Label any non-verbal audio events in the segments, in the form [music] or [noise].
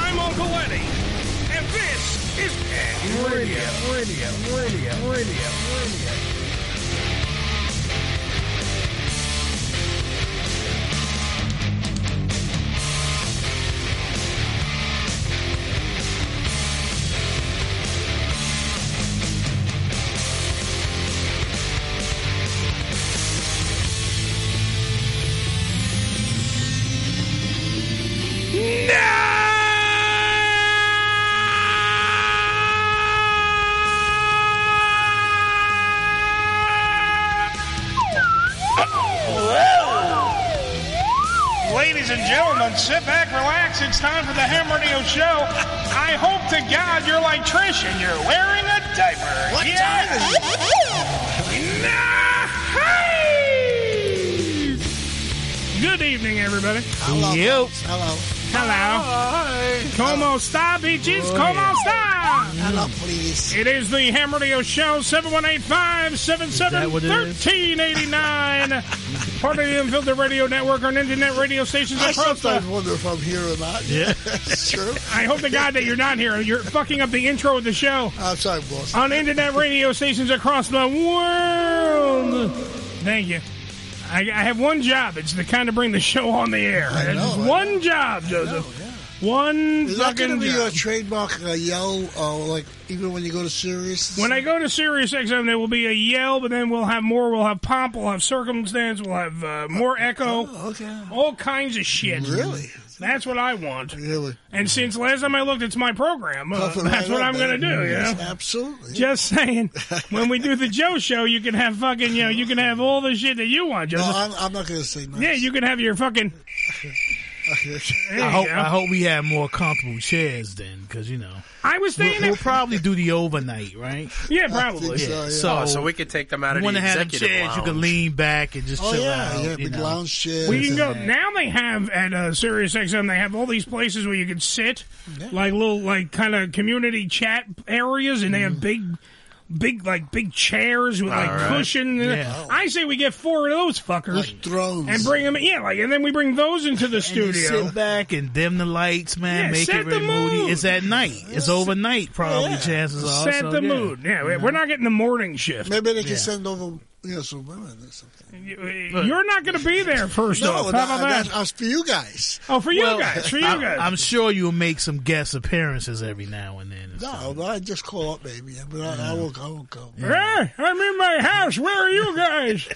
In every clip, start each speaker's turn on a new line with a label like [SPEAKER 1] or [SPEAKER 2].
[SPEAKER 1] I'm Uncle Eddie, and this is Ed Radio. Radio, Radio, Radio, Radio. Ladies and gentlemen, sit back, relax. It's time for the Ham Radio Show. I hope to God you're like Trish and you're wearing a diaper. What time is it? Good evening, everybody.
[SPEAKER 2] Hello.
[SPEAKER 3] Yep.
[SPEAKER 2] folks. Hello.
[SPEAKER 1] Hello. Como sta, bitches? Como sta?
[SPEAKER 2] Oh, Hello, please.
[SPEAKER 1] It is the Ham Radio Show, 7185 77
[SPEAKER 3] what it is?
[SPEAKER 2] [laughs]
[SPEAKER 1] 1389. Part of the Unfiltered Radio Network on internet radio stations
[SPEAKER 2] I
[SPEAKER 1] across the
[SPEAKER 2] sometimes wonder if I'm here or not.
[SPEAKER 3] Yeah.
[SPEAKER 2] It's true.
[SPEAKER 1] I hope to God that you're not here. You're fucking up the intro of the show
[SPEAKER 2] I'm sorry, boss.
[SPEAKER 1] on internet radio stations across the world. Thank you. I, I have one job. It's to kind of bring the show on the air.
[SPEAKER 2] I know,
[SPEAKER 1] It's
[SPEAKER 2] I
[SPEAKER 1] one job, Joseph. One
[SPEAKER 2] Is that going to
[SPEAKER 1] fucking
[SPEAKER 2] be your
[SPEAKER 1] job.
[SPEAKER 2] trademark uh, yell, uh, like even when you go to Sirius?
[SPEAKER 1] When I go to Sirius XM, there will be a yell, but then we'll have more. We'll have pomp. We'll have circumstance. We'll have uh, more echo.
[SPEAKER 2] Oh, okay.
[SPEAKER 1] All kinds of shit. Mm-hmm.
[SPEAKER 2] Really?
[SPEAKER 1] That's what I want.
[SPEAKER 2] Really?
[SPEAKER 1] And since last time I looked, it's my program. Uh,
[SPEAKER 2] Nothing
[SPEAKER 1] that's
[SPEAKER 2] right
[SPEAKER 1] what
[SPEAKER 2] up
[SPEAKER 1] I'm going to
[SPEAKER 2] there.
[SPEAKER 1] do. You know?
[SPEAKER 2] Yes, Absolutely. [laughs]
[SPEAKER 1] Just saying, when we do the Joe show, you can have fucking, you know, you can have all the shit that you want,
[SPEAKER 2] no,
[SPEAKER 1] Joseph.
[SPEAKER 2] I'm, I'm not going to say no.
[SPEAKER 1] yeah, you can have your fucking. There
[SPEAKER 3] I
[SPEAKER 1] you
[SPEAKER 3] hope
[SPEAKER 1] go.
[SPEAKER 3] I hope we have more comfortable chairs then, because you know
[SPEAKER 1] I was
[SPEAKER 3] we'll,
[SPEAKER 1] thinking,
[SPEAKER 3] we'll probably do the overnight, right?
[SPEAKER 1] yeah,
[SPEAKER 2] I
[SPEAKER 1] probably.
[SPEAKER 2] think so, yeah.
[SPEAKER 3] So,
[SPEAKER 4] Oh, so we could take [laughs] them out
[SPEAKER 3] you
[SPEAKER 4] of
[SPEAKER 3] want
[SPEAKER 4] the
[SPEAKER 3] to have them
[SPEAKER 4] executive
[SPEAKER 3] chairs you can
[SPEAKER 4] lounge.
[SPEAKER 3] lean back and just
[SPEAKER 2] Oh,
[SPEAKER 3] chill
[SPEAKER 2] yeah.
[SPEAKER 3] out.
[SPEAKER 2] yeah,
[SPEAKER 3] you
[SPEAKER 2] big
[SPEAKER 3] know.
[SPEAKER 2] lounge chairs.
[SPEAKER 1] We can go
[SPEAKER 3] that.
[SPEAKER 1] now. They have at uh, Sirius XM. They have all these places where you can sit, like little, like kind of community chat areas, and they
[SPEAKER 3] Mm-hmm.
[SPEAKER 1] have big, big, like big chairs with like
[SPEAKER 4] All right.
[SPEAKER 1] cushion.
[SPEAKER 3] Yeah.
[SPEAKER 1] I say we get four of those fuckers
[SPEAKER 2] Just thrones.
[SPEAKER 1] and bring them. Yeah, like and then we bring those into the
[SPEAKER 3] And you
[SPEAKER 1] studio.
[SPEAKER 3] Sit back and dim the lights, man.
[SPEAKER 1] Yeah,
[SPEAKER 3] make
[SPEAKER 1] set
[SPEAKER 3] it really
[SPEAKER 1] the mood.
[SPEAKER 3] moody. It's at night. It's overnight, probably.
[SPEAKER 2] Yeah.
[SPEAKER 3] Chances are.
[SPEAKER 1] Set
[SPEAKER 3] so,
[SPEAKER 1] the
[SPEAKER 3] yeah. Mm-hmm.
[SPEAKER 1] mood. Yeah, we- we're not getting the morning shift.
[SPEAKER 2] Maybe they can
[SPEAKER 3] Yeah.
[SPEAKER 2] send over you know, some women or something.
[SPEAKER 1] You're not going to be there first
[SPEAKER 2] No,
[SPEAKER 1] off. How
[SPEAKER 2] that-
[SPEAKER 1] about that?
[SPEAKER 2] that's, that's for you guys.
[SPEAKER 1] oh, for you
[SPEAKER 3] Well,
[SPEAKER 1] guys, for you
[SPEAKER 3] I,
[SPEAKER 1] guys.
[SPEAKER 3] I'm sure you'll make some guest appearances every now and then.
[SPEAKER 2] No, but I just call up maybe, but I, I won't I won't come.
[SPEAKER 1] Hey, I'm in my house. Where are you guys?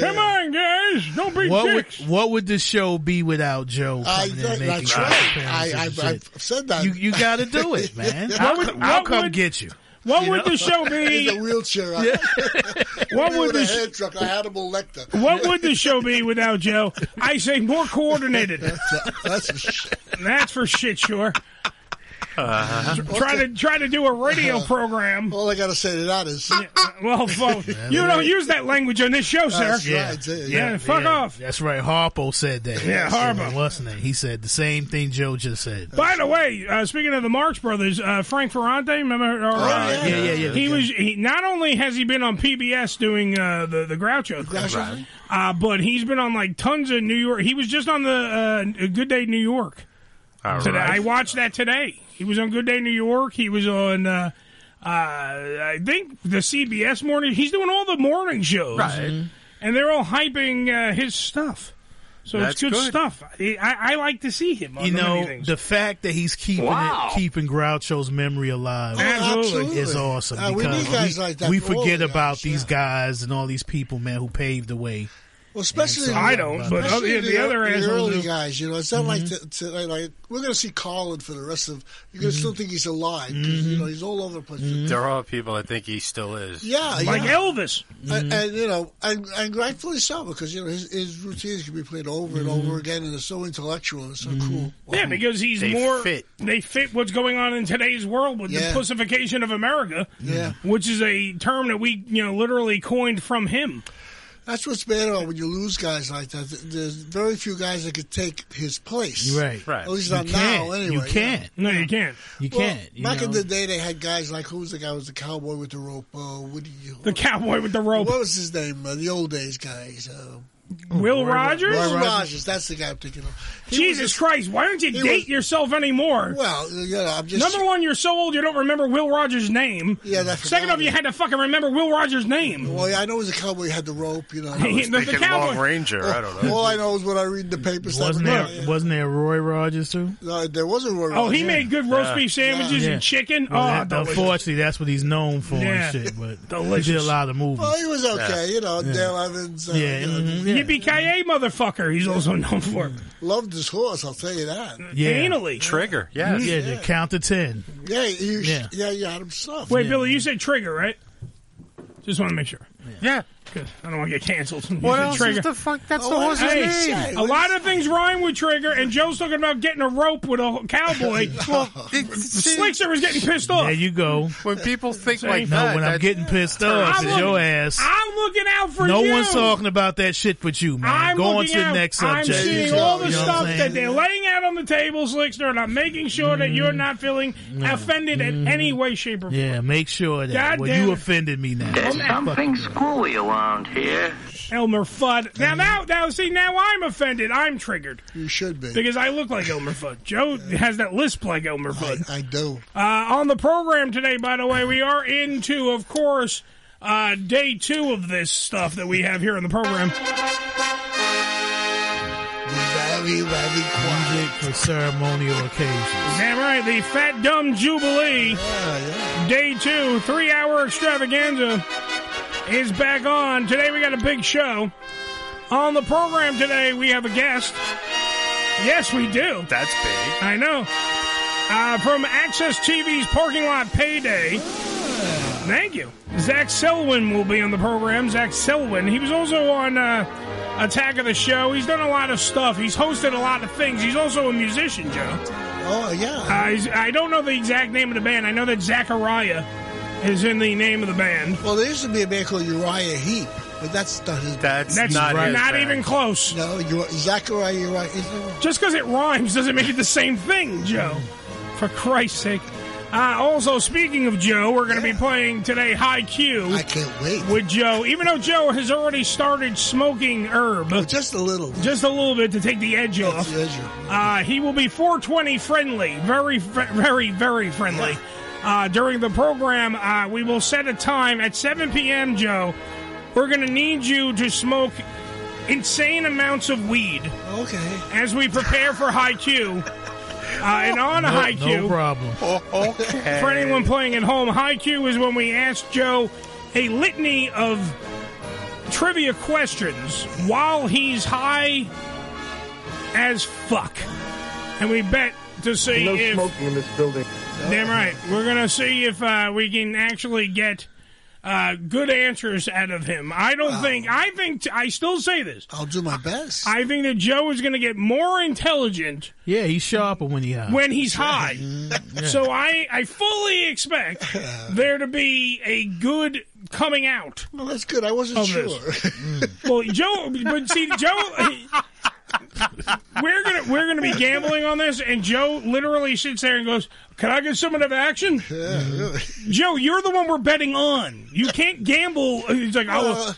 [SPEAKER 1] Come on, guys. Don't be
[SPEAKER 3] What would
[SPEAKER 1] dicks.
[SPEAKER 3] what would the show be without Joe
[SPEAKER 2] I,
[SPEAKER 3] coming in
[SPEAKER 2] that,
[SPEAKER 3] and making
[SPEAKER 2] that's
[SPEAKER 3] guest
[SPEAKER 2] right. I, I,
[SPEAKER 3] appearances and
[SPEAKER 2] I've
[SPEAKER 3] shit?
[SPEAKER 2] said that.
[SPEAKER 3] You you got to do
[SPEAKER 2] [laughs]
[SPEAKER 3] it, man.
[SPEAKER 2] Yeah.
[SPEAKER 3] I'll,
[SPEAKER 1] What
[SPEAKER 3] co-
[SPEAKER 1] would-
[SPEAKER 3] I'll
[SPEAKER 1] what
[SPEAKER 3] come
[SPEAKER 1] would-
[SPEAKER 3] get you.
[SPEAKER 1] what would the show
[SPEAKER 2] in the [laughs]
[SPEAKER 1] be?
[SPEAKER 2] wheelchair. I, [laughs]
[SPEAKER 1] What
[SPEAKER 2] with
[SPEAKER 1] would the
[SPEAKER 2] a
[SPEAKER 1] sh-
[SPEAKER 2] head truck, a Hannibal Lecter.
[SPEAKER 1] what would the show be without Joe? I say more coordinated.
[SPEAKER 2] [laughs] That's a sh-
[SPEAKER 1] That's for shit sure.
[SPEAKER 4] Uh-huh.
[SPEAKER 1] Try to try to do a radio program.
[SPEAKER 2] Uh-huh.
[SPEAKER 1] uh,
[SPEAKER 2] all I got to say to that is, [laughs]
[SPEAKER 1] Well, fo- you don't use that language on this show, Oh, sir.
[SPEAKER 2] That's
[SPEAKER 3] Yeah.
[SPEAKER 2] right, yeah,
[SPEAKER 1] Yeah,
[SPEAKER 2] yeah.
[SPEAKER 1] fuck off.
[SPEAKER 3] That's right. Harpo said that.
[SPEAKER 1] Yeah, Harpo.
[SPEAKER 3] Wasn't it? He said the same thing Joe just said.
[SPEAKER 1] By the way, uh, speaking of the Marx Brothers, uh, Frank Ferrante, remember? Or, uh,
[SPEAKER 2] yeah.
[SPEAKER 3] yeah, yeah, yeah.
[SPEAKER 1] He
[SPEAKER 3] yeah.
[SPEAKER 1] was he, not only has he been on PBS doing uh, the the Groucho, thing,
[SPEAKER 2] That's right.
[SPEAKER 1] uh, but he's been on like tons of New York. He was just on the uh, Good Day New York
[SPEAKER 4] All
[SPEAKER 1] today.
[SPEAKER 4] right.
[SPEAKER 1] I watched that today. He was on Good Day New York. He was on. Uh, uh, I think the CBS morning. He's doing all the morning shows, Mm-hmm.
[SPEAKER 4] Right.
[SPEAKER 1] and they're all hyping uh, his stuff. So it's
[SPEAKER 4] That's
[SPEAKER 1] good,
[SPEAKER 4] good.
[SPEAKER 1] stuff. I, I, I like to see him. On
[SPEAKER 3] You
[SPEAKER 1] the many
[SPEAKER 3] know
[SPEAKER 1] things.
[SPEAKER 3] the fact that he's keeping
[SPEAKER 4] Wow.
[SPEAKER 3] it, keeping Groucho's memory alive.
[SPEAKER 1] Absolutely.
[SPEAKER 3] is awesome
[SPEAKER 2] Oh, Uh, we
[SPEAKER 3] because
[SPEAKER 2] need guys like that
[SPEAKER 3] we
[SPEAKER 2] for all
[SPEAKER 3] forget
[SPEAKER 2] the
[SPEAKER 3] about
[SPEAKER 2] guys,
[SPEAKER 3] these
[SPEAKER 2] yeah.
[SPEAKER 3] guys and all these people, man, who paved the way
[SPEAKER 2] Well, especially
[SPEAKER 3] so
[SPEAKER 2] the-
[SPEAKER 1] I don't, but
[SPEAKER 2] especially
[SPEAKER 1] other- yeah, the Mm-hmm. other
[SPEAKER 2] the
[SPEAKER 1] assholes
[SPEAKER 2] early
[SPEAKER 1] do.
[SPEAKER 2] guys. You know, it's not like to, to, like, like we're going to see Colin for the rest of.
[SPEAKER 1] Mm-hmm.
[SPEAKER 2] You're going to still think he's alive. 'cause, You know, he's all over the place.
[SPEAKER 4] There are people that think he still is.
[SPEAKER 2] Yeah,
[SPEAKER 1] Like
[SPEAKER 4] [laughs]
[SPEAKER 2] yeah.
[SPEAKER 1] Elvis. Mm-hmm.
[SPEAKER 2] And, and you know, and, and rightfully so because you know his, his routines can be played over and
[SPEAKER 1] Mm-hmm.
[SPEAKER 2] over again, and they're so intellectual and so cool.
[SPEAKER 1] Yeah, because he's
[SPEAKER 4] They
[SPEAKER 1] more.
[SPEAKER 4] fit.
[SPEAKER 1] They fit what's going on in today's world with
[SPEAKER 2] Yeah.
[SPEAKER 1] the pussification of America,
[SPEAKER 2] Yeah.
[SPEAKER 1] which is a term that we you know literally coined from him.
[SPEAKER 2] That's what's bad about when you lose guys like that. Th- There's very few guys that could take his place.
[SPEAKER 3] Right.
[SPEAKER 4] Right.
[SPEAKER 2] At least
[SPEAKER 3] You
[SPEAKER 2] not
[SPEAKER 3] can't.
[SPEAKER 2] now, anyway.
[SPEAKER 3] you
[SPEAKER 2] yeah.
[SPEAKER 3] can't.
[SPEAKER 1] No, you can't.
[SPEAKER 3] You
[SPEAKER 2] Well,
[SPEAKER 3] can't. you
[SPEAKER 2] back in
[SPEAKER 3] know?
[SPEAKER 2] the day, they had guys like who was the guy who was the cowboy with the rope? Uh, Woody.
[SPEAKER 1] The cowboy with the rope,
[SPEAKER 2] what was his name? Uh, the old days guys. Uh,
[SPEAKER 1] Will Rogers.
[SPEAKER 2] Will Rogers. That's the guy I'm thinking of. He
[SPEAKER 1] Jesus
[SPEAKER 2] was a-
[SPEAKER 1] Christ! Why don't you
[SPEAKER 2] he
[SPEAKER 1] date
[SPEAKER 2] was-
[SPEAKER 1] yourself anymore?
[SPEAKER 2] well, you know, I'm just
[SPEAKER 1] Number one, you're so old you don't remember Will Rogers' name.
[SPEAKER 2] Yeah, that's
[SPEAKER 1] Second off,
[SPEAKER 2] right.
[SPEAKER 1] you had to fucking remember Will Rogers' name.
[SPEAKER 2] Well, yeah, I know it was a cowboy. He had the rope. You know.
[SPEAKER 1] The- the
[SPEAKER 4] Thinking
[SPEAKER 1] cowboy-
[SPEAKER 4] Long Ranger. I don't know. [laughs]
[SPEAKER 2] All I know is what I read in the papers.
[SPEAKER 3] wasn't
[SPEAKER 2] Yeah,
[SPEAKER 3] there
[SPEAKER 2] yeah.
[SPEAKER 3] wasn't there Roy Rogers too?
[SPEAKER 2] No, there was a Roy
[SPEAKER 1] Oh, he
[SPEAKER 2] Rogers.
[SPEAKER 1] made good roast beef sandwiches
[SPEAKER 3] Yeah.
[SPEAKER 1] and chicken.
[SPEAKER 3] Well,
[SPEAKER 1] oh,
[SPEAKER 3] that- unfortunately, that's what he's known for
[SPEAKER 1] Yeah.
[SPEAKER 3] and
[SPEAKER 1] [laughs]
[SPEAKER 3] shit. But
[SPEAKER 1] Delicious.
[SPEAKER 3] he did a lot of movies.
[SPEAKER 2] Well, he was okay. You know, Dale Evans. Uh,
[SPEAKER 3] yeah,
[SPEAKER 2] you know,
[SPEAKER 3] mhm, yeah,
[SPEAKER 1] Yippee ki motherfucker! He's also known for
[SPEAKER 2] Loved his horse. I'll tell you that.
[SPEAKER 3] yeah.
[SPEAKER 1] anally.
[SPEAKER 4] Trigger. Yes.
[SPEAKER 3] Yeah, the count to ten.
[SPEAKER 2] Yeah, you, yeah,
[SPEAKER 3] Yeah.
[SPEAKER 2] yeah, you had him stuff.
[SPEAKER 1] Wait, Billy, you said trigger, right? Just want to make sure.
[SPEAKER 4] Yeah.
[SPEAKER 1] 'Cause I don't want to get canceled. [laughs] You
[SPEAKER 4] What
[SPEAKER 1] said
[SPEAKER 4] else
[SPEAKER 1] trigger.
[SPEAKER 4] is the fuck? That's
[SPEAKER 2] Oh,
[SPEAKER 4] the
[SPEAKER 2] what
[SPEAKER 4] horse's
[SPEAKER 2] else?
[SPEAKER 4] name.
[SPEAKER 1] Hey,
[SPEAKER 2] Hey,
[SPEAKER 1] a lot of things rhyme with trigger, and Joe's talking about getting a rope with a cowboy. [laughs] well, Slickster was getting pissed off.
[SPEAKER 3] There you go.
[SPEAKER 4] when people think like
[SPEAKER 3] No,
[SPEAKER 4] that,
[SPEAKER 3] when I'm
[SPEAKER 4] that's-
[SPEAKER 3] getting pissed off,
[SPEAKER 1] I'm
[SPEAKER 3] it's your
[SPEAKER 1] looking-
[SPEAKER 3] ass.
[SPEAKER 1] I'm looking out for
[SPEAKER 3] no
[SPEAKER 1] you.
[SPEAKER 3] one's talking about that shit with you, man.
[SPEAKER 1] I'm
[SPEAKER 3] go on
[SPEAKER 1] looking
[SPEAKER 3] to the
[SPEAKER 1] out.
[SPEAKER 3] next
[SPEAKER 1] I'm
[SPEAKER 3] subject.
[SPEAKER 1] seeing
[SPEAKER 2] You know
[SPEAKER 1] all the
[SPEAKER 2] what I'm
[SPEAKER 1] stuff
[SPEAKER 3] saying?
[SPEAKER 1] that they're laying out on the table, Slickster, and I'm making sure that you're not feeling offended in any way, shape, or form.
[SPEAKER 3] Yeah, make sure that
[SPEAKER 1] God
[SPEAKER 3] well,
[SPEAKER 1] damn
[SPEAKER 3] you
[SPEAKER 1] it.
[SPEAKER 3] offended me now.
[SPEAKER 5] There's something screwy around here.
[SPEAKER 1] Elmer Fudd. Now, now, now, see, now I'm offended. I'm triggered
[SPEAKER 2] you should be.
[SPEAKER 1] because I look like Elmer Fudd. Joe has that lisp like Elmer Fudd.
[SPEAKER 2] I do.
[SPEAKER 1] Uh, on the program today, by the way, we are into, of course, uh, day two of this stuff that we have here on the program.
[SPEAKER 2] Very, very quiet.
[SPEAKER 3] Music for ceremonial occasions.
[SPEAKER 1] Damn right, the Fat Dumb Jubilee.
[SPEAKER 2] Yeah, yeah.
[SPEAKER 1] Day two, three hour extravaganza is back on. Today we got a big show. On the program today, we have a guest. Yes, we do.
[SPEAKER 4] That's big.
[SPEAKER 1] I know. Uh, from Access TV's parking lot payday. Thank you. Zach Selwyn will be on the program. Zach Selwyn. He was also on uh, Attack of the Show. He's done a lot of stuff. He's hosted a lot of things. He's also a musician, Joe.
[SPEAKER 2] Oh, yeah.
[SPEAKER 1] Uh, he's- I don't know the exact name of the band. I know that Zachariah is in the name of the band.
[SPEAKER 2] Well, there used to be a man called Uriah Heep, but that's not his.
[SPEAKER 4] That's,
[SPEAKER 1] That's
[SPEAKER 4] not
[SPEAKER 1] not,
[SPEAKER 4] his bag.
[SPEAKER 1] even close.
[SPEAKER 2] no, Uri- Zachariah Uriah. is-
[SPEAKER 1] Just because it rhymes doesn't make it the same thing, Joe. For Christ's sake. Uh, also, speaking of Joe, we're going to be playing today High Q
[SPEAKER 2] I can't wait.
[SPEAKER 1] with Joe. Even though Joe has already started smoking herb
[SPEAKER 2] Oh, Just a little.
[SPEAKER 1] just a little bit to take the edge off,
[SPEAKER 2] Pleasure.
[SPEAKER 1] uh, he will be 420 friendly, very, fr- very, very friendly. Uh, during the program, uh, we will set a time at 7 p.m., Joe. We're going to need you to smoke insane amounts of weed
[SPEAKER 3] Oh,
[SPEAKER 2] Okay.
[SPEAKER 1] as we prepare for high Q. Uh, and on a high Q,
[SPEAKER 3] No problem.
[SPEAKER 4] Oh, okay.
[SPEAKER 1] for anyone playing at home, high Q is when we ask Joe a litany of trivia questions while he's high as fuck. And we bet to see
[SPEAKER 6] No
[SPEAKER 1] if.
[SPEAKER 6] smoking in this building.
[SPEAKER 1] Damn right. We're going to see if uh, we can actually get. Uh, good answers out of him. I don't think. I think. T- I still say this.
[SPEAKER 2] I'll do my best.
[SPEAKER 1] I think that Joe is going to get more intelligent
[SPEAKER 3] Yeah, he's sharper when he high.
[SPEAKER 1] when he's high. [laughs]
[SPEAKER 2] Mm-hmm.
[SPEAKER 1] So I, I fully
[SPEAKER 2] [laughs]
[SPEAKER 1] expect there to be a good coming out.
[SPEAKER 2] well, that's good. I wasn't sure. [laughs]
[SPEAKER 1] this. Well, Joe, but see, Joe, we're gonna we're
[SPEAKER 2] [laughs]
[SPEAKER 1] gonna be gambling on this, and Joe literally sits there and goes, "Can I get someone of action?"
[SPEAKER 2] yeah, really.
[SPEAKER 1] Joe, you're the one we're betting on. You can't gamble. He's like,
[SPEAKER 2] Uh,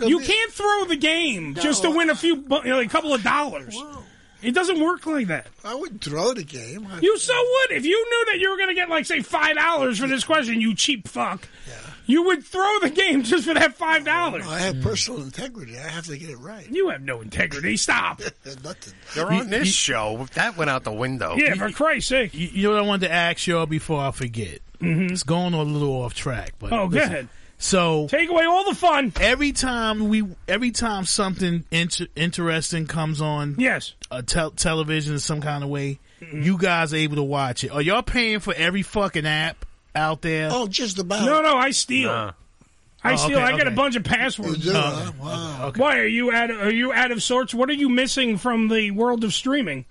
[SPEAKER 1] "Oh, you can't throw the game just to win a few, bu- you know, a couple of dollars." It doesn't work like that.
[SPEAKER 2] I wouldn't throw the game. I,
[SPEAKER 1] You so would if you knew that you were going to get like say five dollars for this question, you cheap fuck. You would throw the game [laughs] just for that five dollars.
[SPEAKER 2] I have personal integrity. I have to get it right.
[SPEAKER 1] You have no
[SPEAKER 4] [laughs]
[SPEAKER 1] integrity. Stop.
[SPEAKER 2] There's nothing.
[SPEAKER 4] You're on this show. That went out the window.
[SPEAKER 1] Yeah, for Christ's sake. Mm-hmm.
[SPEAKER 3] you, you know what I wanted to ask y'all before I forget? It's going a little off track, but
[SPEAKER 1] Oh, go
[SPEAKER 3] listen,
[SPEAKER 1] ahead.
[SPEAKER 3] So
[SPEAKER 1] Take away all the fun.
[SPEAKER 3] every time we, every time something inter- interesting comes on
[SPEAKER 1] Yes. Mm-hmm.
[SPEAKER 3] a tel- television in some kind of way, you guys are able to watch it. Are y'all paying for every fucking app out there?
[SPEAKER 2] Oh, just about.
[SPEAKER 1] No, no, I steal.
[SPEAKER 4] Nah.
[SPEAKER 1] I
[SPEAKER 3] Oh,
[SPEAKER 1] steal.
[SPEAKER 3] okay,
[SPEAKER 1] I got a
[SPEAKER 3] okay. Oh,
[SPEAKER 1] bunch of
[SPEAKER 2] You
[SPEAKER 1] passwords.
[SPEAKER 2] do, huh? Wow.
[SPEAKER 1] Why are you out? Are you out of sorts? What are you missing from the world of streaming?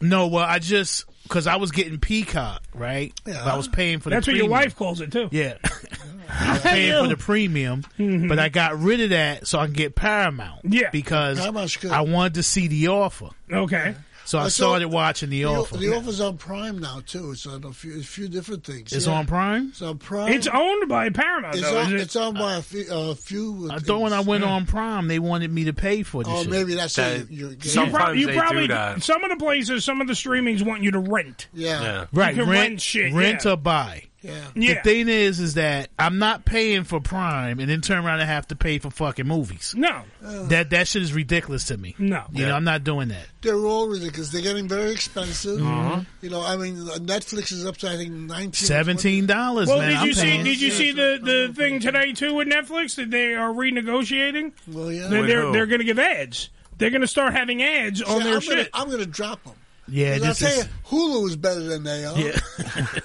[SPEAKER 3] No, well, I just because I was getting Peacock, right?
[SPEAKER 2] Yeah.
[SPEAKER 3] But I was paying for
[SPEAKER 1] That's
[SPEAKER 3] the
[SPEAKER 1] what your
[SPEAKER 3] premium.
[SPEAKER 1] wife calls it too.
[SPEAKER 3] Yeah, [laughs] I was paying
[SPEAKER 1] [laughs]
[SPEAKER 3] for the premium, but I got rid of that so I can get Paramount.
[SPEAKER 1] Mm-hmm. Yeah.
[SPEAKER 3] because
[SPEAKER 2] Paramount's good.
[SPEAKER 3] I wanted to see the offer,
[SPEAKER 1] Okay.
[SPEAKER 3] so I
[SPEAKER 2] I saw-
[SPEAKER 3] started watching the
[SPEAKER 2] The,
[SPEAKER 3] offer.
[SPEAKER 2] the offer's on Prime now too. It's on a few, a few different things.
[SPEAKER 3] It's
[SPEAKER 2] Yeah.
[SPEAKER 3] on Prime.
[SPEAKER 2] It's on Prime.
[SPEAKER 1] It's owned by Paramount,
[SPEAKER 2] It's
[SPEAKER 1] though.
[SPEAKER 2] on,
[SPEAKER 1] is it?
[SPEAKER 2] it's on by a few. A few
[SPEAKER 3] I thought when I
[SPEAKER 2] things.
[SPEAKER 3] went on Prime, they wanted me to pay for this.
[SPEAKER 2] Oh,
[SPEAKER 3] shit.
[SPEAKER 2] maybe that's
[SPEAKER 4] That-
[SPEAKER 2] it. You're,
[SPEAKER 4] some-
[SPEAKER 1] Prob-
[SPEAKER 4] Sometimes
[SPEAKER 1] you
[SPEAKER 4] they
[SPEAKER 1] probably
[SPEAKER 4] do that.
[SPEAKER 1] some of the places, some of the streamings want you to rent.
[SPEAKER 2] yeah, yeah,
[SPEAKER 4] Yeah.
[SPEAKER 3] right?
[SPEAKER 1] can
[SPEAKER 3] Rent,
[SPEAKER 1] rent shit,
[SPEAKER 3] rent
[SPEAKER 1] yeah.
[SPEAKER 3] or buy.
[SPEAKER 2] yeah.
[SPEAKER 1] Yeah.
[SPEAKER 3] The thing is, is that I'm not paying for Prime and then turn around and have to pay for fucking movies.
[SPEAKER 1] no.
[SPEAKER 3] That that shit is ridiculous to me.
[SPEAKER 1] No.
[SPEAKER 3] You know, I'm not doing that.
[SPEAKER 2] They're all ridiculous. They're getting very expensive.
[SPEAKER 3] Uh-huh.
[SPEAKER 2] You know, I mean, Netflix is up to I think nineteen.
[SPEAKER 3] Seventeen dollars,
[SPEAKER 1] Well,
[SPEAKER 3] man.
[SPEAKER 1] Oh, did you
[SPEAKER 3] I'm
[SPEAKER 1] see?
[SPEAKER 3] paying.
[SPEAKER 1] Did you see the, the thing today too with Netflix that they are renegotiating?
[SPEAKER 2] Well, yeah.
[SPEAKER 1] They're
[SPEAKER 4] With
[SPEAKER 1] they're,
[SPEAKER 4] who?
[SPEAKER 1] they're going to give ads. They're going to start having ads on
[SPEAKER 2] Yeah,
[SPEAKER 1] their
[SPEAKER 2] I'm gonna,
[SPEAKER 1] shit.
[SPEAKER 2] I'm gonna drop them.
[SPEAKER 3] yeah,
[SPEAKER 2] I'll
[SPEAKER 3] this
[SPEAKER 2] tell you,
[SPEAKER 3] is.
[SPEAKER 2] Hulu is better than they are.
[SPEAKER 3] Yeah.
[SPEAKER 2] [laughs]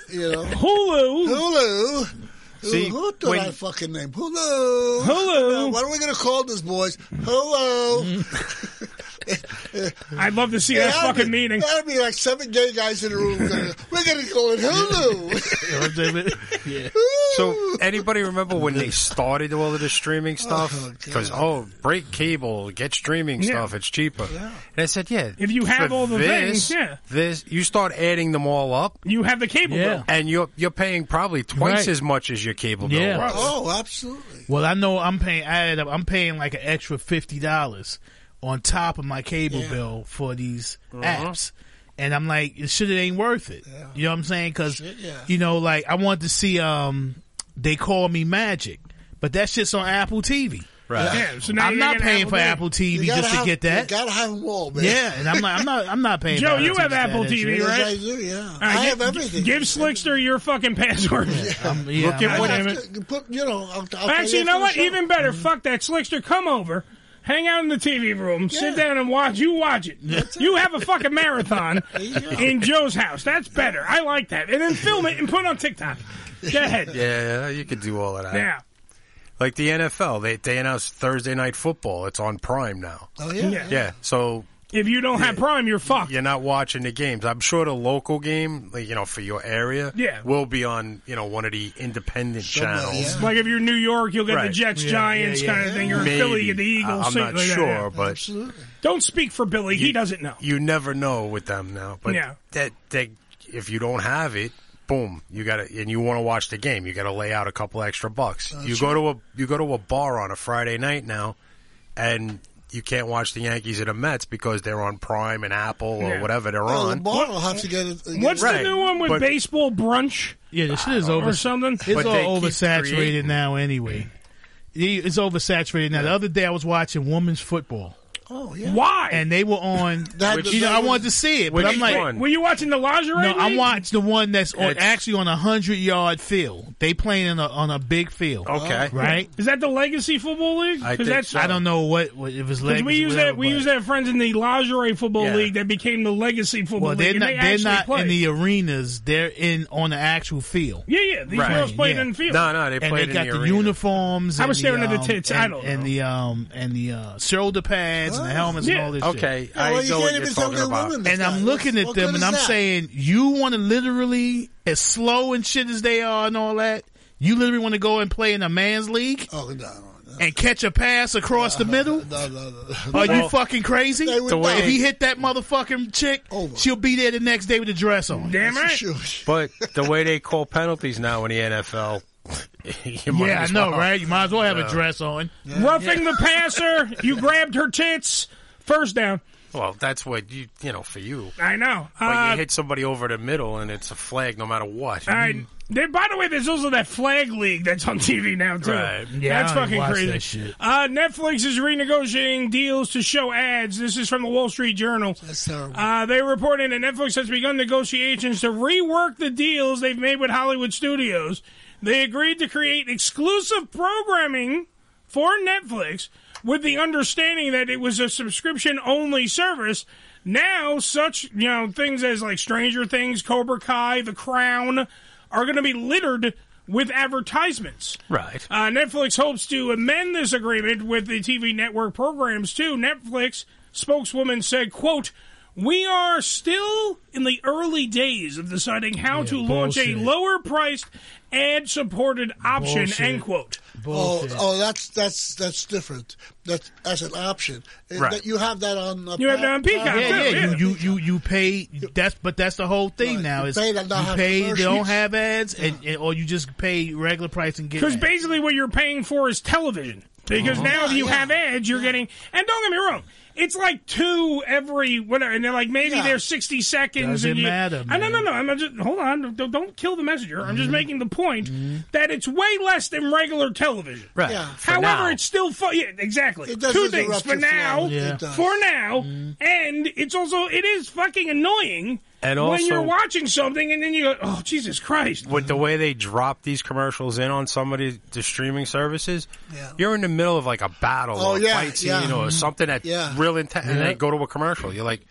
[SPEAKER 2] You know,
[SPEAKER 1] Hulu.
[SPEAKER 2] Hulu.
[SPEAKER 4] See,
[SPEAKER 2] Who did
[SPEAKER 4] when-
[SPEAKER 2] I fucking name? Hulu.
[SPEAKER 1] Hulu.
[SPEAKER 2] What are we gonna call this, boys? [laughs] Hulu. Oh,
[SPEAKER 1] [laughs] I'd love to see that
[SPEAKER 2] That'd
[SPEAKER 1] fucking
[SPEAKER 2] be-
[SPEAKER 1] meeting.
[SPEAKER 2] That'd be like seven gay guys in a room. Going, We're gonna call it
[SPEAKER 3] [laughs]
[SPEAKER 1] [laughs]
[SPEAKER 2] Hulu.
[SPEAKER 3] yeah.
[SPEAKER 4] So anybody remember when they started all of the streaming
[SPEAKER 2] Oh,
[SPEAKER 4] stuff?
[SPEAKER 2] God.
[SPEAKER 4] Because oh, break cable, get streaming
[SPEAKER 1] Yeah.
[SPEAKER 4] stuff. It's cheaper. And I said, yeah.
[SPEAKER 1] If you have
[SPEAKER 4] but
[SPEAKER 1] all the
[SPEAKER 4] this,
[SPEAKER 1] things, yeah.
[SPEAKER 4] This you start adding them all up,
[SPEAKER 1] You have the cable
[SPEAKER 3] Yeah.
[SPEAKER 1] bill.
[SPEAKER 4] and you're you're paying probably twice
[SPEAKER 3] Right.
[SPEAKER 4] as much as your cable bill.
[SPEAKER 3] Yeah.
[SPEAKER 4] was.
[SPEAKER 2] oh, absolutely.
[SPEAKER 3] Well, I know I'm paying. I added up. I'm paying like an extra fifty dollars on top of my cable
[SPEAKER 2] Yeah. Uh-huh.
[SPEAKER 3] bill for these apps, and I'm like, shit, it ain't worth it. You know what I'm saying? Because
[SPEAKER 2] Shit, yeah.
[SPEAKER 3] you know, like I wanted to see. Um, they call me Magic, but that shit's on Apple TV.
[SPEAKER 4] Right.
[SPEAKER 1] Yeah, so now
[SPEAKER 3] I'm
[SPEAKER 1] you're
[SPEAKER 3] not
[SPEAKER 1] getting
[SPEAKER 3] paying for
[SPEAKER 1] Day.
[SPEAKER 3] Apple TV
[SPEAKER 2] You gotta
[SPEAKER 3] just to
[SPEAKER 2] have-
[SPEAKER 3] get that.
[SPEAKER 2] You gotta have them all, man.
[SPEAKER 3] Yeah, and I'm like, I'm not, I'm not paying.
[SPEAKER 1] Joe,
[SPEAKER 3] Apple
[SPEAKER 1] you
[SPEAKER 3] TV
[SPEAKER 1] have
[SPEAKER 3] for that
[SPEAKER 1] Apple
[SPEAKER 3] extra.
[SPEAKER 1] TV,
[SPEAKER 2] Yes,
[SPEAKER 1] right?
[SPEAKER 2] I do. Yeah,
[SPEAKER 1] All right,
[SPEAKER 2] I
[SPEAKER 1] gi-
[SPEAKER 2] have everything.
[SPEAKER 1] Give Slickster your fucking password.
[SPEAKER 3] I'm, yeah,
[SPEAKER 4] Look at
[SPEAKER 3] I'm-
[SPEAKER 1] what-
[SPEAKER 2] I have
[SPEAKER 1] Wait a
[SPEAKER 2] to put, you know, I'll, I'll
[SPEAKER 1] Actually,
[SPEAKER 2] pay
[SPEAKER 1] you know
[SPEAKER 2] for
[SPEAKER 1] what?
[SPEAKER 2] the show. Mm-hmm.
[SPEAKER 1] Even better. Fuck that Slickster. Come over. Hang out in the TV room. Sit down and watch. You watch it. You have a fucking marathon in Joe's house. That's better. I like that. And then film it and put it on TikTok. Go ahead. Yeah.
[SPEAKER 4] Yeah, you could do all of that. Like the NFL, they they announced Thursday night football. It's on Prime now.
[SPEAKER 2] Oh yeah.
[SPEAKER 1] Yeah.
[SPEAKER 4] Yeah, so
[SPEAKER 1] If you don't have Prime, you're fucked.
[SPEAKER 4] you're not watching the games. I'm sure the local game, like, you know, for your area,
[SPEAKER 1] Yeah.
[SPEAKER 4] will be on you know one of the independent
[SPEAKER 2] Somewhere,
[SPEAKER 4] channels.
[SPEAKER 2] yeah.
[SPEAKER 1] Like if you're New York, you'll get the
[SPEAKER 4] Right.
[SPEAKER 1] Jets,
[SPEAKER 3] Yeah,
[SPEAKER 1] Giants
[SPEAKER 3] yeah, yeah.
[SPEAKER 1] kind of thing. You're in
[SPEAKER 4] Maybe.
[SPEAKER 1] Philly, you get the
[SPEAKER 4] I-
[SPEAKER 1] Eagles.
[SPEAKER 4] I'm
[SPEAKER 1] shit
[SPEAKER 4] not
[SPEAKER 1] like that.
[SPEAKER 4] sure,
[SPEAKER 1] Yeah.
[SPEAKER 4] but
[SPEAKER 2] Absolutely.
[SPEAKER 1] Don't speak for Billy. he doesn't know.
[SPEAKER 4] you never know with them now. But
[SPEAKER 1] Yeah.
[SPEAKER 4] that that if you don't have it, boom, you got to and you want to watch the game, you got to lay out a couple extra bucks. you go to a you go to a bar on a Friday night now, and you can't watch the Yankees and the Mets because they're on Prime and Apple or
[SPEAKER 1] Yeah.
[SPEAKER 4] whatever they're
[SPEAKER 2] Oh,
[SPEAKER 4] on.
[SPEAKER 2] Lamar will have to get it. get
[SPEAKER 1] What's
[SPEAKER 2] it.
[SPEAKER 1] the
[SPEAKER 4] Right.
[SPEAKER 1] new one with
[SPEAKER 4] But-
[SPEAKER 1] baseball brunch
[SPEAKER 3] yeah, this shit is
[SPEAKER 1] or
[SPEAKER 3] over.
[SPEAKER 1] something?
[SPEAKER 3] It's
[SPEAKER 4] But they
[SPEAKER 3] all
[SPEAKER 4] keep
[SPEAKER 3] oversaturated
[SPEAKER 4] creating.
[SPEAKER 3] now, anyway. It- It's oversaturated now. The other day I was watching women's football,
[SPEAKER 2] Oh
[SPEAKER 7] Uh,
[SPEAKER 2] yeah.
[SPEAKER 1] Why?
[SPEAKER 3] and they were
[SPEAKER 4] [laughs]
[SPEAKER 3] on.
[SPEAKER 2] That-
[SPEAKER 3] you know, I wanted to see it, but
[SPEAKER 4] Which
[SPEAKER 3] I'm like,
[SPEAKER 4] one?
[SPEAKER 1] Were you watching the lingerie?
[SPEAKER 3] no, I
[SPEAKER 1] league?
[SPEAKER 3] watched the one that's on,
[SPEAKER 4] It's-
[SPEAKER 3] actually on a hundred yard field. They playing in a, on a big field,
[SPEAKER 4] Okay,
[SPEAKER 3] right?
[SPEAKER 1] Is that the Legacy Football League?
[SPEAKER 4] I think
[SPEAKER 1] that's
[SPEAKER 4] so.
[SPEAKER 3] I don't know what, what if it's
[SPEAKER 1] Because
[SPEAKER 3] legs.
[SPEAKER 1] we use
[SPEAKER 3] whatever,
[SPEAKER 1] that we
[SPEAKER 3] but-
[SPEAKER 1] use that friends in the lingerie football
[SPEAKER 4] Yeah.
[SPEAKER 1] league that became the legacy football
[SPEAKER 3] Well, they're
[SPEAKER 1] league.
[SPEAKER 3] not.
[SPEAKER 1] and they
[SPEAKER 3] They're
[SPEAKER 1] actually
[SPEAKER 3] not
[SPEAKER 1] play.
[SPEAKER 3] in the arenas. They're in on the actual field.
[SPEAKER 1] Yeah, yeah. These
[SPEAKER 4] Right.
[SPEAKER 1] girls played
[SPEAKER 3] Yeah.
[SPEAKER 1] in the field.
[SPEAKER 4] No, no, they
[SPEAKER 3] and
[SPEAKER 4] played
[SPEAKER 3] they got
[SPEAKER 4] in
[SPEAKER 3] the,
[SPEAKER 4] the, arena.
[SPEAKER 3] uniforms.
[SPEAKER 1] I
[SPEAKER 3] and
[SPEAKER 1] was staring
[SPEAKER 3] the,
[SPEAKER 1] at the
[SPEAKER 3] um,
[SPEAKER 1] tits.
[SPEAKER 3] And,
[SPEAKER 1] I don't
[SPEAKER 3] and
[SPEAKER 1] know.
[SPEAKER 3] the um and the uh, shoulder pads and the helmets and all this. shit.
[SPEAKER 4] Okay,
[SPEAKER 2] Yeah,
[SPEAKER 4] I
[SPEAKER 2] well, you
[SPEAKER 4] know
[SPEAKER 2] can't
[SPEAKER 4] what
[SPEAKER 2] even
[SPEAKER 4] you're
[SPEAKER 2] tell
[SPEAKER 4] talking
[SPEAKER 2] they're
[SPEAKER 4] about.
[SPEAKER 2] women.
[SPEAKER 3] And I'm
[SPEAKER 2] Guys,
[SPEAKER 3] looking at
[SPEAKER 2] what
[SPEAKER 3] them
[SPEAKER 2] good
[SPEAKER 3] and
[SPEAKER 2] is
[SPEAKER 3] I'm
[SPEAKER 2] that?
[SPEAKER 3] saying, you want to literally as slow and shit as they are and all that. You literally want to go and play in a man's league
[SPEAKER 2] Oh no, no,
[SPEAKER 3] and catch a pass across the middle?
[SPEAKER 2] no, no, no, no.
[SPEAKER 3] Are Oh, you fucking crazy?
[SPEAKER 2] They would The way-
[SPEAKER 3] if he hit that motherfucking chick,
[SPEAKER 2] Over.
[SPEAKER 3] she'll be there the next day with a dress on.
[SPEAKER 1] Damn right.
[SPEAKER 2] Sure.
[SPEAKER 4] But the way they call penalties now in the NFL, [laughs] you might
[SPEAKER 3] Yeah, I
[SPEAKER 4] as
[SPEAKER 3] know,
[SPEAKER 4] well.
[SPEAKER 3] right? You might as well have a dress on.
[SPEAKER 1] Roughing the passer. You grabbed her tits. First down.
[SPEAKER 4] Well, that's what you you know for you.
[SPEAKER 1] I know.
[SPEAKER 4] But
[SPEAKER 1] Uh,
[SPEAKER 4] you hit somebody over the middle, and it's a flag no matter what.
[SPEAKER 1] all right. There, by the way, there's also that flag league that's on TV now too.
[SPEAKER 4] Right.
[SPEAKER 3] Yeah,
[SPEAKER 1] that's
[SPEAKER 3] I don't even
[SPEAKER 1] fucking
[SPEAKER 3] watch
[SPEAKER 1] crazy.
[SPEAKER 3] that shit.
[SPEAKER 1] Uh, Netflix is renegotiating deals to show ads. This is from the Wall Street Journal.
[SPEAKER 2] That's terrible.
[SPEAKER 1] Uh, they reported that Netflix has begun negotiations to rework the deals they've made with Hollywood studios They agreed to create exclusive programming for Netflix with the understanding that it was a subscription only service. Now, such you know things as like Stranger Things, Cobra Kai, The Crown are going to be littered with advertisements.
[SPEAKER 4] Right.
[SPEAKER 1] Uh, Netflix hopes to amend this agreement with the TV network programs too. Netflix spokeswoman said, "quote We are still in the early days of deciding how to launch a
[SPEAKER 2] bullshit.
[SPEAKER 1] lower priced ad supported option."
[SPEAKER 2] Bullshit.
[SPEAKER 1] End quote.
[SPEAKER 2] Oh, oh, that's that's that's different. That's that's an option. Uh,
[SPEAKER 3] Right.
[SPEAKER 2] that- You have that on. Uh, Pri-
[SPEAKER 3] Yeah,
[SPEAKER 2] Prime
[SPEAKER 3] yeah.
[SPEAKER 2] Video.
[SPEAKER 3] You, you you you pay. That's but that's the whole thing now.
[SPEAKER 2] you
[SPEAKER 3] Is
[SPEAKER 2] pay to not
[SPEAKER 3] you
[SPEAKER 2] have
[SPEAKER 3] pay. They don't
[SPEAKER 1] commercials.
[SPEAKER 3] have ads, and, and- or you just pay regular price and get.
[SPEAKER 1] Because
[SPEAKER 3] ads.
[SPEAKER 1] basically, what you're paying for is television. Because
[SPEAKER 3] Uh-huh.
[SPEAKER 1] now if you have ads, you're getting. And don't get me wrong, it's like two every whatever, and they're like maybe they're sixty seconds.
[SPEAKER 3] Doesn't
[SPEAKER 1] and you,
[SPEAKER 3] matter,
[SPEAKER 1] I- No, no, no. I'm just hold on. Don't, don't kill the messenger. I'm
[SPEAKER 4] Mm-hmm.
[SPEAKER 1] just making the point that it's way less than regular television.
[SPEAKER 4] Right. Yeah. For
[SPEAKER 1] However,
[SPEAKER 4] now.
[SPEAKER 1] it's still fun. Yeah, exactly.
[SPEAKER 2] It does
[SPEAKER 1] two things
[SPEAKER 2] interrupt
[SPEAKER 1] for
[SPEAKER 2] your flow.
[SPEAKER 1] now.
[SPEAKER 4] Yeah. It does.
[SPEAKER 1] For now, and it's also it is fucking annoying
[SPEAKER 4] And
[SPEAKER 1] when
[SPEAKER 4] also-
[SPEAKER 1] you're watching something and then you go, oh Jesus Christ.
[SPEAKER 4] With the way they drop these commercials in on somebody the streaming services, you're in the middle of like a battle
[SPEAKER 2] Oh,
[SPEAKER 4] or a
[SPEAKER 2] yeah,
[SPEAKER 4] fight scene
[SPEAKER 2] yeah.
[SPEAKER 4] or something that's
[SPEAKER 2] Yeah.
[SPEAKER 4] real intense, and
[SPEAKER 2] Yeah.
[SPEAKER 4] they go to a commercial. You're like,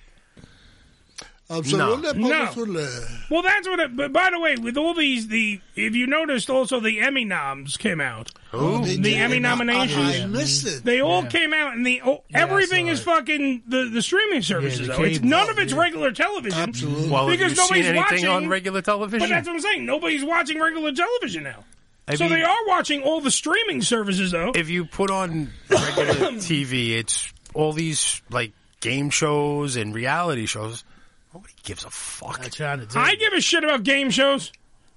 [SPEAKER 2] Um, Absolutely,
[SPEAKER 1] No.
[SPEAKER 2] absolutely.
[SPEAKER 1] Well, that's what. It, but by the way, with all these, the if you noticed, also the Emmy noms came out.
[SPEAKER 4] Ooh.
[SPEAKER 1] the
[SPEAKER 4] They did.
[SPEAKER 1] Emmy
[SPEAKER 4] I- I
[SPEAKER 1] nominations.
[SPEAKER 2] missed it.
[SPEAKER 1] They all came out, and the oh, everything is fucking the, the streaming services. though it's
[SPEAKER 4] cable.
[SPEAKER 1] none of it's regular television. Absolutely.
[SPEAKER 4] well, have
[SPEAKER 1] because
[SPEAKER 4] you seen
[SPEAKER 1] nobody's
[SPEAKER 4] anything
[SPEAKER 1] watching
[SPEAKER 4] on regular television?
[SPEAKER 1] But that's what I'm saying. Nobody's watching regular television now.
[SPEAKER 4] I
[SPEAKER 1] so
[SPEAKER 4] mean-
[SPEAKER 1] they are watching all the streaming services, though.
[SPEAKER 4] if you put on regular
[SPEAKER 1] [coughs]
[SPEAKER 4] TV, it's all these like game shows and reality shows. Nobody gives a fuck.
[SPEAKER 1] I give a shit about game shows.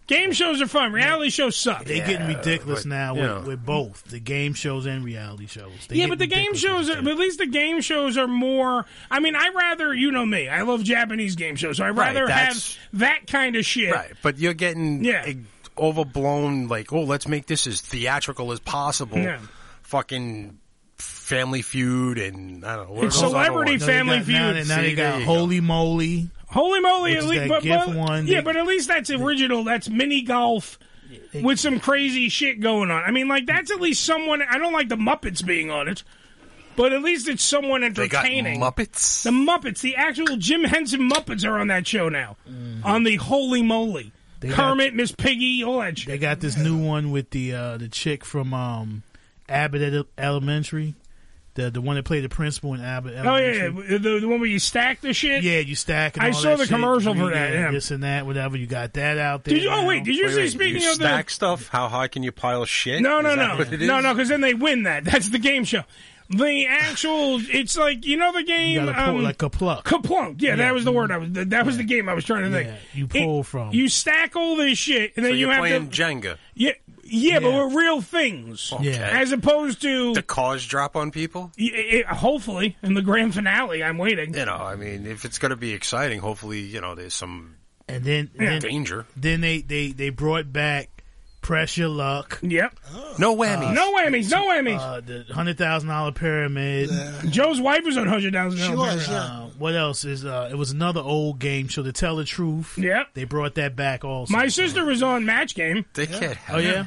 [SPEAKER 1] Game shows are fun. Reality shows suck.
[SPEAKER 3] They getting ridiculous now with,
[SPEAKER 1] you know.
[SPEAKER 3] with both the game shows and reality shows. They
[SPEAKER 1] yeah, but the
[SPEAKER 3] getting
[SPEAKER 1] game
[SPEAKER 3] ridiculous.
[SPEAKER 1] shows, are, but at least the game shows are more. I mean, I rather you know me. I love Japanese game shows. So I
[SPEAKER 4] Right,
[SPEAKER 1] rather have
[SPEAKER 4] that's-
[SPEAKER 1] that kind of shit.
[SPEAKER 4] Right, but you're getting eh, overblown. Like, oh, let's make this as theatrical as possible.
[SPEAKER 1] Yeah.
[SPEAKER 4] Fucking Family Feud and I don't know. what
[SPEAKER 3] It's
[SPEAKER 4] are those other
[SPEAKER 1] Celebrity
[SPEAKER 4] ones?
[SPEAKER 1] Family
[SPEAKER 3] Now they got- Now, they-
[SPEAKER 1] Feud.
[SPEAKER 3] now
[SPEAKER 1] See,
[SPEAKER 3] they
[SPEAKER 1] there
[SPEAKER 3] got
[SPEAKER 1] you
[SPEAKER 3] holy moly.
[SPEAKER 1] Holy moly!
[SPEAKER 3] Which
[SPEAKER 1] at
[SPEAKER 3] is
[SPEAKER 1] least,
[SPEAKER 3] that
[SPEAKER 1] but,
[SPEAKER 3] GIF
[SPEAKER 1] but-
[SPEAKER 3] one.
[SPEAKER 1] yeah,
[SPEAKER 3] They-
[SPEAKER 1] but at least that's original. That's mini golf with some crazy shit going on. I mean, like that's at least someone. I don't like the Muppets being on it, but at least it's someone
[SPEAKER 4] got
[SPEAKER 1] entertaining.
[SPEAKER 4] Muppets.
[SPEAKER 1] The Muppets. The actual Jim Henson Muppets are on that show now.
[SPEAKER 3] Mm.
[SPEAKER 1] On the Holy Moly. Kermit, Miss Piggy, all that shit.
[SPEAKER 3] They got this new one with the uh, the chick from um, Abbott Ele- Elementary, the the one that played the principal in Abbott
[SPEAKER 1] Oh yeah,
[SPEAKER 3] Elementary.
[SPEAKER 1] yeah. The, the one where you stack the shit.
[SPEAKER 3] Yeah, you stack. And
[SPEAKER 1] I
[SPEAKER 3] all
[SPEAKER 1] saw
[SPEAKER 3] that
[SPEAKER 1] the
[SPEAKER 3] shit,
[SPEAKER 1] commercial
[SPEAKER 3] you
[SPEAKER 1] for that.
[SPEAKER 3] read
[SPEAKER 1] Yeah.
[SPEAKER 3] This and that, whatever. You got that out there.
[SPEAKER 1] Did you- oh,
[SPEAKER 3] now.
[SPEAKER 1] wait, did you Wait, see- wait.
[SPEAKER 8] You
[SPEAKER 1] Speaking of the-
[SPEAKER 8] stack stuff. How high can you pile shit?
[SPEAKER 1] No, no,
[SPEAKER 8] Is that
[SPEAKER 1] no,
[SPEAKER 8] what it is?
[SPEAKER 1] no, no. Because then they win that. That's the game show. The actual, it's like you know the game,
[SPEAKER 3] You gotta pull
[SPEAKER 1] um,
[SPEAKER 3] like a pluck.
[SPEAKER 1] Kaplunk. Yeah, that
[SPEAKER 3] Yeah.
[SPEAKER 1] was the word. I was that was the game I was trying to think.
[SPEAKER 3] you
[SPEAKER 1] It-
[SPEAKER 3] pull from.
[SPEAKER 1] You stack all this shit, and
[SPEAKER 4] So
[SPEAKER 1] then
[SPEAKER 4] you're
[SPEAKER 1] you have
[SPEAKER 4] playing
[SPEAKER 1] to.
[SPEAKER 4] Jenga.
[SPEAKER 1] Yeah, yeah, but with real things,
[SPEAKER 4] Okay. Yeah.
[SPEAKER 1] as opposed to
[SPEAKER 4] The cause drop on people.
[SPEAKER 1] Y- it- hopefully in the grand finale. I'm waiting.
[SPEAKER 4] You know, I mean, if it's going to be exciting, hopefully, you know, there's some
[SPEAKER 3] And then, then
[SPEAKER 4] danger.
[SPEAKER 3] Then they they they brought back pressure luck.
[SPEAKER 1] Yep. Uh,
[SPEAKER 4] No
[SPEAKER 3] whammies.
[SPEAKER 1] no whammies. No whammies.
[SPEAKER 3] Uh, the hundred thousand dollar pyramid.
[SPEAKER 1] Joe's wife was on hundred thousand
[SPEAKER 3] She
[SPEAKER 1] dollars.
[SPEAKER 3] was. Uh, what else is? Uh, it was another old game show, To Tell the Truth.
[SPEAKER 1] Yep.
[SPEAKER 3] They brought that back also.
[SPEAKER 1] My sister was on Match Game.
[SPEAKER 4] They
[SPEAKER 3] can't have Oh, yeah?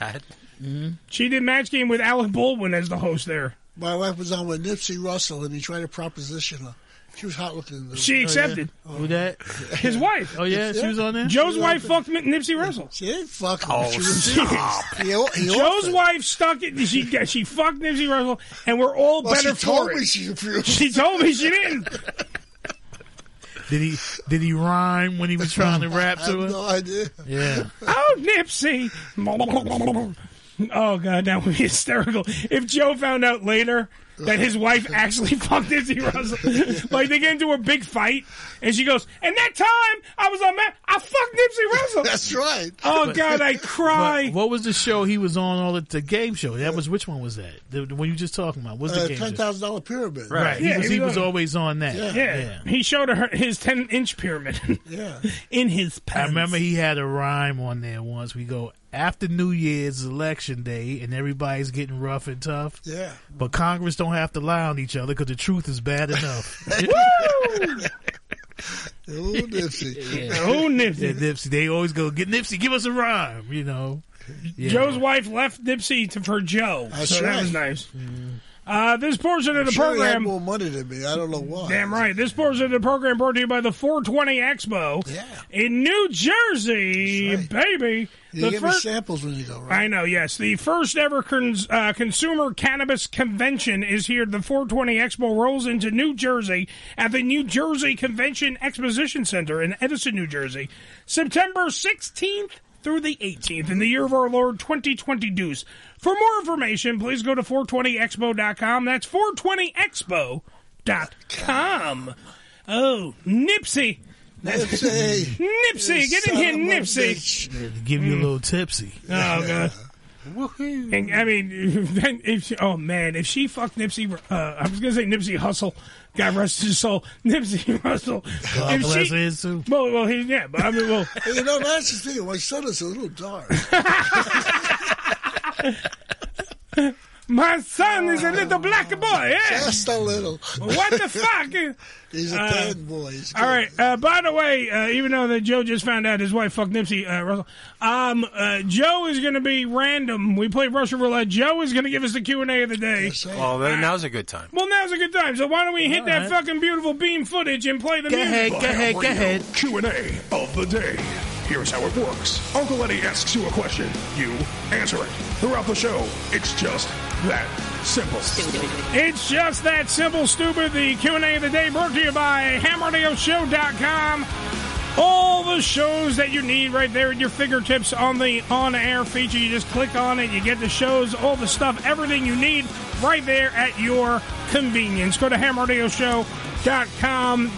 [SPEAKER 3] Mm-hmm. that.
[SPEAKER 1] She did Match Game with Alec Baldwin as the host there.
[SPEAKER 2] My wife was on with Nipsey Russell, and he tried to proposition her. She was hot looking. dude.
[SPEAKER 1] She accepted.
[SPEAKER 3] Oh, Who that?
[SPEAKER 1] His wife.
[SPEAKER 3] Oh yeah, she was on there.
[SPEAKER 1] Joe's wife fucked Nip- Nipsey Russell.
[SPEAKER 2] She didn't fuck
[SPEAKER 1] him.
[SPEAKER 4] Oh, She was- stop.
[SPEAKER 1] Joe's wife stuck it. She she fucked Nipsey Russell, and we're all
[SPEAKER 2] Well, she
[SPEAKER 1] better
[SPEAKER 2] told
[SPEAKER 1] for
[SPEAKER 2] me
[SPEAKER 1] it.
[SPEAKER 2] she approved.
[SPEAKER 1] She told me she didn't.
[SPEAKER 3] Did he? Did he rhyme when
[SPEAKER 1] [laughs]
[SPEAKER 3] he was trying to rap
[SPEAKER 2] I have
[SPEAKER 3] to her?
[SPEAKER 2] no idea.
[SPEAKER 3] Yeah.
[SPEAKER 1] Oh, Nipsey. Oh, God, that would be hysterical. If Joe found out later that his wife actually [laughs] fucked Nipsey Russell, like they get into a big fight, and she goes, and that time I was on that, I fucked Nipsey Russell.
[SPEAKER 2] That's right.
[SPEAKER 1] Oh,
[SPEAKER 3] [laughs] But-
[SPEAKER 1] God,
[SPEAKER 2] [laughs]
[SPEAKER 1] I cry.
[SPEAKER 3] But what was the show he was on? All the, the game show. That was which one was that? The, the one you just talking about? What's the
[SPEAKER 2] Uh,
[SPEAKER 3] game
[SPEAKER 2] ten
[SPEAKER 3] show?
[SPEAKER 2] thousand dollar pyramid.
[SPEAKER 3] Right. He, was, he was always on that.
[SPEAKER 1] Yeah. he showed her his ten inch pyramid.
[SPEAKER 2] Yeah,
[SPEAKER 1] [laughs] in his pants.
[SPEAKER 3] I remember he had a rhyme on there once. We go after New Year's election day, and everybody's getting rough and tough.
[SPEAKER 2] Yeah.
[SPEAKER 3] But Congress don't have to lie on each other because the truth is
[SPEAKER 1] [laughs]
[SPEAKER 3] bad enough.
[SPEAKER 2] Oh,
[SPEAKER 1] [laughs]
[SPEAKER 2] Nipsey.
[SPEAKER 3] Yeah, Nipsey. They always go get Nipsey. Give us a rhyme. You know.
[SPEAKER 1] Joe's wife left Dipsy to, for Joe.
[SPEAKER 2] That's
[SPEAKER 1] so that
[SPEAKER 2] right.
[SPEAKER 1] was nice. Uh, this portion of the
[SPEAKER 2] Sure, he had
[SPEAKER 1] program.
[SPEAKER 2] more money than me. I don't know why.
[SPEAKER 1] Damn right. This portion of the program brought to you by the 420 Expo
[SPEAKER 2] Yeah.
[SPEAKER 1] in New Jersey, baby.
[SPEAKER 2] You
[SPEAKER 1] the
[SPEAKER 2] give me samples when you go, right?
[SPEAKER 1] I know, yes. The first ever cons- uh, consumer cannabis convention is here. The 420 Expo rolls into New Jersey at the New Jersey Convention Exposition Center in Edison, New Jersey, September 16th through the 18th in the year of our Lord 2020 deuce. For more information, please go to 420expo.com. That's 420expo.com. Oh, Nipsey.
[SPEAKER 2] Nipsey.
[SPEAKER 1] Nipsey, get in
[SPEAKER 2] Son
[SPEAKER 1] here,
[SPEAKER 2] of a
[SPEAKER 1] Nipsey.
[SPEAKER 2] bitch.
[SPEAKER 3] Give you a little tipsy.
[SPEAKER 1] Oh god. And, I mean, [laughs] then if she, oh man, if she fucked Nipsey, uh, I was gonna say Nipsey Hustle, God rest his soul, [laughs] Nipsey Russell.
[SPEAKER 3] God
[SPEAKER 1] if
[SPEAKER 3] bless
[SPEAKER 1] she,
[SPEAKER 3] his too.
[SPEAKER 1] Well, well, he, yeah, but I mean, well,
[SPEAKER 2] [laughs] You know, that's the thing. My son is a little dark.
[SPEAKER 1] my son is a little black boy. Yeah,
[SPEAKER 2] Just a little.
[SPEAKER 1] what the fuck?
[SPEAKER 2] [laughs]
[SPEAKER 1] Uh,
[SPEAKER 2] He's a bad boy. He's
[SPEAKER 1] All right. Uh, by the way, uh, even though that Joe just found out his wife fucked Nipsey uh, Russell, um, uh, Joe is going to be random. We play Russian roulette. Joe is going to give us the Q and A of the day.
[SPEAKER 4] Well, then now's a good
[SPEAKER 2] [laughs]
[SPEAKER 4] time.
[SPEAKER 1] Well, now's a good time. So why don't we hit that
[SPEAKER 3] right.
[SPEAKER 1] fucking beautiful beam footage and play the
[SPEAKER 3] Go
[SPEAKER 1] music?
[SPEAKER 3] ahead, go ahead, go ahead.
[SPEAKER 9] Q&A of the day. Here's how it works. Uncle Eddie asks you a question. You answer it. Throughout the show, it's just that simple.
[SPEAKER 1] It's just that simple, stupid. The Q&A of the day brought to you by HammerDaleShow.com. All the shows that you need right there at your fingertips on the on-air feature. You just click on it, you get the shows, all the stuff, everything you need right there at your convenience. Go to HammerDaleShow.com.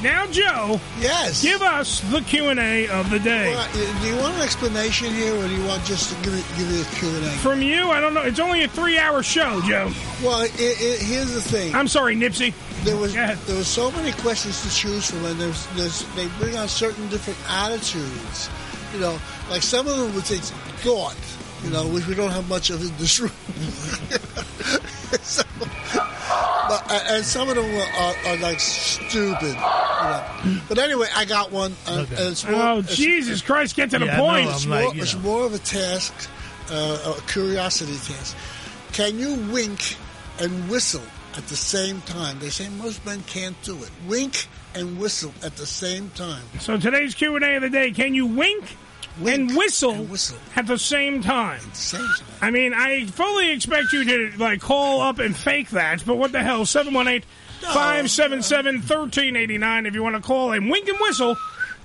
[SPEAKER 1] Now, Joe,
[SPEAKER 2] Yes.
[SPEAKER 1] give us the Q&A of the day.
[SPEAKER 2] Well, you- do you want an explanation here, or do you want just to give it, give it a Q&A?
[SPEAKER 1] From you, I don't know. It's only a three-hour show, Joe.
[SPEAKER 2] Well, it, it, here's the thing.
[SPEAKER 1] I'm sorry, Nipsey.
[SPEAKER 2] There was
[SPEAKER 1] Go ahead.
[SPEAKER 2] there was so many questions to choose from, and there's, there's they bring out certain different attitudes. You know, like some of them would take thought. You know, which we don't have much of in this room. [laughs] so, but, and some of them are, are, are like stupid. You know. But anyway, I got one. Uh,
[SPEAKER 3] Okay.
[SPEAKER 2] and it's more,
[SPEAKER 1] Oh,
[SPEAKER 2] it's
[SPEAKER 1] Jesus Christ, get to the
[SPEAKER 3] Yeah, I know,
[SPEAKER 1] point.
[SPEAKER 3] I'm
[SPEAKER 2] more-
[SPEAKER 3] like, you
[SPEAKER 2] it's
[SPEAKER 3] know.
[SPEAKER 2] more of a task, uh, a curiosity task. Can you wink and whistle at the same time? They say most men can't do it. Wink and whistle at the same time.
[SPEAKER 1] So today's Q and A of the day: Can you wink,
[SPEAKER 2] Wink
[SPEAKER 1] and, whistle
[SPEAKER 2] and whistle.
[SPEAKER 1] at the same time?
[SPEAKER 2] Same time.
[SPEAKER 1] I mean, I fully expect you to like call up and fake that, but what the hell? 718-577-1389 If you want to call and wink and whistle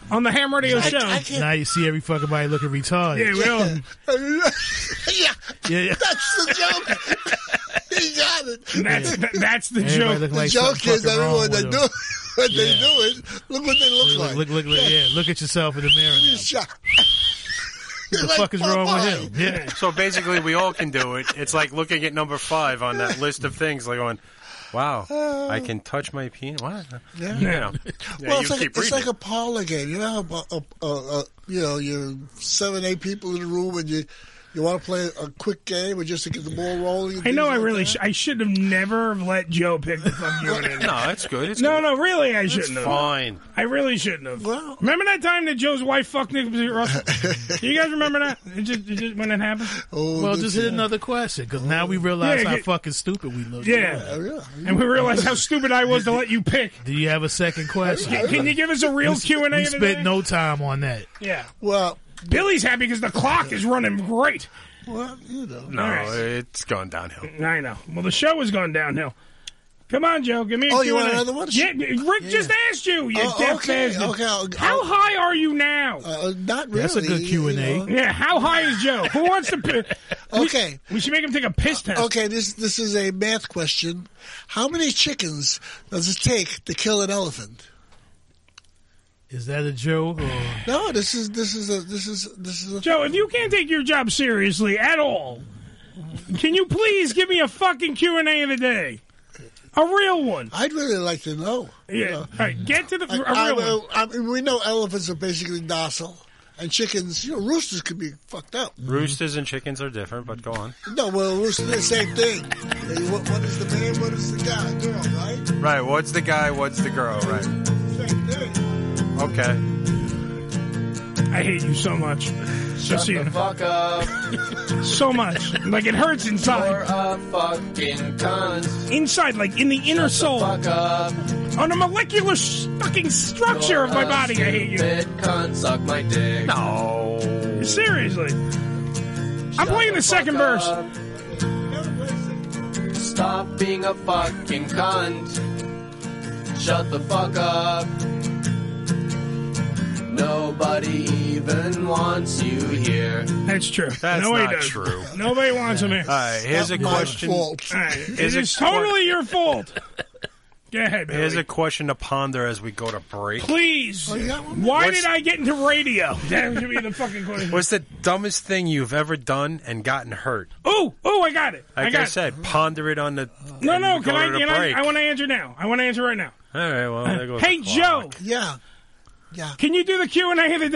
[SPEAKER 1] on the Ham Radio Show.
[SPEAKER 2] I can't.
[SPEAKER 3] Now you see every fucking body looking
[SPEAKER 1] yeah,
[SPEAKER 3] retarded.
[SPEAKER 1] well,
[SPEAKER 2] yeah,
[SPEAKER 3] Yeah, yeah.
[SPEAKER 2] [laughs] that's the joke. [laughs] he got it.
[SPEAKER 1] that's that, that's the
[SPEAKER 3] Everybody
[SPEAKER 1] joke.
[SPEAKER 3] look like
[SPEAKER 2] the joke
[SPEAKER 3] something
[SPEAKER 2] is
[SPEAKER 3] fucking wrong
[SPEAKER 2] everyone
[SPEAKER 3] with them.
[SPEAKER 2] that do when they
[SPEAKER 3] Yeah.
[SPEAKER 2] do it, look what they look, like.
[SPEAKER 3] Look, look, look, look, yeah. Look at yourself in the mirror. Now.
[SPEAKER 2] Shock. [laughs]
[SPEAKER 3] What the fuck is wrong with him? Yeah.
[SPEAKER 4] [laughs] So basically, we all can do it. It's like looking at number five on that list of things, like going, "Wow,
[SPEAKER 8] I can touch my penis. What?
[SPEAKER 2] Yeah.
[SPEAKER 4] you
[SPEAKER 2] [laughs]
[SPEAKER 4] know." Yeah,
[SPEAKER 2] well,
[SPEAKER 4] you
[SPEAKER 2] it's like,
[SPEAKER 4] keep
[SPEAKER 2] it's like
[SPEAKER 4] reading.
[SPEAKER 2] a parlor game. You know, how, uh, uh, uh, you know, you're seven, eight people in the room, and you you want to play a quick game, or just to get the ball rolling. and
[SPEAKER 1] I know.
[SPEAKER 2] things
[SPEAKER 1] I
[SPEAKER 2] like
[SPEAKER 1] really
[SPEAKER 2] that.
[SPEAKER 1] sh- I should have [laughs] never have let Joe pick the fuck you and A.
[SPEAKER 4] no, it's good. It's
[SPEAKER 1] No,
[SPEAKER 4] good.
[SPEAKER 1] no, really, I shouldn't have.
[SPEAKER 4] fine.
[SPEAKER 1] I really shouldn't have.
[SPEAKER 2] Well-
[SPEAKER 1] remember that time that Joe's wife fucked Nipsey Russell?
[SPEAKER 2] [laughs]
[SPEAKER 1] Do you guys remember that? It just, it just- when it happened?
[SPEAKER 2] Oh,
[SPEAKER 3] Well,
[SPEAKER 2] this-
[SPEAKER 3] just hit another question because now we realize
[SPEAKER 1] Yeah,
[SPEAKER 3] how
[SPEAKER 1] get-
[SPEAKER 3] fucking stupid we look.
[SPEAKER 1] Oh, Yeah.
[SPEAKER 2] yeah.
[SPEAKER 1] And we realized how stupid I was to let you pick.
[SPEAKER 3] Do you have a second question?
[SPEAKER 1] [laughs] Can you give us a real Q and A?
[SPEAKER 3] we spent no time on that.
[SPEAKER 1] [laughs] Yeah.
[SPEAKER 2] Well,
[SPEAKER 1] Billy's happy because the clock is running great.
[SPEAKER 2] well, you know.
[SPEAKER 4] No,
[SPEAKER 1] All right.
[SPEAKER 4] it's gone downhill.
[SPEAKER 1] I know. Well, the show has gone downhill. Come on, Joe. Give me a
[SPEAKER 2] Oh, you
[SPEAKER 1] Q&A.
[SPEAKER 2] want another one?
[SPEAKER 1] Yeah, Rick just asked you. You
[SPEAKER 2] Oh,
[SPEAKER 1] deaf
[SPEAKER 2] okay,
[SPEAKER 1] bastard.
[SPEAKER 2] okay, I'll-
[SPEAKER 1] How
[SPEAKER 2] I'll-
[SPEAKER 1] high are you now?
[SPEAKER 2] Uh, not really.
[SPEAKER 3] That's a good
[SPEAKER 2] you
[SPEAKER 3] Q&A.
[SPEAKER 2] know.
[SPEAKER 1] yeah. How high is Joe? Who wants to? pi-
[SPEAKER 2] Okay,
[SPEAKER 1] We should make him take a piss test.
[SPEAKER 2] okay. This this is a math question. How many chickens does it take to kill an elephant?
[SPEAKER 3] Is that a joke? Or...
[SPEAKER 2] [laughs] No, this is this is a this is this is a
[SPEAKER 1] Joe, if you can't take your job seriously at all, can you please give me a fucking Q and A of the day? A real one.
[SPEAKER 2] I'd really like to know.
[SPEAKER 1] Yeah. All right, get to the
[SPEAKER 2] I,
[SPEAKER 1] a
[SPEAKER 2] I,
[SPEAKER 1] real one.
[SPEAKER 2] I mean, we know elephants are basically docile, and chickens, you know, roosters could be fucked up.
[SPEAKER 4] Roosters and chickens are different, but go on.
[SPEAKER 2] No, well, roosters, the same thing. Hey, what, what is the man? What is the guy? Girl, right?
[SPEAKER 8] Right. What's the guy? What's the girl? Right.
[SPEAKER 2] Same thing.
[SPEAKER 8] Okay.
[SPEAKER 1] I hate you so much. Just so you know.
[SPEAKER 10] Fuck up.
[SPEAKER 1] [laughs] so much. Like it hurts
[SPEAKER 10] You're
[SPEAKER 1] inside.
[SPEAKER 10] a fucking cunt.
[SPEAKER 1] Inside, like in the inner soul.
[SPEAKER 10] Fuck up.
[SPEAKER 1] On a molecular s- fucking structure of my body, I hate you.
[SPEAKER 10] Stupid cunt. Suck my dick.
[SPEAKER 4] No.
[SPEAKER 1] Seriously. I'm playing the second verse.
[SPEAKER 10] Stop being a fucking cunt. Shut the fuck up. Nobody even wants you here.
[SPEAKER 1] That's true.
[SPEAKER 4] That's
[SPEAKER 1] no, he
[SPEAKER 4] not
[SPEAKER 1] doesn't.
[SPEAKER 4] true.
[SPEAKER 1] Nobody wants him here.
[SPEAKER 4] All right, here's a
[SPEAKER 2] Not my
[SPEAKER 4] question.
[SPEAKER 2] fault.
[SPEAKER 1] All right. It
[SPEAKER 4] a
[SPEAKER 1] is
[SPEAKER 4] qu-
[SPEAKER 1] totally your fault.
[SPEAKER 4] [laughs]
[SPEAKER 1] Go ahead,
[SPEAKER 4] Here's
[SPEAKER 1] Billy.
[SPEAKER 4] a question to ponder as we go to break.
[SPEAKER 1] Please.
[SPEAKER 2] Oh, you got one?
[SPEAKER 1] Why
[SPEAKER 4] What's-
[SPEAKER 1] did I get into radio? [laughs] That should be the fucking question.
[SPEAKER 4] What's the dumbest thing you've ever done and gotten hurt?
[SPEAKER 1] Oh, oh, I got it.
[SPEAKER 4] Like I,
[SPEAKER 1] I got it.
[SPEAKER 4] said, ponder it on the.
[SPEAKER 1] [laughs] No,
[SPEAKER 4] and
[SPEAKER 1] no,
[SPEAKER 4] we
[SPEAKER 1] can
[SPEAKER 4] go
[SPEAKER 1] I,
[SPEAKER 4] to the
[SPEAKER 1] can I?
[SPEAKER 4] break.
[SPEAKER 1] I want to answer now. I want to answer right now.
[SPEAKER 4] All right, well, there goes
[SPEAKER 1] Hey,
[SPEAKER 4] the clock.
[SPEAKER 1] Joe,
[SPEAKER 2] Yeah.
[SPEAKER 1] can you do the Q and A of the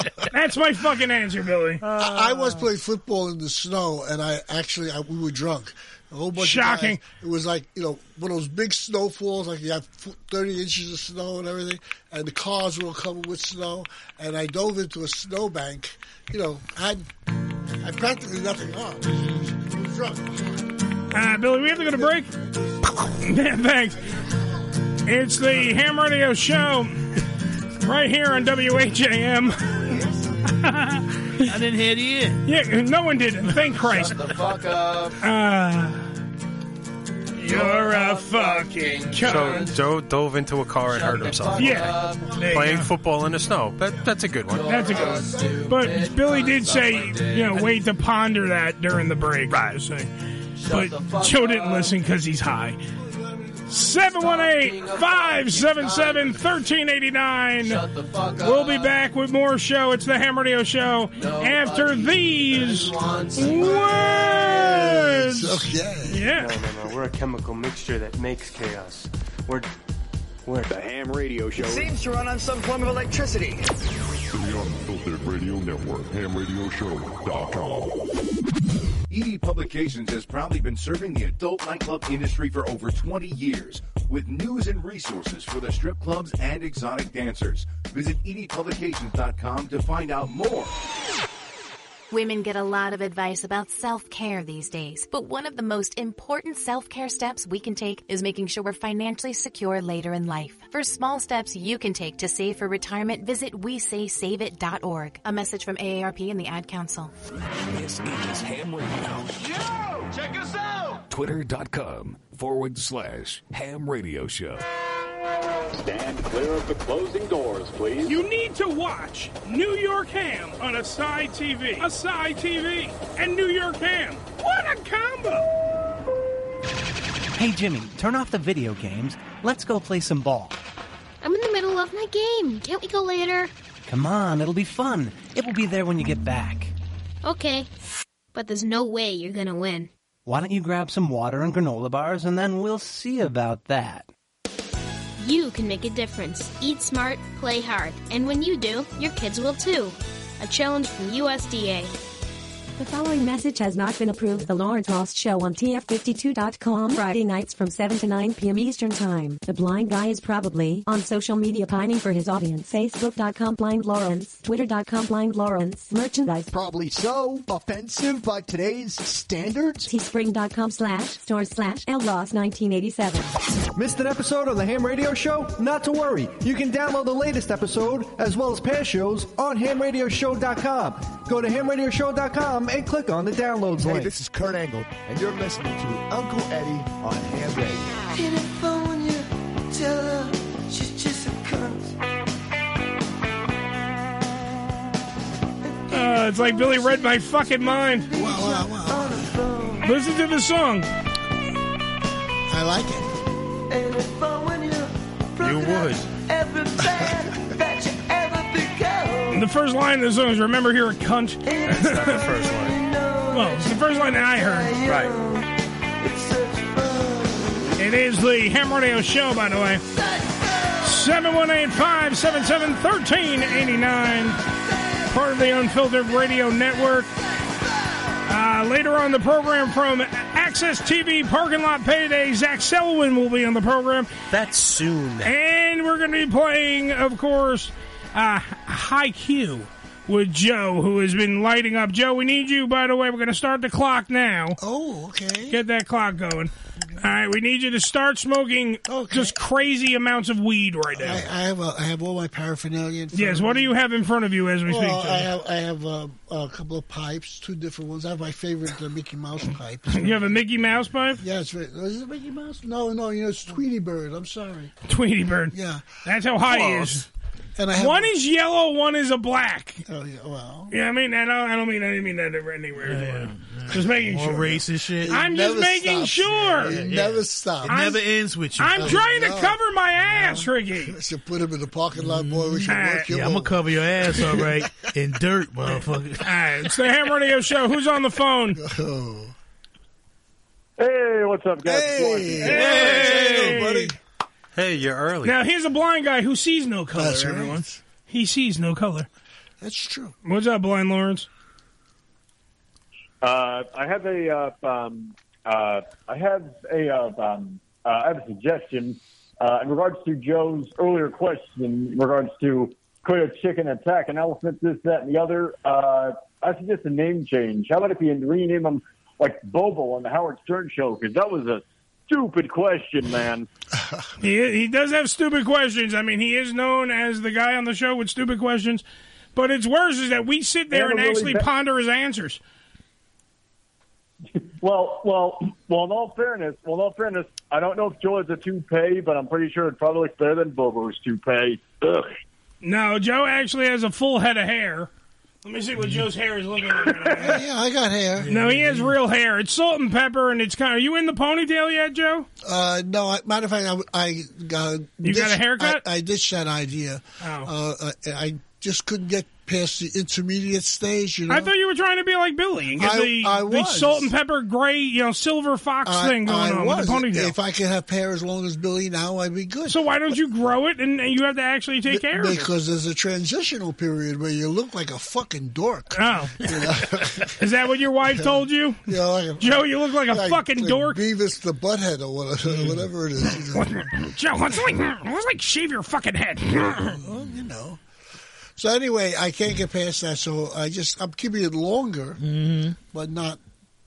[SPEAKER 1] day? [laughs]
[SPEAKER 2] [laughs]
[SPEAKER 1] That's my fucking answer, Billy.
[SPEAKER 2] I, I once played football in the snow, and I actually I, we were drunk. A whole bunch
[SPEAKER 1] Shocking.
[SPEAKER 2] Of guys. It was like you know one of those big snowfalls, like you have fo- thirty inches of snow and everything, and the cars were all covered with snow. And I dove into a snowbank. You know, I I practically nothing on. We were drunk.
[SPEAKER 1] Uh, Billy, we have to go to break. [laughs] Yeah, thanks. It's the Ham Radio Show right here on WHAM.
[SPEAKER 11] I didn't hear the end.
[SPEAKER 1] Yeah, no one did. it. Thank Christ.
[SPEAKER 10] The fuck up.
[SPEAKER 1] Uh, you're a fucking
[SPEAKER 4] So
[SPEAKER 1] cunt.
[SPEAKER 4] Joe dove into a car and hurt
[SPEAKER 10] The
[SPEAKER 4] himself
[SPEAKER 10] fuck
[SPEAKER 1] Yeah.
[SPEAKER 10] up.
[SPEAKER 1] There you
[SPEAKER 4] playing
[SPEAKER 1] go.
[SPEAKER 4] football in the snow. That, that's a good one.
[SPEAKER 1] That's a good one. But Billy did say, you know, wait to ponder that during the break. Right.
[SPEAKER 10] the
[SPEAKER 1] But
[SPEAKER 10] fuck
[SPEAKER 1] Joe didn't
[SPEAKER 10] up.
[SPEAKER 1] listen because he's high. 718 577 1389.
[SPEAKER 10] Shut the fuck up.
[SPEAKER 1] We'll be back with more show. It's the Ham Radio Show after these
[SPEAKER 10] Wants you.
[SPEAKER 1] words.
[SPEAKER 2] Okay.
[SPEAKER 1] Yeah.
[SPEAKER 12] No, no, no. We're a chemical mixture that makes chaos. We're we're the ham radio show.
[SPEAKER 13] Seems to run on some form of electricity.
[SPEAKER 14] The Unfiltered Radio Network, hamradioshow.com.
[SPEAKER 13] ED E Publications has proudly been serving the adult nightclub industry for over 20 years with news and resources for the strip clubs and exotic dancers. Visit E edpublications.com to find out more.
[SPEAKER 15] Women get a lot of advice about self care these days, but one of the most important self care steps we can take is making sure we're financially secure later in life. For small steps you can take to save for retirement, visit WeSaySaveIt.org. A message from AARP and the Ad Council.
[SPEAKER 13] This is Ham Radio.
[SPEAKER 16] Yo, check us out.
[SPEAKER 13] Twitter.com forward slash Ham Radio Show.
[SPEAKER 12] Stand clear of the closing doors, please.
[SPEAKER 1] You need to watch New York Ham on a side TV, a side TV, and New York Ham. What a combo!
[SPEAKER 12] Hey Jimmy, turn off the video games. Let's go play some ball.
[SPEAKER 15] I'm in the middle of my game. Can't we go later?
[SPEAKER 12] Come on, it'll be fun. It will be there when you get back.
[SPEAKER 15] Okay. But there's no way you're gonna win.
[SPEAKER 12] Why don't you grab some water and granola bars and then we'll see about that.
[SPEAKER 15] You can make a difference. Eat smart, play hard, and when you do, your kids will too. A challenge from USDA.
[SPEAKER 10] The following message has not been approved. The Lawrence Ross Show on TF52.com Friday nights from 7 to 9 p.m. Eastern Time. The blind guy is probably on social media pining for his audience. Facebook.com blind Lawrence, Twitter.com blind Lawrence, merchandise.
[SPEAKER 13] Probably so. Offensive by today's standards.
[SPEAKER 10] Teespring.com slash store slash LRoss1987.
[SPEAKER 12] Missed an episode of the Ham Radio Show? Not to worry. You can download the latest episode as well as past shows on hamradioshow.com. Go to hamradioshow.com and click on the downloads link.
[SPEAKER 13] This is Kurt Angle, and you're listening to Uncle Eddie on Ham Radio.
[SPEAKER 1] Uh, it's like Billy read my fucking mind.
[SPEAKER 2] Wow, wow, wow.
[SPEAKER 1] Listen to the song.
[SPEAKER 2] I like it.
[SPEAKER 4] You would.
[SPEAKER 1] The first line of the song is "Remember, you're a cunt."
[SPEAKER 4] That's not the first one.
[SPEAKER 1] [laughs] Well, it's the first line that I heard.
[SPEAKER 4] Right.
[SPEAKER 1] It is the Ham Radio Show, by the way. Seven one eight five seven seven thirteen eighty nine. Part of the Unfiltered Radio Network. Uh, later on the program from Access TV Parking Lot Payday, Zach Selwyn will be on the program.
[SPEAKER 4] That's soon.
[SPEAKER 1] And we're going to be playing, of course, uh, High Q with Joe, who has been lighting up. Joe, we need you, by the way. We're going to start the clock now.
[SPEAKER 2] Oh, okay.
[SPEAKER 1] Get that clock going. All right, we need you to start smoking just crazy amounts of weed right now.
[SPEAKER 2] I have a, I have all my paraphernalia. In front
[SPEAKER 1] yes,
[SPEAKER 2] of
[SPEAKER 1] what do
[SPEAKER 2] me.
[SPEAKER 1] you have in front of you as we
[SPEAKER 2] Well,
[SPEAKER 1] speak? to
[SPEAKER 2] I
[SPEAKER 1] you?
[SPEAKER 2] have I have uh, a couple of pipes, two different ones. I have my favorite uh, Mickey Mouse pipe.
[SPEAKER 1] You have a Mickey Mouse pipe?
[SPEAKER 2] Yeah, it's right. Is it Mickey Mouse? No, no, you know it's Tweety Bird. I'm sorry.
[SPEAKER 1] Tweety Bird.
[SPEAKER 2] Yeah,
[SPEAKER 1] that's how high he is.
[SPEAKER 2] And I have-
[SPEAKER 1] one is yellow, one is a black.
[SPEAKER 2] Oh yeah, well.
[SPEAKER 1] Yeah, I mean, I don't, I don't mean, I didn't mean that ever anywhere. Just making
[SPEAKER 3] More
[SPEAKER 1] sure.
[SPEAKER 3] racist shit.
[SPEAKER 1] I'm
[SPEAKER 3] It
[SPEAKER 1] just
[SPEAKER 3] never
[SPEAKER 1] making
[SPEAKER 3] stops.
[SPEAKER 1] sure.
[SPEAKER 3] Yeah, It yeah. never stops. It never ends with you.
[SPEAKER 1] I'm
[SPEAKER 3] Oh,
[SPEAKER 1] trying to
[SPEAKER 3] no.
[SPEAKER 1] cover my ass, Ricky.
[SPEAKER 2] should put him in the parking lot, boy. We should work him
[SPEAKER 3] Yeah, I'm gonna cover your ass, all right, in dirt, motherfucker. [laughs]
[SPEAKER 1] It's the Ham Radio Show. Who's on the phone?
[SPEAKER 17] Hey, what's up, guys? Hey,
[SPEAKER 1] buddy.
[SPEAKER 8] Hey, you're early.
[SPEAKER 1] Now here's a blind guy who sees no color.
[SPEAKER 8] That's right.
[SPEAKER 1] everyone, he sees no color.
[SPEAKER 2] That's true.
[SPEAKER 1] What's up, blind Lawrence?
[SPEAKER 17] Uh, I have a, uh, um, uh, I have a, uh, um, uh, I have a suggestion uh, in regards to Joe's earlier question in regards to could a chicken attack an elephant, this, that, and the other. Uh, I suggest a name change. How about if you rename him like Bobo on the Howard Stern show? Because that was a stupid question, man.
[SPEAKER 1] He, he does have stupid questions. I mean, he is known as the guy on the show with stupid questions. But it's worse is that we sit there
[SPEAKER 17] Never
[SPEAKER 1] and
[SPEAKER 17] really
[SPEAKER 1] actually
[SPEAKER 17] been-
[SPEAKER 1] ponder his answers.
[SPEAKER 17] Well, well, well. In all fairness, well, in all fairness, I don't know if Joe has a toupee, but I'm pretty sure it probably looks better than Bobo's toupee. Ugh.
[SPEAKER 1] No, Joe actually has a full head of hair. Let me see what Joe's hair is looking like.
[SPEAKER 2] [laughs] yeah, I got hair.
[SPEAKER 1] No, he has real hair. It's salt and pepper, and it's kind of. Are you in the ponytail yet, Joe?
[SPEAKER 2] Uh, no, I, matter of fact, I, I got
[SPEAKER 1] You got a haircut? Oh.
[SPEAKER 2] I, I ditched that idea. Uh, I, I just couldn't get past the intermediate stage. You know,
[SPEAKER 1] I thought you were trying to be like Billy and get
[SPEAKER 2] I-
[SPEAKER 1] the,
[SPEAKER 2] I
[SPEAKER 1] the
[SPEAKER 2] was.
[SPEAKER 1] salt and pepper gray, you know, silver fox
[SPEAKER 2] I-
[SPEAKER 1] thing going
[SPEAKER 2] I
[SPEAKER 1] on
[SPEAKER 2] was.
[SPEAKER 1] with the ponytail.
[SPEAKER 2] If I could have hair as long as Billy now, I'd be good.
[SPEAKER 1] So why don't you grow it and, and you have to actually take care of it?
[SPEAKER 2] because there's a transitional period where you look like a fucking dork.
[SPEAKER 1] Oh, [laughs] is that what your wife told you?
[SPEAKER 2] Yeah, like a,
[SPEAKER 1] Joe, you look like a fucking
[SPEAKER 2] like
[SPEAKER 1] dork.
[SPEAKER 2] Beavis the Butthead or whatever, [laughs] whatever it is.
[SPEAKER 1] [laughs] Joe, let's like let's like shave your fucking head. [clears throat]
[SPEAKER 2] well, you know. So anyway, I can't get past that. So I just I'm keeping it longer,
[SPEAKER 3] Mm-hmm.
[SPEAKER 2] but not.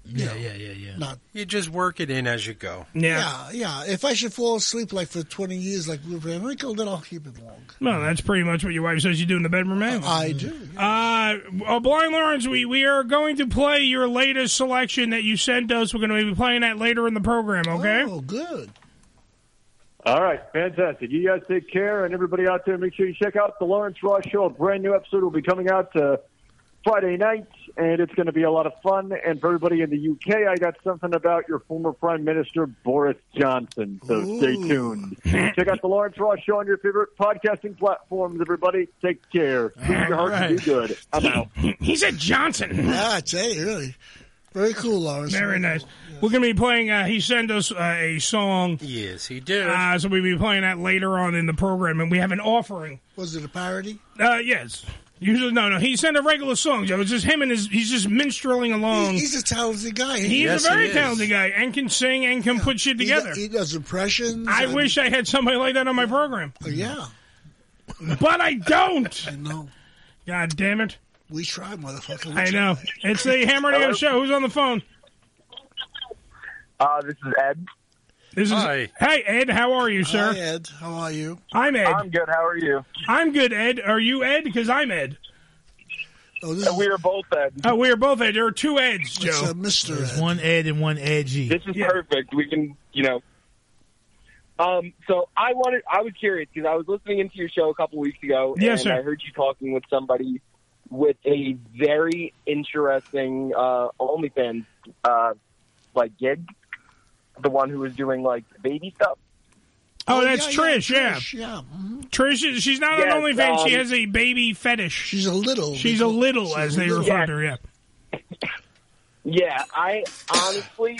[SPEAKER 2] You know,
[SPEAKER 4] yeah, yeah, yeah.
[SPEAKER 2] Not.
[SPEAKER 4] You just work it in as you go.
[SPEAKER 2] yeah, yeah. If I should fall asleep like for 20 years, like Rupert Michael, then I'll keep it long.
[SPEAKER 1] No, that's pretty much what your wife says you do in the bedroom anyway.
[SPEAKER 2] I do.
[SPEAKER 1] Uh, oh, Blind Lawrence, we, we are going to play your latest selection that you sent us. We're going to be playing that later in the program, okay?
[SPEAKER 2] Oh, good.
[SPEAKER 17] All right, fantastic. You guys take care, and everybody out there, make sure you check out the Lawrence Ross Show. A brand new episode will be coming out uh, Friday night, and it's going to be a lot of fun. And for everybody in the UK, I got something about your former Prime Minister Boris Johnson. So stay tuned. check out the Lawrence Ross Show on your favorite podcasting platforms. Everybody, take care. Keep your heart and be good. I'm out.
[SPEAKER 1] He said Johnson.
[SPEAKER 2] Ah, I tell you, really. Very cool, Lawrence.
[SPEAKER 1] Very nice. We're going to be playing, uh, he sent us uh, a song.
[SPEAKER 4] Yes, he did.
[SPEAKER 1] Uh, so we'll be playing that later on in the program, and we have an offering.
[SPEAKER 2] Was it a parody?
[SPEAKER 1] Uh, yes. Usually, no, no. He sent a regular song, Joe. It's just him and his, he's just minstrelling along.
[SPEAKER 2] He's a talented guy.
[SPEAKER 1] He is a very talented guy and can sing and can put shit
[SPEAKER 2] He
[SPEAKER 1] together.
[SPEAKER 2] does- He does impressions.
[SPEAKER 1] I
[SPEAKER 2] and- Oh,
[SPEAKER 1] wish I had somebody like that on my program.
[SPEAKER 2] Yeah.
[SPEAKER 1] But I don't. I
[SPEAKER 2] know.
[SPEAKER 1] God damn it.
[SPEAKER 2] We try, motherfucker. We
[SPEAKER 1] I
[SPEAKER 2] try.
[SPEAKER 1] know. It's the Ham Radio
[SPEAKER 2] Hello?
[SPEAKER 1] Show. Who's on the phone?
[SPEAKER 7] Uh, this is Ed.
[SPEAKER 1] This is
[SPEAKER 7] Hi.
[SPEAKER 1] Hey Ed, how are you, sir?
[SPEAKER 2] Hi, Ed. How are you?
[SPEAKER 1] I'm Ed.
[SPEAKER 7] I'm good. How are you?
[SPEAKER 1] I'm good, Ed. Are you Ed? Because I'm Ed.
[SPEAKER 2] Oh,
[SPEAKER 7] we are both Ed.
[SPEAKER 1] Oh, we are both Ed. There are two Eds, Joe.
[SPEAKER 2] a uh, Mister.
[SPEAKER 3] There's one Ed and one Edgy.
[SPEAKER 7] This is perfect. We can, you know. Um, so I wanted, I was curious because I was listening into your show a couple weeks ago,
[SPEAKER 1] Yes,
[SPEAKER 7] and
[SPEAKER 1] sir.
[SPEAKER 7] I heard you talking with somebody with a very interesting uh, OnlyFans uh, like gig, the one who was doing like baby stuff.
[SPEAKER 1] Oh, that's Trish, yeah.
[SPEAKER 2] Trish, yeah. Mm-hmm.
[SPEAKER 1] Trish is she's not
[SPEAKER 7] Yes,
[SPEAKER 1] an OnlyFans. she
[SPEAKER 7] um,
[SPEAKER 1] has a baby fetish. She's
[SPEAKER 2] a little.
[SPEAKER 1] She's a little, as they
[SPEAKER 7] little.
[SPEAKER 1] refer to her. Yeah.
[SPEAKER 7] Yeah, I honestly,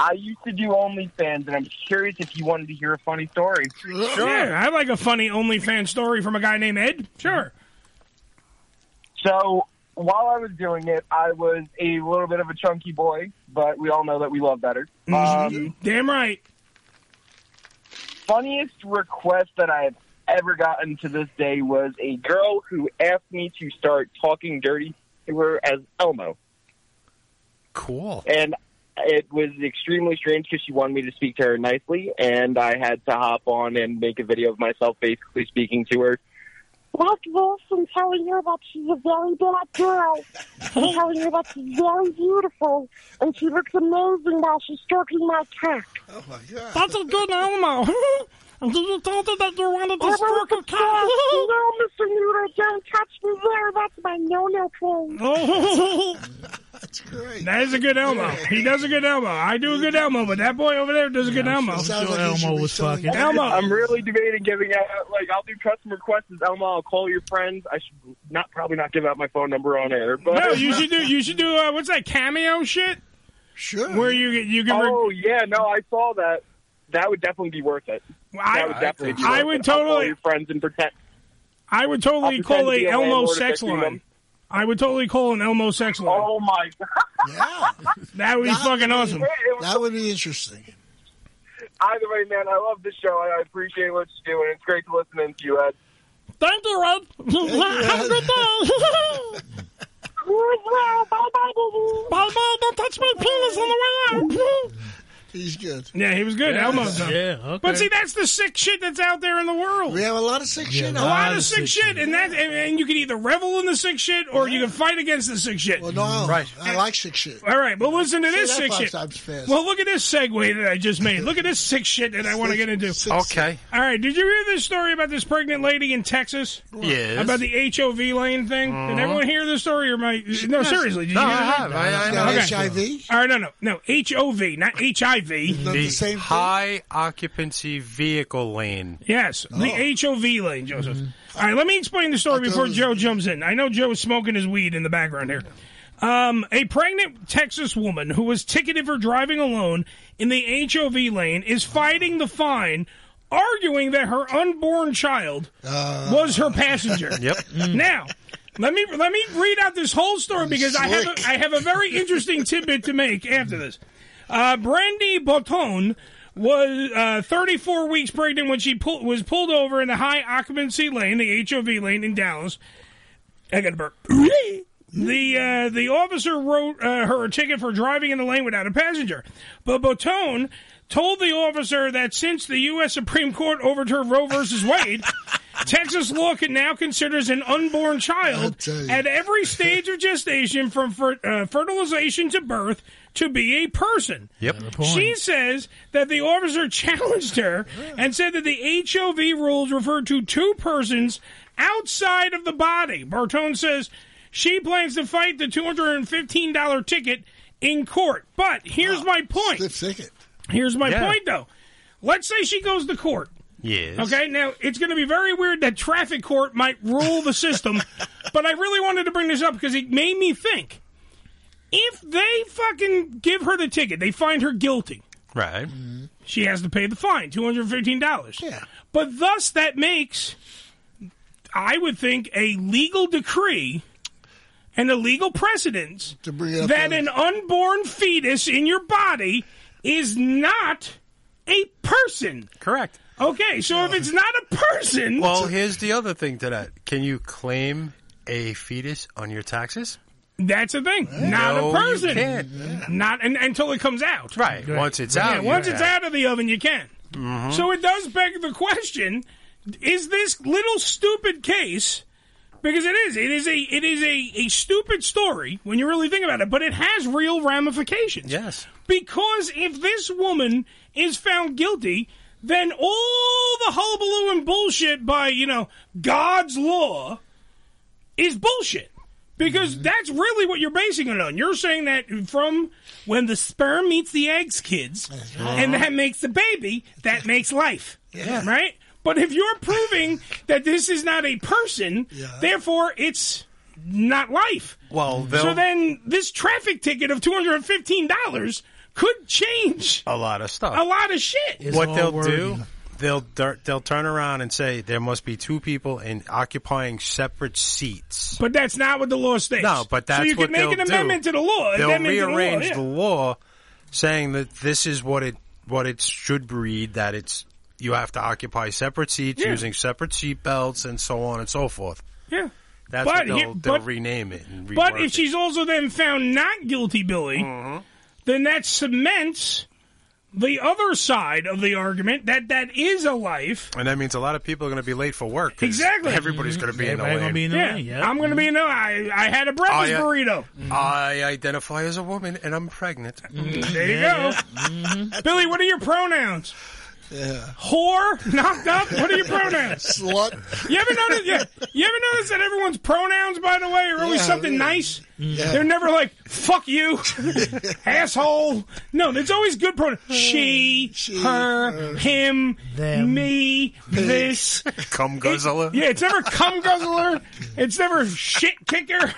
[SPEAKER 7] I used to do OnlyFans, and I'm curious if you wanted to hear a funny story.
[SPEAKER 1] Yeah, I like a funny OnlyFans story from a guy named Ed. Sure.
[SPEAKER 7] So while I was doing it, I was a little bit of a chunky boy, but we all know that we love better. Um,
[SPEAKER 1] Mm-hmm. Damn right.
[SPEAKER 7] Funniest request that I have ever gotten to this day was a girl who asked me to start talking dirty to her as Elmo.
[SPEAKER 4] Cool.
[SPEAKER 7] And it was extremely strange because she wanted me to speak to her nicely, and I had to hop on and make a video of myself basically speaking to her.
[SPEAKER 18] Let Wilson telling her that she's a very bad girl.
[SPEAKER 1] [laughs]
[SPEAKER 18] and telling her that she's very beautiful and she looks amazing while she's stroking my cock.
[SPEAKER 2] Oh my god.
[SPEAKER 1] That's a good Elmo. [laughs] and did you tell her that you wanted to
[SPEAKER 18] Elmo
[SPEAKER 1] stroke her
[SPEAKER 18] with
[SPEAKER 1] [laughs]
[SPEAKER 18] the
[SPEAKER 1] cock?
[SPEAKER 18] stick. No, Mr. Noodle, don't touch me there. That's my no-no
[SPEAKER 1] [laughs] Oh.
[SPEAKER 18] thing.
[SPEAKER 7] uh,
[SPEAKER 1] That is a good Elmo. He does a good Elmo. I do a good Elmo, but that boy over there does a good Elmo. Elmo.
[SPEAKER 7] I'm really debating giving out. Like, I'll do custom requests as Elmo. I'll call your friends. I should not probably not give out my phone number on air, but
[SPEAKER 1] No,
[SPEAKER 7] [laughs]
[SPEAKER 1] you should do. You should do. Uh, what's that cameo shit?
[SPEAKER 2] Sure.
[SPEAKER 1] Where you get you can.
[SPEAKER 7] oh yeah, no, I saw that. That would definitely be worth it.
[SPEAKER 1] I-
[SPEAKER 7] that would definitely. Be worth
[SPEAKER 1] I would
[SPEAKER 7] it. I'll call
[SPEAKER 1] totally-
[SPEAKER 7] your friends and pretend.
[SPEAKER 1] I would totally
[SPEAKER 7] I'll pretend
[SPEAKER 1] call
[SPEAKER 7] to
[SPEAKER 1] a
[SPEAKER 7] be a
[SPEAKER 1] Elmo
[SPEAKER 7] landlord if
[SPEAKER 1] sex
[SPEAKER 7] I see them.
[SPEAKER 1] line. I would totally call an Elmo sex line.
[SPEAKER 7] Oh my god,
[SPEAKER 1] that would be fucking awesome.
[SPEAKER 2] That would be interesting.
[SPEAKER 7] Either way, man, I love the show. I I appreciate what you do, and it's great to listen in to you, Ed.
[SPEAKER 1] Thank you, Ed. Have a good day.
[SPEAKER 18] You as well. [laughs] Bye-bye, baby.
[SPEAKER 1] Bye-bye. Don't touch my penis on the way out.
[SPEAKER 2] He's good.
[SPEAKER 1] Yeah, he was good.
[SPEAKER 2] Yeah.
[SPEAKER 1] Elmo's done.
[SPEAKER 2] Yeah, okay.
[SPEAKER 1] But see, that's the sick shit that's out there in the world. We
[SPEAKER 2] have a lot of sick
[SPEAKER 1] shit. A lot of sick shit, and that, and, and you can either revel in the sick shit or you can fight against the sick shit. Well,
[SPEAKER 2] no,
[SPEAKER 1] right.
[SPEAKER 2] I like sick shit.
[SPEAKER 1] All right, well, listen to
[SPEAKER 2] Say
[SPEAKER 1] this
[SPEAKER 2] that
[SPEAKER 1] sick
[SPEAKER 2] five
[SPEAKER 1] shit.
[SPEAKER 2] times fast.
[SPEAKER 1] Well, look at this segue that I just made. Look at this sick shit that I want to get into.
[SPEAKER 4] Okay.
[SPEAKER 1] All right, did you hear this story about this pregnant lady in Texas?
[SPEAKER 4] Yes.
[SPEAKER 1] About the HOV lane thing?
[SPEAKER 4] Mhm.
[SPEAKER 1] Did everyone hear this story? Or my no,
[SPEAKER 4] Yes.
[SPEAKER 1] seriously, did
[SPEAKER 4] No,
[SPEAKER 1] you hear
[SPEAKER 4] I
[SPEAKER 1] that?
[SPEAKER 4] have. I- I know.
[SPEAKER 1] HIV. All right, no, no, no, HOV, not HIV.
[SPEAKER 4] The, high occupancy vehicle lane.
[SPEAKER 1] Yes, the HOV lane, Joseph. All right, let me explain the story before Joe jumps in. I know Joe is smoking his weed in the background here. Um, a pregnant Texas woman who was ticketed for driving alone in the HOV lane is fighting the fine, arguing that her unborn child was her passenger. [laughs]
[SPEAKER 4] Yep.
[SPEAKER 1] Now, let me let me read out this whole story because I have a, I have a very interesting tidbit to make after this. Uh, Brandy Bouton was uh, 34 weeks pregnant when she pull, was pulled over in the high occupancy lane, the HOV lane in Dallas. I got a burp. The uh, the officer wrote uh, her a ticket for driving in the lane without a passenger, but Botone told the officer that since the U.S. Supreme Court overturned Roe versus Wade, Texas law can now considers an unborn child at every stage of gestation, from fer- uh, fertilization to birth, to be a person.
[SPEAKER 4] Yep.
[SPEAKER 1] She says that the officer [laughs] challenged her and said that the HOV rules refer to two persons outside of the body. Bartone says she plans to fight the $215 ticket in court. But here's my point. Here's my
[SPEAKER 4] Yeah.
[SPEAKER 1] point, though. Let's say she goes to court.
[SPEAKER 4] Yes.
[SPEAKER 1] Okay, now it's going to be very weird that traffic court might rule the system, but I really wanted to bring this up because it made me think. If they fucking give her the ticket, they find her guilty.
[SPEAKER 4] Right.
[SPEAKER 1] She has to pay the fine, two hundred fifteen dollars. Yeah. But thus, that makes, I would think, a legal decree and a legal precedent
[SPEAKER 2] up
[SPEAKER 1] that an unborn fetus in your body is not a person.
[SPEAKER 4] Correct.
[SPEAKER 1] Okay, so if it's not a person,
[SPEAKER 4] Well, here's the other thing to that. Can you claim a fetus on your taxes?
[SPEAKER 1] That's the thing. Not
[SPEAKER 4] No,
[SPEAKER 1] a
[SPEAKER 4] you
[SPEAKER 1] person.
[SPEAKER 4] can't.
[SPEAKER 1] Not and, until it comes out. Right.
[SPEAKER 4] Once it's
[SPEAKER 1] Yeah,
[SPEAKER 4] out,
[SPEAKER 1] once
[SPEAKER 4] you
[SPEAKER 1] it's
[SPEAKER 4] can.
[SPEAKER 1] out of the oven, you can.
[SPEAKER 18] Mm-hmm.
[SPEAKER 4] Mhm.
[SPEAKER 1] So it does beg the question: Is this little stupid case? Because it is, it is a, it is a, a stupid story when you really think about it, but it has real ramifications.
[SPEAKER 4] Yes.
[SPEAKER 1] Because if this woman is found guilty, then all the hullabaloo and bullshit by you know God's law is bullshit. Because that's really what you're basing it on. You're saying that from when the sperm meets the eggs, kids, and that makes the baby, that makes life.
[SPEAKER 4] Yeah.
[SPEAKER 1] Right? But if you're proving that this is not a person, therefore it's not life.
[SPEAKER 4] Well,
[SPEAKER 1] so
[SPEAKER 4] they'll-
[SPEAKER 1] then this traffic ticket of $215 could change
[SPEAKER 4] A lot of stuff.
[SPEAKER 1] a lot of shit.
[SPEAKER 4] what they'll do, they'll they're- they'll turn around and say there must be two people in occupying separate seats.
[SPEAKER 1] But that's not what the law states.
[SPEAKER 4] No, but that's
[SPEAKER 1] so you
[SPEAKER 4] what
[SPEAKER 1] can
[SPEAKER 4] they'll
[SPEAKER 1] make an
[SPEAKER 4] do.
[SPEAKER 1] amendment to the law.
[SPEAKER 4] They'll
[SPEAKER 1] amendment to the law,
[SPEAKER 4] rearrange
[SPEAKER 1] yeah.
[SPEAKER 4] the law, saying that this is what it what it should read that it's you have to occupy separate seats
[SPEAKER 1] Yeah.
[SPEAKER 4] using separate seat belts and so on and so forth.
[SPEAKER 1] Yeah.
[SPEAKER 4] That's
[SPEAKER 1] But
[SPEAKER 4] what they'll,
[SPEAKER 1] here-
[SPEAKER 4] they'll
[SPEAKER 1] but-
[SPEAKER 4] rename it. Uh-huh. And
[SPEAKER 1] But
[SPEAKER 4] rework
[SPEAKER 1] if she's also then found not guilty, Billy, then that cements the other side of the argument that that is a life.
[SPEAKER 4] it. and that means a lot of people are going to be late for work. 'cause
[SPEAKER 1] Exactly.
[SPEAKER 4] Everybody's going to be in the
[SPEAKER 1] Everybody
[SPEAKER 4] way.
[SPEAKER 1] gonna be in the Yeah, lane, yeah. I'm gonna be in the- I- I had a
[SPEAKER 4] Oh,
[SPEAKER 1] breakfast burrito.
[SPEAKER 4] uh, I identify as a woman and I'm pregnant.
[SPEAKER 1] Mm. There you go. Billy, what are your pronouns? Whore, knocked up. What are your pronouns?
[SPEAKER 2] Slut.
[SPEAKER 1] You ever notice? Yeah, you ever notice that everyone's pronouns, by the way, are always
[SPEAKER 2] Yeah,
[SPEAKER 1] something
[SPEAKER 2] yeah.
[SPEAKER 1] nice?
[SPEAKER 2] Yeah.
[SPEAKER 1] They're never like "fuck
[SPEAKER 2] [laughs]
[SPEAKER 1] you," asshole. No, there's always good pronouns. She, her, him, me, this.
[SPEAKER 4] Cum guzzler.
[SPEAKER 1] Yeah, it's never cum guzzler. It's never shit kicker.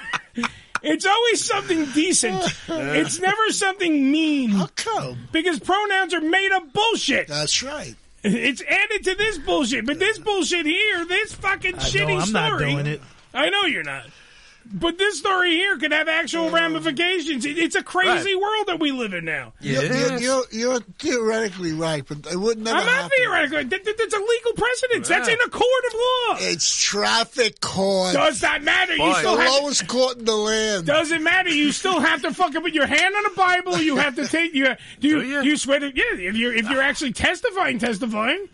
[SPEAKER 1] It's always something decent. It's never something mean. How
[SPEAKER 2] come?
[SPEAKER 1] Because pronouns are made up bullshit.
[SPEAKER 2] That's right.
[SPEAKER 1] It's added to this bullshit, but this bullshit here, this fucking
[SPEAKER 3] I
[SPEAKER 1] shitty
[SPEAKER 3] know, I'm not
[SPEAKER 1] story.
[SPEAKER 3] doing it.
[SPEAKER 1] I know you're not. But this story here could have
[SPEAKER 2] Oh.
[SPEAKER 1] actual ramifications. It- It's a crazy world that we live in now.
[SPEAKER 2] You're, you're, you're, you're theoretically right, but it would never
[SPEAKER 1] I'm
[SPEAKER 2] happen.
[SPEAKER 1] not theoretical. That, that, that's a legal precedence. That's in a court of law.
[SPEAKER 2] It's traffic court.
[SPEAKER 1] Does not matter. You
[SPEAKER 2] It's
[SPEAKER 1] still
[SPEAKER 2] the
[SPEAKER 1] have to-
[SPEAKER 2] lowest court in the land.
[SPEAKER 1] Doesn't matter. You still have to fucking put your hand on a Bible. You have to take you. Do you, do you swear to? Yeah, if you're if you're actually testifying, testifying.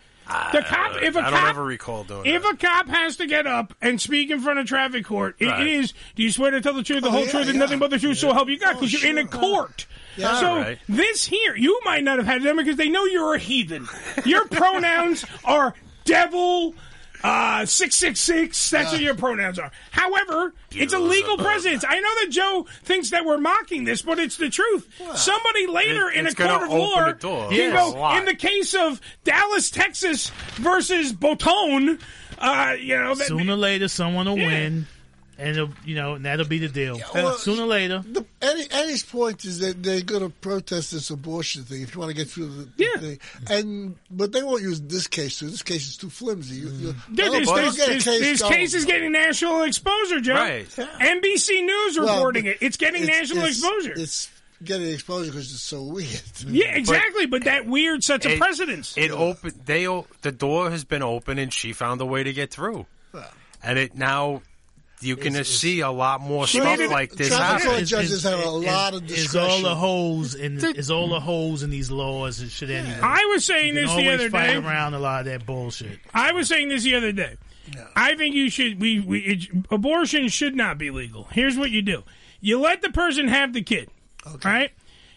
[SPEAKER 1] The cop. If a
[SPEAKER 4] I don't
[SPEAKER 1] cop.
[SPEAKER 4] ever recall doing
[SPEAKER 1] If a cop has to get up and speak in front of traffic court, it-
[SPEAKER 4] Right.
[SPEAKER 1] it is. Do you swear to tell the truth, the
[SPEAKER 4] Oh,
[SPEAKER 1] whole
[SPEAKER 4] yeah,
[SPEAKER 1] truth, and
[SPEAKER 4] yeah. Oh,
[SPEAKER 1] nothing but the truth? So help you God, because you're in a court.
[SPEAKER 4] Yeah.
[SPEAKER 1] So
[SPEAKER 4] Alright.
[SPEAKER 1] this here, you might not have had them because they know you're a heathen.
[SPEAKER 4] [laughs]
[SPEAKER 1] Your pronouns are devil. Uh, six six six. That's what your pronouns are. However, it's a legal precedence. I know that Joe thinks that we're mocking this, but it's the truth. Somebody later
[SPEAKER 4] It-
[SPEAKER 1] in a
[SPEAKER 4] it's gonna
[SPEAKER 1] court of
[SPEAKER 4] open
[SPEAKER 1] law
[SPEAKER 4] the door.
[SPEAKER 1] can
[SPEAKER 4] Yes.
[SPEAKER 1] go,
[SPEAKER 4] A lot.
[SPEAKER 1] in the case of Dallas, Texas versus Botone. Uh, you know, that,
[SPEAKER 3] Sooner or later, someone will win, and it'll, you know, and that'll be the deal.
[SPEAKER 2] well,
[SPEAKER 3] Uh, Sooner or later,
[SPEAKER 2] The, Eddie, Eddie's point is that they're going to protest this abortion thing if you want to get through the yeah. thing. And, but they won't use this case, too. This case is too flimsy. You, you,
[SPEAKER 1] Dude, this,
[SPEAKER 2] they'll
[SPEAKER 1] this,
[SPEAKER 2] get a
[SPEAKER 1] this,
[SPEAKER 2] case
[SPEAKER 1] this
[SPEAKER 2] going.
[SPEAKER 1] case is getting national exposure, Joe.
[SPEAKER 2] Right.
[SPEAKER 1] NBC News
[SPEAKER 2] Well,
[SPEAKER 1] reporting
[SPEAKER 2] but
[SPEAKER 1] it. It's getting
[SPEAKER 2] it's-
[SPEAKER 1] national
[SPEAKER 2] it's-
[SPEAKER 1] exposure.
[SPEAKER 2] It's getting exposure because it's so weird. [laughs]
[SPEAKER 1] yeah, exactly. But, that weird sets a
[SPEAKER 4] It-
[SPEAKER 1] precedence.
[SPEAKER 4] It opened. They o- the door has been open, and she found a way to get through. And it now you can see a lot more
[SPEAKER 3] She
[SPEAKER 4] stuff
[SPEAKER 3] made it-
[SPEAKER 4] like this.
[SPEAKER 3] traffic
[SPEAKER 4] happen.
[SPEAKER 3] court judges It's- have a it's- lot of it's all discretion. the holes and is all the holes in these laws and shit. Anyway,
[SPEAKER 1] I was saying
[SPEAKER 3] You can
[SPEAKER 1] this the
[SPEAKER 3] always
[SPEAKER 1] other
[SPEAKER 3] fight
[SPEAKER 1] day.
[SPEAKER 3] around a lot of that bullshit.
[SPEAKER 1] I was saying this the other day. I think you should. We, we it, abortion should not be legal. Here's what you do: you let the person have the kid, all right?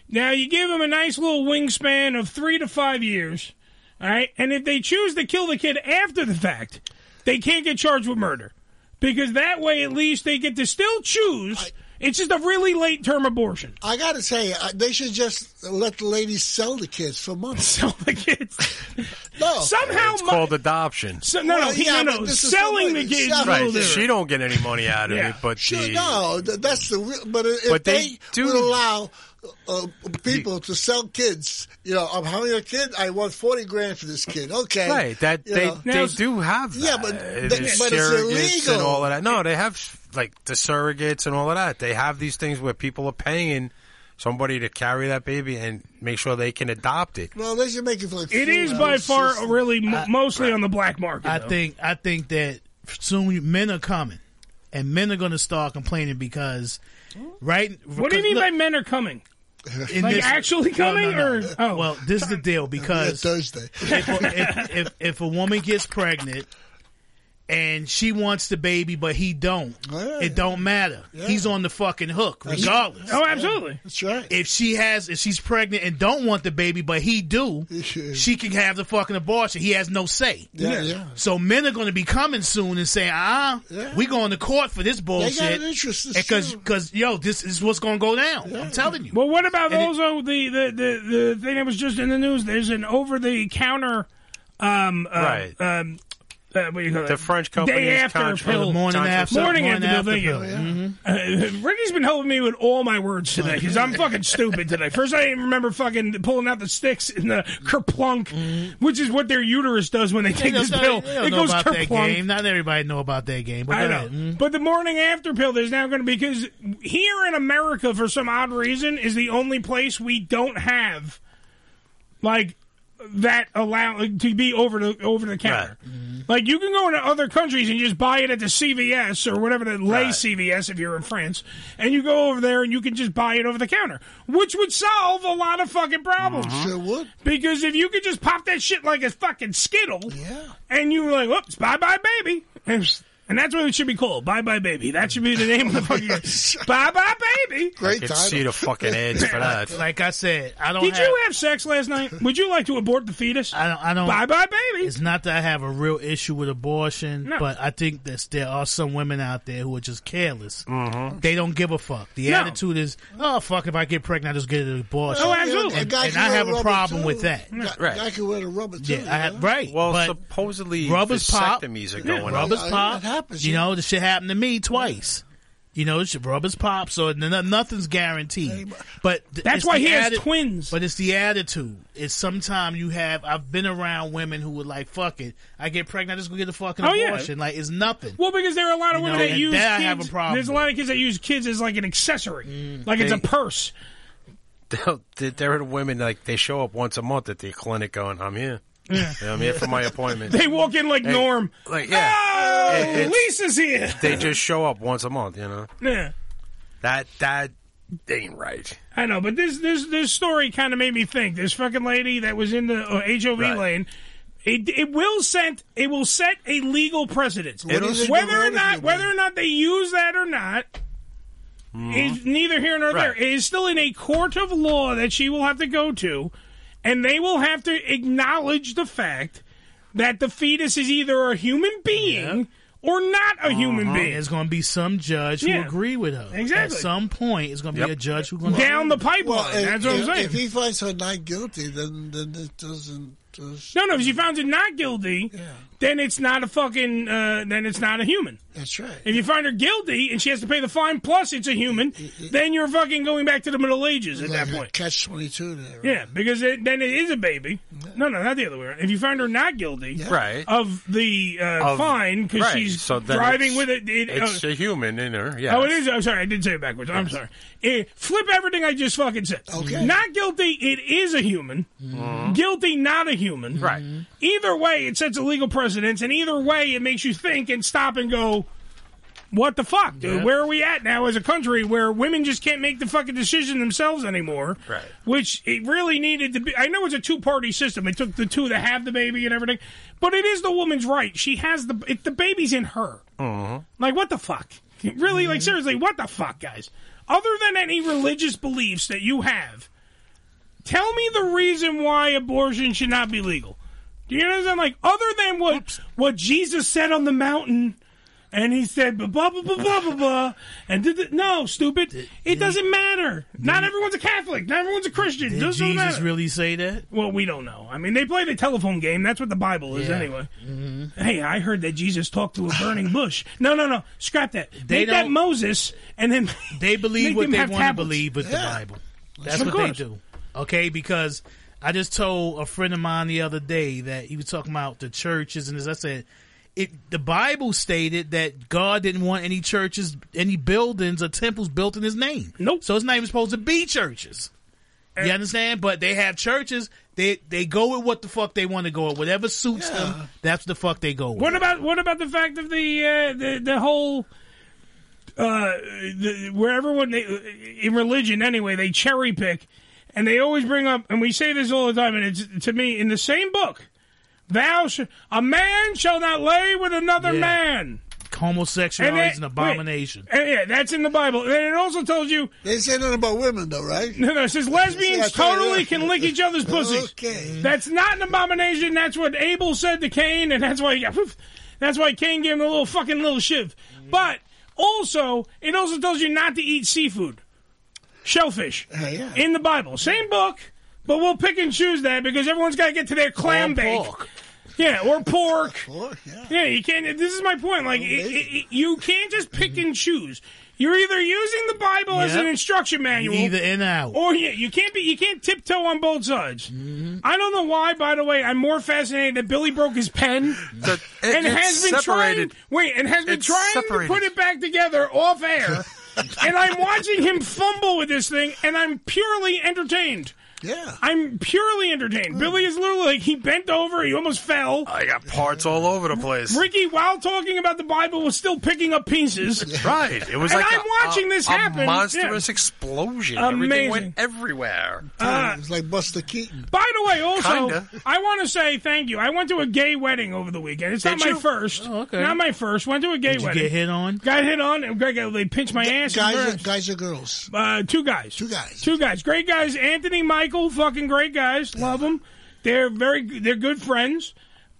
[SPEAKER 1] Now you give them a nice little wingspan of three to five years, all right? And if they choose to kill the kid after the fact, they can't get charged with murder because that way, at least, they get to still choose. it's just a really late term abortion.
[SPEAKER 2] I got to tell you, I- they should just let the ladies sell the kids for
[SPEAKER 1] [laughs]
[SPEAKER 2] money.
[SPEAKER 1] Sell the kids.
[SPEAKER 2] [laughs] no.
[SPEAKER 1] Somehow,
[SPEAKER 4] it's
[SPEAKER 1] my-
[SPEAKER 4] called adoption.
[SPEAKER 1] So- no, no, he- no, no, selling the kids. is a
[SPEAKER 4] Right.
[SPEAKER 1] little
[SPEAKER 4] She
[SPEAKER 1] different.
[SPEAKER 4] don't get any money out of
[SPEAKER 1] Yeah.
[SPEAKER 4] it, but
[SPEAKER 2] Sure,
[SPEAKER 4] the,
[SPEAKER 2] no, th- that's the real. But if
[SPEAKER 4] But
[SPEAKER 2] they,
[SPEAKER 4] they do-
[SPEAKER 2] would allow uh, people to sell kids, you know, I'm having a kid. I want forty grand for this kid. Okay,
[SPEAKER 4] right that
[SPEAKER 2] you
[SPEAKER 4] they
[SPEAKER 2] know.
[SPEAKER 4] they do have. That.
[SPEAKER 2] Yeah, but
[SPEAKER 4] It
[SPEAKER 2] they-
[SPEAKER 4] is
[SPEAKER 2] but it's
[SPEAKER 4] surrogates
[SPEAKER 2] illegal.
[SPEAKER 4] and all of that. No, they have like the surrogates and all of that. They have these things where people are paying somebody to carry that baby and make sure they can adopt it.
[SPEAKER 2] Well, they should make it like
[SPEAKER 1] it is by far really mo
[SPEAKER 3] Uh,
[SPEAKER 1] mostly on the black market.
[SPEAKER 3] I
[SPEAKER 1] though.
[SPEAKER 3] think I think that soon men are coming, and men are going to start complaining because right.
[SPEAKER 1] What do you mean by men are coming? Like actually coming, or oh,
[SPEAKER 3] well, this is the deal because
[SPEAKER 2] Thursday.
[SPEAKER 3] If, if, if if a woman gets pregnant and she wants the baby, but he don't,
[SPEAKER 2] Oh,
[SPEAKER 3] it don't matter. He's on the fucking hook regardless.
[SPEAKER 1] Oh, absolutely.
[SPEAKER 2] That's right.
[SPEAKER 3] If she has, if she's pregnant and don't want the baby, but he do, she can have the fucking abortion. He has no say.
[SPEAKER 2] Yeah, yeah.
[SPEAKER 3] So men are going to be coming soon and saying, "Ah,
[SPEAKER 2] Yeah.
[SPEAKER 3] we going to court for this bullshit."
[SPEAKER 2] got an interest, it's
[SPEAKER 3] because,
[SPEAKER 2] true.
[SPEAKER 3] yo, this is what's going to go down. I'm telling you.
[SPEAKER 1] Well, what about
[SPEAKER 3] And it-
[SPEAKER 1] also the, the, the, the thing that was just in the news? There's an over the counter, um, uh,
[SPEAKER 4] Right.
[SPEAKER 1] Um, uh, what do you call
[SPEAKER 4] The
[SPEAKER 1] it?
[SPEAKER 4] French company's
[SPEAKER 1] day after
[SPEAKER 4] contract-
[SPEAKER 1] pill,
[SPEAKER 4] The morning after-
[SPEAKER 1] morning,
[SPEAKER 4] morning
[SPEAKER 1] after,
[SPEAKER 4] after
[SPEAKER 1] pill.
[SPEAKER 4] pill,
[SPEAKER 1] Thank you. Uh, Ricky's been helping me with all my words today because
[SPEAKER 3] [laughs]
[SPEAKER 1] I'm fucking stupid today. First, I didn't remember fucking pulling out the sticks in the kerplunk,
[SPEAKER 3] Mm-hmm.
[SPEAKER 1] which is what their uterus does when they
[SPEAKER 3] They
[SPEAKER 1] take
[SPEAKER 3] don't-
[SPEAKER 1] this
[SPEAKER 3] they
[SPEAKER 1] pill.
[SPEAKER 3] don't
[SPEAKER 1] it
[SPEAKER 3] know
[SPEAKER 1] goes
[SPEAKER 3] about that
[SPEAKER 1] kerplunk.
[SPEAKER 3] game. Not everybody know about that game. But
[SPEAKER 1] I
[SPEAKER 3] go
[SPEAKER 1] know.
[SPEAKER 3] ahead. Mm.
[SPEAKER 1] But the morning after pill, there's now going to be because here in America, for some odd reason, is the only place we don't have like that allow to be over the over the counter. Like you can go into other countries and just buy it at the CVS or whatever the lay CVS if you're in France, and you go over there and you can just buy it over the counter, which would solve a lot of fucking problems. Mm-hmm. Sure
[SPEAKER 2] would.
[SPEAKER 1] Because if you could just pop that shit like a fucking skittle, yeah, and you were like, "Whoops, bye bye baby," and, and that's what it should be called, "Bye bye baby." That should be the name of the [laughs] fucking "Bye bye baby."
[SPEAKER 4] I could see the
[SPEAKER 2] [laughs]
[SPEAKER 4] fucking uh, ads for that.
[SPEAKER 3] Like I said, I don't.
[SPEAKER 1] Did
[SPEAKER 3] have,
[SPEAKER 1] you have sex last night?
[SPEAKER 3] [laughs]
[SPEAKER 1] Would you like to abort the fetus?
[SPEAKER 3] I don't. I don't.
[SPEAKER 1] Bye bye, baby.
[SPEAKER 3] It's not that I have a real issue with abortion,
[SPEAKER 1] No.
[SPEAKER 3] but I think that there are some women out there who are just careless.
[SPEAKER 2] Mm-hmm.
[SPEAKER 3] They don't give a fuck. The
[SPEAKER 1] No.
[SPEAKER 3] attitude is, oh fuck, if I get pregnant, I just get an abortion.
[SPEAKER 2] Oh, absolutely.
[SPEAKER 3] And,
[SPEAKER 2] A guy
[SPEAKER 3] and
[SPEAKER 2] can
[SPEAKER 3] I
[SPEAKER 2] wear
[SPEAKER 3] have a
[SPEAKER 2] rubber,
[SPEAKER 3] problem
[SPEAKER 2] too.
[SPEAKER 3] with that.
[SPEAKER 2] Guy-
[SPEAKER 4] Right.
[SPEAKER 2] guy can wear the rubber too.
[SPEAKER 3] Yeah, I had right.
[SPEAKER 4] Well,
[SPEAKER 3] but
[SPEAKER 4] supposedly
[SPEAKER 3] rubbers pop.
[SPEAKER 4] vasectomies are
[SPEAKER 3] Yeah,
[SPEAKER 4] going up.
[SPEAKER 3] rubbers
[SPEAKER 4] Yeah,
[SPEAKER 3] pop.
[SPEAKER 4] that happens,
[SPEAKER 3] You
[SPEAKER 4] yeah.
[SPEAKER 3] know, the shit happened to me twice. You know, it's rubbers pop, so n- nothing's guaranteed. But th-
[SPEAKER 1] That's
[SPEAKER 3] it's
[SPEAKER 1] why
[SPEAKER 3] the
[SPEAKER 1] he has
[SPEAKER 3] atti-
[SPEAKER 1] twins.
[SPEAKER 3] But it's the attitude. It's sometime you have. I've been around women who were like, "Fuck it, I get pregnant, I just go get a fucking
[SPEAKER 1] Oh, yeah.
[SPEAKER 3] abortion." Like it's nothing.
[SPEAKER 1] Well, because there are a lot of
[SPEAKER 3] You
[SPEAKER 1] women
[SPEAKER 3] know,
[SPEAKER 1] that
[SPEAKER 3] and
[SPEAKER 1] use
[SPEAKER 3] that I
[SPEAKER 1] kids.
[SPEAKER 3] have a problem Mm.
[SPEAKER 1] There's a lot of kids that use kids as like an accessory, like it's a
[SPEAKER 4] They-
[SPEAKER 1] purse.
[SPEAKER 4] There- There are women like they show up once a month at the clinic going, "I'm here, I'm here
[SPEAKER 1] [laughs]
[SPEAKER 4] for my appointment."
[SPEAKER 1] They walk in like
[SPEAKER 4] Hey,
[SPEAKER 1] Norm.
[SPEAKER 4] like yeah,
[SPEAKER 1] Oh,
[SPEAKER 4] It- it's-
[SPEAKER 1] Lisa's here.
[SPEAKER 4] they just show up once a month. You know
[SPEAKER 1] Yeah,
[SPEAKER 4] that that ain't right.
[SPEAKER 1] I know, but this this this story kind of made me think. This fucking lady that was in the uh, HOV
[SPEAKER 4] Right.
[SPEAKER 1] lane. It, it will set it will set a legal precedent.
[SPEAKER 4] What do you think
[SPEAKER 1] Whether
[SPEAKER 4] about
[SPEAKER 1] or
[SPEAKER 4] it,
[SPEAKER 1] not whether or not they use that or not,
[SPEAKER 3] Mm-hmm.
[SPEAKER 1] is neither here nor there. It is still in a court of law that she will have to go to, and they will have to acknowledge the fact that the fetus is either a human being or not a human
[SPEAKER 3] Uh-huh.
[SPEAKER 1] being.
[SPEAKER 3] There's going to be some judge
[SPEAKER 1] Yeah.
[SPEAKER 3] who agree with her.
[SPEAKER 1] Exactly.
[SPEAKER 3] At some point, it's going to be a judge who going
[SPEAKER 1] Down the pipeline.
[SPEAKER 2] if,
[SPEAKER 1] That's what I'm
[SPEAKER 2] if-
[SPEAKER 1] saying.
[SPEAKER 2] If he finds her not guilty, then then it doesn't. does-
[SPEAKER 1] No, no. If you found it not guilty, then it's not a fucking. Uh, then it's not a human.
[SPEAKER 2] That's right.
[SPEAKER 1] If you find her guilty and she has to pay the fine plus it's a human, then you're fucking going back to the Middle Ages at that
[SPEAKER 2] Like a
[SPEAKER 1] point.
[SPEAKER 2] Catch twenty two there.
[SPEAKER 1] Yeah, because it, then it is a baby. No, no, not the other way. around. If you find her not guilty,
[SPEAKER 4] Right.
[SPEAKER 1] of the uh,
[SPEAKER 4] Of-
[SPEAKER 1] fine because
[SPEAKER 4] right,
[SPEAKER 1] she's
[SPEAKER 4] so then
[SPEAKER 1] driving
[SPEAKER 4] it's-
[SPEAKER 1] with it. it uh,
[SPEAKER 4] It's a human in her. Yeah.
[SPEAKER 1] Oh, it is. I'm sorry. I did say it backwards. I'm sorry. Eh, flip everything I just fucking said.
[SPEAKER 4] Okay.
[SPEAKER 1] Not guilty. It is a human.
[SPEAKER 4] Mm-hmm.
[SPEAKER 1] Guilty. Not a human. Right. Either way, it sets a legal precedence, and either way, it makes you think and stop and go. What the fuck, dude?
[SPEAKER 4] Yeah.
[SPEAKER 1] Where are we at now as a country where women just can't make the fucking decision themselves anymore?
[SPEAKER 4] Right.
[SPEAKER 1] Which it really needed to be. I know it's a two party system. It took the two to have the baby and everything, but it is the woman's right. She has the it, the baby's in her. Like, what the fuck? Really? Like, seriously, what the fuck, guys? Other than any religious beliefs that you have, tell me the reason why abortion should not be legal. Do you know what I'm saying? Like, other than what what Jesus said on the mountain, and he said blah blah blah blah blah blah, and did it, no, stupid. It doesn't matter. Not everyone's a Catholic. Not everyone's a Christian.
[SPEAKER 3] Did
[SPEAKER 1] Doesn't
[SPEAKER 3] Jesus
[SPEAKER 1] matter.
[SPEAKER 3] really say that?
[SPEAKER 1] Well, we don't know. I mean, they play the telephone game. That's what the Bible is,
[SPEAKER 3] Yeah.
[SPEAKER 1] anyway. Hey, I heard that Jesus talked to a
[SPEAKER 3] [laughs]
[SPEAKER 1] burning bush. No, no, no. Scrap that.
[SPEAKER 3] They
[SPEAKER 1] Make that
[SPEAKER 3] don't-
[SPEAKER 1] Moses, and then
[SPEAKER 3] [laughs] they believe what they want to believe with the
[SPEAKER 1] Yeah.
[SPEAKER 3] Bible. That's
[SPEAKER 1] Of
[SPEAKER 3] what
[SPEAKER 1] course.
[SPEAKER 3] they do. Okay, because I just told a friend of mine the other day that he was talking about the churches and this. I said, it, the Bible stated that God didn't want any churches, any buildings or temples built in His name.
[SPEAKER 1] Nope.
[SPEAKER 3] So His name is supposed to be churches. You understand? But they have churches. They they go with what the fuck they want to go with. Whatever suits them, that's the fuck they go with.
[SPEAKER 1] What about what about the fact of the uh, the the whole uh, the, where everyone they, in religion anyway they cherry pick and they always bring up and we say this all the time and it's to me in the same book thou sh- a man shall not lay with another
[SPEAKER 3] Yeah.
[SPEAKER 1] man
[SPEAKER 3] Homosexuality
[SPEAKER 1] And
[SPEAKER 3] is an
[SPEAKER 1] that-
[SPEAKER 3] abomination.
[SPEAKER 1] And Eh, yeah, that's in the Bible. And it also tells you
[SPEAKER 2] they say nothing about women, though, right?
[SPEAKER 1] No, no. It says
[SPEAKER 2] Yeah, I
[SPEAKER 1] lesbians
[SPEAKER 2] thought-
[SPEAKER 1] totally can lick each other's pussies.
[SPEAKER 2] Okay.
[SPEAKER 1] That's not an abomination. That's what Abel said to Cain, and that's why [laughs] he got, that's why Cain gave him a little fucking little shiv. But also, it also tells you not to eat seafood, shellfish, in the Bible. Same book, but we'll pick and choose that because everyone's got to get to their clam bake. Yeah, or
[SPEAKER 3] [laughs]
[SPEAKER 1] pork. yeah. you can't. This is my point. Like, it, it, it- you can't just pick and choose. You're either using the Bible as
[SPEAKER 3] Yep.
[SPEAKER 1] an instruction manual,
[SPEAKER 3] Either in or out.
[SPEAKER 1] or yeah, you can't be. You can't tiptoe on both sides.
[SPEAKER 3] Mm-hmm.
[SPEAKER 1] I don't know why. By the way, I'm more fascinated that Billy broke his pen
[SPEAKER 4] it-
[SPEAKER 1] and
[SPEAKER 4] it's
[SPEAKER 1] has been
[SPEAKER 4] separated.
[SPEAKER 1] trying. Wait, and has been
[SPEAKER 4] It's
[SPEAKER 1] trying
[SPEAKER 4] separated.
[SPEAKER 1] to put it back together off
[SPEAKER 3] [laughs]
[SPEAKER 1] air. and I'm watching him fumble with this thing, and I'm purely entertained.
[SPEAKER 2] Yeah.
[SPEAKER 1] I'm purely entertained. Billy is literally like he bent over, he almost fell.
[SPEAKER 4] I got parts all over the place.
[SPEAKER 1] Ricky, while talking about the Bible, was still picking up pieces.
[SPEAKER 4] [laughs] Right. It was
[SPEAKER 1] and
[SPEAKER 4] like
[SPEAKER 1] I'm
[SPEAKER 4] a-
[SPEAKER 1] watching this
[SPEAKER 4] a
[SPEAKER 1] happen. Yeah.
[SPEAKER 4] monstrous explosion. Everything
[SPEAKER 1] Amazing.
[SPEAKER 4] went everywhere.
[SPEAKER 1] Uh,
[SPEAKER 2] it's like Buster Keaton.
[SPEAKER 1] By the way, also,
[SPEAKER 4] Kinda.
[SPEAKER 1] I want to say thank you. I went to a gay wedding over the weekend. It's
[SPEAKER 3] Did
[SPEAKER 1] not my
[SPEAKER 3] you?
[SPEAKER 1] first.
[SPEAKER 3] Oh, okay.
[SPEAKER 1] Not my first. Went to a gay
[SPEAKER 3] Did you
[SPEAKER 1] wedding.
[SPEAKER 3] get hit on?
[SPEAKER 1] Got hit on. and Greg, uh, they pinched my ass.
[SPEAKER 2] Guys
[SPEAKER 1] and
[SPEAKER 2] or-
[SPEAKER 1] burst.
[SPEAKER 2] guys or girls?
[SPEAKER 1] Uh, two guys. Two
[SPEAKER 2] guys.
[SPEAKER 1] Two guys. Great guys. Anthony, Michael, fucking great guys. Love them. They're very. good- They're good friends.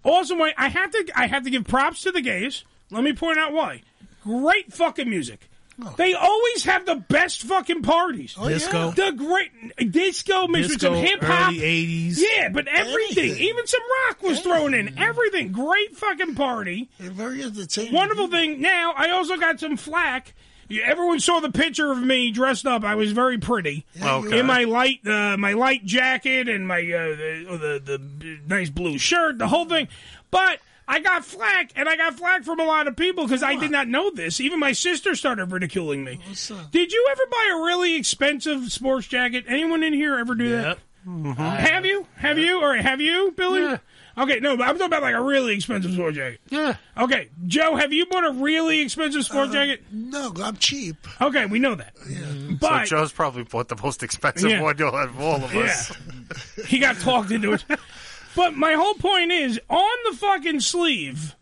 [SPEAKER 1] Also, my- I have to. I have to give props to the gays. Let me point out why. Great fucking music.
[SPEAKER 2] Oh.
[SPEAKER 1] They always have the best fucking parties.
[SPEAKER 3] Oh, Disco.
[SPEAKER 1] The great disco mixed
[SPEAKER 3] Disco,
[SPEAKER 1] with some hip hop.
[SPEAKER 3] early 80s.
[SPEAKER 1] Yeah, but everything. Even some rock was thrown in. Everything. Great fucking party.
[SPEAKER 2] Very entertaining.
[SPEAKER 1] Wonderful thing. Now, I also got some flack. You- Everyone saw the picture of me dressed up. I was very pretty
[SPEAKER 4] Yeah, you Okay.
[SPEAKER 1] in my light, uh, my light jacket and my uh, the, the the b- nice blue shirt, the whole thing. But I got flack, and I got flack from a lot of people because I did not know this. Even my sister started ridiculing me. Did you ever buy a really expensive sports jacket? Anyone in here ever do that?
[SPEAKER 19] Mm-hmm.
[SPEAKER 2] Uh,
[SPEAKER 1] Have you? Have you? Or have you, Billy? Okay, no, but I'm talking about like a really expensive sport jacket.
[SPEAKER 4] Yeah.
[SPEAKER 1] Okay, Joe, have you bought a really expensive sport jacket?
[SPEAKER 2] Uh, No, I'm cheap.
[SPEAKER 1] Okay, we know that. But
[SPEAKER 4] so Joe's probably bought the most expensive
[SPEAKER 1] Yeah.
[SPEAKER 4] one you'll have all of
[SPEAKER 1] Yeah.
[SPEAKER 4] us.
[SPEAKER 1] he got talked into
[SPEAKER 2] [laughs]
[SPEAKER 1] it. But my whole point is on the fucking sleeve.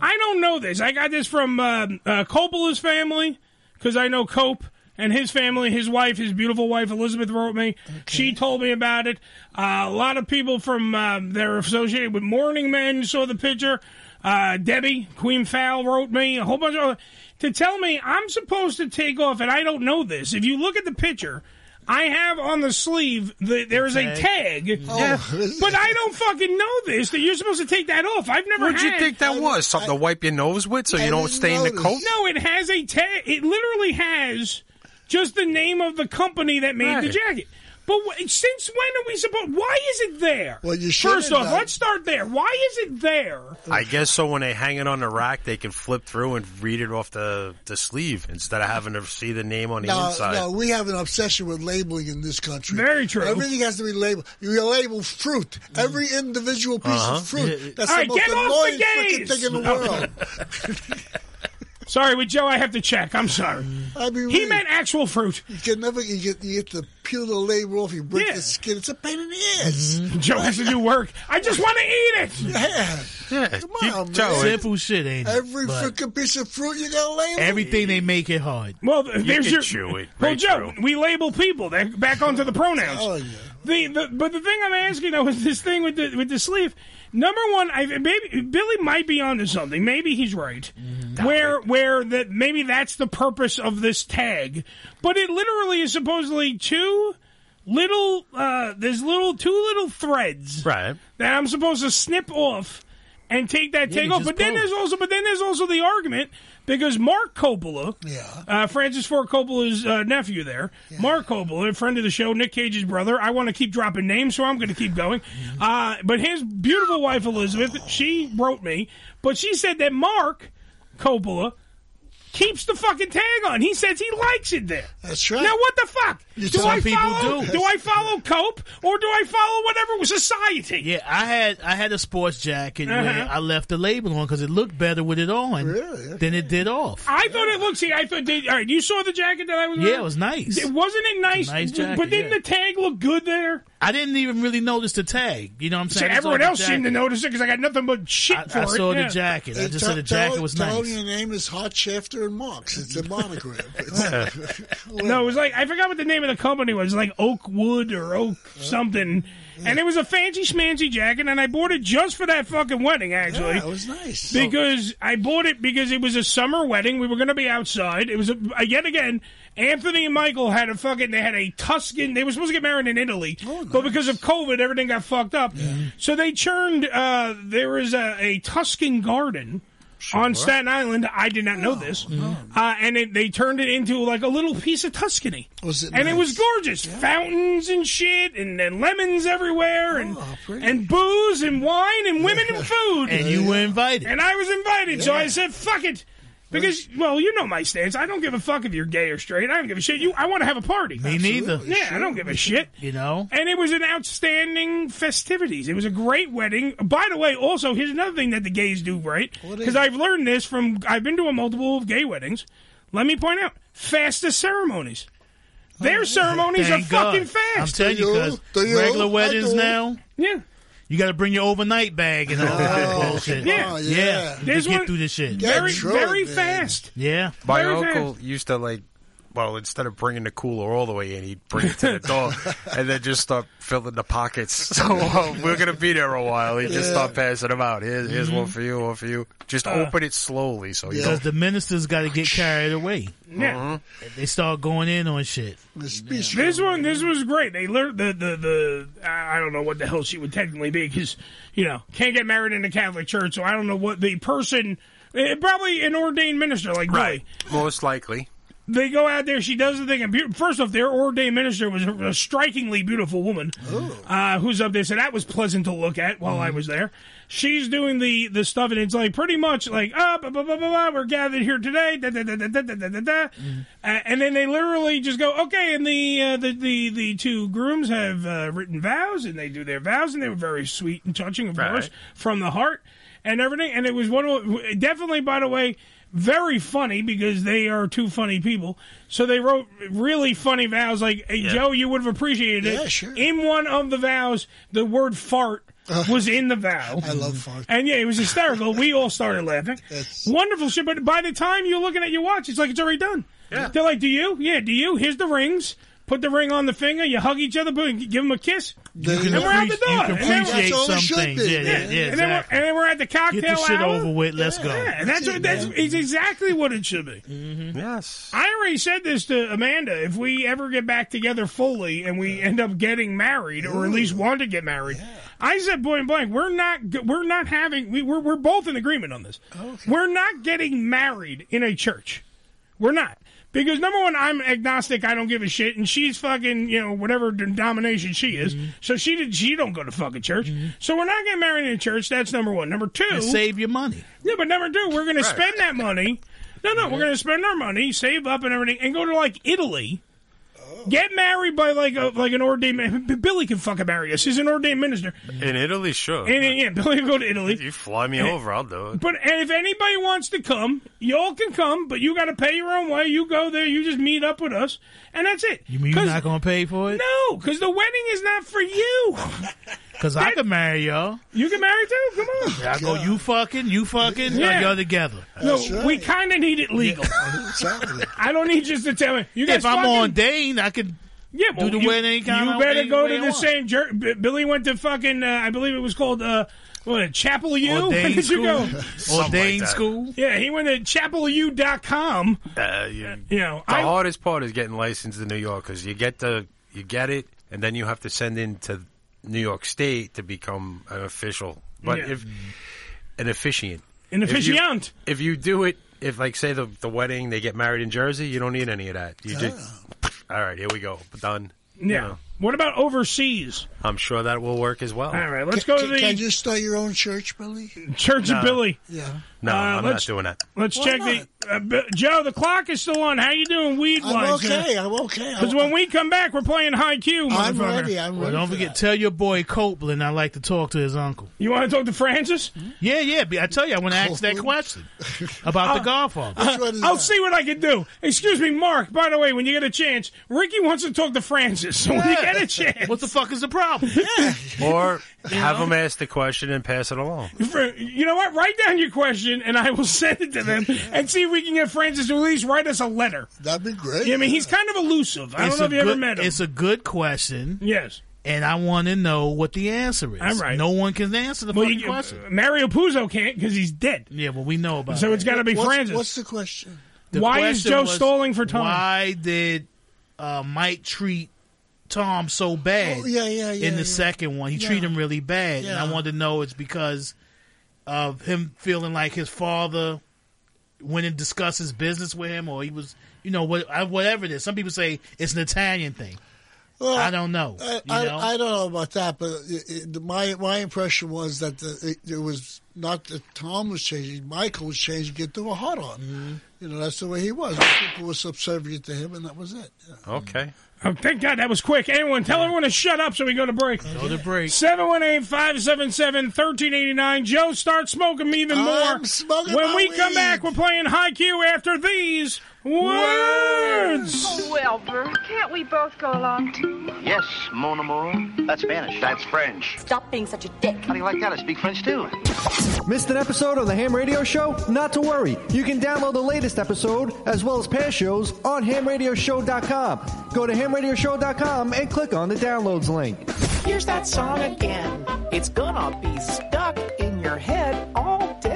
[SPEAKER 1] I don't know this. I got this from um uh, Coppola's family because I know Cope and his family, his wife, his beautiful wife Elizabeth wrote me. She told me about it. Uh, a lot of people from um, they're associated with Morning Men saw the picture. Uh, Debbie Queen Fowl wrote me a whole bunch of to tell me I'm supposed to take off, and I don't know this. If you look at the picture. I have on the sleeve the, there is a
[SPEAKER 4] Tag.
[SPEAKER 1] tag,
[SPEAKER 4] Oh,
[SPEAKER 2] [laughs]
[SPEAKER 1] Yeah.
[SPEAKER 4] is
[SPEAKER 1] but I don't fucking know this that you're supposed to take that off. I've never.
[SPEAKER 4] What'd you
[SPEAKER 1] had-
[SPEAKER 4] think that was? Something to wipe your nose with so you don't stain the coat?
[SPEAKER 1] No, it has a tag. It literally has just the name of the company that made the
[SPEAKER 4] Right.
[SPEAKER 1] jacket. But w- since when are we supposed? Why is it there? Well, you
[SPEAKER 4] should
[SPEAKER 1] First
[SPEAKER 4] have
[SPEAKER 1] off,
[SPEAKER 4] done-
[SPEAKER 1] let's start there. Why is it there?
[SPEAKER 4] I guess so. When they hang it on the rack, they can flip through and read it off the, the sleeve instead of having to see the name on the
[SPEAKER 2] No,
[SPEAKER 4] inside.
[SPEAKER 2] no, we have an obsession with labeling in this country.
[SPEAKER 1] Very true.
[SPEAKER 2] Everything has to be labeled. You label fruit, every individual piece
[SPEAKER 4] Uh-huh.
[SPEAKER 2] of fruit. That's
[SPEAKER 1] All
[SPEAKER 2] the
[SPEAKER 1] right,
[SPEAKER 2] most
[SPEAKER 1] get off the
[SPEAKER 2] annoying freaking
[SPEAKER 1] gays.
[SPEAKER 2] thing in the world.
[SPEAKER 1] sorry, with Joe, I have to check. I'm sorry.
[SPEAKER 2] I mean,
[SPEAKER 1] He meant actual fruit.
[SPEAKER 2] You can never you get you get to peel the label off. You break the skin. It's a pain in the ass.
[SPEAKER 1] Mm-hmm. Joe has to do work. I just want to eat it.
[SPEAKER 2] Yeah.
[SPEAKER 4] Yeah,
[SPEAKER 2] Come on, man.
[SPEAKER 3] Simple shit, ain't it?
[SPEAKER 2] Every
[SPEAKER 3] But
[SPEAKER 2] freaking piece of fruit you got to label.
[SPEAKER 3] everything they make it hard.
[SPEAKER 1] Well,
[SPEAKER 3] You
[SPEAKER 1] there's
[SPEAKER 3] can
[SPEAKER 1] your
[SPEAKER 3] chew it.
[SPEAKER 1] Well,
[SPEAKER 3] Very
[SPEAKER 1] Joe, we label people. They're back onto the pronouns.
[SPEAKER 2] Oh, yeah.
[SPEAKER 1] The, the but the thing I'm asking though is this thing with the with the sleeve. Number one, I maybe Billy might be onto something. Maybe he's right.
[SPEAKER 3] Mm-hmm.
[SPEAKER 1] Where where that maybe that's the purpose of this tag, but it literally is supposedly two little uh there's little two little threads
[SPEAKER 4] right
[SPEAKER 1] that I'm supposed to snip off and take that
[SPEAKER 3] Yeah,
[SPEAKER 1] tag
[SPEAKER 3] you
[SPEAKER 1] off.
[SPEAKER 3] just
[SPEAKER 1] But then
[SPEAKER 3] pull.
[SPEAKER 1] there's also but then there's also the argument because Mark Coppola, uh, Francis Ford Coppola's uh, nephew there, Mark Coppola, a friend of the show, Nick Cage's brother. I want to keep dropping names, so I'm going to keep going.
[SPEAKER 3] Mm-hmm.
[SPEAKER 1] Uh, but his beautiful wife Elizabeth, she wrote me, but she said that Mark Coppola keeps the fucking tag on. He says he likes it there. That's right. Now what the fuck? do
[SPEAKER 3] some
[SPEAKER 1] I
[SPEAKER 3] people
[SPEAKER 1] follow?
[SPEAKER 3] do.
[SPEAKER 1] I follow Cope or do I follow whatever society?
[SPEAKER 3] Yeah, I had I had a sports jacket
[SPEAKER 1] Uh-huh.
[SPEAKER 3] where I left the label on because it looked better with it on than it did off.
[SPEAKER 1] I thought it looked. See, I thought. Did, all right, you saw the jacket that I was.
[SPEAKER 3] Yeah,
[SPEAKER 1] wearing?
[SPEAKER 3] it was nice.
[SPEAKER 1] It- wasn't it nice?
[SPEAKER 3] Nice
[SPEAKER 1] but
[SPEAKER 3] jacket,
[SPEAKER 1] didn't
[SPEAKER 3] yeah.
[SPEAKER 1] the tag look good there?
[SPEAKER 3] I didn't even really notice the tag. You know what I'm
[SPEAKER 1] So
[SPEAKER 3] saying? I saw
[SPEAKER 1] everyone
[SPEAKER 3] the
[SPEAKER 1] else seemed to
[SPEAKER 3] jacket.
[SPEAKER 1] notice it because I got nothing but shit for
[SPEAKER 3] I
[SPEAKER 1] it.
[SPEAKER 3] saw the
[SPEAKER 1] yeah.
[SPEAKER 3] jacket. I just said the
[SPEAKER 2] Tell-
[SPEAKER 3] jacket was
[SPEAKER 2] tell
[SPEAKER 3] nice.
[SPEAKER 2] him your name is Hot Shafter and Marks. It's a monogram.
[SPEAKER 1] [laughs] No, it was like I forgot what the name of the company was, like Oakwood or Oak something, and it was a fancy schmancy jacket, and I bought it just for that fucking wedding, actually.
[SPEAKER 2] Yeah, it was nice.
[SPEAKER 1] because I bought it because it was a summer wedding. We were going to be outside. It was a, uh, yet again. Anthony and Michael had a fucking. They had a Tuscan. They were supposed to get married in Italy, but because of COVID, everything got fucked up. So they churned. Uh, there was a, a Tuscan garden. On Staten Island, I did not
[SPEAKER 3] Oh,
[SPEAKER 1] know this, uh, and it, they turned it into like a little piece of Tuscany,
[SPEAKER 2] Was it
[SPEAKER 1] and it
[SPEAKER 2] nice?
[SPEAKER 1] was gorgeous. Fountains and shit, and, and lemons everywhere, and and booze and wine and women and food,
[SPEAKER 3] Oh, And you were invited.
[SPEAKER 1] and I was invited, so I said, "Fuck it." Because, well, you know my stance. I don't give a fuck if you're gay or straight. I don't give a shit. You, I want to have a party.
[SPEAKER 3] Me neither.
[SPEAKER 1] Yeah, I don't give a shit.
[SPEAKER 3] You know?
[SPEAKER 1] And it was an outstanding festivities. It was a great wedding. By the way, also here's another thing that the gays do right because I've learned this from I've been to a multiple of gay weddings. Let me point out fastest ceremonies. Their ceremonies are
[SPEAKER 3] Oh, Thank God.
[SPEAKER 1] fucking fast.
[SPEAKER 3] I'm telling you, because regular weddings now.
[SPEAKER 1] Yeah.
[SPEAKER 3] You got to bring your overnight bag and
[SPEAKER 1] [laughs]
[SPEAKER 3] all that bullshit.
[SPEAKER 1] Yeah.
[SPEAKER 3] Oh, yeah. You
[SPEAKER 1] There's
[SPEAKER 3] can get
[SPEAKER 1] one-
[SPEAKER 3] through this shit.
[SPEAKER 1] Very, very fast.
[SPEAKER 3] Yeah.
[SPEAKER 4] My
[SPEAKER 1] Very
[SPEAKER 4] uncle used to like. Well, instead of bringing the cooler all the way in, he'd bring it to the door and then just start filling the pockets. [laughs] So uh, we're going to be there a while. He'd just
[SPEAKER 3] Yeah.
[SPEAKER 4] start passing them out. Here's, here's
[SPEAKER 3] Mhm.
[SPEAKER 4] one for you, one for you. Just
[SPEAKER 3] Uh,
[SPEAKER 4] open it slowly so Oh, you
[SPEAKER 3] Because
[SPEAKER 4] don't.
[SPEAKER 3] the ministers got to get carried away.
[SPEAKER 1] Yeah.
[SPEAKER 3] They start going in on shit.
[SPEAKER 1] This one, this was great. They learned the the the I I don't know what the hell she would technically be because you know can't get married in the Catholic Church, so I don't know what the person eh, probably an ordained minister like right.
[SPEAKER 4] Most likely.
[SPEAKER 1] They go out there. She does the thing. And beau- first off, their ordained minister was a, a strikingly beautiful woman uh, who's up there. So that was pleasant to look at while I was there. She's doing the the stuff, and it's like pretty much like ah blah blah blah blah. blah we're gathered here today. Da, da, da, da, da, da, da, da, da. Uh, and then they literally just go okay. And the uh, the, the the two grooms have uh, written vows, and they do their vows, and they were very sweet and touching, of course, from the heart and everything. And it was one of definitely, by the way, very funny because they are two funny people. So they wrote really funny vows. Like hey,
[SPEAKER 20] Yeah.
[SPEAKER 1] Joe, you would have appreciated it.
[SPEAKER 20] Yeah, sure.
[SPEAKER 1] In one of the vows, the word fart.
[SPEAKER 3] Uh-huh.
[SPEAKER 1] Was in the vow. I love fart. And yeah, it was hysterical. We all started
[SPEAKER 3] [laughs]
[SPEAKER 1] laughing. Wonderful shit. But by the time you're looking at your watch, it's like it's already done. Yeah. They're like, "Do you? Yeah, do you? Here's the rings. Put the ring on the finger. You hug each other. Boom, give them a kiss.
[SPEAKER 3] can
[SPEAKER 1] and we're out the door. And then we're-
[SPEAKER 3] appreciate- you can appreciate That's all it should something. be. Yeah, yeah, yeah,
[SPEAKER 1] And then we're
[SPEAKER 3] exactly.
[SPEAKER 1] and then we're at the cocktail
[SPEAKER 3] Get the shit
[SPEAKER 1] hour.
[SPEAKER 3] over with. Let's go.
[SPEAKER 1] Yeah, Mm-hmm. and that's what, that's it's exactly what it should be.
[SPEAKER 4] Yes.
[SPEAKER 1] I already said this to Amanda. If we ever get back together fully and we end up getting married, or at least want to get married, I said point blank, we're not g- we're not having we, we're we're both in agreement on this. We're not getting married in a church. We're not. Because number one, I'm agnostic. I don't give a shit, and she's fucking you know whatever denomination she is.
[SPEAKER 3] Mm-hmm.
[SPEAKER 1] So she did. She don't go to fucking church. So we're not getting married in a church. That's number one. Number two,
[SPEAKER 3] And save your money.
[SPEAKER 1] yeah, but number two, we're going to spend that money. No, no, we're going to spend our money, save up and everything, and go to like Italy.
[SPEAKER 3] Oh.
[SPEAKER 1] Get married by like a like an ordained man. Billy can fucking marry us. He's an ordained minister.
[SPEAKER 4] In Italy, sure.
[SPEAKER 1] And, and yeah, Billy will go to
[SPEAKER 3] [laughs]
[SPEAKER 1] Italy.
[SPEAKER 4] you fly me
[SPEAKER 1] And-
[SPEAKER 4] over, I'll do it.
[SPEAKER 1] But and if anybody wants to come, y'all can come, but you got to pay your own way. You go there, you just meet up with us, and that's it.
[SPEAKER 3] You mean you're not going to pay for it?
[SPEAKER 1] No, because the wedding is not for you. [laughs]
[SPEAKER 3] Because I could marry y'all.
[SPEAKER 1] You can marry too. Come on.
[SPEAKER 3] I go, you fucking, you fucking,
[SPEAKER 1] Yeah.
[SPEAKER 3] yeah. y'all together.
[SPEAKER 1] No, we kind of need it legal.
[SPEAKER 2] [laughs]
[SPEAKER 1] I don't need just to tell me. You guys
[SPEAKER 3] if I'm
[SPEAKER 1] fucking-
[SPEAKER 3] on Dane, I could
[SPEAKER 1] Yeah, well,
[SPEAKER 3] do the
[SPEAKER 1] you,
[SPEAKER 3] wedding anytime I-
[SPEAKER 1] You better
[SPEAKER 3] any
[SPEAKER 1] go
[SPEAKER 3] way
[SPEAKER 1] to
[SPEAKER 3] I
[SPEAKER 1] the
[SPEAKER 3] want.
[SPEAKER 1] same. Jer- B- Billy went to fucking. Uh, I believe it was called uh, what Chapel U. [laughs]
[SPEAKER 3] Ordained
[SPEAKER 1] Where did you go?
[SPEAKER 2] [laughs]
[SPEAKER 3] school. Something Ordained like that. school?
[SPEAKER 1] Yeah, he went to chapelu.com.
[SPEAKER 4] Uh, you,
[SPEAKER 1] you know,
[SPEAKER 4] the
[SPEAKER 1] I-
[SPEAKER 4] hardest part is getting licensed in New York because you get the you get it, and then you have to send in to New York State to become an official. But
[SPEAKER 1] Yeah.
[SPEAKER 4] if an officiant,
[SPEAKER 1] An
[SPEAKER 4] If you-
[SPEAKER 1] officiant.
[SPEAKER 4] If you, do it, if like say the the wedding, they get married in Jersey, you don't need any of that. You just
[SPEAKER 1] Ah.
[SPEAKER 4] all right, here we go, done.
[SPEAKER 1] Yeah. What about overseas?
[SPEAKER 4] I'm sure that will work as well.
[SPEAKER 1] All right, let's
[SPEAKER 2] Can-
[SPEAKER 1] go to
[SPEAKER 2] can-
[SPEAKER 1] the
[SPEAKER 2] Can you start your own church, Billy?
[SPEAKER 1] Church
[SPEAKER 4] No.
[SPEAKER 1] of Billy.
[SPEAKER 2] Yeah.
[SPEAKER 4] No,
[SPEAKER 1] Uh,
[SPEAKER 4] I'm not
[SPEAKER 1] let's-
[SPEAKER 4] doing
[SPEAKER 1] [laughs]
[SPEAKER 4] that.
[SPEAKER 1] Let's
[SPEAKER 2] Why
[SPEAKER 1] check the uh, B- Joe. The clock is still on. How you doing, weed
[SPEAKER 2] I'm
[SPEAKER 1] wise?
[SPEAKER 2] okay, I'm okay, I'm
[SPEAKER 1] Because when we come back, we're playing high Q.
[SPEAKER 2] I'm
[SPEAKER 1] motherfucker.
[SPEAKER 2] ready, I'm
[SPEAKER 3] Well, don't forget, tell your boy Copeland I like to talk to his uncle.
[SPEAKER 1] You want to talk to Francis?
[SPEAKER 3] Mm-hmm. Yeah, yeah. be- I tell you, I want to ask that question about the
[SPEAKER 2] [laughs]
[SPEAKER 3] Godfather.
[SPEAKER 1] Uh, I'll see what I can do. Excuse me, Mark. By the way, when you get a chance, Ricky wants to talk to Francis. So when you
[SPEAKER 3] Yeah.
[SPEAKER 1] get a chance,
[SPEAKER 3] what the fuck is the problem?
[SPEAKER 4] Or have them ask the question and pass it along.
[SPEAKER 1] [laughs] For- you know what? Write down your question, and I will [laughs] send it to them and see if we can get Francis to at least write us a letter.
[SPEAKER 2] That'd be great.
[SPEAKER 1] I mean, he's kind of elusive. I
[SPEAKER 3] It's
[SPEAKER 1] don't know
[SPEAKER 3] a
[SPEAKER 1] if you ever
[SPEAKER 3] good-
[SPEAKER 1] met him.
[SPEAKER 3] It's a good question.
[SPEAKER 1] Yes.
[SPEAKER 3] And I want to know what the answer is.
[SPEAKER 1] All right.
[SPEAKER 3] No one can answer the
[SPEAKER 1] Well,
[SPEAKER 3] fucking
[SPEAKER 1] you-
[SPEAKER 3] question.
[SPEAKER 1] Mario Puzo can't because he's dead.
[SPEAKER 3] Yeah, well, we know about
[SPEAKER 1] So
[SPEAKER 3] that.
[SPEAKER 1] it's got to be
[SPEAKER 3] What's-
[SPEAKER 1] Francis.
[SPEAKER 2] What's the question?
[SPEAKER 3] The
[SPEAKER 1] why is
[SPEAKER 3] question
[SPEAKER 1] Joe
[SPEAKER 3] was,
[SPEAKER 1] stalling for time?
[SPEAKER 3] Why did uh, Mike treat Tom so bad?
[SPEAKER 2] Oh, yeah, yeah, yeah,
[SPEAKER 3] In the
[SPEAKER 2] yeah.
[SPEAKER 3] second one, he
[SPEAKER 2] Yeah.
[SPEAKER 3] treated him really bad, and
[SPEAKER 2] Yeah.
[SPEAKER 3] I wanted to know it's because of him feeling like his father went and discussed uh, his business with him, or he was, you know, what, I- whatever it is. Some people say it's an Italian thing.
[SPEAKER 2] Well,
[SPEAKER 3] I don't know.
[SPEAKER 2] I,
[SPEAKER 3] you know?
[SPEAKER 2] I, I don't know about that, but it, it, my my impression was that the, it, it was not that Tom was changing, Michael was changing it to a hot on.
[SPEAKER 3] Mm-hmm.
[SPEAKER 2] You know, that's the way he was. People were subservient to him, and that was it.
[SPEAKER 4] Okay.
[SPEAKER 1] Oh, thank God that was quick. Anyone, tell everyone to shut up so we go to break. Go
[SPEAKER 3] to break.
[SPEAKER 1] 718-577-1389. Joe, start smoking me even more.
[SPEAKER 2] I'm smoking
[SPEAKER 1] when
[SPEAKER 2] my
[SPEAKER 1] we come
[SPEAKER 2] weed.
[SPEAKER 1] back, we're playing High Q after these words.
[SPEAKER 21] Oh, Wilbur, can't we both go along too?
[SPEAKER 18] Yes, mon amour. That's Spanish. That's French.
[SPEAKER 21] Stop being such a dick.
[SPEAKER 18] How do you like that? I speak French too.
[SPEAKER 12] Missed an episode of the Ham Radio Show? Not to worry. You can download the latest episode as well as past shows on hamradioshow.com. Go to hamradioshow.com and click on the downloads link.
[SPEAKER 16] Here's that song again. It's gonna be stuck in your head all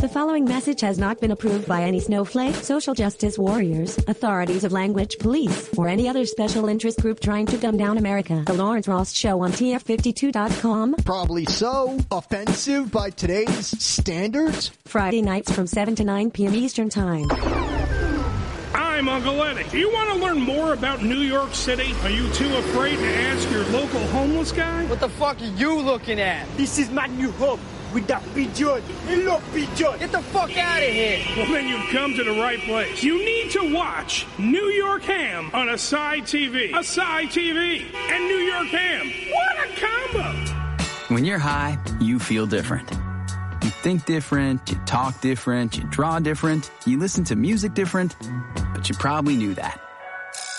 [SPEAKER 10] The following message has not been approved by any snowflake, social justice warriors, authorities of language police, or any other special interest group trying to dumb down America. The Lawrence Ross Show on TF52.com.
[SPEAKER 22] Probably so. Offensive by today's standards.
[SPEAKER 10] Friday nights from 7 to 9 p.m. Eastern Time.
[SPEAKER 1] I'm Uncle Eddie. Do you want to learn more about New York City? Are you too afraid to ask your local homeless guy? What the fuck are you looking at? This is my new home. With that pigeon. Hey, look, pigeon. Get the fuck out of here. Well, then you've come to the right place. You need to watch New York Ham on Asai TV. Asai TV and New York Ham. What a combo.
[SPEAKER 23] When you're high, you feel different. You think different, you talk different, you draw different, you listen to music different, but you probably knew that.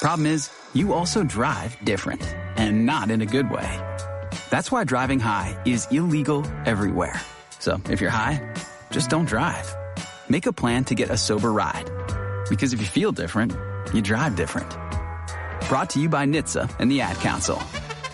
[SPEAKER 23] Problem is, you also drive different, and not in a good way. That's why driving high is illegal everywhere. So if you're high, just don't drive. Make a plan to get a sober ride. Because if you feel different, you drive different. Brought to you by NHTSA and the Ad Council.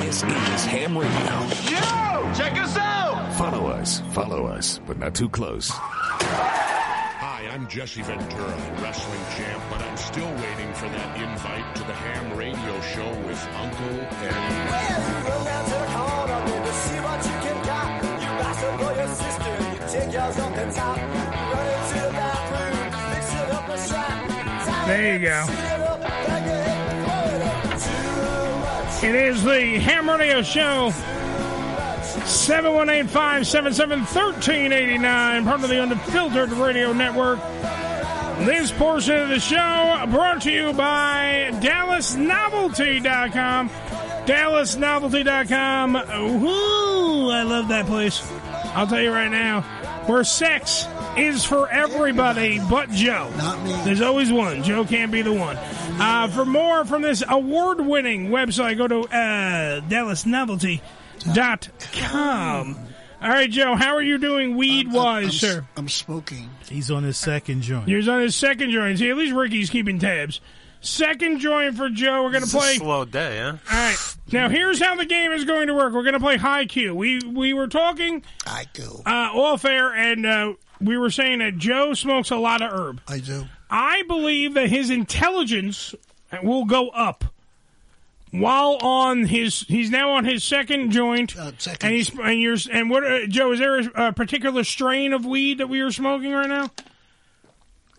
[SPEAKER 6] This is Ham Radio.
[SPEAKER 24] Yo! Check us out!
[SPEAKER 6] Follow us, follow us, but not too close.
[SPEAKER 14] Hi, I'm Jesse Ventura, the wrestling champ, but I'm still waiting for that invite to the ham radio show with Uncle Eddie.
[SPEAKER 1] There you go. It is the Ham Radio Show. 718-577-1389, part of the Unfiltered Radio Network. This portion of the show brought to you by DallasNovelty.com. DallasNovelty.com. Woo! I love that place. I'll tell you right now, where sex is for everybody but Joe. Not me. There's always one. Joe can't be the one. Uh, for more from this award-winning website, go to uh, DallasNovelty.com. All right, Joe, how are you doing weed-wise, sir?
[SPEAKER 3] I'm smoking. He's on his second joint.
[SPEAKER 1] He's on his second joint. See, at least Ricky's keeping tabs. Second joint for Joe. We're going to
[SPEAKER 4] It's
[SPEAKER 1] play.
[SPEAKER 4] a slow day, huh?
[SPEAKER 1] All right. Now here's how the game is going to work. We're going to play high Q. We we were talking high Q uh, off air, and uh, we were saying that Joe smokes a lot of herb.
[SPEAKER 2] I do.
[SPEAKER 1] I believe that his intelligence will go up while on his. He's now on his second joint,
[SPEAKER 2] Uh,
[SPEAKER 1] and he's and you're and what uh, Joe? Is there a, a particular strain of weed that we are smoking right now?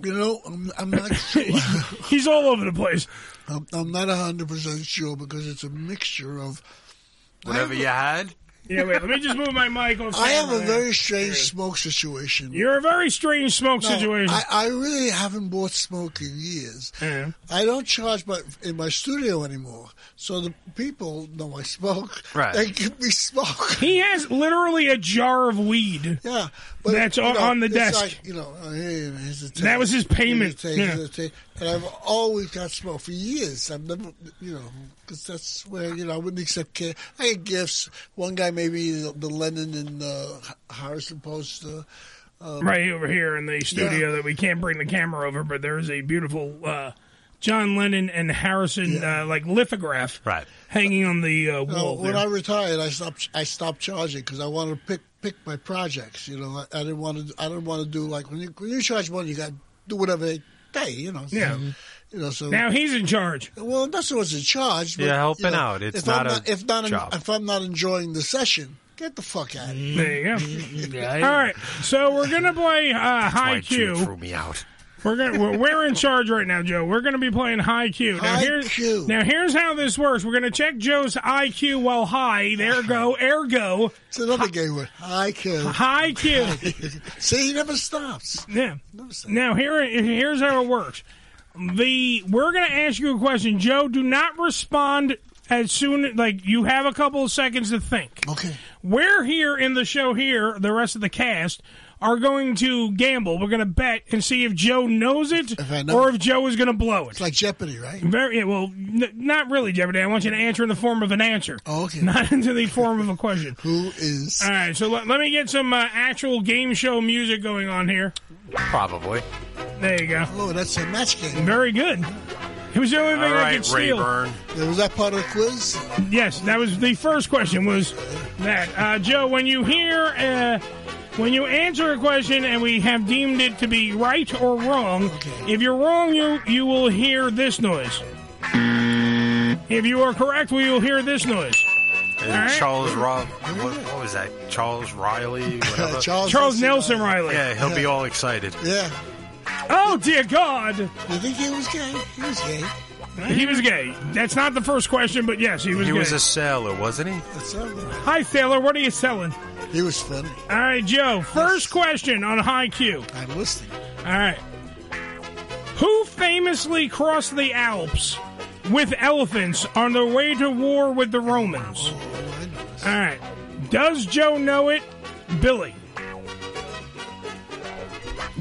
[SPEAKER 2] You know, I'm, I'm not sure.
[SPEAKER 1] [laughs] He's all over the place.
[SPEAKER 2] I'm, I'm not 100% sure because it's a mixture of
[SPEAKER 4] Whatever you had?
[SPEAKER 1] Yeah, wait. Let me just move my mic. off
[SPEAKER 2] I have
[SPEAKER 1] camera
[SPEAKER 2] a
[SPEAKER 1] there.
[SPEAKER 2] very strange smoke situation.
[SPEAKER 1] You're a very strange smoke
[SPEAKER 2] No,
[SPEAKER 1] situation.
[SPEAKER 2] I, I really haven't bought smoke in years. I don't charge my in my studio anymore, so the people know I smoke.
[SPEAKER 1] Right.
[SPEAKER 2] They give me smoke.
[SPEAKER 1] He has literally a jar of weed.
[SPEAKER 2] Yeah,
[SPEAKER 1] that's
[SPEAKER 2] you
[SPEAKER 1] on,
[SPEAKER 2] know,
[SPEAKER 1] on the
[SPEAKER 2] it's
[SPEAKER 1] desk.
[SPEAKER 2] like, you know, uh, here, here's the
[SPEAKER 1] That
[SPEAKER 2] tape.
[SPEAKER 1] was his payment.
[SPEAKER 2] Here's the tape,
[SPEAKER 1] Yeah.
[SPEAKER 2] here's the tape. And I've always got smoke for years. I've never, you know, because that's where you know I wouldn't accept care. I get gifts. One guy made me the, the Lennon and uh, Harrison poster. Uh,
[SPEAKER 1] right over here in the studio
[SPEAKER 2] Yeah.
[SPEAKER 1] that we can't bring the camera over, but there is a beautiful uh, John Lennon and Harrison uh, like lithograph
[SPEAKER 4] right.
[SPEAKER 1] hanging on the uh,
[SPEAKER 2] No,
[SPEAKER 1] wall.
[SPEAKER 2] when
[SPEAKER 1] there.
[SPEAKER 2] I retired, I stopped. I stopped charging because I wanted to pick pick my projects. You know, I, I didn't want to. I didn't want to do like when you when you charge money, you got to do whatever they pay. You know. so-
[SPEAKER 1] Yeah.
[SPEAKER 2] You know. So
[SPEAKER 1] Now he's in charge.
[SPEAKER 2] Well, that's what's in charge. But,
[SPEAKER 1] You're
[SPEAKER 2] you
[SPEAKER 1] helping
[SPEAKER 2] know,
[SPEAKER 1] out. It's
[SPEAKER 2] if
[SPEAKER 1] not
[SPEAKER 2] I'm
[SPEAKER 1] a
[SPEAKER 2] not, if not en-
[SPEAKER 1] job.
[SPEAKER 2] if I'm not enjoying the session, get the fuck out. of here.
[SPEAKER 1] There you
[SPEAKER 2] [laughs]
[SPEAKER 1] go. All right, so we're gonna play uh, High Q.
[SPEAKER 4] threw me out.
[SPEAKER 1] We're gonna we're, we're in charge right now, Joe. We're gonna be playing high Q. Now here's now here's how this works. We're gonna check Joe's IQ while high. There go ergo.
[SPEAKER 2] It's another gay word. High Q.
[SPEAKER 1] High Q.
[SPEAKER 2] [laughs] See, he never stops.
[SPEAKER 1] Yeah. Now here here's how it works. The we're gonna ask you a question, Joe. Do not respond as soon like you have a couple of seconds to think.
[SPEAKER 2] Okay.
[SPEAKER 1] We're here in the show here, the rest of the cast are going to gamble. We're gonna bet and see if Joe knows it or if Joe is gonna blow it. It's
[SPEAKER 2] like Jeopardy, right?
[SPEAKER 1] Very yeah, well, n- not really Jeopardy. I want you to answer in the form of an answer.
[SPEAKER 2] Oh, okay.
[SPEAKER 1] Not into the form of a question.
[SPEAKER 2] [laughs] Who is?
[SPEAKER 1] All right, so let, let me get some uh, actual game show music going on here.
[SPEAKER 4] Probably.
[SPEAKER 1] There you go.
[SPEAKER 2] Oh, that's a match game.
[SPEAKER 1] Very good. It was the only thing
[SPEAKER 4] All
[SPEAKER 1] I
[SPEAKER 4] right,
[SPEAKER 1] could steal.
[SPEAKER 4] Rayburn.
[SPEAKER 2] Was that part of the quiz?
[SPEAKER 1] Yes, that was the first question. Was that uh, Joe? When you hear, uh, when you answer a question, and we have deemed it to be right or wrong, if you're wrong, you you will hear this noise. If you are correct, we will hear this noise.
[SPEAKER 4] And
[SPEAKER 1] All right.
[SPEAKER 4] Charles Rob, what, what was that? Charles
[SPEAKER 1] [laughs]
[SPEAKER 4] Riley, whatever.
[SPEAKER 1] Charles Charles Nelson Nelson Riley. Riley.
[SPEAKER 4] Yeah, he'll be
[SPEAKER 1] Yeah.
[SPEAKER 4] all excited.
[SPEAKER 2] Yeah.
[SPEAKER 1] Oh dear God! You
[SPEAKER 2] think he was gay? He was gay.
[SPEAKER 1] He was gay. That's not the first question, but yes, he was.
[SPEAKER 4] He
[SPEAKER 1] gay.
[SPEAKER 4] was a sailor, wasn't he?
[SPEAKER 1] Hi, Sailor. What are you selling?
[SPEAKER 2] He was funny.
[SPEAKER 1] All right, Joe. First question on High Q.
[SPEAKER 2] I'm listening.
[SPEAKER 1] All right. Who famously crossed the Alps with elephants on their way to war with the Romans?
[SPEAKER 2] Oh,
[SPEAKER 1] All right. Does Joe know it? Billy.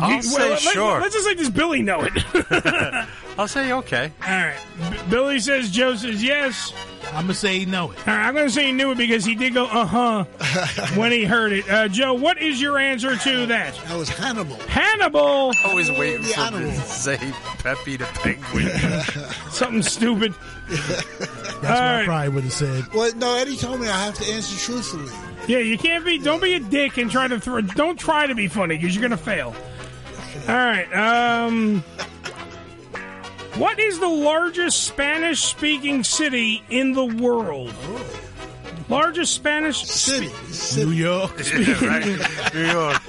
[SPEAKER 4] I'll
[SPEAKER 1] You-
[SPEAKER 4] say
[SPEAKER 1] well, let-
[SPEAKER 4] sure.
[SPEAKER 1] Let's just let this Billy know it.
[SPEAKER 4] [laughs] I'll say okay.
[SPEAKER 1] All right. B- Billy says Joe says yes.
[SPEAKER 3] I'm gonna say he know it.
[SPEAKER 1] All right, I'm gonna say he knew it because he did go uh
[SPEAKER 3] [laughs]
[SPEAKER 1] huh when he heard it. Uh, Joe, what is your answer to that?
[SPEAKER 2] That was Hannibal.
[SPEAKER 1] Hannibal.
[SPEAKER 4] Always waiting
[SPEAKER 1] The
[SPEAKER 4] for
[SPEAKER 1] animal.
[SPEAKER 4] the say Peppy the penguin.
[SPEAKER 1] Something stupid.
[SPEAKER 3] [laughs] That's what I probably would have said.
[SPEAKER 2] Well, no, Eddie told me I have to answer truthfully.
[SPEAKER 1] Yeah, you can't be. Don't be a dick and try to throw. Don't try to be funny because you're gonna fail. All right. Um, what is the largest Spanish-speaking city in the world?
[SPEAKER 2] Oh.
[SPEAKER 1] Largest Spanish city.
[SPEAKER 3] New York.
[SPEAKER 4] [laughs] Yeah,
[SPEAKER 1] [laughs]
[SPEAKER 4] right? New York.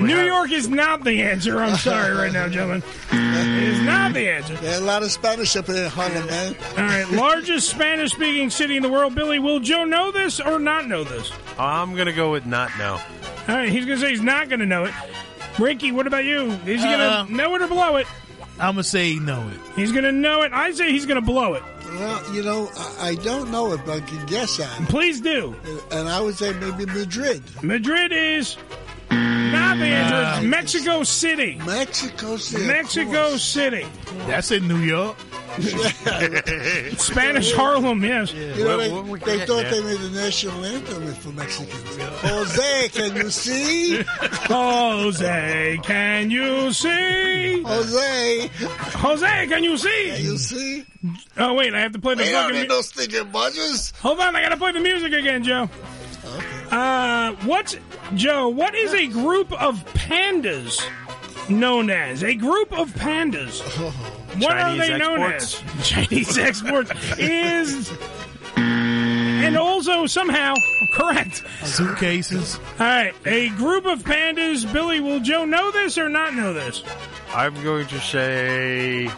[SPEAKER 1] New York is not the answer. I'm sorry, right now, gentlemen. It is not the answer.
[SPEAKER 2] There are a lot of Spanish up in Harlem, man.
[SPEAKER 1] All right, largest Spanish-speaking city in the world. Billy, will Joe know this or not know this?
[SPEAKER 4] I'm gonna go with not now.
[SPEAKER 1] All right, he's gonna say he's not gonna know it. Ricky, what about you? Is he
[SPEAKER 3] Uh,
[SPEAKER 1] gonna know it or blow it?
[SPEAKER 3] I'm gonna say he know it.
[SPEAKER 1] He's gonna know it. I say he's gonna blow it.
[SPEAKER 2] Well, you know, I, I don't know it, but I can guess at it.
[SPEAKER 1] Please do.
[SPEAKER 2] And I would say maybe Madrid.
[SPEAKER 1] Madrid is not the answer. It's Mexico City.
[SPEAKER 2] Mexico City.
[SPEAKER 1] Mexico City.
[SPEAKER 3] [laughs] That's in New
[SPEAKER 2] [laughs]
[SPEAKER 3] York. [laughs]
[SPEAKER 1] Spanish Harlem. Yes.
[SPEAKER 2] You know, they, they thought they made the national anthem for Mexicans. Jose, can you see?
[SPEAKER 1] [laughs] Jose, can you see?
[SPEAKER 2] Jose,
[SPEAKER 1] Jose, can you see? Can
[SPEAKER 2] you see?
[SPEAKER 1] Oh wait, I have to play the
[SPEAKER 2] We
[SPEAKER 1] fucking.
[SPEAKER 2] don't need
[SPEAKER 1] mu-
[SPEAKER 2] no stinking budgets.
[SPEAKER 1] Hold on, I gotta play the music again, Joe. Uh, what's Joe? What is a group of pandas known as? A group of pandas. What
[SPEAKER 4] Chinese
[SPEAKER 1] are they known
[SPEAKER 4] exports?
[SPEAKER 1] as? [laughs] Chinese exports is. And also somehow correct.
[SPEAKER 3] Suitcases.
[SPEAKER 1] All right, a group of pandas. Billy, will Joe know this or not know this?
[SPEAKER 4] I'm going to say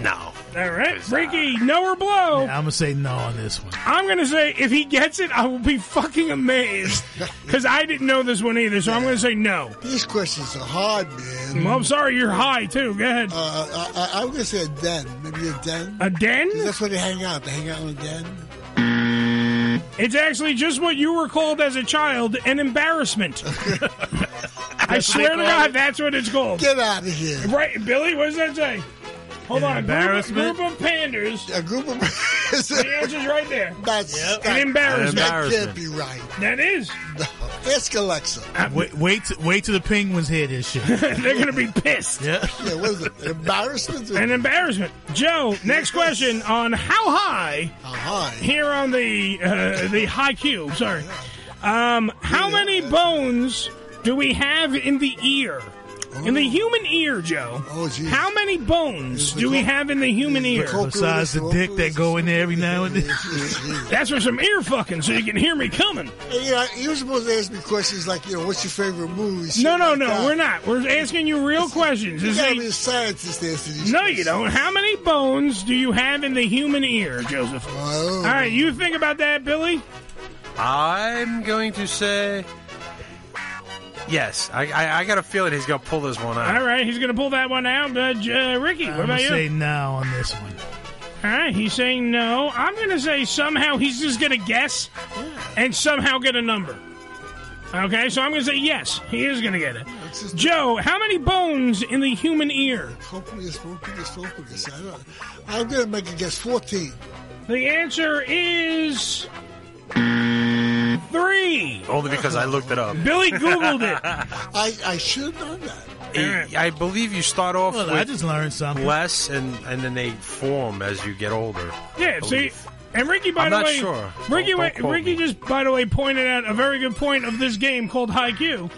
[SPEAKER 4] no.
[SPEAKER 1] All right, Ricky, no or blow?
[SPEAKER 3] I'm gonna say no on this one.
[SPEAKER 1] I'm going to say if he gets it, I will be fucking
[SPEAKER 2] [laughs]
[SPEAKER 1] amazed because I didn't know this one either. So I'm going to say no.
[SPEAKER 2] These questions are hard, man.
[SPEAKER 1] Well, I'm sorry, you're high too. Go ahead.
[SPEAKER 2] Uh, I, I, I was going to say a den. Maybe a den.
[SPEAKER 1] A den?
[SPEAKER 2] That's where they hang out. They hang out in a den.
[SPEAKER 1] It's actually just what you were called as a child an
[SPEAKER 2] [laughs]
[SPEAKER 1] embarrassment. I swear to God, that's what it's called.
[SPEAKER 2] Get out of here.
[SPEAKER 1] Right, Billy, what does that say? Hold
[SPEAKER 2] An
[SPEAKER 1] on.
[SPEAKER 2] embarrassment?
[SPEAKER 1] Group of, group of panders.
[SPEAKER 2] A group of [laughs]
[SPEAKER 1] The answer's right there.
[SPEAKER 2] That's
[SPEAKER 1] an embarrassment.
[SPEAKER 2] That can't be right.
[SPEAKER 1] That is.
[SPEAKER 2] Ask Alexa.
[SPEAKER 3] Wait, wait, t- wait till the Penguins hear this shit.
[SPEAKER 1] [laughs] They're going to be pissed.
[SPEAKER 3] Yeah.
[SPEAKER 2] Yeah, what is it? An embarrassment?
[SPEAKER 1] An embarrassment. Joe, next question on how high? How
[SPEAKER 2] high?
[SPEAKER 1] Here on the uh, the high cube. Sorry. Um, how many bones do we have in the ear? In
[SPEAKER 2] Oh.
[SPEAKER 1] the human ear, Joe. Oh, geez. How many bones do we have in the human ear?
[SPEAKER 3] Besides the dick that go in there every now and then.
[SPEAKER 1] That's for some ear fucking, so you can hear me coming.
[SPEAKER 2] Hey, you know, you were supposed to ask me questions like, you know, what's your favorite movie? Shit
[SPEAKER 1] No, no,
[SPEAKER 2] like
[SPEAKER 1] no.
[SPEAKER 2] that.
[SPEAKER 1] We're not. We're asking you real questions.
[SPEAKER 2] You
[SPEAKER 1] This
[SPEAKER 2] gotta
[SPEAKER 1] ain't-
[SPEAKER 2] be a scientist to answer these
[SPEAKER 1] No,
[SPEAKER 2] questions.
[SPEAKER 1] you don't. How many bones do you have in the human ear, Joseph? All right, you think about that, Billy.
[SPEAKER 4] Uh, I'm going to say yes. I, I, I got a feeling he's going to pull this one out.
[SPEAKER 1] All right, he's going to pull that one out. Uh, J- uh, Ricky, what
[SPEAKER 3] I'm
[SPEAKER 1] about
[SPEAKER 3] gonna
[SPEAKER 1] you?
[SPEAKER 3] say no on this one.
[SPEAKER 1] All right, he's saying no. I'm going to say somehow he's just going to guess and somehow get a number. Okay, so I'm going to say yes. He is going to get it. Joe, how many bones in the human ear?
[SPEAKER 2] Focus, focus, focus. I don't, I'm going to make a guess 14.
[SPEAKER 1] The answer is three.
[SPEAKER 4] Only because I looked it up.
[SPEAKER 1] [laughs] Billy
[SPEAKER 4] [laughs]
[SPEAKER 1] Googled it.
[SPEAKER 2] I, I should have done that.
[SPEAKER 4] I I believe you start off
[SPEAKER 3] Well,
[SPEAKER 4] with
[SPEAKER 3] I just learned something.
[SPEAKER 4] less, and, and then they form as you get older.
[SPEAKER 1] Yeah,
[SPEAKER 4] I
[SPEAKER 1] see,
[SPEAKER 4] believe.
[SPEAKER 1] and Ricky, by
[SPEAKER 4] I'm
[SPEAKER 1] the
[SPEAKER 4] not
[SPEAKER 1] way,
[SPEAKER 4] sure.
[SPEAKER 1] Ricky,
[SPEAKER 4] Don't- don't quote
[SPEAKER 1] Ricky just, by the way, pointed out a very good point of this game called High Q.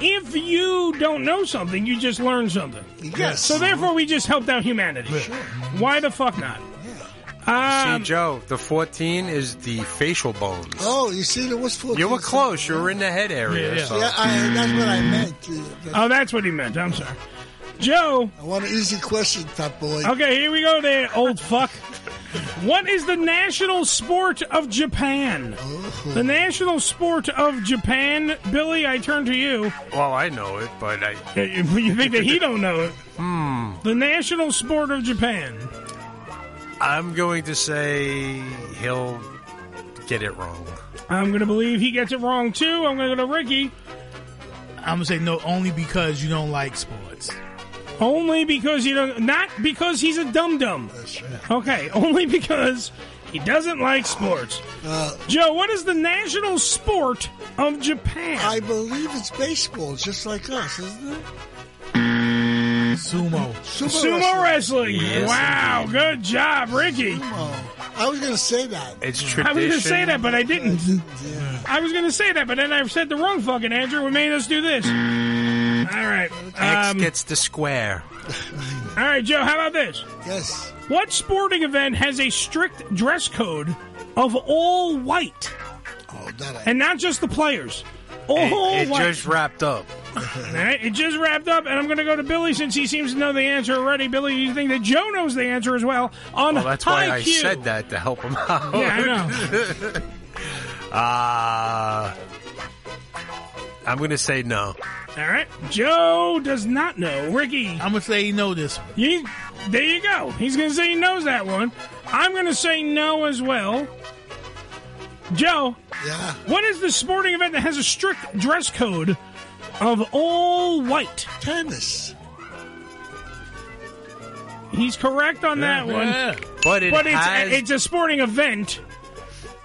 [SPEAKER 1] If you don't know something, you just learn something.
[SPEAKER 2] Yes.
[SPEAKER 1] So therefore, we just helped out humanity. Why the fuck not? Um,
[SPEAKER 4] see, Joe, the 14 is the facial bones.
[SPEAKER 2] Oh, you see, there was 14.
[SPEAKER 4] You were close. You were in the head area.
[SPEAKER 2] Yeah,
[SPEAKER 4] So.
[SPEAKER 2] I, that's what I meant.
[SPEAKER 1] Oh, that's what he meant. I'm sorry. Joe.
[SPEAKER 2] I want an easy question, top boy.
[SPEAKER 1] Okay, here we go there, old fuck. What is the national sport of Japan?
[SPEAKER 2] Oh.
[SPEAKER 1] The national sport of Japan, Billy. I turn to you.
[SPEAKER 4] Well, I know it, but I.
[SPEAKER 1] You [laughs] think that he don't know it? Hmm. The national sport of Japan.
[SPEAKER 4] I'm going to say he'll get it wrong.
[SPEAKER 1] I'm going to believe he gets it wrong too. I'm going to go to Ricky
[SPEAKER 3] I'm gonna say no only because you don't like sports.
[SPEAKER 1] only because he don't not because he's a dum dum. Okay, [laughs] only because he doesn't like sports.
[SPEAKER 2] Uh,
[SPEAKER 1] Joe, what is the national sport of Japan?
[SPEAKER 2] I believe it's baseball, just like us, isn't it?
[SPEAKER 3] Sumo.
[SPEAKER 2] Sumo,
[SPEAKER 1] Sumo wrestling.
[SPEAKER 2] Yes,
[SPEAKER 1] wow,
[SPEAKER 2] indeed.
[SPEAKER 1] good job, Ricky.
[SPEAKER 2] I was going to say that.
[SPEAKER 4] It's
[SPEAKER 1] I
[SPEAKER 4] tradition.
[SPEAKER 1] was going to say that, but I didn't. I was going to say that, but then I said the wrong fucking answer. What made us do this? All right.
[SPEAKER 4] X
[SPEAKER 1] Um,
[SPEAKER 4] gets the square.
[SPEAKER 1] all right, Joe, how about this?
[SPEAKER 2] Yes.
[SPEAKER 1] What sporting event has a strict dress code of all white?
[SPEAKER 2] Oh, that I,
[SPEAKER 1] And not just the players.
[SPEAKER 4] It,
[SPEAKER 1] All
[SPEAKER 4] it
[SPEAKER 1] white.
[SPEAKER 4] just wrapped up.
[SPEAKER 1] All right, it just wrapped up, and I'm going to go to Billy since he seems to know the answer already. Billy, you think that Joe knows the answer as well on
[SPEAKER 4] Well, that's
[SPEAKER 1] high
[SPEAKER 4] why I
[SPEAKER 1] Q.
[SPEAKER 4] said that to help him out.
[SPEAKER 1] Yeah, I know.
[SPEAKER 4] [laughs] Uh, I'm going to say no.
[SPEAKER 1] All right, Joe does not know. Ricky,
[SPEAKER 3] I'm gonna say you know this one.
[SPEAKER 1] You, there you go. He's going to say he knows that one. I'm going to say no as well. Joe,
[SPEAKER 2] yeah.
[SPEAKER 1] what is the sporting event that has a strict dress code of all white?
[SPEAKER 2] Tennis.
[SPEAKER 1] He's correct on that one.
[SPEAKER 4] But it
[SPEAKER 1] But it's,
[SPEAKER 4] has.
[SPEAKER 1] it's a sporting event,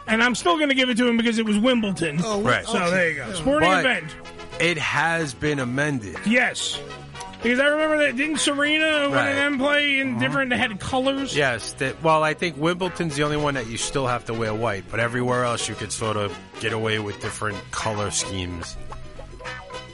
[SPEAKER 1] and I'm still going to give it to him because it was Wimbledon.
[SPEAKER 2] Oh,
[SPEAKER 4] Right.
[SPEAKER 1] So there you go. Sporting
[SPEAKER 4] But-
[SPEAKER 1] event.
[SPEAKER 4] it has been amended.
[SPEAKER 1] Yes. Because I remember that didn't Serena one
[SPEAKER 4] Right. Uh-huh.
[SPEAKER 1] of them play in different they had colors?
[SPEAKER 4] Yes. That, well, I think Wimbledon's the only one that you still have to wear white, but everywhere else you could sort of get away with different color schemes.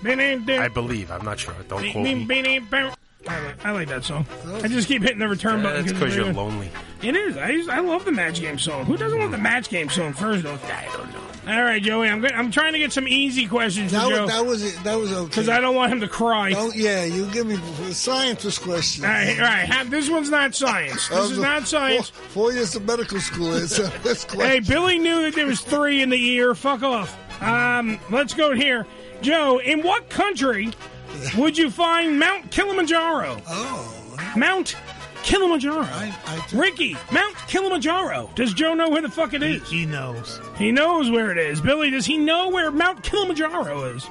[SPEAKER 1] They named them-
[SPEAKER 4] I believe. I'm not sure. Don't
[SPEAKER 1] Beep,
[SPEAKER 4] quote
[SPEAKER 1] beep,
[SPEAKER 4] me.
[SPEAKER 1] beep, beep, beep. I like, I like that song. I just keep hitting the return button.
[SPEAKER 4] That's because
[SPEAKER 1] it's
[SPEAKER 4] you're
[SPEAKER 1] really-
[SPEAKER 4] lonely.
[SPEAKER 1] It is. I, I love the match game song. Who doesn't love the match game song first off? I don't know. All right, Joey. I'm good. I'm trying to get some easy questions
[SPEAKER 2] That
[SPEAKER 1] for
[SPEAKER 2] was,
[SPEAKER 1] Joe.
[SPEAKER 2] that was it. That was okay. Because
[SPEAKER 1] I don't want him to cry.
[SPEAKER 2] Oh yeah, you give me the scientist question.
[SPEAKER 1] All right, all right. Have, this one's not science. This is not science.
[SPEAKER 2] Four, four years of medical school. It's uh, this
[SPEAKER 1] Hey,
[SPEAKER 2] question.
[SPEAKER 1] Billy knew that there was three in the year. Fuck off. Um, let's go here, Joe. In what country would you find Mount Kilimanjaro?
[SPEAKER 2] Oh,
[SPEAKER 1] Mount Kilimanjaro. Ricky, Mount Kilimanjaro. Does Joe know where the fuck it is?
[SPEAKER 3] He, knows.
[SPEAKER 1] He knows where it is. Billy, does he know where Mount Kilimanjaro is?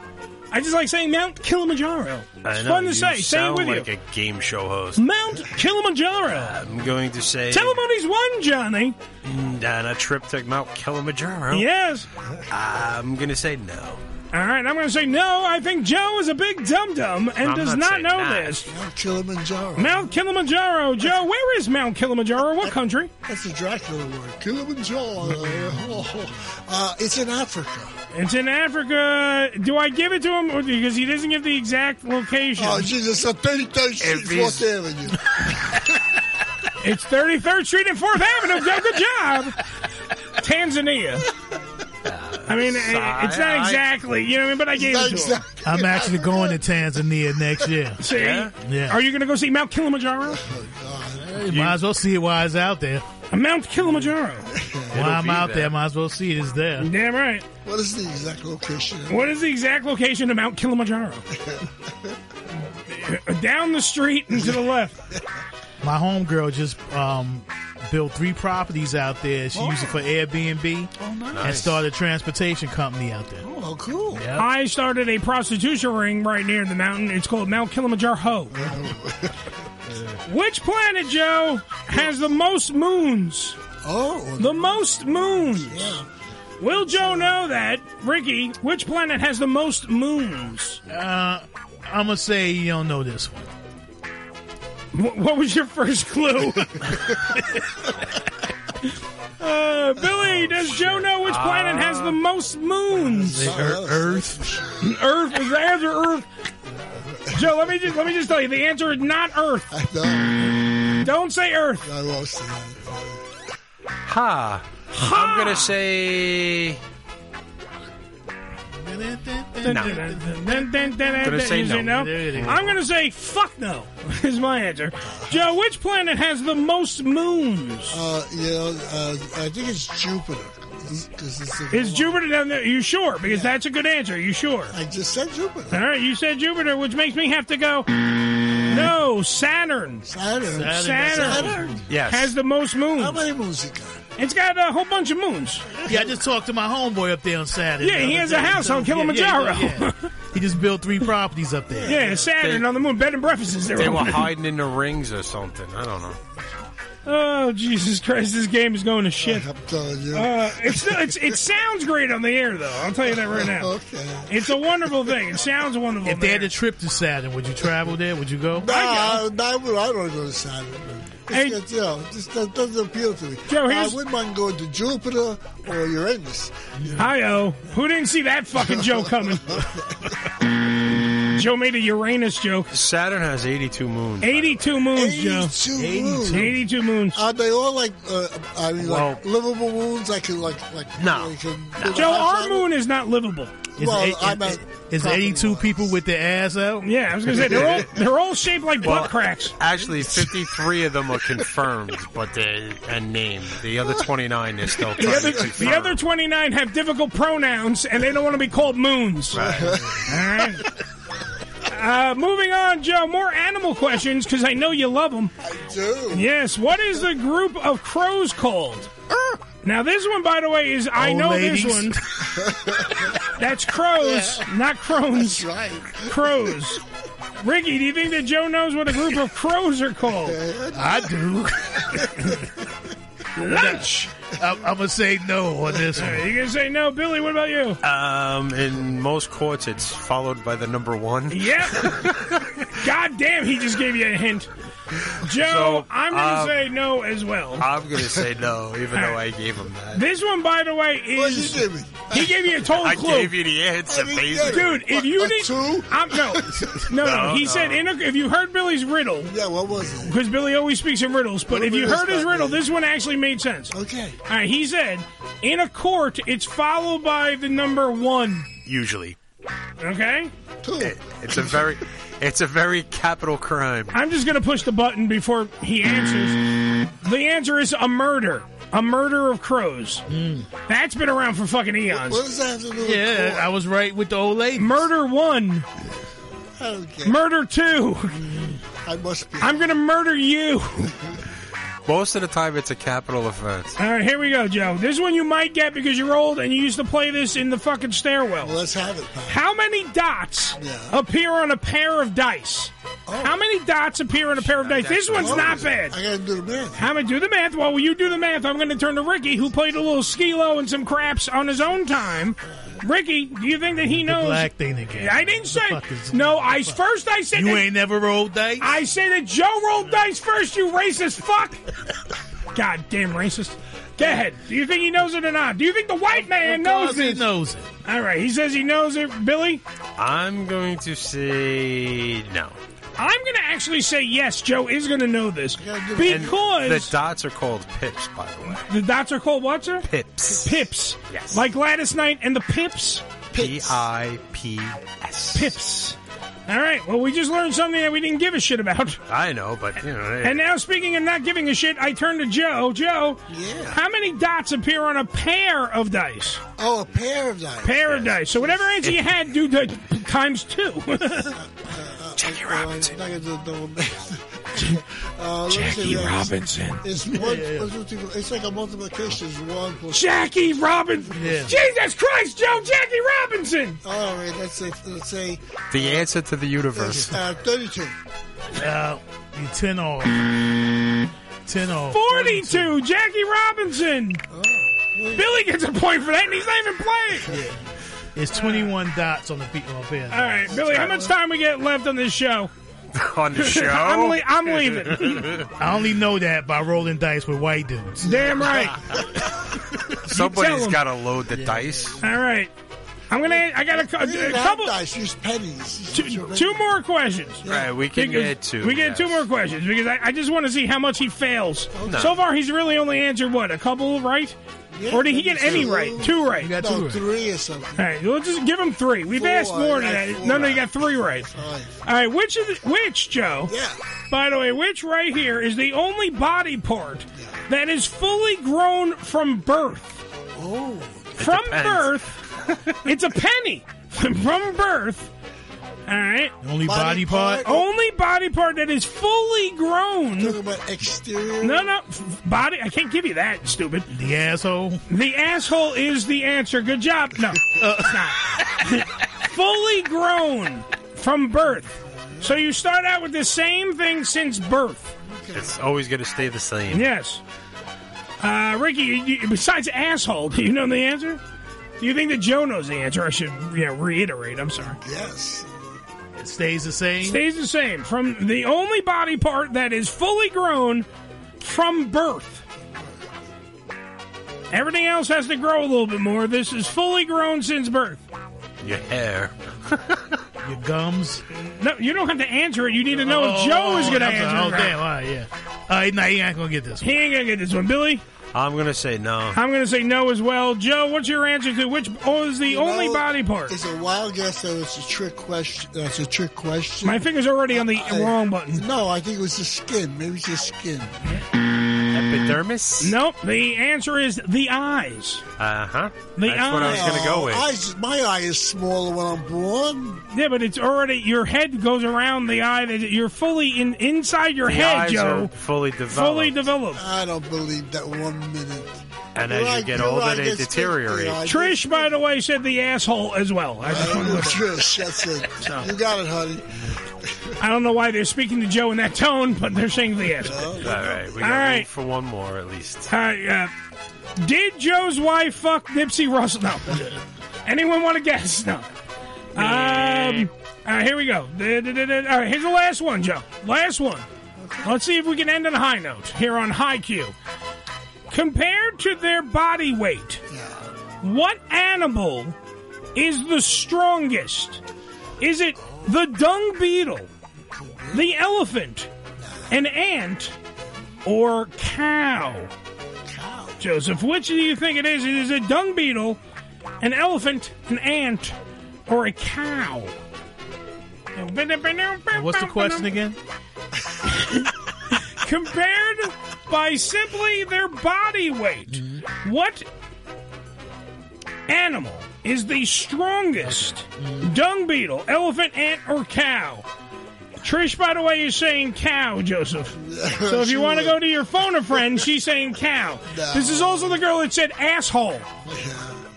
[SPEAKER 1] I just like saying Mount Kilimanjaro.
[SPEAKER 4] I
[SPEAKER 1] It's
[SPEAKER 4] know,
[SPEAKER 1] fun to
[SPEAKER 4] you
[SPEAKER 1] say. Say it
[SPEAKER 4] sound
[SPEAKER 1] with
[SPEAKER 4] like
[SPEAKER 1] you.
[SPEAKER 4] a game show host.
[SPEAKER 1] Mount
[SPEAKER 4] [laughs]
[SPEAKER 1] Kilimanjaro.
[SPEAKER 4] I'm going to say
[SPEAKER 1] Tell him what he's won, Johnny.
[SPEAKER 4] on a trip to Mount Kilimanjaro.
[SPEAKER 1] Yes.
[SPEAKER 4] I'm going to say no.
[SPEAKER 1] All right, I'm going to say no. I think Joe is a big dum dum [laughs] and
[SPEAKER 4] I'm
[SPEAKER 1] does
[SPEAKER 4] not
[SPEAKER 1] not
[SPEAKER 4] saying
[SPEAKER 1] know
[SPEAKER 4] that.
[SPEAKER 1] this.
[SPEAKER 2] Kilimanjaro.
[SPEAKER 1] Mount Kilimanjaro, Joe. Where is Mount Kilimanjaro? What country?
[SPEAKER 2] That's a Dracula word. Kilimanjaro. Oh, uh, it's in Africa.
[SPEAKER 1] It's in Africa. Do I give it to him? Or- Because he doesn't give the exact location.
[SPEAKER 2] Oh, Jesus, a 33rd Street, Fourth Avenue.
[SPEAKER 1] [laughs] It's 33rd Street and 4th Avenue. Joe, Good job.
[SPEAKER 4] [laughs]
[SPEAKER 1] Tanzania. I mean, it- it's not exactly, you know what I mean? But I gave it to him.
[SPEAKER 3] I'm actually going to Tanzania next year.
[SPEAKER 1] [laughs] See?
[SPEAKER 3] [laughs] Yeah.
[SPEAKER 1] Are you going to go see Mount Kilimanjaro?
[SPEAKER 3] Might as well see it while it's out there.
[SPEAKER 1] Mount Kilimanjaro.
[SPEAKER 3] While I'm
[SPEAKER 1] be
[SPEAKER 3] out
[SPEAKER 1] there.
[SPEAKER 3] there, might as well see it. It's there.
[SPEAKER 1] Damn right.
[SPEAKER 2] What is the exact location?
[SPEAKER 1] What is the exact location of Mount
[SPEAKER 3] [laughs]
[SPEAKER 1] Kilimanjaro? Down the street and to the left.
[SPEAKER 3] My homegirl just um, built three properties out there. She used it for Airbnb and
[SPEAKER 1] Oh, Nice.
[SPEAKER 3] started a transportation company out there.
[SPEAKER 2] Oh, cool.
[SPEAKER 1] I started a prostitution ring right near the mountain. It's called Mount Kilimanjaro. Which planet, Joe, has the most moons?
[SPEAKER 2] Oh,
[SPEAKER 1] the most moons. Will Joe know that, Ricky? Which planet has the most moons?
[SPEAKER 3] Uh, I'm gonna say you don't know this one.
[SPEAKER 1] Wh- What was your first
[SPEAKER 3] [laughs]
[SPEAKER 1] clue? Uh, Billy, does Joe know which planet
[SPEAKER 3] Ah.
[SPEAKER 1] has the most moons?
[SPEAKER 3] Earth.
[SPEAKER 1] [clears throat] Earth is the answer. Earth. Joe, let me just let me just tell you the answer is not Earth. Don't say Earth.
[SPEAKER 2] I won't say
[SPEAKER 4] Ha. I'm going to say.
[SPEAKER 1] Gonna
[SPEAKER 4] say no.
[SPEAKER 1] I'm gonna say fuck no. [laughs] Is my answer. Joe, which planet has the most moons?
[SPEAKER 2] Uh, you know, uh, I think it's Jupiter. 'cause it's a-
[SPEAKER 1] Is Jupiter down there? You sure? Because that's a good answer. You sure?
[SPEAKER 2] I just said Jupiter.
[SPEAKER 1] All right, you said Jupiter, which makes me have to go. No, Saturn.
[SPEAKER 2] Saturn.
[SPEAKER 1] Saturn.
[SPEAKER 2] Saturn.
[SPEAKER 4] Yes.
[SPEAKER 1] Has the most moons.
[SPEAKER 2] How many moons it got?
[SPEAKER 1] It's got a whole bunch of moons.
[SPEAKER 3] Yeah, I just talked to my homeboy up there on Saturday.
[SPEAKER 1] Yeah, he
[SPEAKER 3] The
[SPEAKER 1] has
[SPEAKER 3] other
[SPEAKER 1] a
[SPEAKER 3] day.
[SPEAKER 1] house on
[SPEAKER 3] Yeah, yeah,
[SPEAKER 1] Kilimanjaro.
[SPEAKER 3] yeah, yeah. He just built three properties up there.
[SPEAKER 1] Yeah, Saturn on the moon. Bed and breakfasts.
[SPEAKER 4] They
[SPEAKER 1] [laughs]
[SPEAKER 4] were
[SPEAKER 1] opening.
[SPEAKER 4] hiding in the rings or something. I don't know.
[SPEAKER 1] Oh Jesus Christ! This game is going to shit.
[SPEAKER 2] I'm telling you.
[SPEAKER 1] Uh, it's, it's it sounds great on the air though. I'll tell you that right now.
[SPEAKER 2] [laughs] Okay.
[SPEAKER 1] It's a wonderful thing. It sounds wonderful.
[SPEAKER 3] If they
[SPEAKER 1] on
[SPEAKER 3] had
[SPEAKER 1] the
[SPEAKER 3] a
[SPEAKER 1] air.
[SPEAKER 3] trip to Saturn, would you travel there? Would you go?
[SPEAKER 2] No, Uh, I, no, I don't want to go to Saturn. It's,
[SPEAKER 1] Hey-
[SPEAKER 2] it's, you know, just that doesn't appeal to me. Uh,
[SPEAKER 1] Joe,
[SPEAKER 2] I
[SPEAKER 1] here's-
[SPEAKER 2] wouldn't mind going to Jupiter or Uranus.
[SPEAKER 1] Hi-oh. Who didn't see that
[SPEAKER 2] [laughs]
[SPEAKER 1] fucking joke coming? Joe made a Uranus joke.
[SPEAKER 4] Saturn has 82 moons.
[SPEAKER 1] 82 moons, Joe.
[SPEAKER 2] 82 moons.
[SPEAKER 1] 82 moons.
[SPEAKER 2] Are they all like, uh, I mean, like
[SPEAKER 4] Well-
[SPEAKER 2] livable moons? I can like, like,
[SPEAKER 4] No.
[SPEAKER 2] I can- I
[SPEAKER 1] Joe, our
[SPEAKER 2] can-
[SPEAKER 1] moon is not livable.
[SPEAKER 3] Is,
[SPEAKER 2] Well,
[SPEAKER 3] eight-
[SPEAKER 2] I meant
[SPEAKER 3] is
[SPEAKER 2] property
[SPEAKER 3] 82 people with their ass out?
[SPEAKER 1] Yeah, I was gonna say they're all they're all shaped like butt cracks.
[SPEAKER 4] Actually, 53 of them are confirmed, but they and named. The other 29 is still
[SPEAKER 1] The
[SPEAKER 4] trying
[SPEAKER 1] other,
[SPEAKER 4] to confirm.
[SPEAKER 1] the other 29 have difficult pronouns and they don't want to be called moons. All right. Uh, moving on, Joe. More animal questions because I know you love them.
[SPEAKER 2] Dude.
[SPEAKER 1] Yes. What is the group of crows called? Now this one, by the way, is I
[SPEAKER 3] Old
[SPEAKER 1] know this one.
[SPEAKER 3] [laughs] ladies.
[SPEAKER 1] That's crows, not crones.
[SPEAKER 2] Right.
[SPEAKER 1] Crows. Ricky, do you think that Joe knows what a group of crows are called?
[SPEAKER 3] I do.
[SPEAKER 1] Lunch.
[SPEAKER 3] I'm, I'm gonna say no on this
[SPEAKER 1] All
[SPEAKER 3] one.
[SPEAKER 1] right, you gonna say no, Billy? What about you?
[SPEAKER 4] Um, in most courts, it's [laughs] followed by the number one.
[SPEAKER 1] Yep. God damn, he just gave you a hint. Joe,
[SPEAKER 4] So,
[SPEAKER 1] I'm going to
[SPEAKER 4] um,
[SPEAKER 1] say no as well.
[SPEAKER 4] I'm going to say no, even though I gave him that.
[SPEAKER 1] This one, by the way, is he gave you a total
[SPEAKER 4] I
[SPEAKER 1] clue.
[SPEAKER 4] gave you the answer, basically.
[SPEAKER 1] dude. If you need, I'm, no, no, no,
[SPEAKER 4] No,
[SPEAKER 1] He
[SPEAKER 4] no.
[SPEAKER 1] said, in a, if you heard Billy's riddle, yeah, what was it? Because Billy always speaks in riddles, but if you
[SPEAKER 2] riddles
[SPEAKER 1] heard his
[SPEAKER 2] back
[SPEAKER 1] riddle, this one actually made sense. Okay, all right. He said, in a court, it's followed by the number one.
[SPEAKER 4] Usually,
[SPEAKER 1] Okay,
[SPEAKER 4] It- it's a very, it's a very capital crime.
[SPEAKER 1] I'm just gonna push the button before he answers. The answer is a murder. A murder of crows. That's been around for fucking eons.
[SPEAKER 3] What does that have to do with
[SPEAKER 1] Yeah,
[SPEAKER 3] crows?
[SPEAKER 1] I was right with the old lady. Murder one. Murder two. I must be. I'm gonna murder you.
[SPEAKER 8] Most of the time, it's a capital offense.
[SPEAKER 1] All right, here we go, Joe. This one you might get because you're old and you used to play this in the fucking stairwell. let's have it. How many dots appear on a pair of dice?
[SPEAKER 3] Oh.
[SPEAKER 1] How many dots appear on a pair of dice? This one's not bad. I gotta do the math. I'm gonna do the math. While you do the math, I'm gonna turn to Ricky, who played a little skilo and some craps on his own time. Ricky, do you think that he knows?
[SPEAKER 3] black thing again.
[SPEAKER 1] I didn't say. No, I first I said
[SPEAKER 3] You
[SPEAKER 1] that-
[SPEAKER 3] ain't never rolled dice.
[SPEAKER 1] I said that Joe rolled dice first, you racist fuck! God damn racist. Go ahead. Do you think he knows it or not? Do you think the white man knows
[SPEAKER 3] course he
[SPEAKER 1] this? knows it. All right, he says he knows it. Billy,
[SPEAKER 4] I'm going to say no.
[SPEAKER 1] I'm going to actually say yes, Joe is going to know this.
[SPEAKER 4] And
[SPEAKER 1] Because
[SPEAKER 4] the dots are called pips, by the way.
[SPEAKER 1] the dots are called what, sir? Pips. Pips. Yes. Like Gladys Knight and the Pips?
[SPEAKER 4] P I P S.
[SPEAKER 1] Pips. All right, well, we just learned something that we didn't give a shit about.
[SPEAKER 4] I know, but you know.
[SPEAKER 1] And now, speaking of not giving a shit, I turn to Joe. Joe, how many dots appear on a pair of dice? Oh, a pair of dice. Pair of dice. So whatever answer you had, do the times two. [laughs]
[SPEAKER 2] Jackie Robinson. I, gotta do the
[SPEAKER 1] [laughs]
[SPEAKER 2] double math. uh, let me
[SPEAKER 1] Jackie
[SPEAKER 2] see that.
[SPEAKER 1] Robinson.
[SPEAKER 2] It's, one, one, two, three, four. it's like a multiplication. It's one plus
[SPEAKER 1] Jackie Robinson. Jesus Christ, Joe Jackie Robinson.
[SPEAKER 2] All right, let's say, let's say
[SPEAKER 8] The answer to
[SPEAKER 1] [laughs]
[SPEAKER 8] the universe.
[SPEAKER 2] uh, 32.
[SPEAKER 3] Uh, you ten off. Ten off.
[SPEAKER 1] 42, Jackie Robinson. Billy gets a point for that, and he's not even playing.
[SPEAKER 3] It's twenty-one dots on the feet on pin.
[SPEAKER 1] All right, Billy, how much time we get left on this show?
[SPEAKER 3] [laughs]
[SPEAKER 4] on
[SPEAKER 3] the show?
[SPEAKER 1] I'm, le- I'm leaving.
[SPEAKER 3] I only know that by rolling dice with white dudes.
[SPEAKER 1] Damn right.
[SPEAKER 4] Somebody's
[SPEAKER 1] him.
[SPEAKER 4] got to load the dice.
[SPEAKER 1] All right. I'm gonna. I got a, cou-
[SPEAKER 2] We didn't
[SPEAKER 1] a
[SPEAKER 2] have
[SPEAKER 1] couple.
[SPEAKER 2] dice. Use pennies.
[SPEAKER 1] Two, two more questions.
[SPEAKER 4] Right, we can
[SPEAKER 1] Because-
[SPEAKER 4] get two,
[SPEAKER 1] We get
[SPEAKER 4] yes.
[SPEAKER 1] two more questions because I, I just want to see how much he fails.
[SPEAKER 4] No.
[SPEAKER 1] So far, he's really only answered what a couple right,
[SPEAKER 2] Yeah,
[SPEAKER 1] or did he get any
[SPEAKER 2] two.
[SPEAKER 1] right? Two right.
[SPEAKER 2] No, three or something.
[SPEAKER 1] All right, we'll just give him three. We've
[SPEAKER 2] Four,
[SPEAKER 1] asked more than
[SPEAKER 2] I
[SPEAKER 1] that.
[SPEAKER 2] got four.
[SPEAKER 1] No, no, you got three right.
[SPEAKER 2] All
[SPEAKER 1] All right, which of the, which Joe? Yeah. By the way, which right here is the only body part that is fully grown from birth? Oh. From birth,
[SPEAKER 4] [laughs]
[SPEAKER 1] it's a penny. from birth. All right.
[SPEAKER 3] Only Body body part? part?
[SPEAKER 1] Only body part that is fully grown. Talking about exterior. No, no, f- body. I can't give you that, stupid.
[SPEAKER 3] The asshole.
[SPEAKER 1] The asshole is the answer. Good job. [laughs] No, it's not. Fully grown from birth. So you start out with the same thing since birth.
[SPEAKER 4] It's always going to stay the same.
[SPEAKER 1] Yes. Uh, Ricky, you, you- besides asshole, do you know the answer? Do you think that Joe knows the answer? I should yeah, reiterate. I'm sorry. Yes.
[SPEAKER 3] It stays the same.
[SPEAKER 1] Stays the same. From the only body part that is fully grown from birth. Everything else has to grow a little bit more. This is fully grown since
[SPEAKER 3] [laughs]
[SPEAKER 1] birth.
[SPEAKER 4] Your hair.
[SPEAKER 3] Your gums.
[SPEAKER 1] No, you don't have to answer it. You need to know if Joe is going to
[SPEAKER 3] I'm
[SPEAKER 1] answer.
[SPEAKER 3] sorry. Oh
[SPEAKER 1] it or not.
[SPEAKER 3] damn! All right, yeah. All right, nah, he ain't gonna get this. Uh.
[SPEAKER 1] He ain't gonna get this one, Billy.
[SPEAKER 4] I'm going to say no.
[SPEAKER 1] I'm going to say no as well. Joe, what's your answer to which oh, is the only
[SPEAKER 2] know,
[SPEAKER 1] body part?
[SPEAKER 2] It's a wild guess that it's a trick question. That's a trick question.
[SPEAKER 1] My finger's already on the
[SPEAKER 2] I-
[SPEAKER 1] wrong button.
[SPEAKER 2] No, I think it was the skin. Maybe it's the skin.
[SPEAKER 4] Epidermis?
[SPEAKER 1] Mm. Nope. The answer is the eyes.
[SPEAKER 4] Uh huh.
[SPEAKER 1] The
[SPEAKER 4] That's what I was going to go
[SPEAKER 2] Oh,
[SPEAKER 4] with.
[SPEAKER 1] Eyes, my eye is smaller when I'm born. Yeah, but it's already your head goes around the eye. That you're fully in inside your
[SPEAKER 4] The
[SPEAKER 1] head,
[SPEAKER 4] eyes
[SPEAKER 1] Joe.
[SPEAKER 4] are fully developed.
[SPEAKER 1] Fully developed.
[SPEAKER 2] I don't believe that one minute.
[SPEAKER 4] and as
[SPEAKER 2] Right,
[SPEAKER 4] you get
[SPEAKER 2] you're
[SPEAKER 4] older,
[SPEAKER 2] right,
[SPEAKER 4] they
[SPEAKER 2] it's- it's-
[SPEAKER 4] deteriorate.
[SPEAKER 2] yeah, I
[SPEAKER 1] Trish, by the way, said the asshole as well. I just wanted to-
[SPEAKER 2] [laughs] Trish, that's it. You got it, honey.
[SPEAKER 1] I don't know why they're speaking to Joe in that tone, but they're saying the asshole.
[SPEAKER 4] All right, we
[SPEAKER 1] All
[SPEAKER 4] got room
[SPEAKER 1] right.
[SPEAKER 4] for one more at least.
[SPEAKER 1] All right, uh, did Joe's wife fuck Nipsey Russell? No. [laughs] Anyone want to guess? No. Um, all right, here we go. Da- da- da- da- All right, here's the last one, Joe. Last one. Let's see if we can end on a high note here on High Q. Compared to their body weight, what animal is the strongest? Is it the dung beetle, the elephant, an ant, or cow? Joseph, which do you think it is? It is a dung beetle, an elephant, an ant, or a cow? What's
[SPEAKER 3] the question again?
[SPEAKER 1] [laughs] compared by simply their body weight. What animal is the strongest? Dung beetle, elephant, ant, or cow? Trish, by the way, is saying cow, Joseph. So if
[SPEAKER 2] she
[SPEAKER 1] you want to
[SPEAKER 2] would.
[SPEAKER 1] go to your phone a friend, she's saying cow.
[SPEAKER 2] No.
[SPEAKER 1] This is also the girl that said asshole.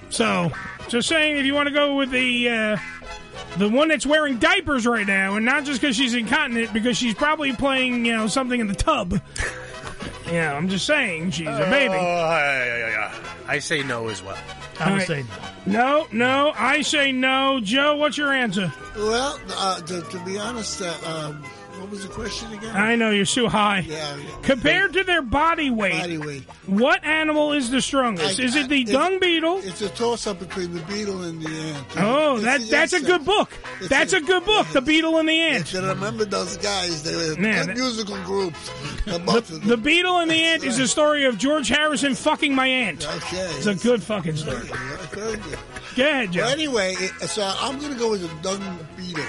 [SPEAKER 1] So just saying, if you want to go with the uh, the one that's wearing diapers right now, and not just because she's incontinent, because she's probably playing you know something in the tub. [laughs] yeah, I'm just saying she's a baby.
[SPEAKER 4] Oh, yeah, yeah, yeah. I say no as well.
[SPEAKER 1] All right. no. No, I say no. Joe, what's your answer?
[SPEAKER 2] Well, uh, to, to be honest, uh, um, what was the question again?
[SPEAKER 1] I know you're so high.
[SPEAKER 2] Yeah, yeah.
[SPEAKER 1] Compared to their body weight,
[SPEAKER 2] Body weight.
[SPEAKER 1] what animal is the strongest?
[SPEAKER 2] I-
[SPEAKER 1] is
[SPEAKER 2] I-
[SPEAKER 1] it the dung beetle?
[SPEAKER 2] It's a toss-up between the beetle and the ant.
[SPEAKER 1] Oh,
[SPEAKER 2] It's
[SPEAKER 1] that
[SPEAKER 2] the
[SPEAKER 1] that's a
[SPEAKER 2] insect.
[SPEAKER 1] good book.
[SPEAKER 2] It's
[SPEAKER 1] That's a good book. The beetle and the ant.
[SPEAKER 2] I remember those guys. They were
[SPEAKER 1] Man,
[SPEAKER 2] good
[SPEAKER 1] that-
[SPEAKER 2] musical groups. The both
[SPEAKER 1] The,
[SPEAKER 2] of
[SPEAKER 1] the
[SPEAKER 2] them.
[SPEAKER 1] Beetle and the Ant is a story of George Harrison fucking my aunt.
[SPEAKER 2] Okay.
[SPEAKER 1] It's a good fucking story.
[SPEAKER 2] Yeah, very good.
[SPEAKER 1] Go ahead, Joe.
[SPEAKER 2] Well, anyway, it- so I'm going to go with a dung beetle.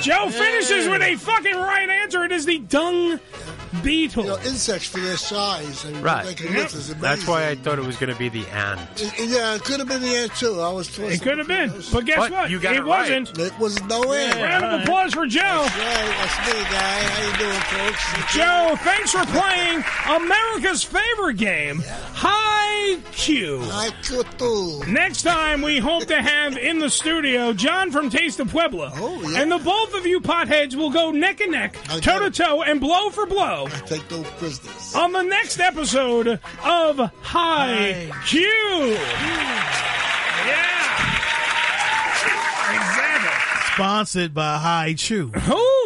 [SPEAKER 1] Joe finishes with a fucking right answer. It is the dung beetle.
[SPEAKER 2] insects for their size and what
[SPEAKER 4] Right.
[SPEAKER 2] they can lift is amazing.
[SPEAKER 4] That's why I thought it was going to be the ant.
[SPEAKER 2] It- yeah, it could have been the ant too. I was. tossing
[SPEAKER 1] It could have been,
[SPEAKER 2] those.
[SPEAKER 1] but guess what? it wasn't.
[SPEAKER 2] It was no ant.
[SPEAKER 1] Round of applause for Joe.
[SPEAKER 2] That's right. That's me, guy. How you doing, folks?
[SPEAKER 1] Joe, thanks for playing America's favorite game, High Q.
[SPEAKER 2] High Q.
[SPEAKER 1] Next time, we hope to have in the studio John from Taste of Puebla. Oh, yeah. And the both of you potheads will go neck and neck, toe to toe, and blow for blow.
[SPEAKER 2] take no prisoners.
[SPEAKER 1] on the next episode of High Q.
[SPEAKER 3] Sponsored by High Chew.
[SPEAKER 1] Ooh.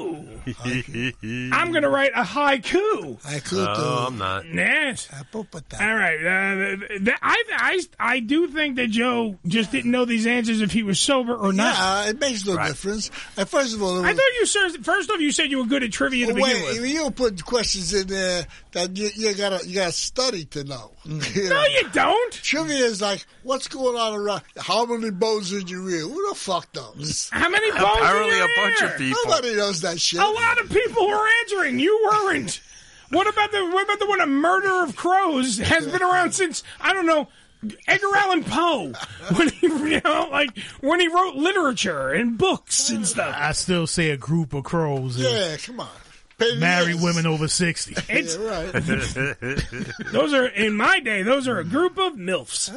[SPEAKER 4] I'm
[SPEAKER 1] I'm going to write a haiku. uh,
[SPEAKER 4] No, I'm not.
[SPEAKER 1] Yes.
[SPEAKER 2] Ah,
[SPEAKER 1] All right. Uh, th- th- I, I, I do think that Joe just didn't know these answers if he was sober or not.
[SPEAKER 2] Yeah, it makes no difference. Uh, first of all, it
[SPEAKER 1] I
[SPEAKER 2] was-
[SPEAKER 1] thought you sir, first off you said you were good at trivia to begin
[SPEAKER 2] Wait,
[SPEAKER 1] with.
[SPEAKER 2] you put questions in there that you, you gotta you gotta study to know.
[SPEAKER 4] Mm.
[SPEAKER 2] [laughs] You
[SPEAKER 1] No,
[SPEAKER 2] know?
[SPEAKER 1] you don't.
[SPEAKER 2] Trivia is like, what's going on around? How many bones in your ear? Who the fuck knows?
[SPEAKER 1] How
[SPEAKER 4] [laughs]
[SPEAKER 1] many bones in Apparently your a bunch ear? of people.
[SPEAKER 2] Nobody knows that shit.
[SPEAKER 1] A lot of people were answering. You weren't. What about the what about the one a murder of crows has been around since I don't know Edgar Allan Poe [laughs] when he you know like when he wrote literature and books and stuff.
[SPEAKER 3] I still say a group of crows.
[SPEAKER 2] Yeah, come on. Pay
[SPEAKER 3] Married women over 60.
[SPEAKER 1] It's [laughs]
[SPEAKER 4] right.
[SPEAKER 1] those are in my day. Those are a group of milfs.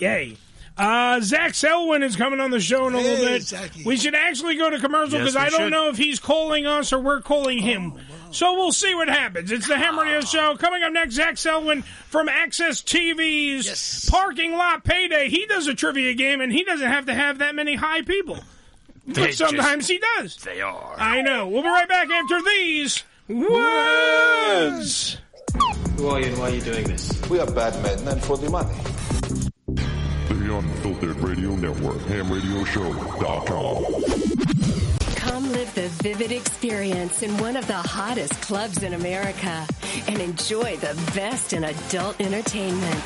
[SPEAKER 1] Yay. Uh, Zach Selwyn is coming on the show in a little
[SPEAKER 2] Hey,
[SPEAKER 1] bit.
[SPEAKER 2] Zachy.
[SPEAKER 1] We should actually go to
[SPEAKER 4] Yes,
[SPEAKER 1] commercial because
[SPEAKER 4] we
[SPEAKER 1] I don't
[SPEAKER 4] should.
[SPEAKER 1] know if he's calling us or we're calling
[SPEAKER 2] Oh,
[SPEAKER 1] him. So we'll see what happens. It's the Ham Radio Show. Coming up next, Zach Selwyn from Access TV's Parking Lot Payday. He does a trivia game and he doesn't have to have that many high people.
[SPEAKER 4] They
[SPEAKER 1] But sometimes
[SPEAKER 4] just-
[SPEAKER 1] he does.
[SPEAKER 4] They are.
[SPEAKER 1] I know. We'll be right back after these words.
[SPEAKER 25] Who are you and why are you doing this? We are bad men and for the money.
[SPEAKER 26] The Unfiltered Radio Network, hamradioshow.com.
[SPEAKER 9] Come live the vivid experience in one of the hottest clubs in America and enjoy the best in adult entertainment.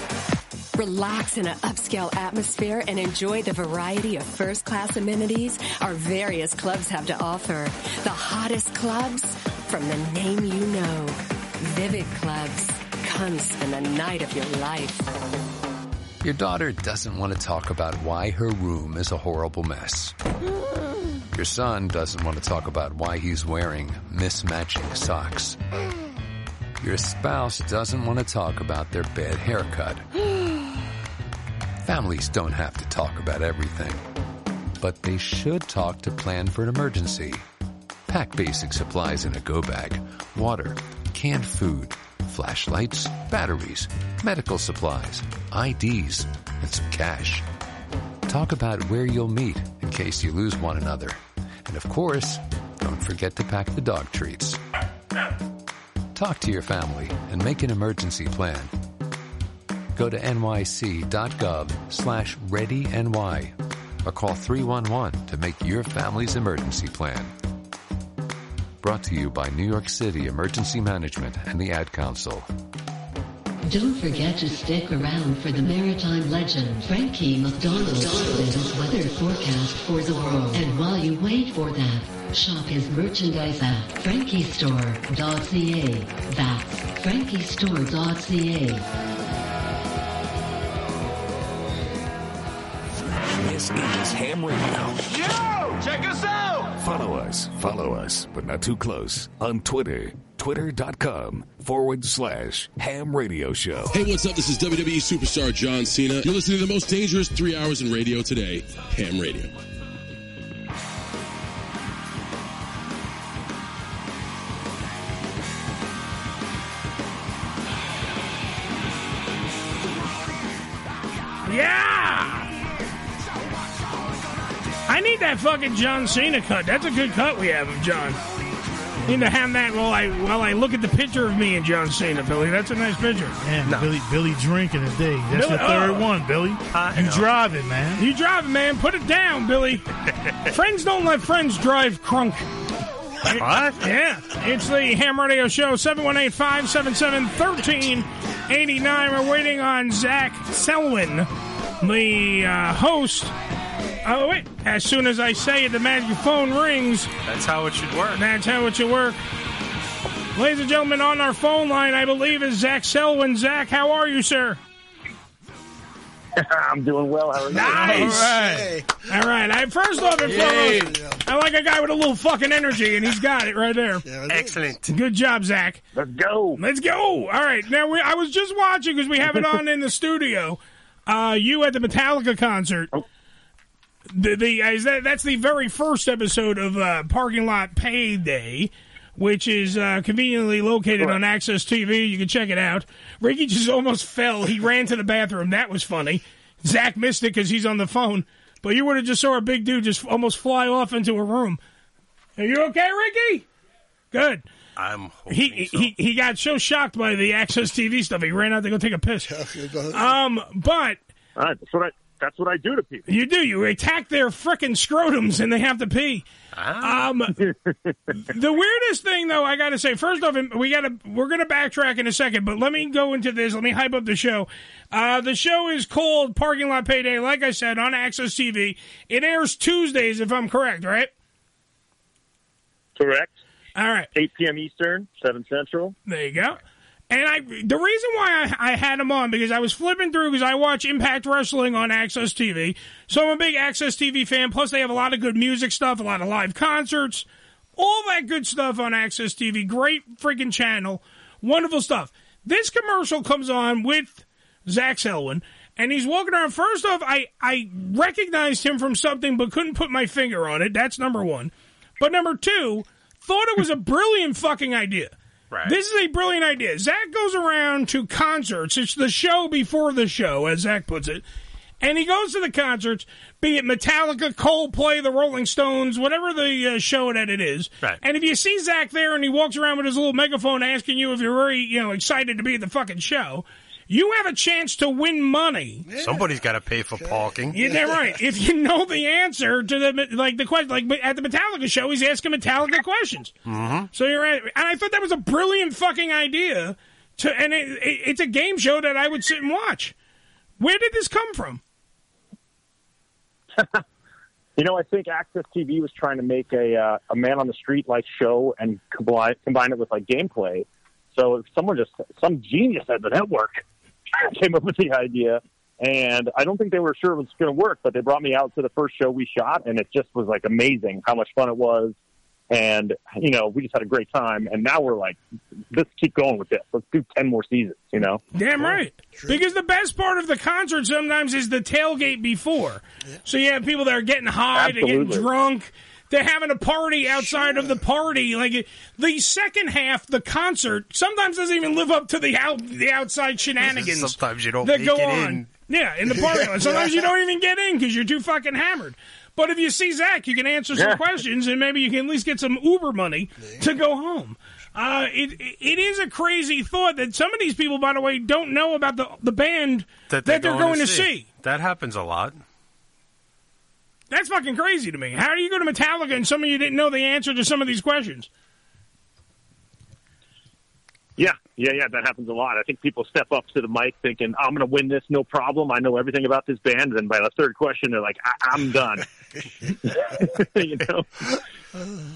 [SPEAKER 9] Relax in an upscale atmosphere and enjoy the variety of first class amenities our various clubs have to offer. The hottest clubs from the name you know. Vivid Clubs. Come spend the night of your life.
[SPEAKER 27] Your daughter doesn't want to talk about why her room is a horrible mess. Your son doesn't want to talk about why he's wearing mismatching socks. Your spouse doesn't want to talk about their bad haircut. Families don't have to talk about everything, but they should talk to plan for an emergency. Pack basic supplies in a go bag, water, canned food, flashlights, batteries, medical supplies, IDs, and some cash. Talk about where you'll meet in case you lose one another. And of course, don't forget to pack the dog treats. Talk to your family and make an emergency plan. Go to nyc.gov slash readyny or call 311 to make your family's emergency plan. Brought to you by New York City Emergency Management and the Ad Council.
[SPEAKER 28] Don't forget to stick around for the maritime legend Frankie McDonald's weather forecast for the world. And while you wait for that, shop his merchandise at frankiestore.ca. That's frankiestore.ca.
[SPEAKER 6] This is Ham Radio.
[SPEAKER 29] Yo! Check us out!
[SPEAKER 6] Follow us, follow us, but not too close on Twitter. Twitter.com forward slash ham radio show.
[SPEAKER 17] Hey, what's up? This is WWE superstar John Cena. You're listening to the most dangerous three hours in radio today, Ham Radio.
[SPEAKER 1] Yeah! I need that fucking John Cena cut. That's a good cut we have of John. Need to have that while I while I look at the picture of me and John Cena, Billy. That's a nice picture.
[SPEAKER 3] Man, Billy, Billy drinking a day. That's
[SPEAKER 1] Billy-
[SPEAKER 3] the third
[SPEAKER 1] oh.
[SPEAKER 3] one, Billy. you
[SPEAKER 1] know.
[SPEAKER 3] drive it, man.
[SPEAKER 1] You drive, man. Put it down,
[SPEAKER 3] [laughs]
[SPEAKER 1] Billy. friends don't let friends drive crunk. What? Yeah. It's the Ham Radio Show, 718 577 1389. We're waiting on Zach Selwyn, the uh, host. Oh, wait. As soon as I say it, the magic phone rings. That's how it should work. That's how it should work. Ladies and gentlemen, on our phone line, I believe, is Zach Selwyn. Zach, how are you, sir?
[SPEAKER 7] [laughs] I'm doing well. How are you?
[SPEAKER 1] Nice. All right. I first off and
[SPEAKER 7] Yay.
[SPEAKER 1] foremost, I like a guy with a little fucking energy, and he's got it right there. Excellent. Good job, Zach. Let's go. Let's go. All right. Now we, I was just watching because we have it on in the studio. Uh, you at the Metallica concert. The, the uh, is that that's the very first episode of uh, Parking Lot Payday. Which is uh, conveniently located on Access TV. You can check it out. Ricky just almost [laughs] fell. He ran to the bathroom. That was funny. Zach missed it because he's on the phone. But you would have just saw a big dude just almost fly off into a room. Are you okay, Ricky? Good.
[SPEAKER 4] I'm
[SPEAKER 1] He, he he got so shocked by the Access TV stuff, he ran out to go take a piss. Um, but
[SPEAKER 7] Uh, that's what I that's what I do to people.
[SPEAKER 1] you do you attack their frickin' scrotums and they have to pee.
[SPEAKER 7] [laughs]
[SPEAKER 1] Um, the weirdest thing, though, I got to say, first off, we got to we're going to backtrack in a second, but let me go into this. Let me hype up the show. Uh, the show is called Parking Lot Payday. Like I said, on Access TV, it airs Tuesdays, if I'm correct, right?
[SPEAKER 7] Correct.
[SPEAKER 1] All right.
[SPEAKER 7] 8 p.m. Eastern, 7 Central.
[SPEAKER 1] There you go. And I, the reason why I, I had him on because I was flipping through because I watch Impact Wrestling on Access TV, so I'm a big Access TV fan. Plus, they have a lot of good music stuff, a lot of live concerts, all that good stuff on Access TV. Great freaking channel, wonderful stuff. This commercial comes on with Zach Selwyn, and he's walking around. First off, I I recognized him from something, but couldn't put my finger on it. That's number one. But number two, thought it was a brilliant fucking idea. Right. This is a brilliant idea. Zach goes around to concerts. It's the show before the show, as Zach puts it. And he goes to the concerts, be it Metallica, Coldplay, the Rolling Stones, whatever the uh, show that it is. Right. And if you see Zach there and he walks around with his little megaphone asking you if you're very, you know, excited to be at the fucking show, you have a chance to win money.
[SPEAKER 4] Somebody's got to pay for parking.
[SPEAKER 1] You're [laughs] damn right. If you know the answer to the like the question, like at the Metallica show, he's asking Metallica questions.
[SPEAKER 4] Mm-hmm.
[SPEAKER 1] So you're right, and I thought that was a brilliant fucking idea. To and it, it, it's a game show that I would sit and watch. Where did this come from?
[SPEAKER 7] You know, I think Access TV was trying to make a uh, a man on the street like show and combine combine it with like gameplay. So if someone just some genius at the network [laughs] came up with the idea, and I don't think they were sure it was going to work, but they brought me out to the first show we shot, and it just was like amazing how much fun it was. And you know, we just had a great time. And now we're like, let's keep going with this. Let's do ten more seasons. You know,
[SPEAKER 1] Damn right. Because the best part of the concert sometimes is the tailgate before. So you have people that are getting high, they're
[SPEAKER 7] Absolutely.
[SPEAKER 1] getting drunk, they're having a party outside of the party. Like it- the second half, the concert sometimes doesn't even live up to the out, the outside shenanigans.
[SPEAKER 4] Sometimes you don't
[SPEAKER 1] that
[SPEAKER 4] make
[SPEAKER 1] go
[SPEAKER 4] it
[SPEAKER 1] on.
[SPEAKER 4] in.
[SPEAKER 1] Yeah, in the party lot. Sometimes you don't even get in because you're too fucking hammered. But if you see Zach, you can answer some
[SPEAKER 4] Yeah.
[SPEAKER 1] questions and maybe you can at least get some Uber money to go home. Uh, it it is a crazy thought that some of these people, by the way, don't know about the the band that, they are going, to see.
[SPEAKER 4] That happens a lot.
[SPEAKER 1] That's fucking crazy to me. How do you go to Metallica and some of you didn't know the answer to some of these questions?
[SPEAKER 7] Yeah, yeah, yeah. That happens a lot. I think people step up to the mic thinking, "I'm going to win this, no problem. I know everything about this band." And then by the third question, they're like, I- "I'm done." [laughs] you know,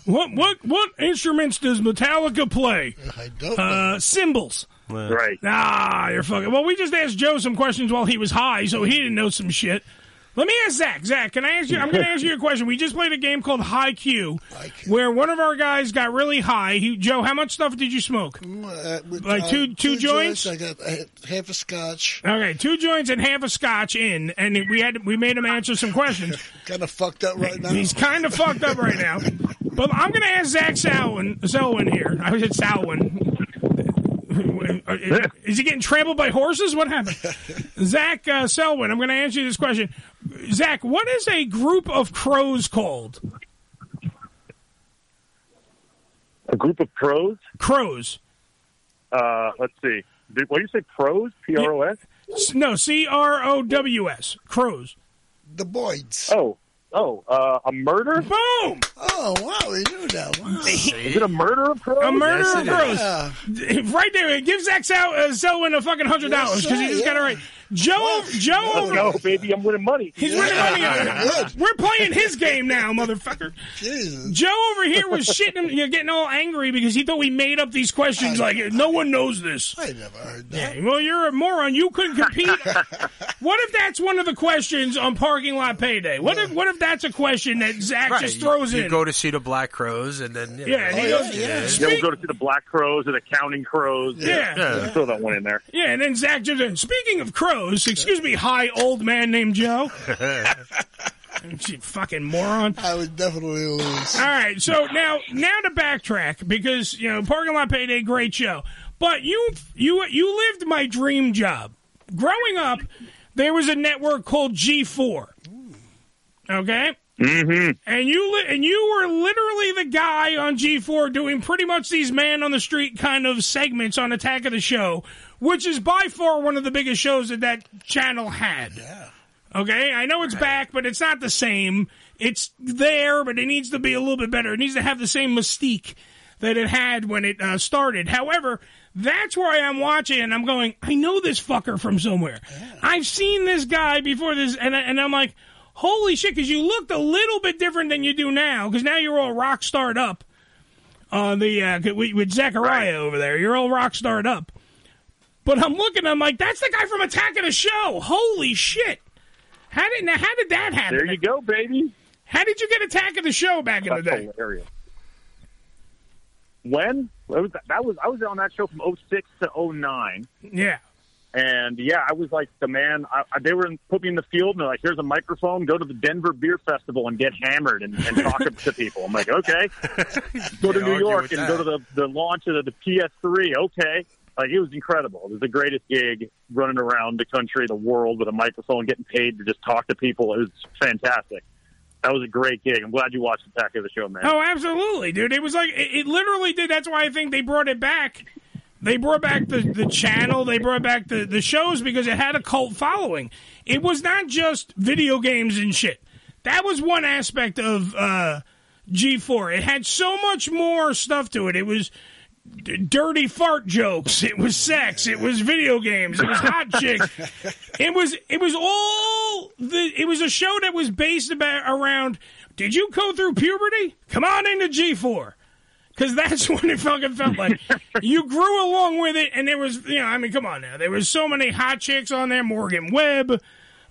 [SPEAKER 1] What what what instruments does Metallica play?
[SPEAKER 2] I don't.
[SPEAKER 1] Uh, cymbals.
[SPEAKER 7] Right.
[SPEAKER 1] Ah, you're fucking. Well, we just asked Joe some questions while he was high, so he didn't know some shit. Let me ask Zach. Zach, can I ask you? I'm going to ask you a question. We just played a game called High Q, where one of our guys got really high. He, Joe, how much stuff did you smoke?
[SPEAKER 2] Uh, with,
[SPEAKER 1] Like
[SPEAKER 2] uh,
[SPEAKER 1] two- two joints?
[SPEAKER 2] I got uh, half a scotch.
[SPEAKER 1] Okay, two joints and half a scotch in, and it- we had we made him answer some
[SPEAKER 2] [laughs]
[SPEAKER 1] questions.
[SPEAKER 2] kind of fucked up right now.
[SPEAKER 1] He's kind of fucked up right now. But I'm going to ask Zach Salwin, Selwyn here. I said Salwin. Is he getting trampled by horses? What happened? Zach uh, Selwyn, I'm going to answer you this question. Zach, what is a group of crows called?
[SPEAKER 7] a group of pros.
[SPEAKER 1] Crows.
[SPEAKER 7] Uh, let's see. Did, what do you say? Pros? P R O S?
[SPEAKER 1] S- No, C R O W S. Crows.
[SPEAKER 2] The Boyds.
[SPEAKER 7] Oh, oh, uh, a murder?
[SPEAKER 1] Boom!
[SPEAKER 2] Oh wow, we knew that. Wow.
[SPEAKER 7] Is it a murder of pros?
[SPEAKER 1] A murder
[SPEAKER 2] Yes,
[SPEAKER 1] of
[SPEAKER 2] it
[SPEAKER 1] crows.
[SPEAKER 2] is.
[SPEAKER 1] D- Right there. Give Zach Sal- uh, Selwyn a fucking $100 because he
[SPEAKER 2] Yes,
[SPEAKER 1] just got it
[SPEAKER 2] yeah.
[SPEAKER 1] right. Joe, Joe
[SPEAKER 7] Let's
[SPEAKER 1] over-
[SPEAKER 7] go, baby. I'm winning money.
[SPEAKER 1] He's winning money on it. We're playing his game now, motherfucker. Joe over here was shitting, him- you know, getting all angry because he thought we made up these questions. Like no one knows this.
[SPEAKER 2] I never heard
[SPEAKER 1] that. well, you're a moron. You couldn't compete. what if that's one of the questions on parking lot payday? What if what if that's a question that Zach
[SPEAKER 4] Right,
[SPEAKER 1] just
[SPEAKER 4] you-
[SPEAKER 1] throws
[SPEAKER 4] you,
[SPEAKER 1] in?
[SPEAKER 4] go to see the Black Crows, and then you know,
[SPEAKER 1] Yeah, and he Oh, goes- yeah, yeah.
[SPEAKER 7] Yeah, we'll go to see the Black Crows or the Counting Crows.
[SPEAKER 1] Yeah. Yeah.
[SPEAKER 7] Throw that one
[SPEAKER 4] [laughs]
[SPEAKER 7] in there.
[SPEAKER 1] yeah, and then Zach just speaking of crows, excuse me, hi old man named Joe. [laughs] you fucking moron.
[SPEAKER 2] I would definitely lose.
[SPEAKER 1] All right, so now now to backtrack because you know parking lot payday, great show, but you you you lived my dream job. Growing up, there was a network called G four. Okay.
[SPEAKER 7] Mm-hmm.
[SPEAKER 1] And you li- and you were literally the guy on G four doing pretty much these man on the street kind of segments on Attack of the Show, which is by far one of the biggest shows that that channel had. Yeah. Okay, I know it's back, but it's not the same. It's there, but it needs to be a little bit better. It needs to have the same mystique that it had when it uh, started. However, that's where I am watching, and I'm going, I know this fucker from somewhere. I've seen this guy before this, and, I, and I'm like, holy shit, because you looked a little bit different than you do now, because now you're all rock starred up on the uh, with, with Zachariah over there. You're all rock starred up. But I'm looking, I'm like, that's the guy from Attack of the Show. Holy shit. How did now, how did that happen?
[SPEAKER 7] There you go, baby.
[SPEAKER 1] How did you get Attack of the Show back in the
[SPEAKER 7] That's
[SPEAKER 1] day?
[SPEAKER 7] hilarious. When? That was, that was I was on that show from 06 to 09.
[SPEAKER 1] Yeah.
[SPEAKER 7] And yeah, I was like the man. I, I- they were in, put me in the field, and they're like, "Here's a microphone. Go to the Denver Beer Festival and get hammered and, and talk [laughs] to people." I'm like,
[SPEAKER 16] [laughs]
[SPEAKER 7] "Okay." Go to
[SPEAKER 16] Can't
[SPEAKER 7] New
[SPEAKER 16] argue
[SPEAKER 7] York
[SPEAKER 16] with
[SPEAKER 7] and
[SPEAKER 16] that.
[SPEAKER 7] go to the the launch of the, the PS3. Okay, like it was incredible. It was the greatest gig running around the country, the world with a microphone, getting paid to just talk to people. It was fantastic. That was a great gig. I'm glad you watched the back of the show, man.
[SPEAKER 1] Oh, absolutely, dude. It was like it, it literally did. That's why I think they brought it back. They brought back the, the channel. They brought back the, the shows because it had a cult following. It was not just video games and shit. That was one aspect of uh, G4. It had so much more stuff to it. It was d- dirty fart jokes. It was sex. It was video games. It was
[SPEAKER 7] [laughs]
[SPEAKER 1] hot chick. [laughs] It was it was all the. It was a show that was based about around. Did you go through puberty? Come on into G four. Cause that's [laughs] what it fucking felt
[SPEAKER 4] [laughs]
[SPEAKER 1] like. you grew along with it, and there was, you know, I mean, come on now. There was so many hot chicks on there. Morgan Webb,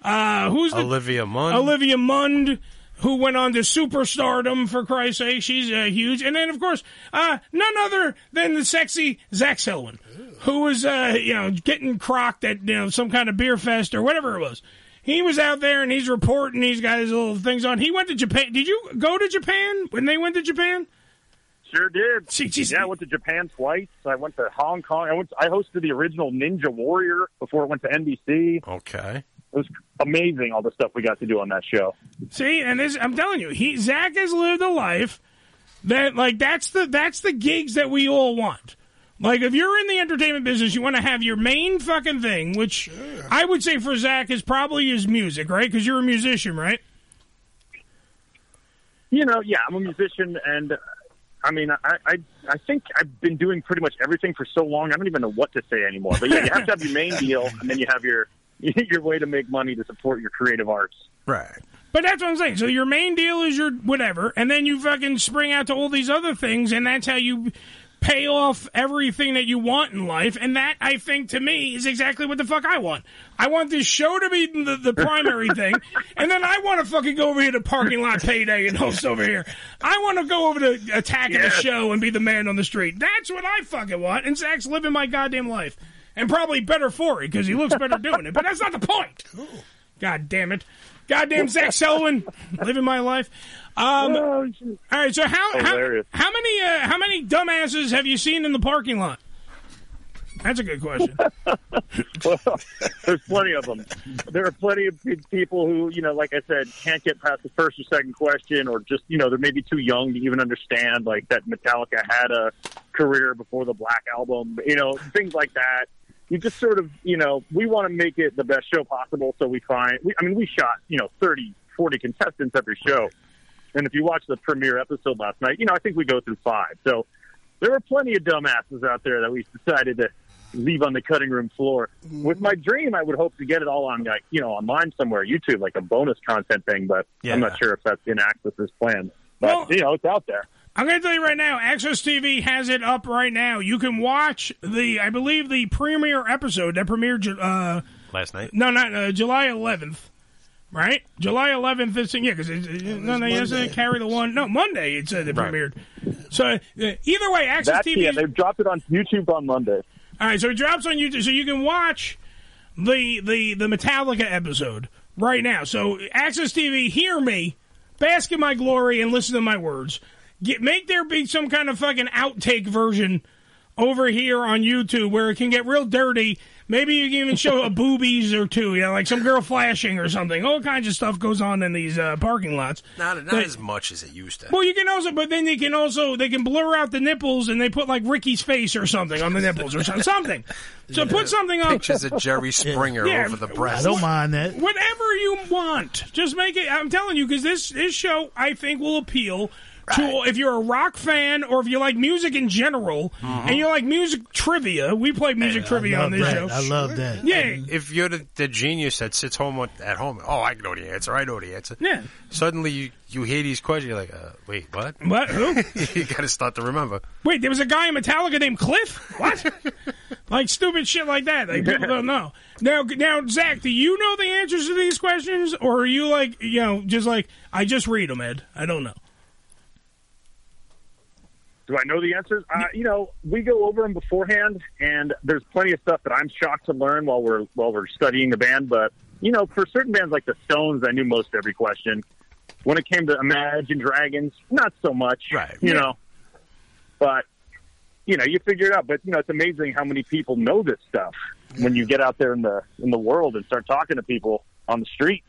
[SPEAKER 1] uh, who's the
[SPEAKER 4] Olivia Munn.
[SPEAKER 1] Olivia Mund, who went on to superstardom for Christ's sake. She's uh, huge. And then, of course, uh, none other than the sexy Zach Selwyn, who was, uh, you know, getting crocked at you know, some kind of beer fest or whatever it was. He was out there and he's reporting. He's got his little things on. He went to Japan. Did you go to Japan when they went to Japan?
[SPEAKER 7] Sure did.
[SPEAKER 1] geez.
[SPEAKER 7] Yeah, I went to Japan twice. I went to Hong Kong. I went. I hosted the original Ninja Warrior before it went to NBC.
[SPEAKER 4] Okay.
[SPEAKER 7] It was amazing all the stuff we got to do on that show.
[SPEAKER 1] See, and this, I'm telling you, he Zach has lived a life That like that's the that's the gigs that we all want. Like if you're in the entertainment business, you want to have your main fucking thing, which I would say for Zach is probably his music, right? Because you're a musician, right?
[SPEAKER 7] You know, yeah, I'm a musician, and uh, I mean, I, I I think I've been doing pretty much everything for so long. I don't even know what to say anymore. But yeah, you have to have your
[SPEAKER 4] [laughs]
[SPEAKER 7] main deal, and then you have your [laughs] your way to make money to support your creative arts.
[SPEAKER 4] Right.
[SPEAKER 1] But that's what I'm saying. So your main deal is your whatever, and then you fucking spring out to all these other things, and that's how you pay off everything that you want in life. And that I think to me is exactly what the fuck I want. I want this show to be the, the primary thing, and then I want to fucking go over here to parking lot payday and host over here. I want to go over to attack of the show and be the man on the street. That's what I fucking want. And Zach's living my goddamn life, and probably better for it because he looks better doing it. But that's not the point. God damn it. Goddamn Zach Selwyn, [laughs] living my life. Um, all right, so how, how
[SPEAKER 7] Hilarious.
[SPEAKER 1] how many uh, how many dumbasses have you seen in the parking lot? That's a good question.
[SPEAKER 7] [laughs] well, there's plenty of them. There are plenty of pe- people who, you know, like I said, can't get past the first or second question, or just, you know, they're maybe too young to even understand, like that Metallica had a career before the Black Album, you know, things like that. You just sort of, you know, we want to make it the best show possible, so we find, we, I mean, we shot, you know, 30, 40 contestants every show. And if you watch the premiere episode last night, you know, I think we go through five. So there were plenty of dumbasses out there that we decided to leave on the cutting room floor. With my dream, I would hope to get it all on, like, you know, online somewhere, YouTube, like a bonus content thing, but I'm not sure if that's in Access's plan. But, you know, it's out there.
[SPEAKER 1] I'm going to tell you right now, Access TV has it up right now. You can watch the, I believe, the premiere episode that premiered. Ju- Uh,
[SPEAKER 4] Last night.
[SPEAKER 1] no, not uh, July 11th, right? July 11th. This thing, yeah, because no, no, yesterday carry the one. No, Monday it said it
[SPEAKER 7] Right.
[SPEAKER 1] premiered. So uh, either way, Access
[SPEAKER 7] That's,
[SPEAKER 1] TV.
[SPEAKER 7] yeah,
[SPEAKER 1] is-
[SPEAKER 7] they dropped it on YouTube on Monday.
[SPEAKER 1] all right, so it drops on YouTube, so you can watch the the the Metallica episode right now. So Access TV, hear me, bask in my glory, and listen to my words. Get make there be some kind of fucking outtake version over here on YouTube where it can get real dirty. Maybe you can even show a boobies or two, you know, like some girl flashing or something. All kinds of stuff goes on in these uh, parking lots.
[SPEAKER 4] Not, not
[SPEAKER 1] But-
[SPEAKER 4] as much as it used to.
[SPEAKER 1] well, you can also, but then they can also they can blur out the nipples and they put like Ricky's face or something on the nipples or so- something. So put something on
[SPEAKER 4] Pictures of Jerry Springer
[SPEAKER 1] Yeah.
[SPEAKER 4] over the breast.
[SPEAKER 3] I don't mind that.
[SPEAKER 1] Whatever you want, just make it. I'm telling you because this this show I think will appeal. To, if you're a rock fan or if you like music in general
[SPEAKER 4] Mhm.
[SPEAKER 1] and you like music trivia, we play music trivia on this show. Yeah,
[SPEAKER 4] If you're the, the genius that sits home with- at home, oh, I know the answer. I know the answer.
[SPEAKER 1] Yeah.
[SPEAKER 4] Suddenly you, you hear these questions. You're like, uh, wait, what?
[SPEAKER 1] What? Who?
[SPEAKER 4] [laughs] you got to start to remember.
[SPEAKER 1] Wait, there was a guy in Metallica named Cliff. What?
[SPEAKER 4] [laughs]
[SPEAKER 1] like stupid shit like that. Like people don't know. Now, now, Zach, do you know the answers to these questions, or are you like, you know, just like I just read them, Ed? I don't know.
[SPEAKER 7] Do I know the answers? Uh, you know, we go over them beforehand, and there's plenty of stuff that I'm shocked to learn while we're while we're studying the band. But you know, for certain bands like the Stones, I knew most every question. When it came to Imagine Dragons, not so much. Right. You
[SPEAKER 16] Yeah.
[SPEAKER 7] know, but you know, you figure it out. But you know, it's amazing how many people know this stuff when you get out there in the in the world and start talking to people on the street.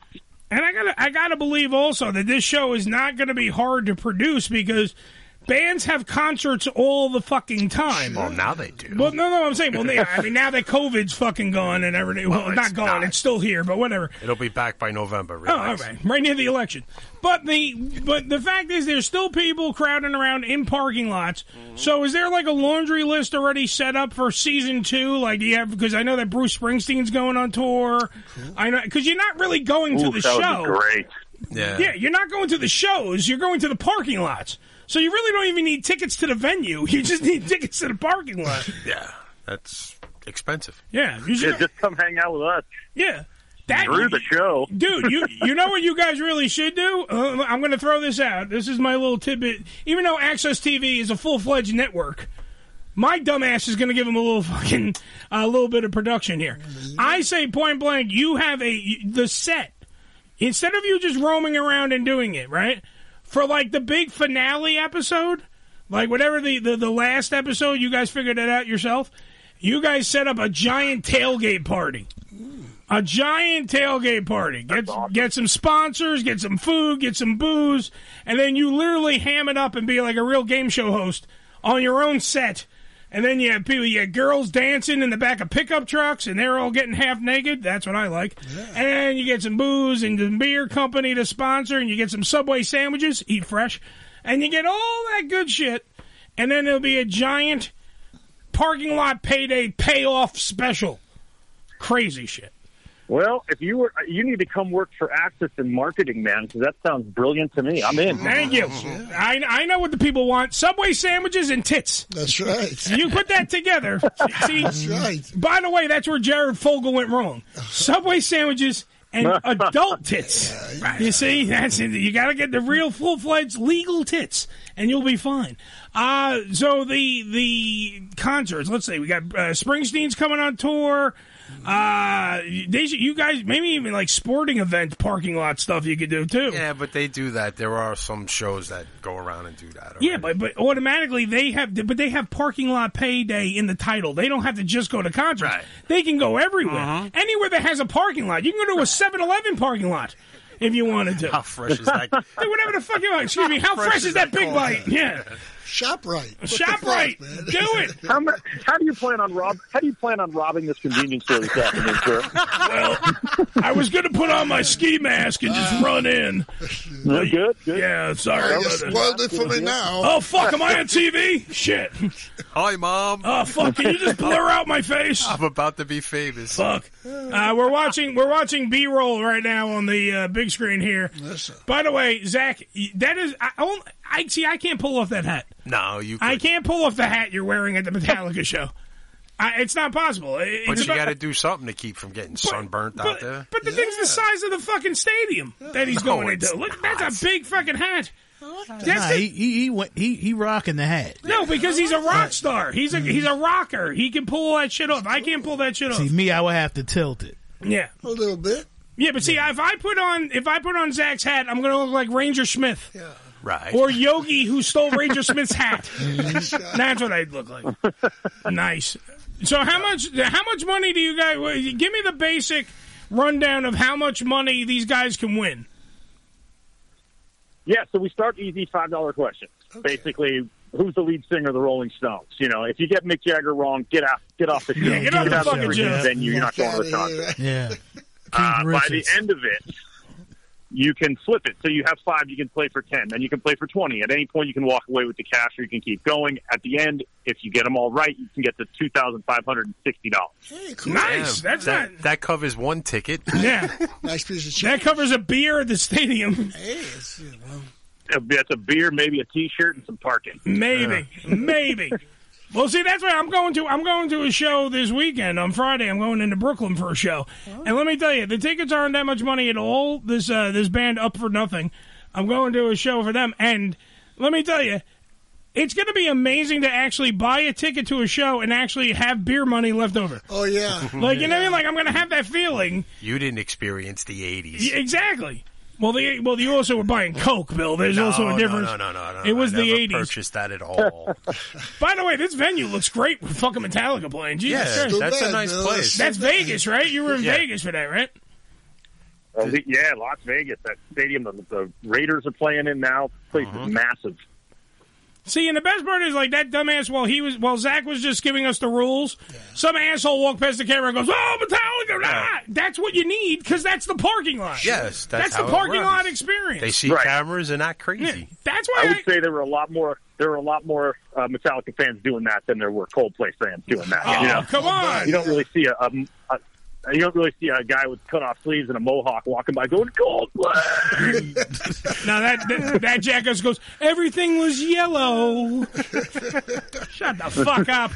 [SPEAKER 1] And I gotta, I gotta believe also that this show is not going to be hard to produce because bands have concerts all the fucking time.
[SPEAKER 4] Well, now they do.
[SPEAKER 1] Well, no, no, I'm saying, well, yeah, I mean, now that COVID's fucking gone and everything, well,
[SPEAKER 4] Well,
[SPEAKER 1] not
[SPEAKER 4] it's
[SPEAKER 1] gone,
[SPEAKER 4] not.
[SPEAKER 1] it's still here, but whatever.
[SPEAKER 4] It'll be back by November.
[SPEAKER 1] Oh,
[SPEAKER 4] Relax.
[SPEAKER 1] all right, right near the election. But the but the fact is, there's still people crowding around in parking lots. So, is there like a laundry list already set up for season two? Like, do you have because I know that Bruce Springsteen's going on tour. I know because you're not really going to
[SPEAKER 7] Ooh,
[SPEAKER 1] the
[SPEAKER 7] that would be
[SPEAKER 1] show.
[SPEAKER 7] great.
[SPEAKER 1] Yeah. you're not going to the shows. You're going to the parking lots. So you really don't even need tickets to the venue. [laughs] You just need tickets to the parking lot.
[SPEAKER 4] [laughs] Yeah, that's expensive.
[SPEAKER 1] Yeah, you
[SPEAKER 7] Yeah, just come hang out with us.
[SPEAKER 1] Yeah. That,
[SPEAKER 7] Through the show.
[SPEAKER 1] Dude, you you know what you guys really should do? Uh, I'm going to throw this out. This is my little tidbit. Even though Access TV is a full fledged network, my dumbass is going to give him a little fucking a little bit of production here. I say point blank, you have a the set instead of you just roaming around and doing it right for like the big finale episode, like whatever the the, the last episode you guys figured it out yourself. You guys set up a giant tailgate party a giant tailgate party. Get get some sponsors, get some food, get some booze, and then you literally ham it up and be like a real game show host on your own set. And then you have people, you have girls dancing in the back of pickup trucks, and they're all getting half naked. That's what I like. And you get some booze and the beer company to sponsor, and you get some Subway sandwiches, eat fresh, and you get all that good shit. And then there'll be a giant parking lot payday payoff special. Crazy shit.
[SPEAKER 7] Well, if you were, you need to come work for Access and Marketing, man, because that sounds brilliant to me. I'm in.
[SPEAKER 1] Thank you. I, I know what the people want: Subway sandwiches and tits.
[SPEAKER 2] That's right.
[SPEAKER 1] You put that
[SPEAKER 2] [laughs]
[SPEAKER 1] together. See,
[SPEAKER 2] That's right.
[SPEAKER 1] By the way, that's where Jared Fogle went wrong: Subway sandwiches and adult tits. You see, that's it. you got to get the real full fledged legal tits, and you'll be fine. Uh, so the the concerts. Let's say we got uh, Springsteen's coming on tour. Uh, they should, you guys maybe even like sporting event parking lot stuff you could do too.
[SPEAKER 4] [laughs] Yeah, but they do that. There are some shows that go around and do that.
[SPEAKER 1] Yeah, but but automatically they have but they have parking lot payday in the title. They don't have to just go to concerts. They can go everywhere. Anywhere that has a parking lot. You can go to a 7-Eleven parking lot if you wanted to. How
[SPEAKER 4] fresh is
[SPEAKER 1] [laughs]
[SPEAKER 4] that?
[SPEAKER 1] Whatever the fuck you want. Oh, Excuse me. How, fresh, is that big bite? Yeah.
[SPEAKER 2] Shop right.
[SPEAKER 1] Shop right. Do
[SPEAKER 2] [laughs]
[SPEAKER 1] it.
[SPEAKER 7] How, mu- how do you plan on rob? How do you plan on robbing this convenience store this afternoon, sir?
[SPEAKER 1] Well, I was going to put on my ski mask and just run in.
[SPEAKER 7] good,
[SPEAKER 1] Yeah, sorry.
[SPEAKER 2] Uh. You spoiled it for me now.
[SPEAKER 1] Oh, fuck. Am I on TV? Shit.
[SPEAKER 4] Hi, mom.
[SPEAKER 1] Oh, fuck. Can
[SPEAKER 4] [laughs]
[SPEAKER 1] you just blur out my face?
[SPEAKER 4] I'm about to be famous.
[SPEAKER 1] Fuck. Uh, we're watching we're watching B roll right now on the uh, big screen here. By the way, Zach, y- that is I, I, won't- I see. I can't pull off that hat.
[SPEAKER 4] No, you.
[SPEAKER 1] I can't pull off the hat you're wearing at the Metallica show. I, it's not possible. It-
[SPEAKER 4] But
[SPEAKER 1] it's
[SPEAKER 4] you
[SPEAKER 1] about-
[SPEAKER 4] got to do something to keep from getting sunburnt out there.
[SPEAKER 1] But the thing's the size of the fucking stadium that he's
[SPEAKER 4] No,
[SPEAKER 1] going
[SPEAKER 4] it's
[SPEAKER 1] into. Look, that's a big fucking hat.
[SPEAKER 3] Nah,
[SPEAKER 1] the-
[SPEAKER 3] he, he he went he he rocking the hat.
[SPEAKER 1] no, because he's a rock star. He's a he's a rocker. He can pull that shit off. I can't pull that shit off.
[SPEAKER 3] See me, I would have to tilt it.
[SPEAKER 1] Yeah,
[SPEAKER 2] a little bit.
[SPEAKER 1] Yeah, but see, if I put on if I put on Zach's hat, I'm going to look like Ranger Smith.
[SPEAKER 4] Right.
[SPEAKER 1] Or Yogi, who stole Ranger Smith's
[SPEAKER 2] [laughs]
[SPEAKER 1] hat. That's what I'd look like. Nice. So how much? How much money do you guys? well, Give me the basic rundown of how much money these guys can win.
[SPEAKER 7] Yeah, so we start easy five dollar questions. Basically, who's the lead singer of the Rolling Stones? You know, if you get Mick Jagger wrong, get out, get off the show.
[SPEAKER 1] Yeah, get off the
[SPEAKER 7] out
[SPEAKER 1] fucking
[SPEAKER 7] freaking
[SPEAKER 1] show.
[SPEAKER 7] venue. You're not going to the concert.
[SPEAKER 3] Yeah.
[SPEAKER 7] Uh, by the end of it, you can flip it. So you have five, you can play for ten, then you can play for twenty. At any point, you can walk away with the cash, or you can keep going. At the end, if you get them all right, you can get the two thousand five hundred and sixty dollars.
[SPEAKER 1] Nice.
[SPEAKER 4] Damn,
[SPEAKER 1] That's
[SPEAKER 4] that,
[SPEAKER 1] not.
[SPEAKER 4] that covers one ticket.
[SPEAKER 1] Yeah.
[SPEAKER 2] [laughs] nice piece of
[SPEAKER 1] shit. That covers a beer at the stadium.
[SPEAKER 7] That's a beer, maybe a T-shirt, and some parking. Uh,
[SPEAKER 1] Maybe, maybe. Well, see, that's why I'm going to. I'm going to a show this weekend on Friday. I'm going into Brooklyn for a show, and let me tell you, the tickets aren't that much money at all. This uh, this band up for nothing. I'm going to a show for them, and let me tell you, it's going to be amazing to actually buy a ticket to a show and actually have beer money left over.
[SPEAKER 2] Oh yeah,
[SPEAKER 1] [laughs] like you know, what I mean? like I'm going to have that feeling.
[SPEAKER 4] You didn't experience the '80s.
[SPEAKER 1] Yeah, exactly. Well, the well, you also were buying Coke, Bill. There's
[SPEAKER 4] No,
[SPEAKER 1] also
[SPEAKER 4] no,
[SPEAKER 1] a difference.
[SPEAKER 4] No, no, no, no.
[SPEAKER 1] It was
[SPEAKER 4] I
[SPEAKER 1] the
[SPEAKER 4] never
[SPEAKER 1] '80s.
[SPEAKER 4] Purchased that at all. [laughs]
[SPEAKER 1] By the way, this venue looks great with fucking Metallica playing. Jesus
[SPEAKER 4] Yeah,
[SPEAKER 1] Christ.
[SPEAKER 4] that's a Too bad, nice Bill. place.
[SPEAKER 1] That's
[SPEAKER 4] Too bad.
[SPEAKER 1] Vegas, right? You were in
[SPEAKER 4] Yeah.
[SPEAKER 1] Vegas for that, right?
[SPEAKER 7] Uh, we- yeah, Las Vegas, that stadium the, the Raiders are playing in now. Place
[SPEAKER 1] Uh-huh.
[SPEAKER 7] is massive.
[SPEAKER 1] See, and the best part is like that dumbass. While he was, while Zach was just giving us the rules, some asshole walked past the camera and goes, "Oh, Metallica!" nah." That's what you need because that's the parking lot.
[SPEAKER 4] Yes, that's
[SPEAKER 1] the
[SPEAKER 4] how it
[SPEAKER 1] parking
[SPEAKER 4] runs.
[SPEAKER 1] lot experience.
[SPEAKER 4] They see cameras and not crazy.
[SPEAKER 1] That's
[SPEAKER 7] I
[SPEAKER 1] why
[SPEAKER 7] would say there were a lot more. There were a lot more uh, Metallica fans doing that than there were Coldplay fans doing that.
[SPEAKER 1] Oh,
[SPEAKER 7] you know?
[SPEAKER 1] come on.
[SPEAKER 7] You don't really see a, a, a you don't really see a guy with cut off sleeves and a mohawk walking by going Coldplay.
[SPEAKER 1] now that that, that jackass goes, everything
[SPEAKER 4] [laughs]
[SPEAKER 1] was yellow. Shut the fuck [laughs] up.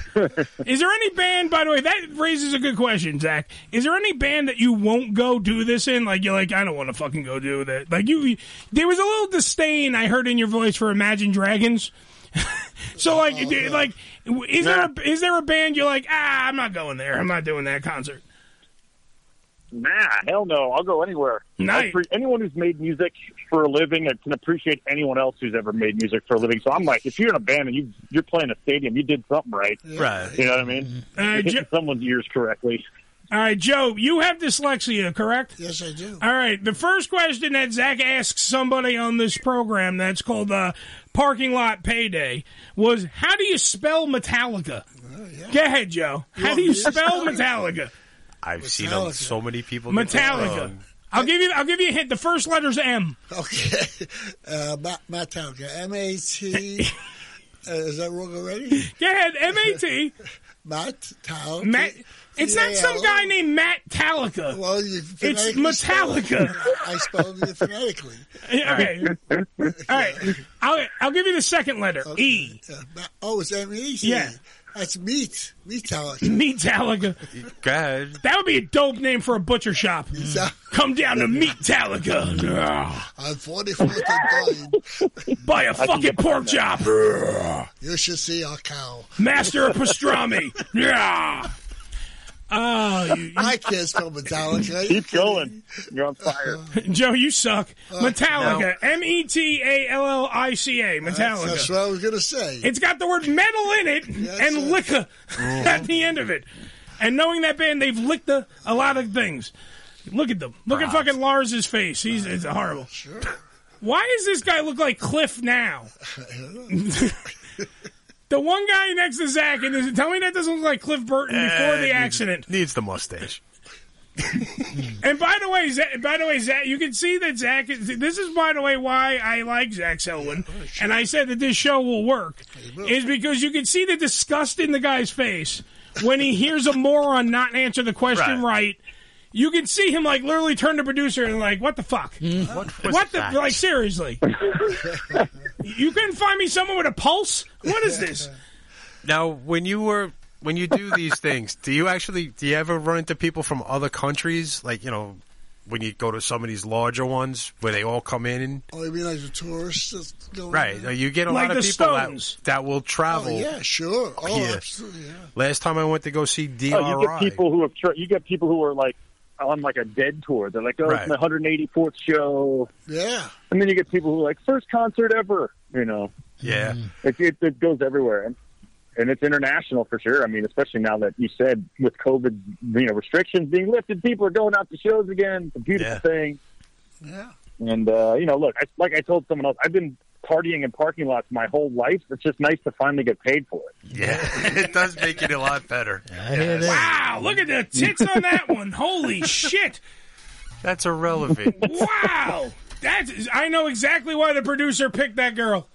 [SPEAKER 1] Is there any band, by the way, that raises a good question, Zach? Is there any band that you won't go do this in? Like you're like, I don't want to fucking go do that. Like you, there was a little disdain I heard in your voice for Imagine Dragons. [laughs] so like, d- like, is there a, is there a band you're like, ah, I'm not going there. I'm not doing that concert.
[SPEAKER 7] nah, hell no. I'll go anywhere.
[SPEAKER 1] Nice.
[SPEAKER 7] I appre- anyone who's made music for a living, I can appreciate anyone else who's ever made music for a living. So I'm like, if you're in a band and you you're playing a stadium, you did something right.
[SPEAKER 4] Right.
[SPEAKER 7] You know what I mean?
[SPEAKER 1] Uh,
[SPEAKER 7] You're hitting
[SPEAKER 1] Ju-
[SPEAKER 7] someone's ears correctly.
[SPEAKER 1] All right, Joe, you have dyslexia, correct?
[SPEAKER 2] Yes, I do.
[SPEAKER 1] All right. The first question that Zach asked somebody on this program that's called uh, Parking Lot Payday was how do you spell Metallica? Go ahead, Joe. How do you spell Metallica?
[SPEAKER 4] I've seen um, so many people. get that um,
[SPEAKER 1] Metallica.
[SPEAKER 4] wrong.
[SPEAKER 1] I'll give you I'll give you a hint. The first letter's M.
[SPEAKER 2] Okay. [laughs] Uh, Ma- Matalka. M
[SPEAKER 1] [laughs]
[SPEAKER 2] A T. uh, Is that wrong already?
[SPEAKER 1] Go ahead. M A T.
[SPEAKER 2] [laughs] Matt
[SPEAKER 1] Matt. It's not some guy named Matt Talica.
[SPEAKER 2] Well, you
[SPEAKER 1] it's
[SPEAKER 2] phonetically spelled it.
[SPEAKER 1] Metallica.
[SPEAKER 2] I spelled it
[SPEAKER 1] [laughs]
[SPEAKER 2] phonetically.
[SPEAKER 1] okay.
[SPEAKER 2] [laughs]
[SPEAKER 1] All right. I'll I'll give you the second letter. E.
[SPEAKER 2] Ma- Oh, it's M E T.
[SPEAKER 1] Yeah.
[SPEAKER 2] That's meat. Meatalica.
[SPEAKER 1] Meatalica.
[SPEAKER 4] God.
[SPEAKER 1] That would be a dope name for a butcher shop. Come down to Meatalica.
[SPEAKER 2] I'm 44 to
[SPEAKER 1] Buy a fucking pork chop.
[SPEAKER 2] You should see our cow.
[SPEAKER 1] Master of
[SPEAKER 2] [laughs]
[SPEAKER 1] pastrami. Yeah. Oh, you,
[SPEAKER 2] Ah, I can't spell Metallica.
[SPEAKER 7] Keep going. You're on fire.
[SPEAKER 1] Joe, you suck.
[SPEAKER 2] Uh,
[SPEAKER 1] Metallica.
[SPEAKER 7] no.
[SPEAKER 1] M E T A L L I C A. Metallica.
[SPEAKER 2] That's what I was going to say.
[SPEAKER 1] It's got the word metal in it and liquor
[SPEAKER 2] Mm-hmm.
[SPEAKER 1] at the end of it. And knowing that band, they've licked a, a lot of things. Look at them. Look at fucking Lars's face. He's it's horrible. Why does this guy look like Cliff
[SPEAKER 2] [laughs]
[SPEAKER 1] now? [laughs] the one guy next to Zach, and is, tell me that doesn't look like Cliff Burton before
[SPEAKER 4] Eh,
[SPEAKER 1] the
[SPEAKER 4] needs-
[SPEAKER 1] accident.
[SPEAKER 4] needs the mustache.
[SPEAKER 1] And by the way, Zach, by the way, Zach, you can see that Zach. Is, this is by the way why I like Zach Selwyn, and I said that this show will work, is because you can see the disgust in the guy's face when he hears a moron not answer the question right. You can see him like literally turn to producer and like, what the fuck? What, the
[SPEAKER 4] that?
[SPEAKER 1] like? [laughs] Seriously, you couldn't find me someone with a pulse? What is this?
[SPEAKER 4] Now, when you were when you do these [laughs] things, do you actually do you ever run into people from other countries? Like you know, when you go to some of these larger ones where they all come in, and,
[SPEAKER 2] [laughs] Oh, you mean like the tourists? that's going
[SPEAKER 4] right?
[SPEAKER 2] there?
[SPEAKER 4] You get a lot of people that, that will
[SPEAKER 2] Oh,
[SPEAKER 4] travel.
[SPEAKER 2] yeah, sure. Oh,
[SPEAKER 4] here.
[SPEAKER 2] absolutely. Yeah.
[SPEAKER 4] Last time I went to go see DRI,
[SPEAKER 7] Oh, you get people who have tr- you get people who are like on like a dead tour. They're like, oh,
[SPEAKER 4] Right.
[SPEAKER 7] it's my 184th show.
[SPEAKER 2] Yeah.
[SPEAKER 7] And then you get people who are like first concert ever. You know,
[SPEAKER 4] yeah,
[SPEAKER 7] it it, it goes everywhere, and and it's international for sure. I mean, especially now that you said with COVID, you know, restrictions being lifted, people are going out to shows again. It's a beautiful thing.
[SPEAKER 2] Yeah.
[SPEAKER 7] And uh, you know, look, I, like I told someone else, I've been partying in parking lots my whole life. It's just nice to finally get paid for it.
[SPEAKER 4] yeah, [laughs] it does make it a lot better.
[SPEAKER 1] Wow, look at the tits on that one. Holy shit.
[SPEAKER 4] That's irrelevant.
[SPEAKER 1] [laughs] Wow. That is, I know exactly why the producer picked that girl.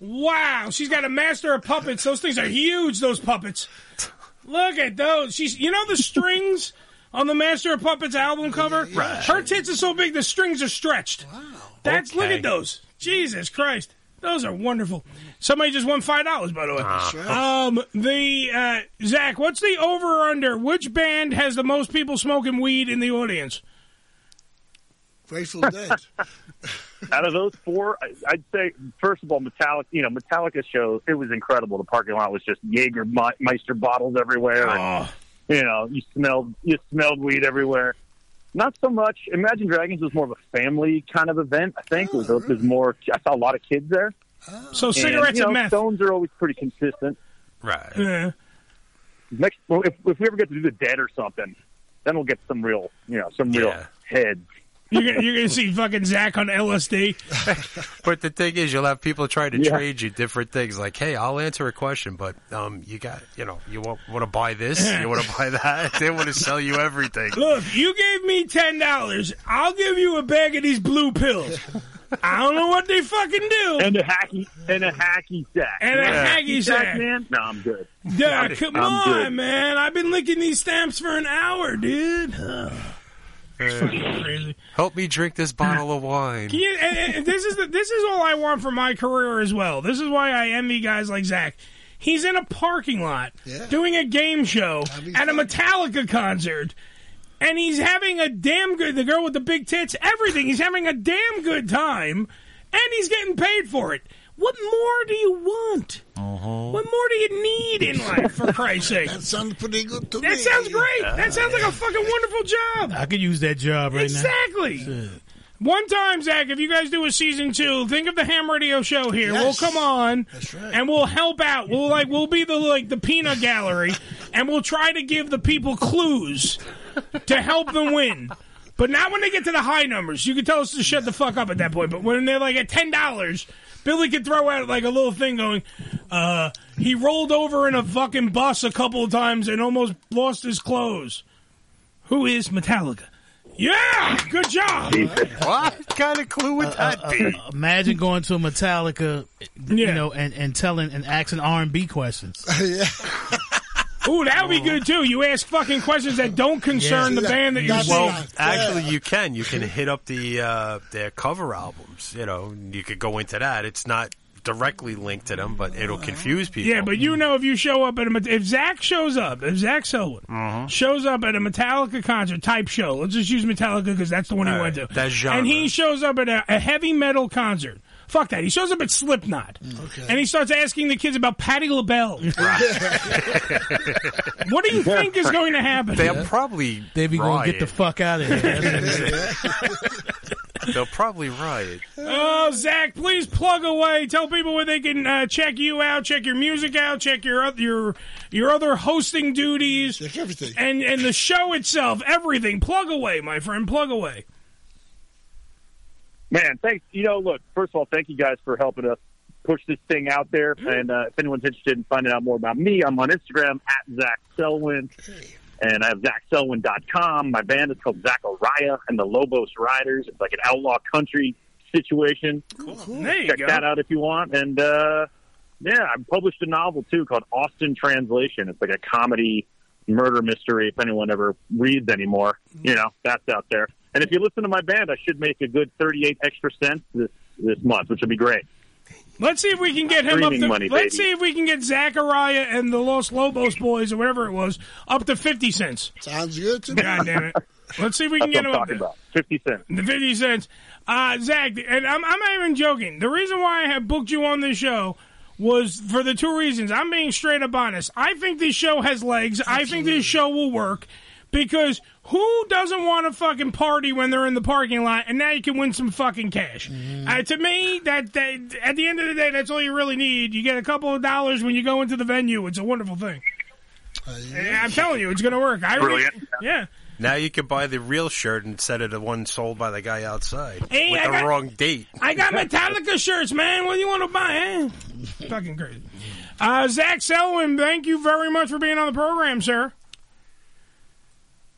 [SPEAKER 1] Wow, she's got a master of puppets. Those things are huge, those puppets. Look at those. She's you know the strings on the Master of Puppets album cover?
[SPEAKER 4] Right.
[SPEAKER 1] Her tits are so big the strings are stretched. Wow. That's look at
[SPEAKER 4] Okay.
[SPEAKER 1] those. Jesus Christ. Those are wonderful. Somebody just won five dollars, by the way.
[SPEAKER 4] Ah. Sure.
[SPEAKER 1] Um, the uh, Zach, what's the over or under? Which band has the most people smoking weed in the audience?
[SPEAKER 2] Grateful
[SPEAKER 1] [laughs]
[SPEAKER 2] Dead.
[SPEAKER 7] Out of those four, I, I'd say first of all, Metallica. You know, Metallica shows it was incredible. The parking lot was just Jaeger Me- Meister bottles everywhere. And, you know, you smelled you smelled weed everywhere. Not so much. Imagine Dragons was more of a family kind of event. I think it, was, it was more. I saw a lot of kids there.
[SPEAKER 1] So cigarettes
[SPEAKER 7] you know,
[SPEAKER 1] and meth.
[SPEAKER 7] Stones are always pretty consistent.
[SPEAKER 4] Right.
[SPEAKER 1] Yeah.
[SPEAKER 7] Next, well, if, if we ever get to do the dead or something, then we'll get some real, you know, some real heads.
[SPEAKER 1] You're gonna, you're gonna see fucking Zach on LSD.
[SPEAKER 4] But the thing is, you'll have people try to
[SPEAKER 1] Yeah.
[SPEAKER 4] trade you different things. Like, hey, I'll answer a question, but um, you got, you know, you want, want to buy
[SPEAKER 1] [laughs]
[SPEAKER 4] this, you want to buy that. [laughs] They want to sell you everything.
[SPEAKER 1] Look, you gave me ten dollars. I'll give you a bag of these blue pills. I don't know what they fucking do.
[SPEAKER 7] And a hacky and a hacky sack.
[SPEAKER 1] And a hacky sack.
[SPEAKER 7] man. No, I'm good.
[SPEAKER 1] Yeah,
[SPEAKER 7] I'm-
[SPEAKER 1] come
[SPEAKER 7] I'm
[SPEAKER 1] on,
[SPEAKER 7] good.
[SPEAKER 1] man. I've been licking these stamps for an hour, dude.
[SPEAKER 4] Uh, Help me drink this bottle of wine.
[SPEAKER 1] Can you- and- and- and this is the, this is all I want for my career as well. This is why I envy guys like Zach. He's in a parking lot doing a game show at a Metallica concert, and he's having a damn good. The girl with the big tits, everything. He's having a damn good time, and he's getting paid for it. What more do you want? What more do you need in life, for Christ's sake? That
[SPEAKER 2] sounds pretty good to
[SPEAKER 1] that
[SPEAKER 2] me.
[SPEAKER 1] sounds great. that sounds like a fucking wonderful job.
[SPEAKER 3] I could use that job right now.
[SPEAKER 1] Exactly. One time, Zach, if you guys do a season two, think of the Ham Radio Show here.
[SPEAKER 2] Yes.
[SPEAKER 1] We'll come on, and we'll help out. [laughs] We'll like we'll be the like the peanut gallery, and we'll try to give the people clues to help them win. But not when they get to the high numbers. You can tell us to shut the fuck up at that point. But when they're like at ten dollars, Billy could throw out like a little thing going, uh, he rolled over in a fucking bus a couple of times and almost lost his clothes. Who is Metallica? Yeah, good
[SPEAKER 4] [laughs]
[SPEAKER 1] job.
[SPEAKER 4] what kind of clue would that be?
[SPEAKER 3] Uh, Imagine going to a Metallica, you know, and, and telling and asking R and B
[SPEAKER 4] [laughs]
[SPEAKER 3] questions.
[SPEAKER 1] Ooh, that would be good too. You ask fucking questions that don't concern the band that you're
[SPEAKER 4] well, actually, you can. You can hit up the uh, their cover albums. You know, and you could go into that. It's not directly linked to them, but it'll confuse people.
[SPEAKER 1] Yeah, but you know if you show up at a Met- if Zach shows up if Zach Selwyn
[SPEAKER 4] Mm-hmm.
[SPEAKER 1] shows up at a Metallica concert type show, let's just use Metallica because that's the one he
[SPEAKER 4] All
[SPEAKER 1] went to.
[SPEAKER 4] right, that genre.
[SPEAKER 1] And he shows up at a, a heavy metal concert. Fuck that. He shows up at Slipknot,
[SPEAKER 4] Mm.
[SPEAKER 1] and he starts asking the kids about Patti
[SPEAKER 4] [laughs]
[SPEAKER 1] LaBelle. [laughs] what do you think is going to happen?
[SPEAKER 4] They're probably
[SPEAKER 3] They be gonna get the
[SPEAKER 4] riot.
[SPEAKER 3] fuck out of here.
[SPEAKER 4] [laughs]
[SPEAKER 3] [laughs]
[SPEAKER 4] They'll probably riot.
[SPEAKER 1] Oh, Zach, please plug away. Tell people where they can uh, check you out, check your music out, check your oth- your your other hosting duties, check everything, and and the show itself, everything. Plug away, my friend. Plug away.
[SPEAKER 7] Man, thanks. You know, look, first of all, thank you guys for helping us push this thing out there. And uh, if anyone's interested in finding out more about me, I'm on Instagram at Zach Selwyn. And I have ZachSelwyn.com. My band is called Zachariah and the Lobos Riders. It's like an outlaw country situation.
[SPEAKER 1] There you
[SPEAKER 7] Check
[SPEAKER 1] go.
[SPEAKER 7] that out if you want. And uh, yeah, I published a novel too called Austin Translation. It's like a comedy murder mystery. If anyone ever reads anymore, you know that's out there. And if you listen to my band, I should make a good thirty-eight extra cents this this month, which would be great.
[SPEAKER 1] Let's see if we can get him up
[SPEAKER 7] Streaming
[SPEAKER 1] to.
[SPEAKER 7] money,
[SPEAKER 1] let's
[SPEAKER 7] baby.
[SPEAKER 1] see if we can get Zachariah and the Los Lobos boys or whatever it was up to fifty cents. Sounds good to me. God damn it. Let's see if we can
[SPEAKER 7] that's
[SPEAKER 1] get
[SPEAKER 7] what
[SPEAKER 1] him
[SPEAKER 7] I'm talking
[SPEAKER 1] up there.
[SPEAKER 7] about. Fifty cents.
[SPEAKER 1] The 50 cents. Uh, Zach, and I'm, I'm not even joking. The reason why I have booked you on this show was for the two reasons. I'm being straight up honest. I think this show has legs. I think this show will work because who doesn't want to fucking party when they're in the parking lot and now you can win some fucking cash? Uh, to me, that, that at the end of the day, that's all you really need. You get a couple of dollars when you go into the venue. It's a wonderful thing. And I'm telling you, it's going to work. I really,
[SPEAKER 4] Brilliant.
[SPEAKER 1] yeah.
[SPEAKER 4] Now you can buy the real shirt instead of the one sold by the guy outside
[SPEAKER 1] Hey,
[SPEAKER 4] with
[SPEAKER 1] I
[SPEAKER 4] the
[SPEAKER 1] got-
[SPEAKER 4] wrong date. [laughs]
[SPEAKER 1] I got Metallica shirts, man. What do you want to buy, eh? Fucking crazy. Uh, Zach Selwyn, thank you very much for being on the program, sir.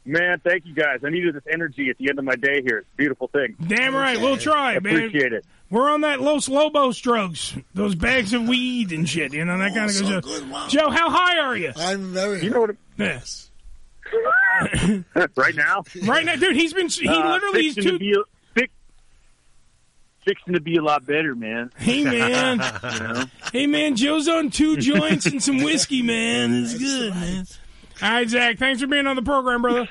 [SPEAKER 7] Man, thank you guys. I needed this energy at the end of my day here. It's a beautiful thing.
[SPEAKER 1] Damn right, we'll try, man.
[SPEAKER 7] Appreciate it.
[SPEAKER 1] We're on that Los Lobos drugs, those bags of weed and shit. You know that kind of
[SPEAKER 2] Oh, so
[SPEAKER 1] goes.
[SPEAKER 2] good, wow.
[SPEAKER 1] Joe, how high are you?
[SPEAKER 2] I'm very.
[SPEAKER 7] You know what?
[SPEAKER 1] Yes.
[SPEAKER 7] [laughs] right now.
[SPEAKER 1] Right now, dude, he's been he
[SPEAKER 7] Uh,
[SPEAKER 1] literally is
[SPEAKER 7] fixing to
[SPEAKER 1] too.
[SPEAKER 7] be a, fix, fixing to be a lot better, man.
[SPEAKER 1] [laughs] Hey man,
[SPEAKER 16] Uh-huh.
[SPEAKER 1] hey man, Joe's on two joints and some whiskey, man. It's good, man. All right, Zach, thanks for being on the program, brother.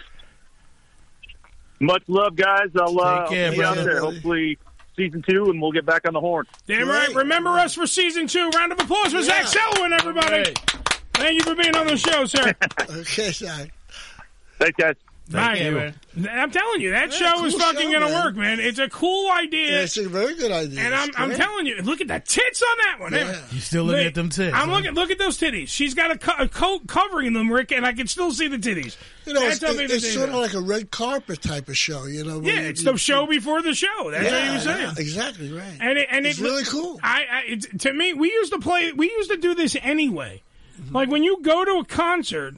[SPEAKER 7] Much love, guys. I'll uh,
[SPEAKER 1] Take care,
[SPEAKER 7] I'll be out
[SPEAKER 1] brother.
[SPEAKER 7] there. Hopefully, season two, and we'll get back on the horn.
[SPEAKER 1] Damn right. Remember us for season two. Round of applause for Zach Selwyn, everybody. Thank you for being on the show,
[SPEAKER 2] [laughs]
[SPEAKER 1] sir. okay, Zach.
[SPEAKER 7] Thanks, guys.
[SPEAKER 1] Bye, man. I'm telling you, that
[SPEAKER 2] Yeah,
[SPEAKER 1] show is
[SPEAKER 2] cool
[SPEAKER 1] fucking
[SPEAKER 2] show,
[SPEAKER 1] gonna
[SPEAKER 2] man.
[SPEAKER 1] work, man. It's a cool idea.
[SPEAKER 2] it's a very good idea.
[SPEAKER 1] and I'm,
[SPEAKER 2] It's
[SPEAKER 1] I'm
[SPEAKER 2] great.
[SPEAKER 1] telling you, look at the tits on that one.
[SPEAKER 2] Yeah.
[SPEAKER 3] You still looking at them titties?
[SPEAKER 1] I'm
[SPEAKER 3] huh?
[SPEAKER 1] looking. Look at those titties. She's got a, co- a coat covering them, Rick, and I can still see the titties.
[SPEAKER 2] You know,
[SPEAKER 1] That's
[SPEAKER 2] it's,
[SPEAKER 1] how big
[SPEAKER 2] it-
[SPEAKER 1] the
[SPEAKER 2] it's
[SPEAKER 1] titties
[SPEAKER 2] sort
[SPEAKER 1] are.
[SPEAKER 2] of like a red carpet type of show, you know. where
[SPEAKER 1] Yeah,
[SPEAKER 2] you-
[SPEAKER 1] it's
[SPEAKER 2] you- [laughs]
[SPEAKER 1] the show before the show. That's what
[SPEAKER 2] Yeah,
[SPEAKER 1] he was saying.
[SPEAKER 2] yeah, exactly right.
[SPEAKER 1] And it, and
[SPEAKER 2] It's
[SPEAKER 1] it,
[SPEAKER 2] really cool.
[SPEAKER 1] I, I it's, to me, we used to play. We used to do this anyway. Like when you go to a concert,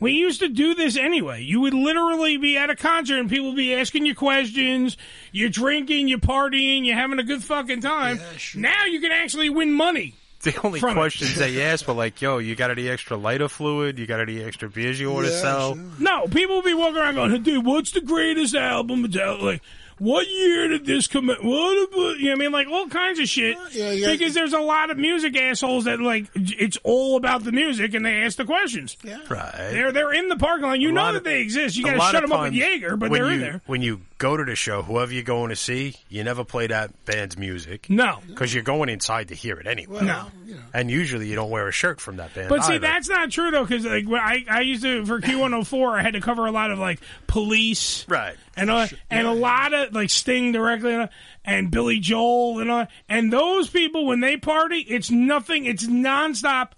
[SPEAKER 1] we used to do this anyway. You would literally be at a concert and people would be asking you questions. You're drinking, you're partying, you're having a good fucking time. Now you can actually win money.
[SPEAKER 4] The only
[SPEAKER 1] From it.
[SPEAKER 4] questions
[SPEAKER 1] [laughs]
[SPEAKER 4] they asked were like, "Yo, you got any extra lighter fluid? You got any extra beers you want to
[SPEAKER 1] Yeah,
[SPEAKER 4] sell?"
[SPEAKER 1] No, people will be walking around going, dude, what's the greatest album? It's out, Like, what year did this come out? What, about-" you know what I mean? Like, all kinds of shit.
[SPEAKER 2] yeah.
[SPEAKER 1] Because there's a lot of music assholes that, like, it's all about the music and they ask the questions. Yeah.
[SPEAKER 4] Right.
[SPEAKER 1] They're, they're in the parking lot. You
[SPEAKER 4] A
[SPEAKER 1] know
[SPEAKER 4] lot
[SPEAKER 1] that
[SPEAKER 4] of-
[SPEAKER 1] they exist. You
[SPEAKER 4] a
[SPEAKER 1] got to
[SPEAKER 4] lot
[SPEAKER 1] shut
[SPEAKER 4] of
[SPEAKER 1] them up with
[SPEAKER 4] times
[SPEAKER 1] Jaeger, but
[SPEAKER 4] when
[SPEAKER 1] they're in
[SPEAKER 4] you-
[SPEAKER 1] there.
[SPEAKER 4] When you go to the show, whoever you're going to see, you never play that band's music.
[SPEAKER 1] No.
[SPEAKER 4] Because you're going inside to hear it anyway.
[SPEAKER 1] No.
[SPEAKER 4] And usually you don't wear a shirt from that band.
[SPEAKER 1] But see,
[SPEAKER 4] either.
[SPEAKER 1] that's not true though, because like when I, I used to for Q one hundred four, I had to cover a lot of like police, right, and uh, and a lot of like Sting directly, and, uh, and Billy Joel, and uh, and those people when they party, it's nothing, it's nonstop.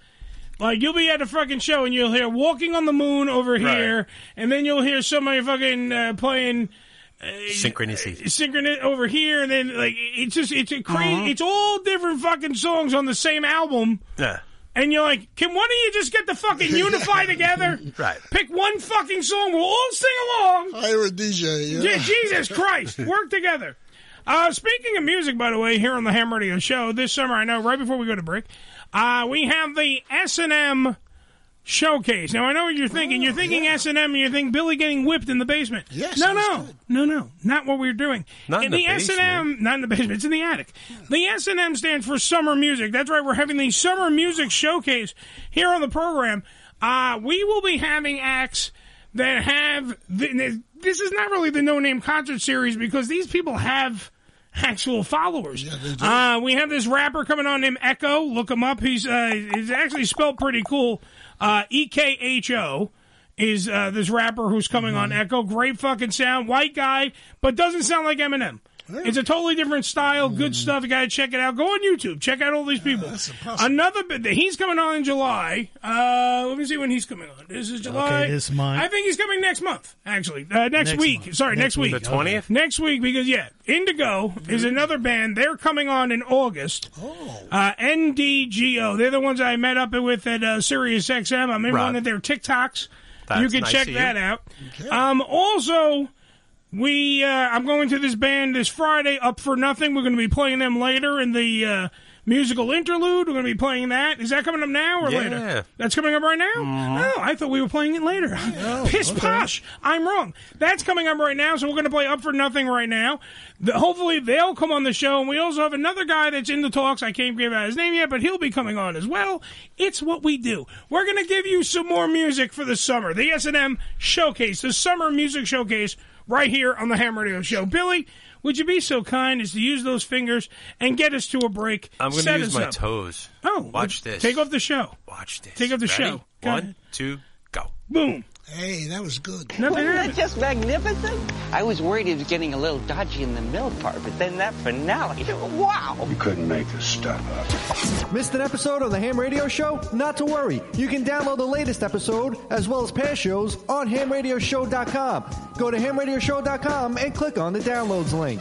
[SPEAKER 1] Like you'll be at a fucking show and you'll hear "Walking on the Moon" over here, and then you'll hear somebody fucking uh, playing
[SPEAKER 4] Synchronicity.
[SPEAKER 1] synchronous over here, and then like it's just it's a crazy. It's all different fucking songs on the same album,
[SPEAKER 4] Yeah.
[SPEAKER 1] and you're like, can one of you just get the fucking unify together?
[SPEAKER 4] Right.
[SPEAKER 1] Pick one fucking song. We'll all sing along.
[SPEAKER 2] Hire a DJ.
[SPEAKER 1] Yeah, Jesus Christ. Work together. Uh, speaking of music, by the way, here on the Ham Radio Show this summer, I know right before we go to break, uh, we have the S and M showcase. Now I know what you're thinking. you're thinking S and M. and You think Billy getting whipped in the basement? Yes. No, no, no, no. Not what we're doing.
[SPEAKER 4] Not in
[SPEAKER 1] in
[SPEAKER 4] the
[SPEAKER 1] the S and M. Not in the basement. It's in the attic. The S and M stands for summer music. That's right. We're having the summer music showcase here on the program. Uh, we will be having acts that have. Th- this is not really the no name concert series because these people have actual followers. Uh, we have this rapper coming on named Echo. Look him up. He's uh, he's actually spelled pretty cool. Uh, e K H O is uh, this rapper who's coming on
[SPEAKER 3] Mm-hmm.
[SPEAKER 1] Echo. Great fucking sound, white guy, but doesn't sound like Eminem. It's a totally different style.
[SPEAKER 3] Mm-hmm.
[SPEAKER 1] Good stuff. You got to check it out. Go on YouTube. Check out all
[SPEAKER 3] Ah,
[SPEAKER 1] these people. Another bit. He's coming on in July. Uh, let me see when he's coming on. This is July.
[SPEAKER 3] Okay, this month.
[SPEAKER 1] I think he's coming next month. Actually, uh, next,
[SPEAKER 3] Next
[SPEAKER 1] week.
[SPEAKER 3] month.
[SPEAKER 1] Sorry, next,
[SPEAKER 3] Next
[SPEAKER 1] week.
[SPEAKER 3] week, The 20th?
[SPEAKER 1] Next week, because yeah, Indigo is another band. They're coming on in August. Oh. Uh, NDGO. They're the ones I met up with at uh, Sirius XM. I'm in
[SPEAKER 4] Right.
[SPEAKER 1] one of their TikToks.
[SPEAKER 4] That's
[SPEAKER 1] you can
[SPEAKER 4] nice
[SPEAKER 1] check
[SPEAKER 4] of you.
[SPEAKER 1] that out. Um, also, we uh, I'm going to this band this Friday. Up for nothing. We're going to be playing them later in the uh, musical interlude. We're going to be playing that. Is that coming up now or
[SPEAKER 4] Yeah.
[SPEAKER 1] later? That's coming up right now. Oh, I thought we were playing it later. [laughs] Piss posh. I'm wrong. That's coming up right now. So we're going to play up for nothing right now. The, hopefully they'll come on the show. And we also have another guy that's in the talks. I can't give out his name yet, but he'll be coming on as well. It's what we do. We're going to give you some more music for the summer. The S and M Showcase, the Summer Music Showcase, right here on the Ham Radio Show. Billy, would you be so kind as to use those fingers and get us to a break?
[SPEAKER 4] I'm going to
[SPEAKER 1] Set
[SPEAKER 4] use
[SPEAKER 1] us
[SPEAKER 4] my
[SPEAKER 1] up.
[SPEAKER 4] toes.
[SPEAKER 1] Oh,
[SPEAKER 4] watch this.
[SPEAKER 1] Take off the show.
[SPEAKER 4] Watch this.
[SPEAKER 1] Take off the
[SPEAKER 4] Ready?
[SPEAKER 1] show. Go
[SPEAKER 4] One,
[SPEAKER 1] ahead.
[SPEAKER 4] two, go.
[SPEAKER 1] Boom.
[SPEAKER 2] Hey, that was good.
[SPEAKER 1] Nothing
[SPEAKER 16] Wasn't
[SPEAKER 1] happened.
[SPEAKER 16] that just magnificent? I was worried it was getting a little dodgy in the middle part, but then that finale, [laughs] wow!
[SPEAKER 18] You couldn't make this stuff up.
[SPEAKER 12] Missed an episode of the Ham Radio Show? Not to worry. You can download the latest episode as well as past shows on hamradioshow.com. Go to hamradioshow.com and click on the downloads link.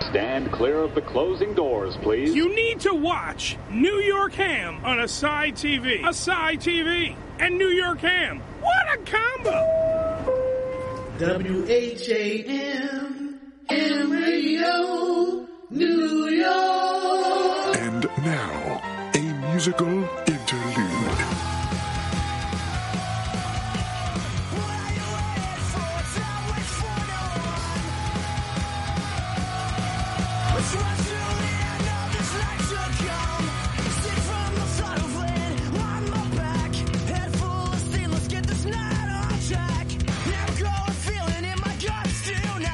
[SPEAKER 20] Stand clear of the closing doors, please.
[SPEAKER 1] You need to watch New York Ham on Asai TV. Asai TV and New York Ham. What a combo!
[SPEAKER 29] W H A M Ham Radio New York.
[SPEAKER 14] And now, a musical interlude.
[SPEAKER 29] Somewhere to go.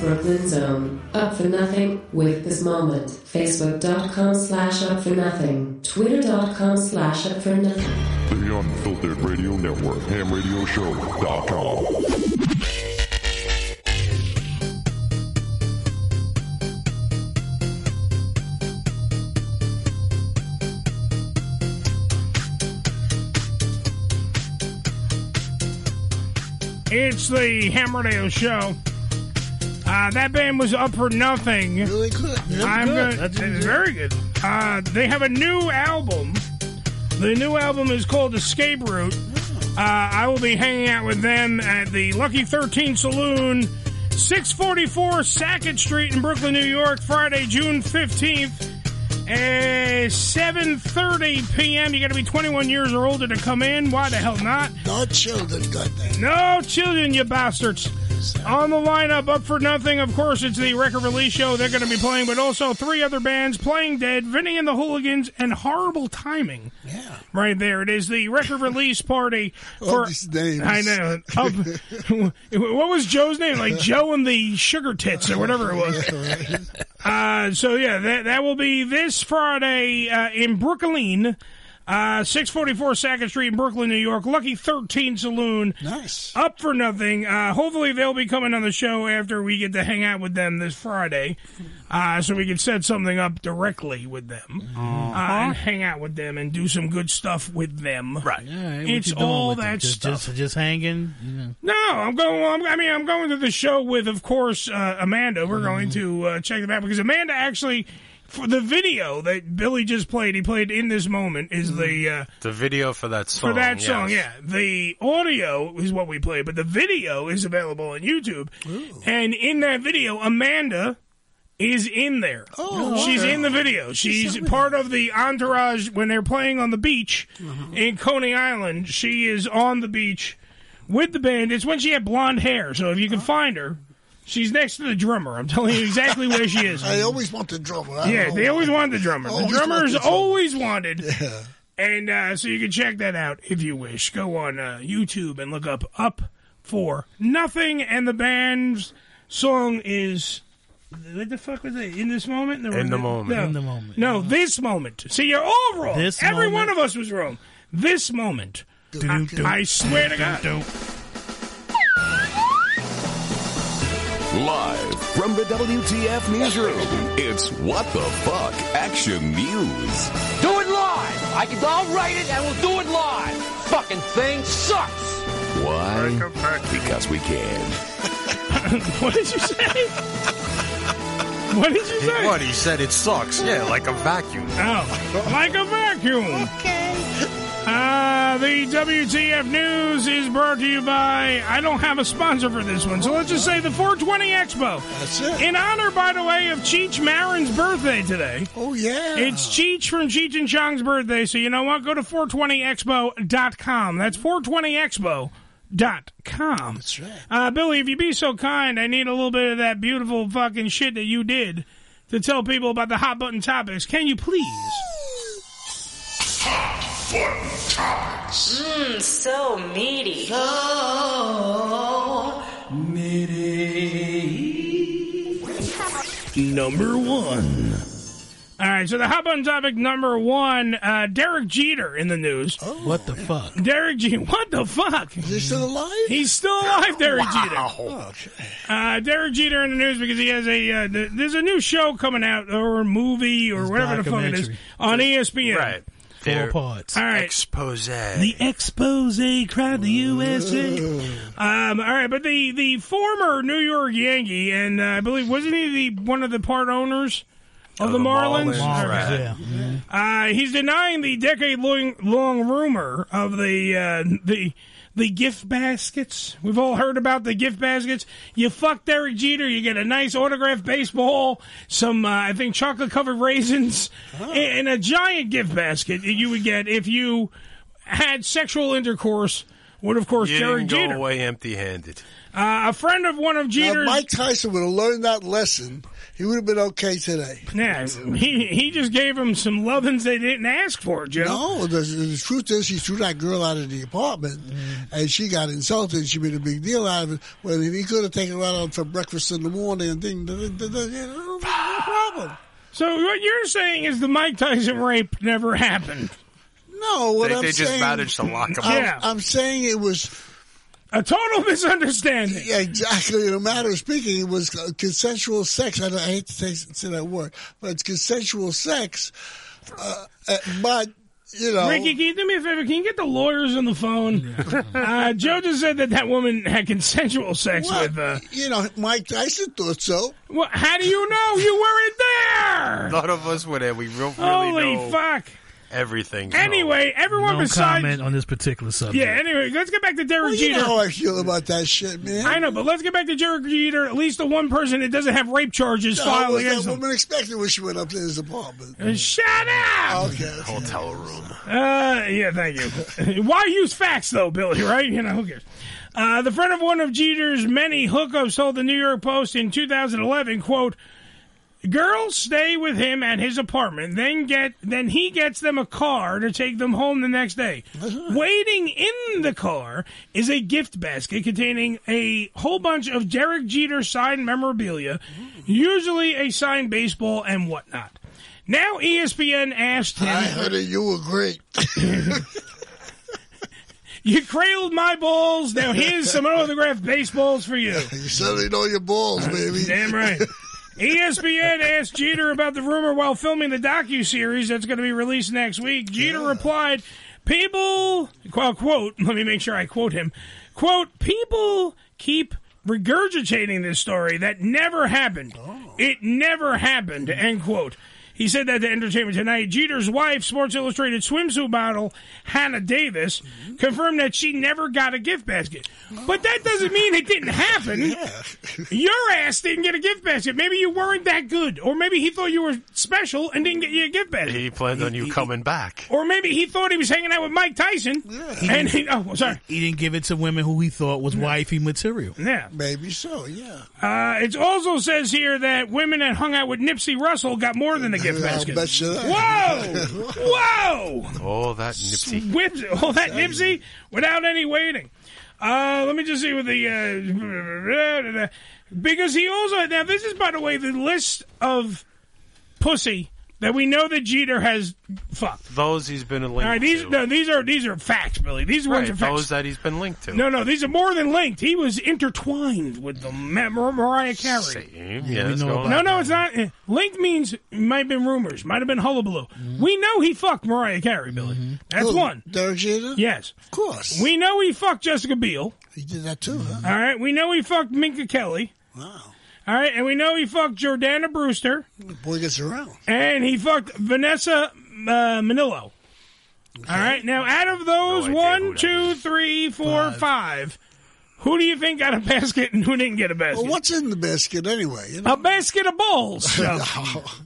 [SPEAKER 10] Brooklyn Zone. um, Up for nothing with this moment. Facebook.com slash up for nothing. Twitter.com slash up for nothing.
[SPEAKER 14] The Unfiltered Radio Network, hamradioshow.com.
[SPEAKER 1] It's the Hammer Radio Show. Uh, that band was up for nothing. Really good.
[SPEAKER 29] Really
[SPEAKER 1] I'm
[SPEAKER 29] good.
[SPEAKER 1] gonna-
[SPEAKER 29] That's
[SPEAKER 1] it's
[SPEAKER 29] really
[SPEAKER 1] very good. Uh, they have a new album. The new album is called Escape Route. Uh, I will be hanging out with them at the Lucky 13 Saloon, 644 Sackett Street in Brooklyn, New York, Friday, June 15th. Uh, 7.30 p.m. You got to be 21 years or older to come in. Why the hell not? No children, goddamn. No children, you bastards. On the lineup, up for nothing. Of course, it's the record release show they're going to be playing, but also three other bands, Playing Dead, Vinny and the Hooligans, and Horrible Timing. Yeah. Right there. It is the record release party. for,
[SPEAKER 2] these names.
[SPEAKER 1] I know. Up- what was Joe's name? Like Joe and the Sugar Tits or whatever it was. [laughs] Uh, so yeah, that that will be this Friday uh, in Brooklyn, uh, six forty four Second Street in Brooklyn, New York. Lucky Thirteen Saloon. Nice. Up for nothing. Uh, hopefully they'll be coming on the show after we get to hang out with them this Friday, uh, so we can set something up directly with them uh, and hang out with them and do some good stuff with them. Right.
[SPEAKER 3] Hey, what
[SPEAKER 1] it's
[SPEAKER 3] you doing
[SPEAKER 1] all
[SPEAKER 3] with it?
[SPEAKER 1] that
[SPEAKER 3] just,
[SPEAKER 1] stuff.
[SPEAKER 3] Just, just hanging. You know.
[SPEAKER 1] No, I'm going. I'm, I mean, I'm going to the show with, of course, uh, Amanda. We're going
[SPEAKER 3] Mm-hmm.
[SPEAKER 1] to uh, check them out because Amanda actually, for the video that Billy just played, he played in this moment is
[SPEAKER 3] Mm-hmm.
[SPEAKER 1] the uh,
[SPEAKER 4] The video for that song.
[SPEAKER 1] for that song.
[SPEAKER 4] yes.
[SPEAKER 1] Yeah, the audio is what we play, but the video is available on YouTube. And in that video, Amanda is in there.
[SPEAKER 29] Oh,
[SPEAKER 1] she's
[SPEAKER 29] wow.
[SPEAKER 1] in the video. She's
[SPEAKER 29] She's
[SPEAKER 1] part of the entourage when they're playing on the beach in Coney Island. She is on the beach with the band. It's when she had blonde hair. So if you can find her. She's next to the drummer. I'm telling you exactly where she is.
[SPEAKER 2] [laughs] I always want the drummer. I don't
[SPEAKER 1] Yeah,
[SPEAKER 2] know
[SPEAKER 1] they
[SPEAKER 2] why.
[SPEAKER 1] always wanted the [laughs] drummer. The
[SPEAKER 2] Always
[SPEAKER 1] drummer
[SPEAKER 2] wanted
[SPEAKER 1] is
[SPEAKER 2] the drummer.
[SPEAKER 1] always wanted. And uh, so you can check that out if you wish. Go on uh, YouTube and look up Up for Nothing, and the band's song is. What the fuck was it? In this moment? No,
[SPEAKER 4] In the
[SPEAKER 1] no,
[SPEAKER 4] moment.
[SPEAKER 1] No,
[SPEAKER 4] In the
[SPEAKER 1] moment. No, this moment. See, you're all wrong.
[SPEAKER 4] This
[SPEAKER 1] Every one
[SPEAKER 4] moment.
[SPEAKER 1] of us was wrong. This moment. I, I swear to God.
[SPEAKER 6] Live from the WTF newsroom, it's What the Fuck Action News.
[SPEAKER 18] Do it live. I can, I'll write it and we'll do it live. Fucking thing sucks.
[SPEAKER 6] Why? Because we can.
[SPEAKER 1] [laughs] what did you say? what did you say?
[SPEAKER 4] What he said, it sucks. Yeah, like a vacuum.
[SPEAKER 1] Oh, like a vacuum. Okay. Uh, the WTF News is brought to you by. I don't have a sponsor for this one, so let's just say the 420 Expo. That's it. In honor, by the way, of Cheech Marin's birthday today. Oh, yeah. It's Cheech from Cheech and Chong's birthday, so you know what? Go to 420expo.com. That's 420expo. Dot com. That's right. Uh, Billy, if you'd be so kind, I need a little bit of that beautiful fucking shit that you did to tell people about the hot button topics. Can you please?
[SPEAKER 29] Mmm, so meaty.
[SPEAKER 1] Number one. All right, so the hot button topic number one, uh, Derek Jeter in the news.
[SPEAKER 3] What the fuck?
[SPEAKER 1] Derek Jeter, [laughs] what the fuck? Is he still alive? He's still alive, Derek Jeter. Uh, Derek Jeter in the news because he has a, uh, th- there's a new show coming out or a movie or whatever the fuck it is
[SPEAKER 4] documentary.
[SPEAKER 1] on E ESPN. Right.
[SPEAKER 4] They're-
[SPEAKER 1] All right.
[SPEAKER 4] Expose.
[SPEAKER 1] The expose crowd of the USA. Um, all right, but the, the former New York Yankee, and uh, I believe, wasn't he the one of the part owners of, the, Marlins? All right.
[SPEAKER 4] right.
[SPEAKER 1] Uh, he's denying the decade-long long rumor of the uh, the the gift baskets. We've all heard about the gift baskets. You fuck Derek Jeter, you get a nice autographed baseball, some uh, I think chocolate-covered raisins,
[SPEAKER 4] Uh-huh.
[SPEAKER 1] and, and a giant gift basket that you would get if you had sexual intercourse with, of course,
[SPEAKER 4] You
[SPEAKER 1] Derek
[SPEAKER 4] didn't go
[SPEAKER 1] Jeter.
[SPEAKER 4] away empty-handed.
[SPEAKER 1] Uh, a friend of one of Jeter's.
[SPEAKER 2] Now, Mike Tyson would have learned that lesson. He would have been okay today.
[SPEAKER 1] Yeah, he he just gave them some lovin's they didn't ask for, Joe.
[SPEAKER 2] No, Oh, the, the truth is, he threw that girl out of the apartment,
[SPEAKER 1] Mm-hmm.
[SPEAKER 2] and she got insulted. She made a big deal out of it. Well, he could have taken her out for breakfast in the morning and thing. da- da- da- da- you know, No problem.
[SPEAKER 1] So what you're saying is the Mike Tyson rape never happened.
[SPEAKER 2] No, what
[SPEAKER 1] They-
[SPEAKER 2] I'm
[SPEAKER 1] they just
[SPEAKER 2] saying,
[SPEAKER 1] managed to lock him
[SPEAKER 2] I'm,
[SPEAKER 1] up.
[SPEAKER 2] I'm saying it was
[SPEAKER 1] a total misunderstanding.
[SPEAKER 2] Yeah, exactly. In a matter of speaking, it was consensual sex. I, don't- I hate to take, say that word, but it's consensual sex. Uh, uh, but [laughs] you know,
[SPEAKER 1] Ricky, can you do me a favor? Can you get the lawyers on the phone? uh, Joe just said that that woman had consensual sex
[SPEAKER 2] Well,
[SPEAKER 1] with. Uh,
[SPEAKER 2] you know, Mike Tyson thought so.
[SPEAKER 1] Well, how do you know you weren't there?
[SPEAKER 4] None of us were there. We re- really
[SPEAKER 1] Holy
[SPEAKER 4] know
[SPEAKER 1] fuck!
[SPEAKER 4] everything.
[SPEAKER 1] Anyway, everyone
[SPEAKER 3] Don't
[SPEAKER 1] besides
[SPEAKER 3] comment on this particular subject.
[SPEAKER 1] yeah. Anyway, let's get back to Derek
[SPEAKER 2] Well, you
[SPEAKER 1] Jeter.
[SPEAKER 2] know how I feel about that shit, man.
[SPEAKER 1] I know, but let's get back to Derek Jeter. At least the one person that doesn't have rape charges
[SPEAKER 2] No,
[SPEAKER 1] filed
[SPEAKER 2] what was
[SPEAKER 1] against
[SPEAKER 2] that
[SPEAKER 1] him.
[SPEAKER 2] woman expected when she went up to his apartment?
[SPEAKER 1] Uh, Shut up!
[SPEAKER 2] Okay.
[SPEAKER 4] Hotel room.
[SPEAKER 1] Uh, yeah, thank you. [laughs] Why use facts though, Billy? Right? You know who cares? Uh, the friend of one of Jeter's many hookups told the New York Post in 2011, "quote Girls stay with him at his apartment, then get then he gets them a car to take them home the next
[SPEAKER 2] [laughs]
[SPEAKER 1] day. Waiting in the car is a gift basket containing a whole bunch of Derek Jeter signed memorabilia, usually a signed baseball and whatnot. Now E ESPN asked him. I
[SPEAKER 2] heard it. You were great.
[SPEAKER 1] you cradled my balls. Now here's some autographed baseballs for you.
[SPEAKER 2] [laughs] You certainly know your balls, baby.
[SPEAKER 1] Damn
[SPEAKER 2] [laughs]
[SPEAKER 1] right. E ESPN asked Jeter about the rumor while filming the docu series that's going to be released next week. Jeter replied, "People, well, quote. Let me make sure I quote him. Quote: People keep regurgitating this story that never happened.
[SPEAKER 2] Oh.
[SPEAKER 1] It never happened." End quote. He said that to Entertainment Tonight. Jeter's wife, Sports Illustrated swimsuit model Hannah Davis, confirmed that she never got a gift basket. But that doesn't mean it didn't happen. Your ass didn't get a gift basket. Maybe you weren't that good, or maybe he thought you were special and didn't get you a gift basket.
[SPEAKER 4] He planned on you coming back.
[SPEAKER 1] Or maybe he thought he was hanging out with Mike Tyson, and he, oh, sorry.
[SPEAKER 3] He didn't give it to women who he thought was wifey material.
[SPEAKER 1] Yeah.
[SPEAKER 2] Maybe so, yeah.
[SPEAKER 1] Uh, it also says here that women that hung out with Nipsey Russell got more than a gift basket.
[SPEAKER 2] bet you
[SPEAKER 1] that.
[SPEAKER 2] [laughs]
[SPEAKER 1] Whoa! Whoa!
[SPEAKER 4] Oh, that Nipsey.
[SPEAKER 1] Whips, all that Nipsey without any waiting. Uh, let me just see what the uh, because he also now this is by the way the list of pussy that we know that Jeter has fucked.
[SPEAKER 4] Those he's been linked
[SPEAKER 1] All right, these
[SPEAKER 4] to.
[SPEAKER 1] no, these are these are facts, Billy. These ones
[SPEAKER 4] Right,
[SPEAKER 1] are facts.
[SPEAKER 4] those that he's been linked to.
[SPEAKER 1] No, no, these are more than linked. He was intertwined with the Ma- Mar- Mariah Carey.
[SPEAKER 4] Same, Yeah, yes, we know go on.
[SPEAKER 1] no, no, it's not. eh, Linked means might have been rumors, might have been hullabaloo. We know he fucked Mariah Carey, Billy. That's
[SPEAKER 2] Mm-hmm. Who,
[SPEAKER 1] one.
[SPEAKER 2] Derek Jeter?
[SPEAKER 1] Yes, of
[SPEAKER 2] course.
[SPEAKER 1] We know he fucked Jessica Biel.
[SPEAKER 2] He did that too. Huh?
[SPEAKER 1] All right, we know he fucked Minka Kelly.
[SPEAKER 2] Wow.
[SPEAKER 1] All right, and we know he fucked Jordana Brewster,
[SPEAKER 2] The boy gets around.
[SPEAKER 1] and he fucked Vanessa uh, Manillo. All right, now out of those one, two, three, four, five, who do you think got a [laughs] basket and who didn't get a basket?
[SPEAKER 2] Well, what's in the basket anyway? You know?
[SPEAKER 1] A basket of balls.
[SPEAKER 2] [laughs]
[SPEAKER 1] Joe.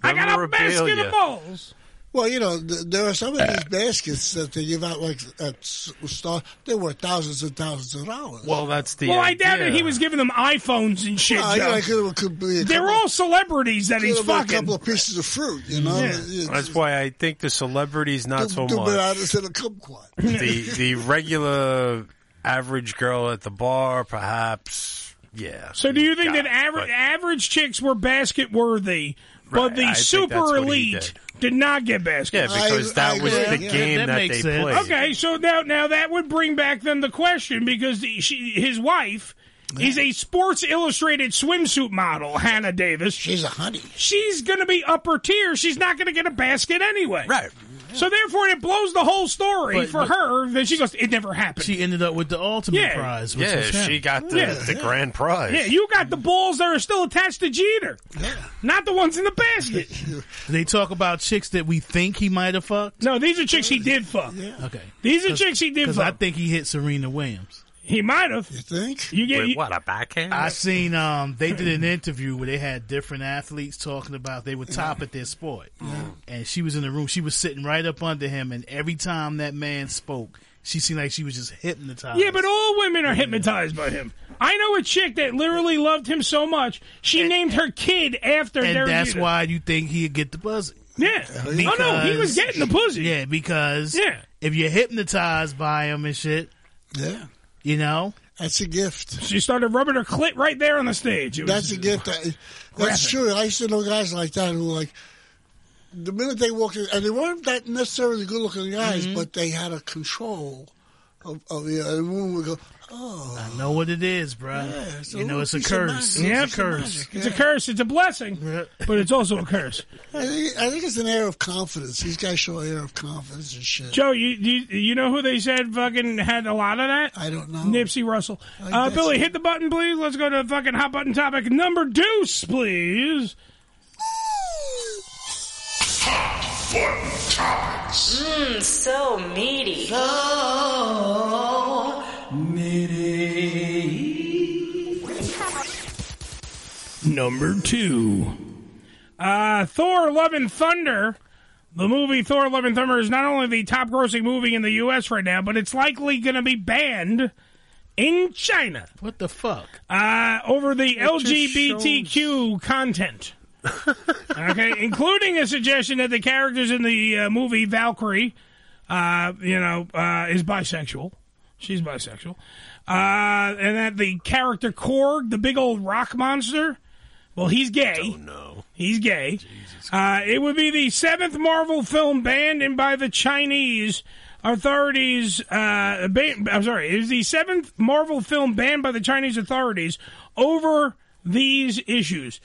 [SPEAKER 1] I got a basket
[SPEAKER 2] Memorabilia.
[SPEAKER 1] of balls.
[SPEAKER 2] Well, you know, th- there are some of these baskets that they give out like at s- Star. They were thousands and thousands of dollars.
[SPEAKER 4] Well, that's the.
[SPEAKER 1] well, Oh, I doubt that
[SPEAKER 4] idea.
[SPEAKER 1] he was giving them iPhones and shit.
[SPEAKER 2] Well,
[SPEAKER 1] Joe.
[SPEAKER 2] yeah, it could've- could be a
[SPEAKER 1] They're
[SPEAKER 2] couple-
[SPEAKER 1] all celebrities that he's
[SPEAKER 2] Could've been
[SPEAKER 1] fucking.
[SPEAKER 2] a couple of pieces of fruit, you know. It's-
[SPEAKER 4] That's why I think the celebrities not so
[SPEAKER 2] Do
[SPEAKER 4] much.
[SPEAKER 2] bananas in a kumquat.
[SPEAKER 4] the
[SPEAKER 2] [laughs]
[SPEAKER 4] the regular average girl at the bar, perhaps. Yeah.
[SPEAKER 1] So do you think that aver-
[SPEAKER 4] but-
[SPEAKER 1] average chicks were basket worthy,
[SPEAKER 4] Right,
[SPEAKER 1] but the
[SPEAKER 4] I think that's
[SPEAKER 1] super
[SPEAKER 4] what he
[SPEAKER 1] elite did. not get basket?
[SPEAKER 4] Yeah, because I- that I was agree. the Yeah, game that that makes they sense. played.
[SPEAKER 1] Okay, so now now that would bring back then the question because the, she, his wife. is a Sports Illustrated swimsuit model, Hannah Davis.
[SPEAKER 2] She's a honey.
[SPEAKER 1] She's going to be upper tier. She's not going to get a basket anyway. Right. So therefore, it blows the whole story
[SPEAKER 3] But-
[SPEAKER 1] for
[SPEAKER 3] but-
[SPEAKER 1] her. Then she goes, "It never happened."
[SPEAKER 3] She ended up with the ultimate
[SPEAKER 1] Yeah.
[SPEAKER 3] prize. Which
[SPEAKER 4] Yeah,
[SPEAKER 3] was him.
[SPEAKER 4] she got the, the grand prize.
[SPEAKER 1] Yeah, you got the balls that are still attached to Jeter, not the ones in the basket.
[SPEAKER 3] [laughs] They talk about chicks that we think he might have fucked.
[SPEAKER 1] No, these are chicks he did fuck.
[SPEAKER 3] Okay,
[SPEAKER 1] These are chicks he did
[SPEAKER 3] Because
[SPEAKER 1] fuck.
[SPEAKER 3] I think he hit Serena Williams.
[SPEAKER 1] He might have. You
[SPEAKER 2] think?
[SPEAKER 1] You get you-
[SPEAKER 4] what a backhand?
[SPEAKER 3] I seen um they did an interview where they had different athletes talking about they were top at their sport, and she was in the room. She was sitting right up under him, and every time that man spoke, she seemed like she was just hypnotized.
[SPEAKER 1] Yeah, but all women are hypnotized by him. I know a chick that literally loved him so much, she named her kid after
[SPEAKER 3] and
[SPEAKER 1] their
[SPEAKER 3] that's
[SPEAKER 1] leader.
[SPEAKER 3] why you think he'd get the Uh, pussy.
[SPEAKER 1] Yeah. oh no, he was getting the pussy.
[SPEAKER 3] Yeah, because yeah. if you're hypnotized by him and shit,
[SPEAKER 2] yeah,
[SPEAKER 3] you know,
[SPEAKER 2] that's a gift.
[SPEAKER 1] She started rubbing her clit right there on the stage. It was-
[SPEAKER 2] That's a gift. I- That's true. I used to know guys like that who like the minute they walked in, and they weren't that necessarily good looking guys,
[SPEAKER 1] Mm-hmm.
[SPEAKER 2] but they had a control of, of you know, and the woman would go, oh.
[SPEAKER 3] I know what it is, bruh.
[SPEAKER 2] Yeah, so
[SPEAKER 3] you know, it's a
[SPEAKER 2] it's a
[SPEAKER 3] curse.
[SPEAKER 2] magic.
[SPEAKER 1] Yeah,
[SPEAKER 3] It's a curse.
[SPEAKER 1] It's a curse. It's a
[SPEAKER 3] [laughs]
[SPEAKER 1] blessing, but it's also a curse.
[SPEAKER 2] I think, I think it's an air of confidence. These guys show an air of confidence and shit.
[SPEAKER 1] Joe, you, you you know who they said fucking had a lot of that? I
[SPEAKER 2] don't know.
[SPEAKER 1] Nipsey Russell.
[SPEAKER 2] think
[SPEAKER 1] Uh,
[SPEAKER 2] that's
[SPEAKER 1] Billy,
[SPEAKER 2] it.
[SPEAKER 1] hit the button, please. Let's go to fucking hot button topic number deuce, please.
[SPEAKER 29] Mmm, so meaty.
[SPEAKER 1] Number two. Uh, Thor Love and Thunder. The movie Thor Love and Thunder is not only the top grossing movie in the U.S. right now, but it's likely going to be banned in China.
[SPEAKER 3] What the fuck?
[SPEAKER 1] Uh, over the
[SPEAKER 3] It just
[SPEAKER 1] LGBTQ content. [laughs] okay, including a suggestion that the characters in the uh, movie Valkyrie, uh, you know, uh, is bisexual. She's bisexual. Uh, and that the character Korg, the big old rock monster, well, he's gay. Oh, no. He's gay. Uh, it would be the seventh Marvel film banned in by the Chinese authorities. Uh, ban- I'm sorry. It is the seventh Marvel film banned by the Chinese authorities over these issues.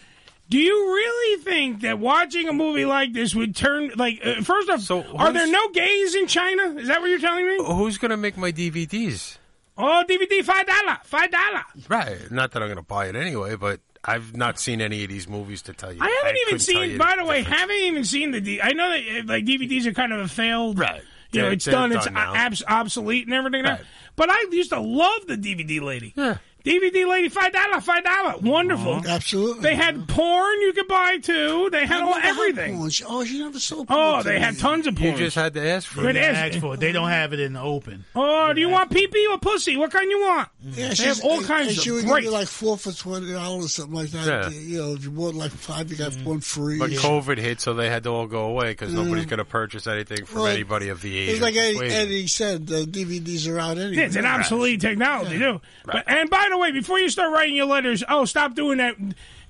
[SPEAKER 1] Do you really think that watching a movie like this would turn like uh, first off? are there
[SPEAKER 4] who's-
[SPEAKER 1] no gays in China? Is that what you're telling me?
[SPEAKER 4] Who's gonna make my DVDs?
[SPEAKER 1] Oh, DVD five dollar, five dollar.
[SPEAKER 4] Right. Not that I'm going to buy it anyway, but I've not seen any of these movies to tell you.
[SPEAKER 1] I haven't even
[SPEAKER 4] couldn't tell
[SPEAKER 1] seen.
[SPEAKER 4] you
[SPEAKER 1] By the way, haven't even seen the. D- I know that uh, like DVDs are kind of a failed. Right. You know,
[SPEAKER 4] They're-
[SPEAKER 1] it's
[SPEAKER 4] they're
[SPEAKER 1] done. It's
[SPEAKER 4] done now.
[SPEAKER 1] abs- obsolete and everything. Now. But I used to love the DVD lady. Yeah. DVD lady, five dollar, five dollar, wonderful.
[SPEAKER 2] Absolutely.
[SPEAKER 1] They had porn you could buy too. They had all
[SPEAKER 2] never had
[SPEAKER 1] everything.
[SPEAKER 2] porn. Oh, she never saw.
[SPEAKER 1] Oh, they had tons of porn.
[SPEAKER 4] You just had to ask for
[SPEAKER 1] Good
[SPEAKER 4] it.
[SPEAKER 1] ass-
[SPEAKER 3] Ask for it. They don't have it in the open.
[SPEAKER 1] Oh, do you want pee pee or pussy? What kind you want?
[SPEAKER 2] Yeah,
[SPEAKER 1] they
[SPEAKER 2] she's-
[SPEAKER 1] have all
[SPEAKER 2] and-
[SPEAKER 1] kinds
[SPEAKER 2] and
[SPEAKER 1] of
[SPEAKER 2] she would
[SPEAKER 1] great.
[SPEAKER 2] give you like four for twenty dollars or something like that.
[SPEAKER 4] Yeah.
[SPEAKER 2] You know, if you bought like five, you got
[SPEAKER 1] Mm.
[SPEAKER 2] one free.
[SPEAKER 4] But
[SPEAKER 2] Yeah.
[SPEAKER 4] COVID hit, so they had to all go away because
[SPEAKER 2] Yeah.
[SPEAKER 4] nobody's going to purchase anything from
[SPEAKER 2] Well,
[SPEAKER 4] anybody of the age.
[SPEAKER 2] It's like
[SPEAKER 4] of
[SPEAKER 2] Eddie,
[SPEAKER 4] persuasion.
[SPEAKER 2] Eddie said, the DVDs are out anyway.
[SPEAKER 1] Yeah, it's an obsolete technology, too. But, and by the way, before you start writing your letters, oh, stop doing that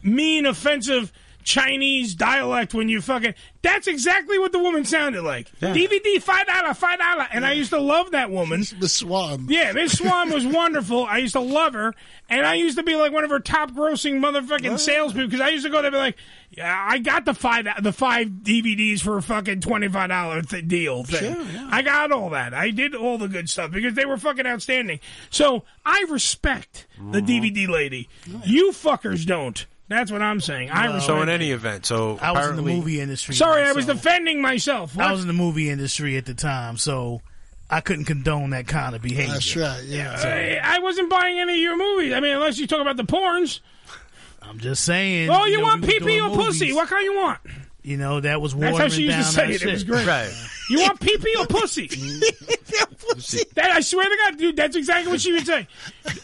[SPEAKER 1] mean, offensive Chinese dialect when you fucking. That's exactly what the woman sounded like. DVD five dollar, five dollar, and I used to love that woman,
[SPEAKER 2] Miss Swan.
[SPEAKER 1] Yeah, Miss Swan was wonderful. I used to love her, and I used to be like one of her top grossing motherfucking salespeople because I used to go there and be like, yeah, I got the five the five DVDs for a fucking twenty five dollar th- deal thing.
[SPEAKER 2] Sure,
[SPEAKER 1] I got all that. I did all the good stuff because they were fucking outstanding. So I respect the DVD lady. You fuckers don't. That's what I'm saying. I respect.
[SPEAKER 4] so in any event, so
[SPEAKER 3] I was in the
[SPEAKER 4] apparently-
[SPEAKER 3] movie industry.
[SPEAKER 1] Sorry, I
[SPEAKER 3] myself.
[SPEAKER 1] was defending myself.
[SPEAKER 3] I was in the movie industry at the time, so I couldn't condone that kind of behavior.
[SPEAKER 2] That's right. Yeah.
[SPEAKER 1] I, I wasn't buying any of your movies. I mean, unless you talk about the porns.
[SPEAKER 3] I'm just saying.
[SPEAKER 1] oh, you
[SPEAKER 3] know,
[SPEAKER 1] want
[SPEAKER 3] we was
[SPEAKER 1] pee pee
[SPEAKER 3] doing
[SPEAKER 1] or pussy?
[SPEAKER 3] movies.
[SPEAKER 1] What kind you want?
[SPEAKER 3] You know that was
[SPEAKER 1] That's
[SPEAKER 3] warming
[SPEAKER 1] how she used
[SPEAKER 3] down
[SPEAKER 1] to say
[SPEAKER 3] our
[SPEAKER 1] it. It was
[SPEAKER 3] shit.
[SPEAKER 1] great. [laughs] You want pee pee or
[SPEAKER 3] [laughs]
[SPEAKER 1] pussy? that I swear to God, dude, that's exactly what she would say.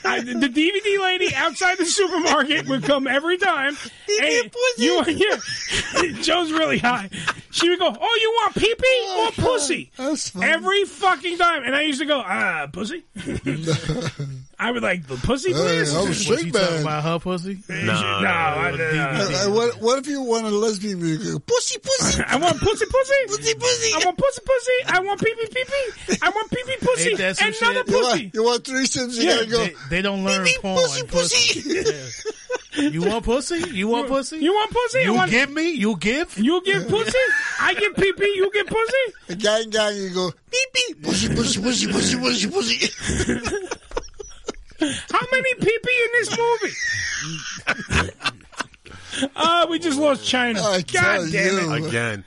[SPEAKER 1] I, the the DVD lady outside the supermarket would come every
[SPEAKER 3] [laughs]
[SPEAKER 1] time. and you, [laughs] yeah, [laughs] Joe's really high. She would go, "Oh, you want pee pee or
[SPEAKER 3] [laughs]
[SPEAKER 1] pussy?" Every fucking time, and I used to go, "Ah, pussy." [laughs] I would like the pussy, please.
[SPEAKER 2] I'm a
[SPEAKER 3] you
[SPEAKER 2] straight
[SPEAKER 3] talking
[SPEAKER 2] man.
[SPEAKER 3] about her pussy?
[SPEAKER 1] No, no, I-
[SPEAKER 2] Uh, uh, what, what if you want a lesbian music? Pussy, pussy.
[SPEAKER 1] [laughs] I want pussy, pussy. Pussy, pussy. I want pussy, pussy. I want pee pee pee pee. I want pee pee pussy.
[SPEAKER 3] Ain't that some
[SPEAKER 1] Another
[SPEAKER 3] shit?
[SPEAKER 2] You
[SPEAKER 1] pussy.
[SPEAKER 2] want, you want threesomes? You
[SPEAKER 1] Yeah,
[SPEAKER 2] gotta go.
[SPEAKER 3] They, they don't learn porn. Pussy, Yeah. You want pussy? You want pussy?
[SPEAKER 1] You want pussy? I
[SPEAKER 3] You
[SPEAKER 1] want-
[SPEAKER 3] give me? You give?
[SPEAKER 1] You give
[SPEAKER 2] [laughs]
[SPEAKER 1] pussy? I give pee pee. You give pussy?
[SPEAKER 2] A gang, gang, you go. Beep, beep. Pussy, pussy, pussy, pussy, pussy, pussy. [laughs]
[SPEAKER 1] How many pee pee in this movie? Ah, we just lost China. God damn it.
[SPEAKER 4] again.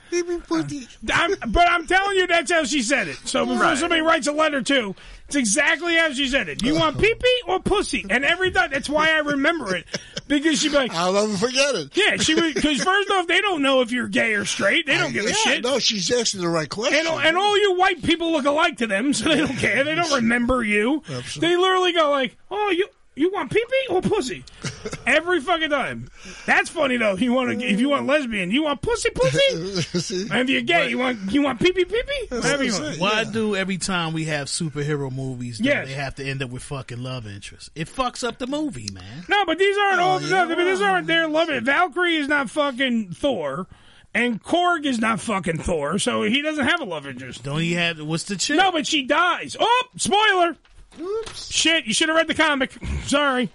[SPEAKER 1] I'm, but I'm telling you, that's how she said it. So before
[SPEAKER 4] Right.
[SPEAKER 1] somebody writes a letter too, it's exactly how she said it. You want pee pee or pussy? And every time, that's why I remember it because she'd be like,
[SPEAKER 2] I'll never forget it.
[SPEAKER 1] Yeah, she would. Because first off, they don't know if you're gay or straight. They don't give a
[SPEAKER 2] Yeah,
[SPEAKER 1] shit.
[SPEAKER 2] No, she's asking the right question.
[SPEAKER 1] And, and all you white people look alike to them, so they don't care. They don't remember you. They literally go like, "Oh, you You want pee pee or
[SPEAKER 2] [laughs]
[SPEAKER 1] pussy? Every fucking time. That's funny though. You want to if you want lesbian, you want pussy
[SPEAKER 2] [laughs]
[SPEAKER 1] pussy. and if you're gay, you want you want pee pee pee pee. Whatever you want.
[SPEAKER 3] Why do every time we have superhero movies, yeah,
[SPEAKER 1] Yes.
[SPEAKER 3] they have to end up with fucking love interest? It fucks up the movie, man. Oh,
[SPEAKER 1] No, but these aren't old enough. I mean, these aren't their love. It. Valkyrie is not fucking Thor, and Korg is not fucking Thor, so he doesn't have a love interest.
[SPEAKER 3] Don't he have? What's the chick?
[SPEAKER 1] No, but she dies. Oh, spoiler! Shit, you should have read the comic. [laughs] Sorry,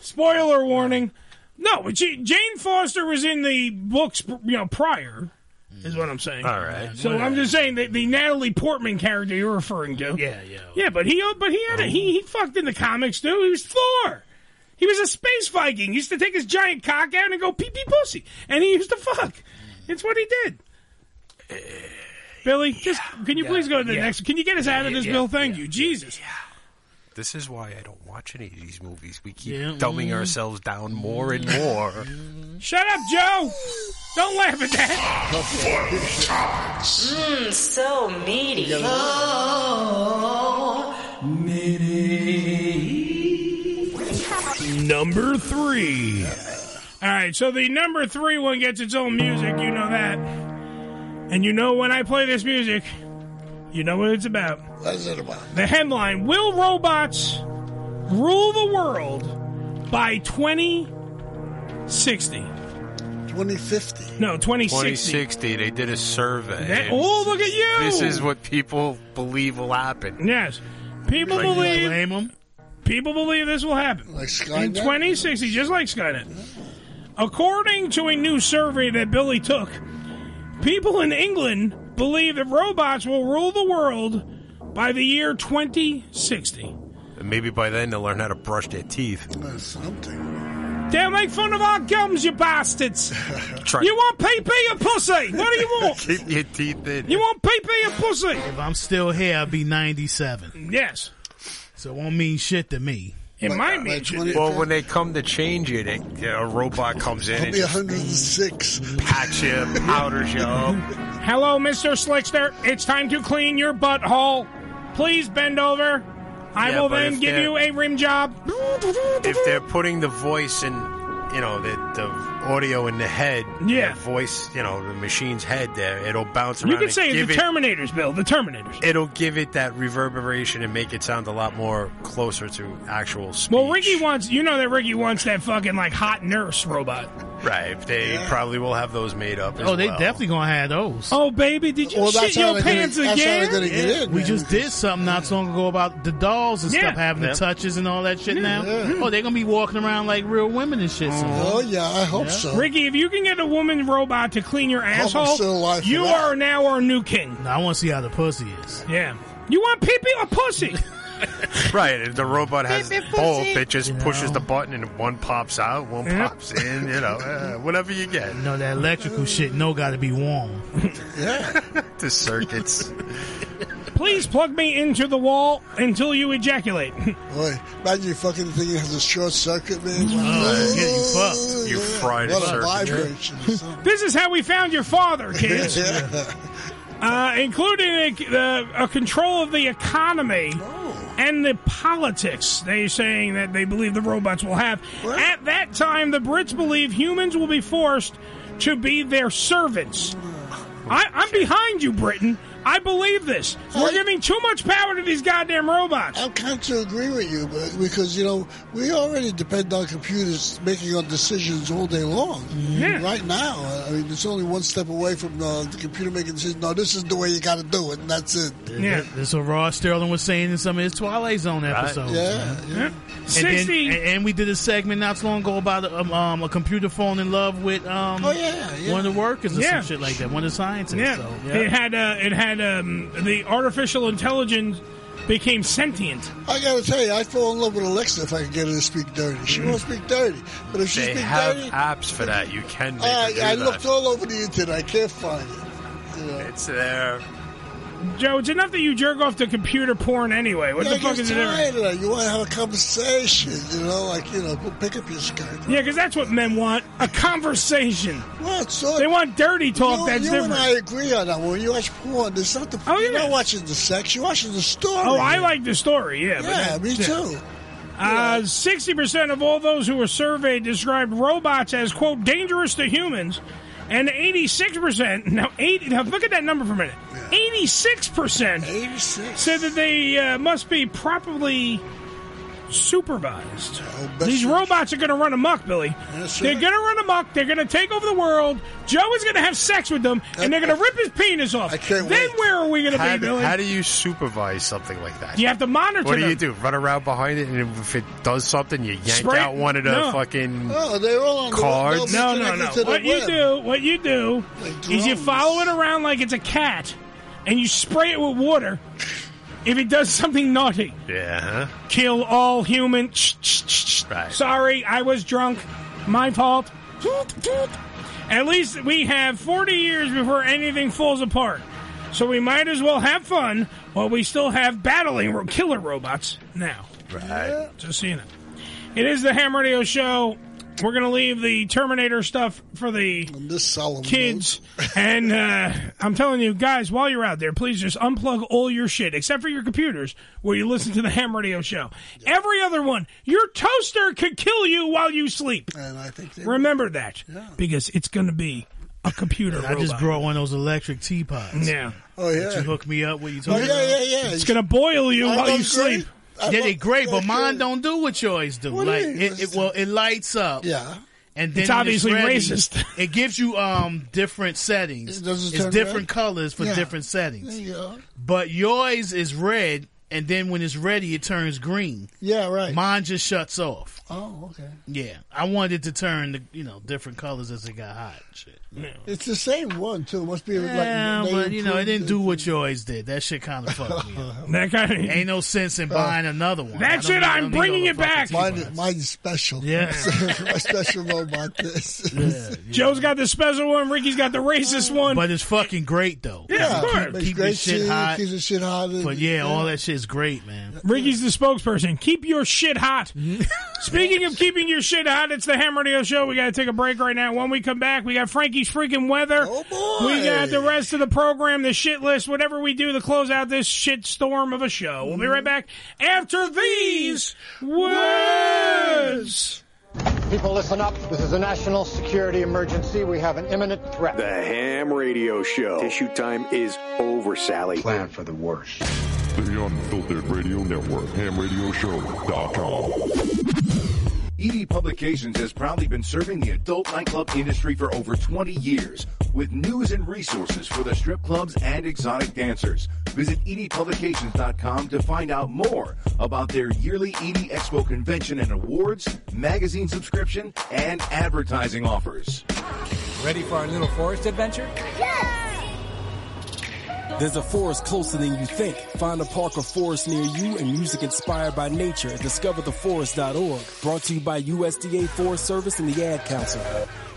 [SPEAKER 1] spoiler warning. No, but she, Jane Foster was in the books, you know, prior. Is what I'm saying. All right. So I'm just saying that the Natalie Portman character you're referring to. Yeah, yeah. Yeah, but he, uh, but he had a, he, he fucked in the comics too. He was Thor. He was a space Viking. He used to take his giant cock out and go pee pee pussy, and he used to fuck. It's what he did. Billy, just can you please go to the
[SPEAKER 4] yeah.
[SPEAKER 1] next? Can you get us out of
[SPEAKER 4] Yeah,
[SPEAKER 1] this,
[SPEAKER 4] yeah,
[SPEAKER 1] Bill? Thank you, Jesus.
[SPEAKER 4] This is why I don't watch any of these movies. We keep
[SPEAKER 1] Yeah,
[SPEAKER 4] dumbing
[SPEAKER 1] mm.
[SPEAKER 4] ourselves down more and more.
[SPEAKER 1] Shut up, Joe. Don't laugh at that.
[SPEAKER 29] Mmm, so meaty.
[SPEAKER 1] Number three. All right, so the number three one gets its own music. You know that, and you know when I play this music, you know what it's about.
[SPEAKER 2] What is it about?
[SPEAKER 1] The headline: Will robots rule the world by 2060?
[SPEAKER 2] 2050.
[SPEAKER 1] No, 2060.
[SPEAKER 4] 2060, they did a survey.
[SPEAKER 1] That- oh, look at you!
[SPEAKER 4] This is what people believe will happen.
[SPEAKER 1] Yes. People
[SPEAKER 4] Like,
[SPEAKER 1] believe. People believe this will happen. Like
[SPEAKER 2] Skynet?
[SPEAKER 1] In 2060, just like Skynet. According to a new survey that Billy took, people in England believe that robots will rule the world by the year 2060.
[SPEAKER 4] And maybe by then they'll learn how to brush their teeth.
[SPEAKER 1] They'll make fun of our gums, you bastards.
[SPEAKER 4] [laughs] Try-
[SPEAKER 1] You want pee pee or pussy? What
[SPEAKER 4] [laughs]
[SPEAKER 1] do you want?
[SPEAKER 4] Keep your teeth in.
[SPEAKER 1] You want pee pee or pussy?
[SPEAKER 3] If I'm still here, I'll be 97.
[SPEAKER 1] Yes.
[SPEAKER 3] So it won't mean shit to me.
[SPEAKER 1] It might mean
[SPEAKER 4] Well, when they come to change it, it a robot comes in
[SPEAKER 2] I'll
[SPEAKER 4] and
[SPEAKER 2] be
[SPEAKER 4] just
[SPEAKER 2] 106.
[SPEAKER 4] pats you, powders you up.
[SPEAKER 1] Hello, Mr. Slickster. It's time to clean your butthole. Please bend over. I
[SPEAKER 4] Yeah,
[SPEAKER 1] will
[SPEAKER 4] but
[SPEAKER 1] then
[SPEAKER 4] if
[SPEAKER 1] give
[SPEAKER 4] they're-
[SPEAKER 1] you a rim job.
[SPEAKER 4] If they're putting the voice in, you know, the, the audio in the head, yeah, voice, you know, the machine's head there, it'll bounce around.
[SPEAKER 1] You could
[SPEAKER 4] and
[SPEAKER 1] say
[SPEAKER 4] give
[SPEAKER 1] the
[SPEAKER 4] it-
[SPEAKER 1] Terminators, Bill. The Terminators.
[SPEAKER 4] It'll give it that reverberation and make it sound a lot more closer to actual speech.
[SPEAKER 1] Well, Ricky wants. You know that Ricky wants that fucking like hot nurse robot.
[SPEAKER 4] Right. They probably will have those made up. As
[SPEAKER 3] Oh, they
[SPEAKER 4] well.
[SPEAKER 3] definitely gonna have those.
[SPEAKER 1] Oh, baby, did you
[SPEAKER 2] Well, that's
[SPEAKER 1] shit
[SPEAKER 2] how
[SPEAKER 1] your
[SPEAKER 2] they're gonna-
[SPEAKER 1] pants
[SPEAKER 2] that's how
[SPEAKER 1] again?
[SPEAKER 2] they're gonna get in,
[SPEAKER 3] We
[SPEAKER 2] man.
[SPEAKER 3] just did something not so long ago about the dolls and
[SPEAKER 2] Yeah.
[SPEAKER 3] stuff having
[SPEAKER 2] Yep.
[SPEAKER 3] the touches and all that shit
[SPEAKER 2] Yeah.
[SPEAKER 3] now.
[SPEAKER 2] Yeah.
[SPEAKER 3] Oh, they're gonna be walking around like real women and shit. soon.
[SPEAKER 2] Oh, yeah, I hope
[SPEAKER 3] Yeah.
[SPEAKER 2] so.
[SPEAKER 1] Ricky, if you can get a woman robot to clean your
[SPEAKER 2] I'm still
[SPEAKER 1] asshole,
[SPEAKER 2] alive for
[SPEAKER 1] you
[SPEAKER 2] that.
[SPEAKER 1] are now our new king.
[SPEAKER 3] I want to see how the pussy is.
[SPEAKER 1] Yeah. You want pee pee or
[SPEAKER 2] [laughs]
[SPEAKER 1] pussy?
[SPEAKER 4] Right. If the robot has
[SPEAKER 1] Baby
[SPEAKER 4] both,
[SPEAKER 1] pussy.
[SPEAKER 4] it just pushes the button and one pops out, one
[SPEAKER 3] Yep.
[SPEAKER 4] pops in, you know, uh, whatever you get.
[SPEAKER 3] No, that electrical shit. No, got to be warm.
[SPEAKER 4] [laughs] the
[SPEAKER 2] [laughs]
[SPEAKER 4] circuits.
[SPEAKER 1] Please plug me into the wall until you ejaculate. [laughs]
[SPEAKER 2] Boy, imagine you fucking thing has a short circuit, man.
[SPEAKER 1] Oh, yeah, you fucked.
[SPEAKER 4] You fried
[SPEAKER 2] What
[SPEAKER 4] circuit.
[SPEAKER 2] a vibration.
[SPEAKER 1] This is how we found your father,
[SPEAKER 2] [laughs]
[SPEAKER 1] kids. uh, including a, uh, a control of the economy
[SPEAKER 2] Oh.
[SPEAKER 1] and the politics. They saying that they believe the robots will have. At that time, the Brits believe humans will be forced to be their servants. I, I'm behind you, Britain. I believe this. We're giving too much power to these goddamn robots.
[SPEAKER 2] I'm kind to agree with you, but because you know we already depend on computers making our decisions all day long. Right now, I mean, it's only one step away from uh, the computer making decisions. No, this is the way you got to do it, and that's it.
[SPEAKER 3] Yeah. That's what Ross Sterling was saying in some of his Twilight Zone episodes.
[SPEAKER 2] Yeah,
[SPEAKER 3] man.
[SPEAKER 2] yeah.
[SPEAKER 3] And, then, and, and we did a segment not so long ago about um, um, a computer falling in love with um,
[SPEAKER 2] Oh, yeah, yeah.
[SPEAKER 3] one of the workers or
[SPEAKER 1] Yeah.
[SPEAKER 3] some shit like that, one of the scientists.
[SPEAKER 1] Yeah.
[SPEAKER 3] So,
[SPEAKER 1] It had uh, it had um, the artificial intelligence became sentient.
[SPEAKER 2] I gotta tell you, I'd fall in love with Alexa if I could get her to speak dirty. She won't speak dirty, but if she
[SPEAKER 4] They
[SPEAKER 2] speaks
[SPEAKER 4] have
[SPEAKER 2] dirty,
[SPEAKER 4] apps for that. You can make
[SPEAKER 2] I,
[SPEAKER 4] it do
[SPEAKER 2] Uh, I
[SPEAKER 4] that.
[SPEAKER 2] looked all over the internet. I can't find it.
[SPEAKER 4] It's there.
[SPEAKER 1] Joe, it's enough that you jerk off to computer porn anyway. What
[SPEAKER 2] yeah,
[SPEAKER 1] the fuck is the
[SPEAKER 2] it?
[SPEAKER 1] difference?
[SPEAKER 2] Tired of that. You want to have a conversation, you know, like you know, pick up your skirt.
[SPEAKER 1] Yeah, because that's what men want a conversation.
[SPEAKER 2] What? So
[SPEAKER 1] They want dirty talk
[SPEAKER 2] you,
[SPEAKER 1] that's
[SPEAKER 2] you
[SPEAKER 1] different.
[SPEAKER 2] and I agree on that. When you watch porn, it's not the you're not watching the sex. You're watching the story.
[SPEAKER 1] oh, I like the story, yeah. but
[SPEAKER 2] Yeah,
[SPEAKER 1] that-
[SPEAKER 2] me too.
[SPEAKER 1] Sixty percent of all those who were surveyed described robots as quote dangerous to humans, and eighty-six percent [laughs] now eight. Now look at that number for a minute. Eighty-six percent said that they uh, must be properly supervised. These robots are going to run amok, Billy. They're going to run amok. They're going to take over the world. Joe is going to have sex with them, and they're going to rip his penis off. I can't then where are we going to
[SPEAKER 4] How,
[SPEAKER 1] be,
[SPEAKER 4] do-
[SPEAKER 1] Billy?
[SPEAKER 4] how do you supervise something like that?
[SPEAKER 1] You have to monitor
[SPEAKER 4] What do you
[SPEAKER 1] them.
[SPEAKER 4] do? Run around behind it, and if it does something, you yank
[SPEAKER 1] Spray-
[SPEAKER 4] out one of the
[SPEAKER 1] No.
[SPEAKER 4] fucking.
[SPEAKER 2] they're all
[SPEAKER 4] Oh, on the- Cards?
[SPEAKER 1] No,
[SPEAKER 4] they'll be
[SPEAKER 1] no, no.
[SPEAKER 4] connected to the
[SPEAKER 1] What you
[SPEAKER 4] web.
[SPEAKER 1] do, what you do, is you
[SPEAKER 4] drones.
[SPEAKER 1] follow it around like it's a cat, and you spray it with water. If it does something naughty,
[SPEAKER 4] Yeah.
[SPEAKER 1] kill all human. Sorry, I was drunk. My fault. At least we have 40 years before anything falls apart. So we might as well have fun while we still have battling ro- killer robots now.
[SPEAKER 4] Right.
[SPEAKER 1] Just seeing it. It is the Ham Radio Show. We're going to leave the Terminator stuff for the kids. and uh, I'm telling you, guys, while you're out there, please just unplug all your shit, except for your computers, where you listen to the Ham Radio Show. Every other one, your toaster could kill you while you sleep.
[SPEAKER 2] And I think they
[SPEAKER 1] Remember that, because it's going to be a computer.
[SPEAKER 3] I just
[SPEAKER 1] robot.
[SPEAKER 3] brought one of those electric teapots.
[SPEAKER 1] Yeah.
[SPEAKER 2] Oh
[SPEAKER 3] yeah. you hook me up. What you talking
[SPEAKER 2] yeah,
[SPEAKER 3] about?
[SPEAKER 2] yeah, yeah.
[SPEAKER 1] It's gonna boil you
[SPEAKER 3] Aren't
[SPEAKER 1] while you
[SPEAKER 3] those
[SPEAKER 1] sleep.
[SPEAKER 3] great? Yeah, they great,
[SPEAKER 2] uh,
[SPEAKER 3] but mine don't do what yours do.
[SPEAKER 1] What do
[SPEAKER 3] like
[SPEAKER 1] you mean?
[SPEAKER 3] it, it, well, it lights up.
[SPEAKER 2] Yeah.
[SPEAKER 3] And
[SPEAKER 1] It's
[SPEAKER 3] then
[SPEAKER 1] obviously
[SPEAKER 3] when ready,
[SPEAKER 1] racist.
[SPEAKER 3] It gives you um different settings.
[SPEAKER 2] It doesn't
[SPEAKER 3] it's
[SPEAKER 2] turn
[SPEAKER 3] different
[SPEAKER 2] red?
[SPEAKER 3] colors for
[SPEAKER 2] Yeah.
[SPEAKER 3] different settings.
[SPEAKER 2] There you go.
[SPEAKER 3] But yours is red, and then when it's ready, it turns green.
[SPEAKER 2] Yeah, right.
[SPEAKER 3] Mine just shuts off.
[SPEAKER 2] Oh, okay.
[SPEAKER 3] Yeah, I wanted to turn the you know different colors as it got hot. and Shit.
[SPEAKER 2] It's the same one too. It must be
[SPEAKER 3] Yeah,
[SPEAKER 2] like they
[SPEAKER 3] but you know it didn't
[SPEAKER 2] improved
[SPEAKER 3] do what yours did. That shit kind of fucked me
[SPEAKER 2] [laughs]
[SPEAKER 3] up.
[SPEAKER 1] That kinda-
[SPEAKER 3] ain't no sense in buying another one. I
[SPEAKER 2] That's
[SPEAKER 3] don't
[SPEAKER 2] it,
[SPEAKER 3] need- I
[SPEAKER 2] I'm
[SPEAKER 3] don't need
[SPEAKER 2] bringing
[SPEAKER 3] all the
[SPEAKER 2] it back.
[SPEAKER 3] fucking
[SPEAKER 2] Mine-
[SPEAKER 3] teapots.
[SPEAKER 2] mine's special. [laughs]
[SPEAKER 3] Yeah.
[SPEAKER 2] My special robot. This. [laughs]
[SPEAKER 1] Joe's got the special one. Ricky's got the racist one.
[SPEAKER 3] But it's fucking great though.
[SPEAKER 1] Yeah, of course.
[SPEAKER 2] Makes
[SPEAKER 3] Keep
[SPEAKER 2] great
[SPEAKER 3] this shit
[SPEAKER 2] cheese,
[SPEAKER 3] hot.
[SPEAKER 2] Keeps the shit hot.
[SPEAKER 3] But yeah, all that shit's great, man.
[SPEAKER 1] Ricky's the spokesperson. Keep your shit
[SPEAKER 3] [laughs]
[SPEAKER 1] hot. Speaking of keeping your shit hot, it's the Ham Radio Show. We got to take a break right now. When we come back, we got Frankie's freaking weather. Oh boy! We got the rest of the program, the shit list, whatever we do to close out this shit storm of a show. We'll be right back after these words.
[SPEAKER 8] People, listen up. This is a national security emergency. We have an imminent threat.
[SPEAKER 30] The Ham Radio Show. Tissue time is over, Sally. Plan for the worst.
[SPEAKER 14] The Unfiltered Radio Network, hamradioshow.com.
[SPEAKER 13] ED E Publications has proudly been serving the adult nightclub industry for over 20 years with news and resources for the strip clubs and exotic dancers. Visit E edpublications.com to find out more about their yearly ED Expo convention and awards, magazine subscription, and advertising offers.
[SPEAKER 23] Ready for our little forest adventure? There's a forest closer than you think. Find a park or forest near you and music inspired by nature at discovertheforest.org. Brought to you by USDA Forest Service and the Ad Council.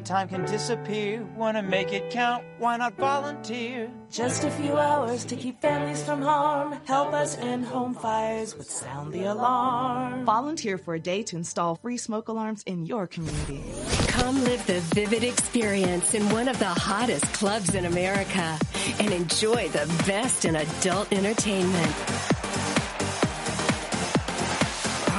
[SPEAKER 19] time can disappear. Wanna make it count? Why not volunteer?
[SPEAKER 31] Just a few hours to keep families from harm. Help us end home fires with sound the alarm.
[SPEAKER 15] Volunteer for a day to install free smoke alarms in your community.
[SPEAKER 9] Come live the vivid experience in one of the hottest clubs in America and enjoy the best in adult entertainment.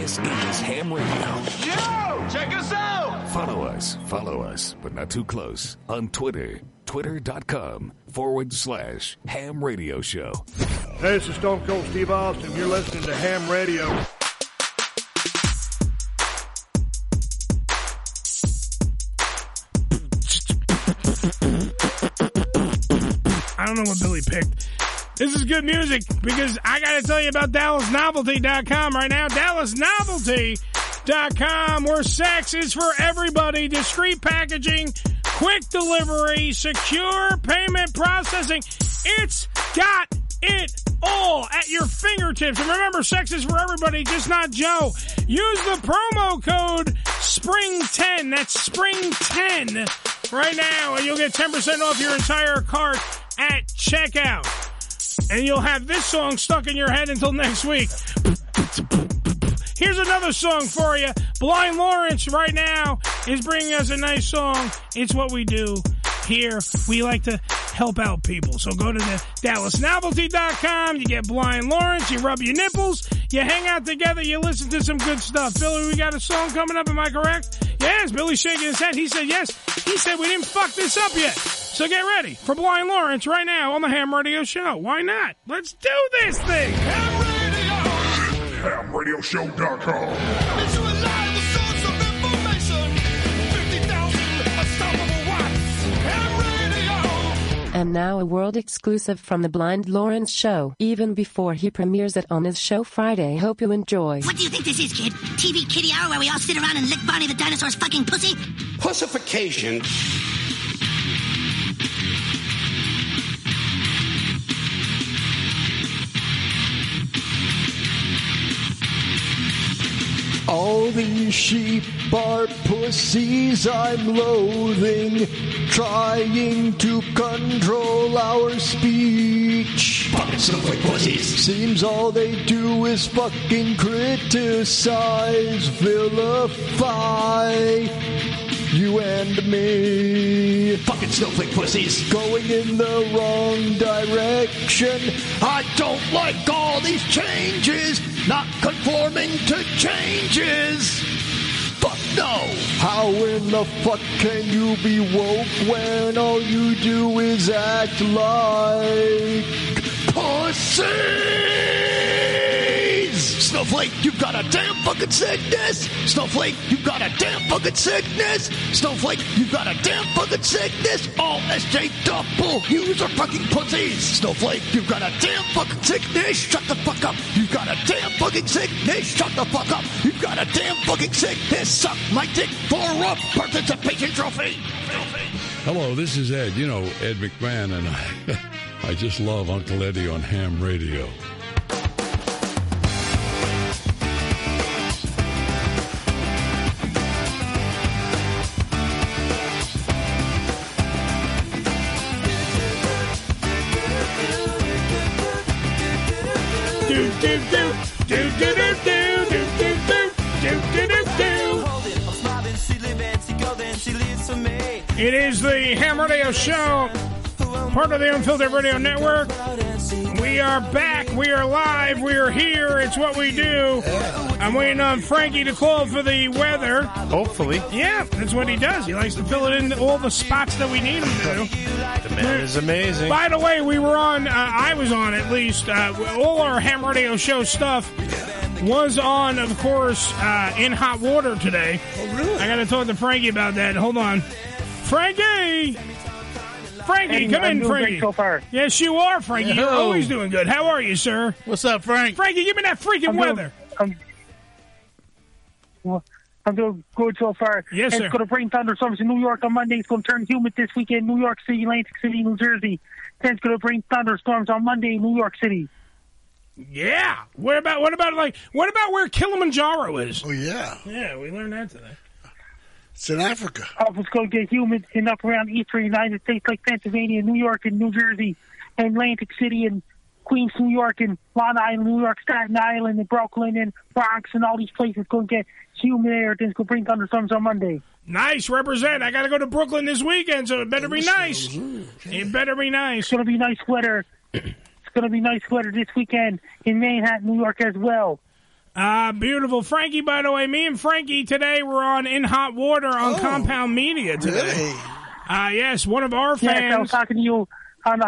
[SPEAKER 6] This is Ham Radio.
[SPEAKER 18] Yo! Check us out!
[SPEAKER 6] Follow us, follow us, but not too close on Twitter. Twitter.com forward slash ham radio show.
[SPEAKER 19] Hey, this is Stone Cold Steve Austin. You're listening to Ham Radio.
[SPEAKER 1] don't know what Billy picked. This is good music because I got to tell you about DallasNovelty.com right now. DallasNovelty.com, where sex is for everybody. Discreet packaging, quick delivery, secure payment processing. It's got it all at your fingertips. And remember, sex is for everybody, just not Joe. Use the promo code SPRING10. That's SPRING10 right now, and you'll get 10% off your entire cart at checkout. And you'll have this song stuck in your head until next week. Here's another song for you. Blind Lawrence right now is bringing us a nice song. It's what we do here. We like to help out people. So go to the DallasNovelty.com. You get Blind Lawrence. You rub your nipples. You hang out together. You listen to some good stuff. Billy, we got a song coming up. Am I correct? Yes. Billy's shaking his head. He said yes. He said we didn't fuck this up yet. So get ready for Blind Lawrence right now on the Ham Radio Show. Why not? Let's do this thing.
[SPEAKER 14] HamRadioShow.com.
[SPEAKER 10] and now a world exclusive from the Blind Lawrence show, even before he premieres it on his show Friday. Hope you enjoy.
[SPEAKER 25] What do you think this is, kid? TV kitty hour where we all sit around and lick Barney the dinosaur's fucking pussy?
[SPEAKER 18] Pussification.
[SPEAKER 16] All these sheep are pussies I'm loathing, trying to control our speech. Fucking snowflake pussies. Seems all they do is fucking criticize, vilify. You and me. Fucking snowflake pussies. Going in the wrong direction. I don't like all these changes. Not conforming to changes. Fuck no. How in the fuck can you be woke when all you do is act like pussies?
[SPEAKER 18] Snowflake, you've got a damn fucking sickness. Snowflake, you've got a damn fucking sickness. Snowflake, you've got a damn fucking sickness. All SJ double Hughes are fucking pussies. Snowflake, you've got a damn fucking sickness. Shut the fuck up. You've got a damn fucking sickness. Shut the fuck up. You've got a damn fucking sickness. Suck my dick for a participation trophy.
[SPEAKER 27] Hello, this is Ed. You know Ed McMahon, and I, [laughs] I just love Uncle Eddie on ham radio.
[SPEAKER 1] Do, do, do. Do, do, do, do, do, do, do. Do, do, do, do. It is the Ham Radio Show, part of the Unfiltered Radio Network. We are back. We are live. We are here. It's what we do. I'm waiting on Frankie to call for the weather.
[SPEAKER 4] Hopefully.
[SPEAKER 1] Yeah, that's what he does. He likes to fill it in all the spots that we need him to.
[SPEAKER 4] The man is amazing.
[SPEAKER 1] By the way, we were on. Uh, I was on at least. Uh, all our ham radio show stuff was on, of course, uh, in hot water today. Oh, really? I got to talk to Frankie about that. Hold on, Frankie. Frankie,
[SPEAKER 28] Hey,
[SPEAKER 1] come
[SPEAKER 28] I'm
[SPEAKER 1] in,
[SPEAKER 28] doing great
[SPEAKER 1] Frankie.
[SPEAKER 28] so far.
[SPEAKER 1] Yes, you are, Frankie. You're
[SPEAKER 28] Hello.
[SPEAKER 1] always doing good. How are you, sir?
[SPEAKER 3] What's up, Frank?
[SPEAKER 1] Frankie, give me that freaking
[SPEAKER 28] I'm doing-
[SPEAKER 1] weather.
[SPEAKER 28] Well, I'm doing good so far.
[SPEAKER 1] Yes,
[SPEAKER 28] And
[SPEAKER 1] sir.
[SPEAKER 28] It's going to rain thunderstorms in New York on Monday. It's going to turn humid this weekend. New York City, Atlantic City, New Jersey. Then it's going to bring thunderstorms on Monday in New York City.
[SPEAKER 1] Yeah. What about what about like what about where Kilimanjaro is?
[SPEAKER 2] Oh yeah.
[SPEAKER 1] Yeah, we learned that today.
[SPEAKER 2] It's in Africa.
[SPEAKER 28] Uh, it's going to get humid and up around the eastern United States, like Pennsylvania, New York, and New Jersey, and Atlantic City, and Queens, New York, and Long Island, New York, Staten Island, and Brooklyn, and Bronx, and all these places going to get humid air. Then it's going to bring thunderstorms on Monday.
[SPEAKER 1] Nice represent. I got to go to Brooklyn this weekend, so it better be nice. It better be nice. It's
[SPEAKER 28] going to be nice weather. It's going to be nice weather this weekend in Manhattan, New York as well.
[SPEAKER 1] Uh, beautiful. Frankie, by the way, me and Frankie today were on In Hot Water
[SPEAKER 28] Oh,
[SPEAKER 1] on Compound Media today. Uh, yes, one of our fans.
[SPEAKER 28] Yes, I was talking to you on the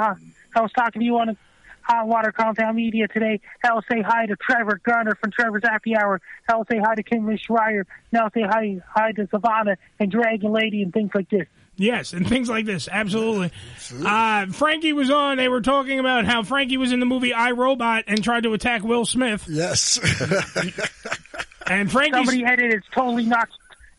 [SPEAKER 28] I was talking to you on the Hot Water Compound Media today. I'll say hi to Trevor Garner from Trevor's Happy Hour. I'll say hi to Kimberly Schreier. Now say hi hi to Savannah and Dragon Lady and things like this.
[SPEAKER 1] Yes, and things like this, absolutely. Uh, Frankie was on. They were talking about how Frankie was in the movie I Robot and tried to attack Will Smith.
[SPEAKER 2] Yes.
[SPEAKER 1] [laughs] and Frankie,
[SPEAKER 28] Somebody edited. It's totally not.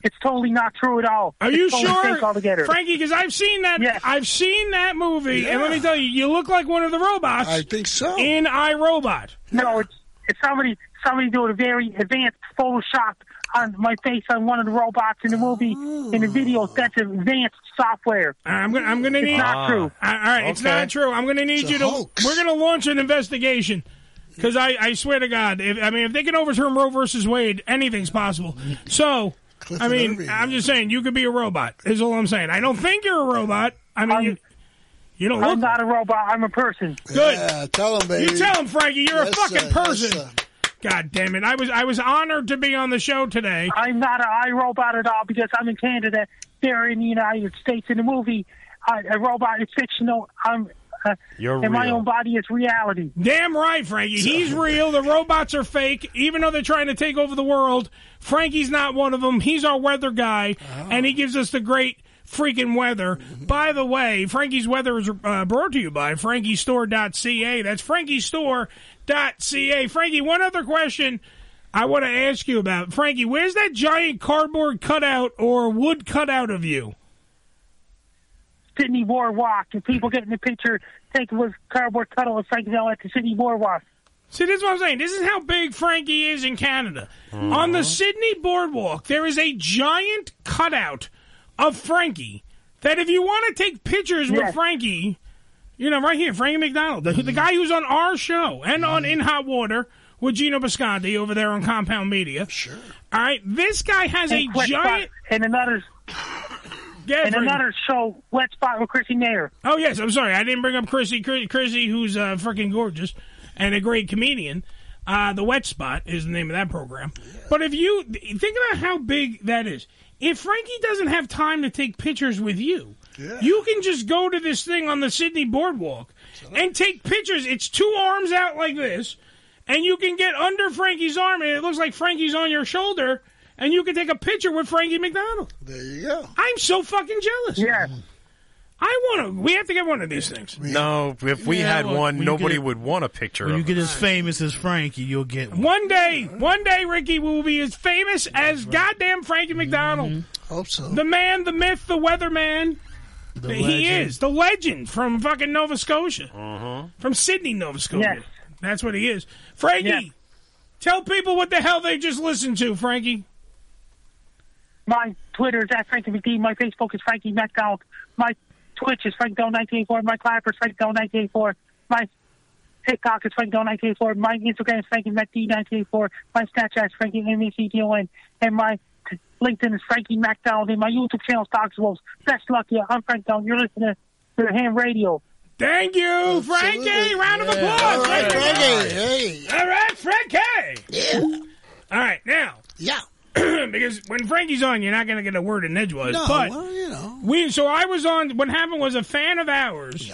[SPEAKER 28] It's totally not true at all.
[SPEAKER 1] Are
[SPEAKER 28] It's
[SPEAKER 1] you
[SPEAKER 28] totally
[SPEAKER 1] sure,
[SPEAKER 28] fake altogether.
[SPEAKER 1] Frankie? Because I've seen that. I've seen that movie, and let me
[SPEAKER 28] Yeah.
[SPEAKER 1] tell you, you look like one of the robots. I
[SPEAKER 2] think so.
[SPEAKER 1] In I Robot.
[SPEAKER 28] No, it's it's somebody somebody doing a very advanced Photoshop on my face on one of the robots in the movie in the video. That's advanced software.
[SPEAKER 1] Oh. I'm gonna I'm gonna
[SPEAKER 28] it's
[SPEAKER 1] need.
[SPEAKER 28] not true.
[SPEAKER 1] Uh, All right, it's not true. I'm gonna need
[SPEAKER 28] Ah. It's a
[SPEAKER 1] you to. We're gonna launch an investigation. Because I, I swear to God, if, I mean, if they can overturn Roe versus Wade, anything's possible. So, I mean, I'm just saying, you could be a robot. Is all I'm saying. I don't think you're a robot. I mean, you, you don't
[SPEAKER 28] I'm
[SPEAKER 1] look
[SPEAKER 28] not a robot. I'm a person.
[SPEAKER 1] Good.
[SPEAKER 28] Yeah,
[SPEAKER 2] tell him,
[SPEAKER 1] You tell him, Frankie, you're
[SPEAKER 28] Yes,
[SPEAKER 1] a fucking
[SPEAKER 28] sir. Yes,
[SPEAKER 1] person.
[SPEAKER 28] sir.
[SPEAKER 1] God damn it! I was I was honored to be on the show today.
[SPEAKER 28] I'm not an iRobot at all because I'm in Canada. They're in the United States in the movie. I, a robot is fictional. I'm. Uh,
[SPEAKER 1] You're
[SPEAKER 28] and my
[SPEAKER 1] real.
[SPEAKER 28] own body is reality.
[SPEAKER 1] Damn right, Frankie. He's real. The robots are fake, even though they're trying to take over the world. Frankie's not one of them. He's our weather guy,
[SPEAKER 28] Oh.
[SPEAKER 1] and he gives us the great freaking weather.
[SPEAKER 28] Mm-hmm.
[SPEAKER 1] By the way, Frankie's weather is uh, brought to you by frankiestore.ca. That's frankiestore.ca. Frankie, one other question I want to ask you about. Frankie, where's that giant cardboard cutout or wood cutout of you?
[SPEAKER 28] Sydney Boardwalk, and people get in the picture, take it with cardboard cutout and psychedelic at the Sydney Boardwalk.
[SPEAKER 1] See, this is what I'm saying. This is how big Frankie is in Canada. On
[SPEAKER 28] Uh-huh.
[SPEAKER 1] the Sydney boardwalk, there is a giant cutout of Frankie that if you want to take pictures with
[SPEAKER 28] Yes. Mm-hmm.
[SPEAKER 1] Frankie, you know, right here, Frankie McDonald, the, the guy who's on our show and on In Hot Water with Gino Bisconti over there on Compound Media. Sure. All right, this guy has
[SPEAKER 28] And
[SPEAKER 1] a
[SPEAKER 28] Quest
[SPEAKER 1] giant.
[SPEAKER 28] and another.
[SPEAKER 1] Yeah,
[SPEAKER 28] and
[SPEAKER 1] Frankie.
[SPEAKER 28] another show, Wet Spot with Chrissy Mayer.
[SPEAKER 1] Oh yes, I'm sorry, I didn't bring up Chrissy. Chris- Chrissy, who's uh, freaking gorgeous and a great comedian. Uh, the Wet Spot is the name of that program. But if you think about how big that is, if Frankie doesn't have time to take pictures with you, you can just go to this thing on the Sydney Boardwalk and take pictures. It's two arms out like this, and you can get under Frankie's arm, and it looks like Frankie's on your shoulder, and you can take a picture with Frankie McDonald.
[SPEAKER 2] There you go.
[SPEAKER 1] I'm so fucking jealous.
[SPEAKER 28] Yeah.
[SPEAKER 1] I want to. We have to get one of these things.
[SPEAKER 4] No, if we
[SPEAKER 1] Yeah,
[SPEAKER 4] had
[SPEAKER 1] well,
[SPEAKER 4] one,
[SPEAKER 1] when you
[SPEAKER 4] nobody
[SPEAKER 1] get-
[SPEAKER 4] would want a picture
[SPEAKER 3] When you
[SPEAKER 4] of
[SPEAKER 3] get as famous as Frankie, you'll
[SPEAKER 2] [laughs]
[SPEAKER 3] get one.
[SPEAKER 1] One day, one day, Ricky will be as famous as goddamn Frankie McDonald.
[SPEAKER 28] Mm-hmm.
[SPEAKER 2] Hope so.
[SPEAKER 1] The man, the myth, the weatherman.
[SPEAKER 3] The
[SPEAKER 1] he
[SPEAKER 3] legend.
[SPEAKER 1] is the legend from fucking Nova Scotia,
[SPEAKER 4] Uh-huh.
[SPEAKER 1] from Sydney, Nova Scotia.
[SPEAKER 28] Yes.
[SPEAKER 1] That's what he is. Frankie, tell people what the hell they just listened to, Frankie.
[SPEAKER 28] My Twitter is at Frankie McD. My Facebook is Frankie McDonald. My Twitch is Frank Doe 1984. My Clapper is Frank Doe 1984. My TikTok is Frank Doe 1984. My Instagram is Frankie McD 1984. My Snapchat is Frankie E McDon. And my t- LinkedIn is Frankie McDonald. And my YouTube channel is Dogs Wolves. Best luck, yeah. I'm Frank Doe. You're listening to the Ham Radio.
[SPEAKER 1] Thank you, Frankie. Round of applause.
[SPEAKER 28] All
[SPEAKER 2] right,
[SPEAKER 1] Frankie.
[SPEAKER 2] Hey.
[SPEAKER 1] All right, Frankie. All right, now.
[SPEAKER 2] Yeah.
[SPEAKER 1] [clears throat] because when Frankie's on, you're not going to get a word in edgewise.
[SPEAKER 2] No,
[SPEAKER 1] but
[SPEAKER 2] well, you know.
[SPEAKER 1] we so I was on. What happened was a fan of ours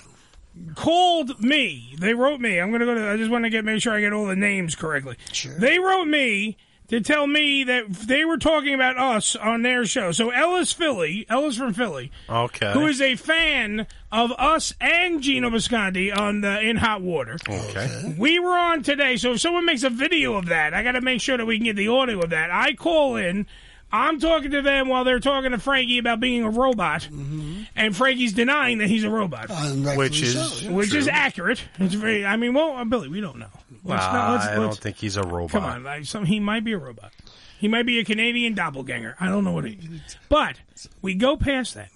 [SPEAKER 1] called me. They wrote me. I'm gonna go to. I just want to get make sure I get all the names correctly. Sure. They wrote me to tell me that they were talking about us on their show. So Ellis Philly, Ellis from Philly,
[SPEAKER 4] it. Okay.
[SPEAKER 1] who is a fan of us and Gino Visconti on the In Hot Water.
[SPEAKER 4] okay?
[SPEAKER 1] We were on today, so if someone makes a video of that, I got to make sure that we can get the audio of that. I call in. I'm talking to them while they're talking to Frankie about being a robot, and Frankie's denying that he's a robot,
[SPEAKER 4] Mm-hmm. Which is
[SPEAKER 1] which is
[SPEAKER 4] true.
[SPEAKER 1] accurate. It's very. I mean, well, uh, Billy, we don't know. Let's
[SPEAKER 4] Nah,
[SPEAKER 1] not- let's-
[SPEAKER 4] I don't
[SPEAKER 1] let's-
[SPEAKER 4] think he's a robot.
[SPEAKER 1] Come on, like, some, he might be a robot. He might be a Canadian doppelganger. I don't know what he is. But we go past that.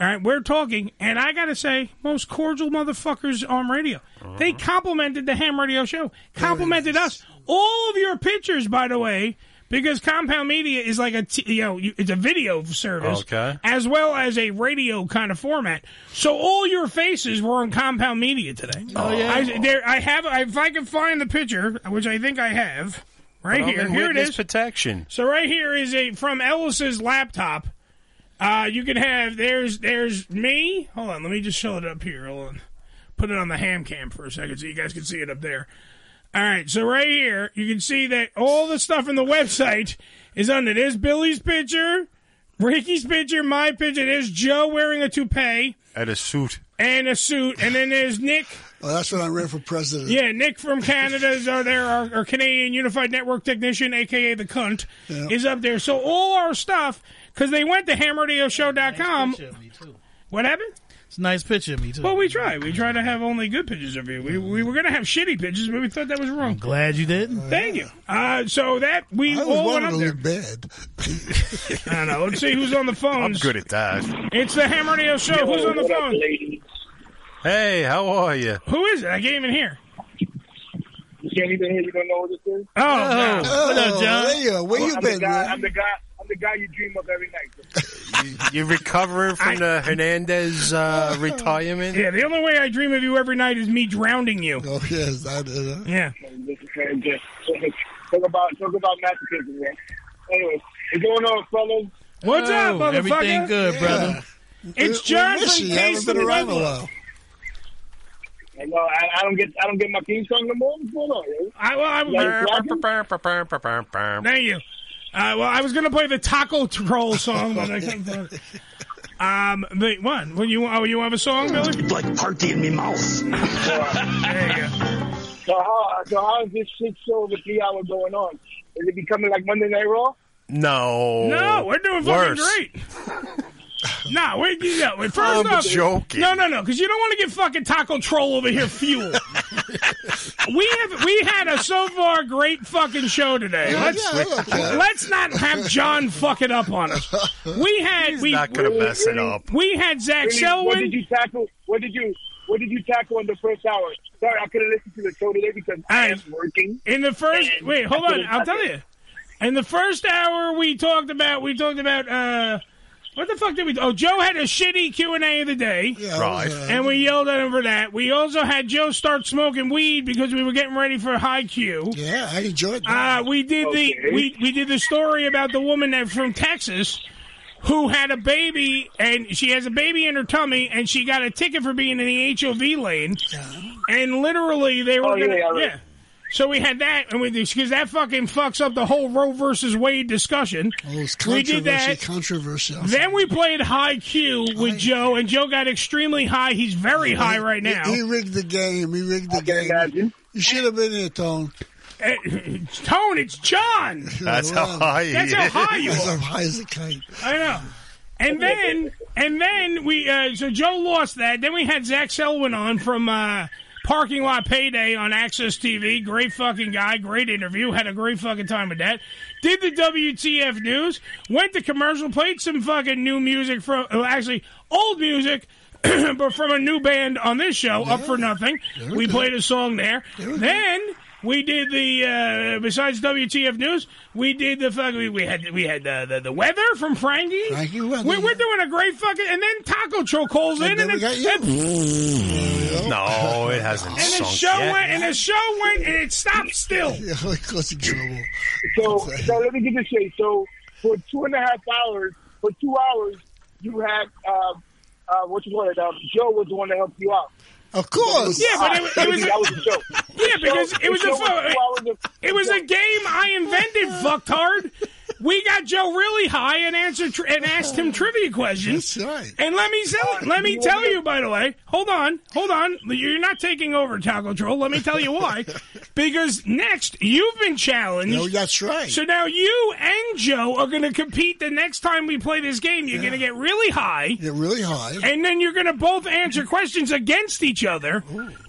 [SPEAKER 1] All right, we're talking, and I got to say, most cordial motherfuckers on radio. They
[SPEAKER 4] Uh-huh.
[SPEAKER 1] complimented the ham radio show, complimented us. All of your pictures, by the way, because Compound Media is like a, t- you know, you- it's a video service
[SPEAKER 4] Okay.
[SPEAKER 1] as well as a radio kind of format. So all your faces were on Compound Media today.
[SPEAKER 4] Oh, yeah.
[SPEAKER 1] I, there, I have. If I can find the picture, which I think I have,
[SPEAKER 4] But
[SPEAKER 1] right
[SPEAKER 4] I'm
[SPEAKER 1] here.
[SPEAKER 4] in
[SPEAKER 1] Here it
[SPEAKER 4] witness
[SPEAKER 1] is.
[SPEAKER 4] Protection.
[SPEAKER 1] So right here is a from Ellis's laptop. Uh, you can have there's there's me. Hold on, let me just show it up here. Hold on, put it on the ham cam for a second so you guys can see it up there. All right, so right here you can see that all the stuff in the website is under. There's Billy's picture. Ricky's picture, my picture. There's Joe wearing a toupee
[SPEAKER 4] At a suit.
[SPEAKER 1] and a suit, and then there's Nick.
[SPEAKER 2] Well, Oh, that's when I ran for president.
[SPEAKER 1] Yeah, Nick from Canada is uh, there, our, our Canadian Unified Network technician, aka the cunt, is up there. So all our stuff, because they went to hamradioshow.com. What happened?
[SPEAKER 3] It's a nice picture of me too.
[SPEAKER 1] Well, we try. We try to have only good pictures of you. We, we were going to have shitty pictures, but we thought that was wrong.
[SPEAKER 3] Glad you did.
[SPEAKER 1] Thank you. Uh, so that we
[SPEAKER 2] Oh, I
[SPEAKER 1] all
[SPEAKER 2] was
[SPEAKER 1] went
[SPEAKER 2] wanted
[SPEAKER 1] up
[SPEAKER 2] to
[SPEAKER 1] there.
[SPEAKER 2] look
[SPEAKER 1] [laughs]
[SPEAKER 2] bad.
[SPEAKER 1] I don't know. Let's see who's on the
[SPEAKER 4] I'm
[SPEAKER 1] phone.
[SPEAKER 4] good at that.
[SPEAKER 1] It's the Ham Radio Show. who's on the phone?
[SPEAKER 4] Hey, how are you?
[SPEAKER 1] Who is it? I can't even hear.
[SPEAKER 29] You can't even hear. You don't know what this is.
[SPEAKER 1] Oh, no. What up, John?
[SPEAKER 2] There you go. Where you
[SPEAKER 29] I'm
[SPEAKER 2] been,
[SPEAKER 29] The guy,
[SPEAKER 2] man?
[SPEAKER 29] I'm the guy. I'm the guy you dream of every night.
[SPEAKER 4] You recovering from the Hernandez
[SPEAKER 2] Oh.
[SPEAKER 4] uh, retirement?
[SPEAKER 1] Yeah, the only way I dream of you every night is me drowning you.
[SPEAKER 2] Oh yes, I did.
[SPEAKER 1] Yeah.
[SPEAKER 29] This is fantastic. talk about talk about masochism, man. Anyway, what's going on, fellas?
[SPEAKER 1] What's up, motherfucker? It's John
[SPEAKER 29] We're
[SPEAKER 1] from
[SPEAKER 29] missing you.
[SPEAKER 1] Case
[SPEAKER 29] Haven't been around
[SPEAKER 1] Midland.
[SPEAKER 29] a while. I know. I, I don't get. I don't get my theme song no more. What's going on? yo?
[SPEAKER 1] I, well, I,
[SPEAKER 29] You guys rocking?
[SPEAKER 1] Thank you. Uh, well, I was going to play the Taco Troll song, but I couldn't. find
[SPEAKER 2] [laughs]
[SPEAKER 1] it. Um, but what? Well, you oh, you have a song, Billy? Like party in me mouth.
[SPEAKER 29] So how so how is this shit show over three hours going on? Is it becoming like Monday Night Raw?
[SPEAKER 4] No.
[SPEAKER 1] No, we're doing fucking
[SPEAKER 4] Worse.
[SPEAKER 1] great. [laughs] nah, wait, you know, wait,
[SPEAKER 4] I'm
[SPEAKER 1] first off,
[SPEAKER 4] joking.
[SPEAKER 1] No, no, no, because you don't want to give fucking Taco Troll over
[SPEAKER 4] [laughs]
[SPEAKER 1] here fuel. we have we had a so far great fucking show today.
[SPEAKER 4] Yeah,
[SPEAKER 1] Let's
[SPEAKER 4] yeah, look, yeah.
[SPEAKER 1] let's not have John fuck it up on us. We had we
[SPEAKER 4] not gonna mess it up.
[SPEAKER 1] We had Zach
[SPEAKER 29] Really, What
[SPEAKER 1] Selwyn.
[SPEAKER 29] did you tackle? What did you What did you tackle in the first hour? Sorry, I couldn't listen to the show today because I am working.
[SPEAKER 1] In the first,
[SPEAKER 29] And
[SPEAKER 1] wait, hold
[SPEAKER 29] I
[SPEAKER 1] on.
[SPEAKER 29] couldn't-
[SPEAKER 1] I'll tell you. In the first hour, we talked about we talked about uh, what the fuck did we? Oh, Joe had a shitty Q and A of the day,
[SPEAKER 4] that Right. was, uh,
[SPEAKER 1] And we yelled at him for that. We also had Joe start smoking weed because we were getting ready for high Q.
[SPEAKER 2] Yeah, I enjoyed
[SPEAKER 1] that. Uh, we did the
[SPEAKER 2] Okay.
[SPEAKER 1] we we did the story about the woman that from Texas. Who had a baby and she has a baby in her tummy and she got a ticket for being in the HOV lane, and literally they were
[SPEAKER 29] Oh, yeah,
[SPEAKER 1] gonna
[SPEAKER 29] yeah, I read-
[SPEAKER 1] yeah. So we had that, and we because that fucking fucks up the whole Roe versus Wade discussion. we did
[SPEAKER 2] Controversy,
[SPEAKER 1] that.
[SPEAKER 2] controversial.
[SPEAKER 1] Then we played high Q with Joe, and Joe got extremely high. He's very high right now.
[SPEAKER 2] He, he rigged the game. He rigged the game. You should have been here, Tone.
[SPEAKER 1] Eh, Tone, it's
[SPEAKER 2] [laughs]
[SPEAKER 1] John.
[SPEAKER 2] That's how high he
[SPEAKER 1] That's how
[SPEAKER 2] is. [laughs]
[SPEAKER 1] high you
[SPEAKER 2] That's
[SPEAKER 1] are.
[SPEAKER 2] how high as a kite.
[SPEAKER 1] I know. And then, and then we, uh, so Joe lost that. Then we had Zach Selwyn on from, uh, Parking Lot Payday on Access TV. Great fucking guy. Great interview. Had a great fucking time with that. Did the WTF news. Went to commercial. Played some fucking new music from, well, actually, old music. [clears throat] but from a new band on this show, Up for Nothing. We played a song there. Then we did the uh, besides WTF news, we did the fuck. We, we had we had uh, the the weather from Frankie. we're, we're doing a great fucking. And then Taco Cho calls in, and, the,
[SPEAKER 4] No, it hasn't
[SPEAKER 1] and the
[SPEAKER 4] sunk
[SPEAKER 1] show
[SPEAKER 4] yet.
[SPEAKER 1] went, and the show went, and it stopped
[SPEAKER 2] [laughs]
[SPEAKER 1] still.
[SPEAKER 29] So so let me get this straight. So for two and a half hours, for two hours, you had uh, uh, what you call it? Um, Joe was the one that helped you out.
[SPEAKER 2] Of course.
[SPEAKER 1] Yeah, but it, wa- it was a,
[SPEAKER 29] that was a show.
[SPEAKER 1] Yeah, because it was a
[SPEAKER 29] Joe
[SPEAKER 1] fu-
[SPEAKER 29] two hours of-
[SPEAKER 1] it was a game I invented. Fucktard. We got Joe really high and answered tri- and asked him trivia questions. And let me tell let me tell Oh, you. By the way, hold on, hold on. You're not taking over Taco Troll. Let me tell you
[SPEAKER 2] [laughs]
[SPEAKER 1] why. because next you've been challenged.
[SPEAKER 2] No, that's right.
[SPEAKER 1] So now you and Joe are going to compete the next time we play this game. You're going to get really high.
[SPEAKER 2] Get really high.
[SPEAKER 1] And then you're going to both answer questions against each other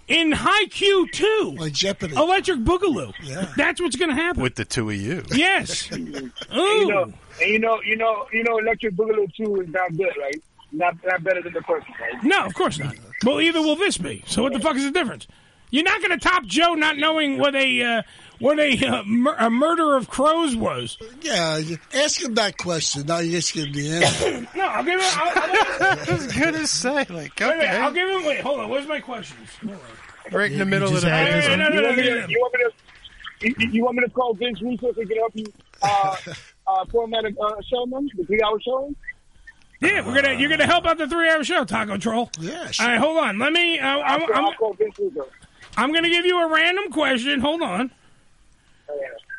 [SPEAKER 1] in high Q two. Like
[SPEAKER 2] Jeopardy.
[SPEAKER 1] Electric Boogaloo. That's what's going to happen.
[SPEAKER 2] [laughs]
[SPEAKER 4] With the two of you.
[SPEAKER 1] Yes.
[SPEAKER 29] And you know, and you know, you know, you know, Electric Boogaloo Two is not good, right? Not not better than the first one. Right?
[SPEAKER 1] No, of course not. Well, either will this be. So what the fuck is the difference? You're not going to top Joe not knowing what a uh, what a, uh, mur- a murder of crows was.
[SPEAKER 2] Yeah, ask him that question. Now you just give him
[SPEAKER 1] [coughs]
[SPEAKER 2] the answer.
[SPEAKER 1] No, I'll give him. I'll, I'll,
[SPEAKER 4] [laughs] I was gonna say, like,
[SPEAKER 1] wait, wait,
[SPEAKER 4] okay.
[SPEAKER 1] I'll give him. Wait, hold on. Where's my questions? Hold on.
[SPEAKER 4] Right in the middle of the
[SPEAKER 1] Hey, no, no, no,
[SPEAKER 29] you, want me
[SPEAKER 1] no,
[SPEAKER 29] to, you want me to? You, you want me to call Vince Russo so he can help you uh, uh, format a uh, show, man? The three-hour show.
[SPEAKER 1] Yeah, we're gonna you're gonna help out the three hour show, Taco Troll.
[SPEAKER 2] Yeah,
[SPEAKER 1] All right, hold on. Let me. Uh, I'm,
[SPEAKER 29] I'll,
[SPEAKER 1] I'm,
[SPEAKER 29] I'll call Vince Russo.
[SPEAKER 1] I'm gonna give you a random question. Hold Uh, on.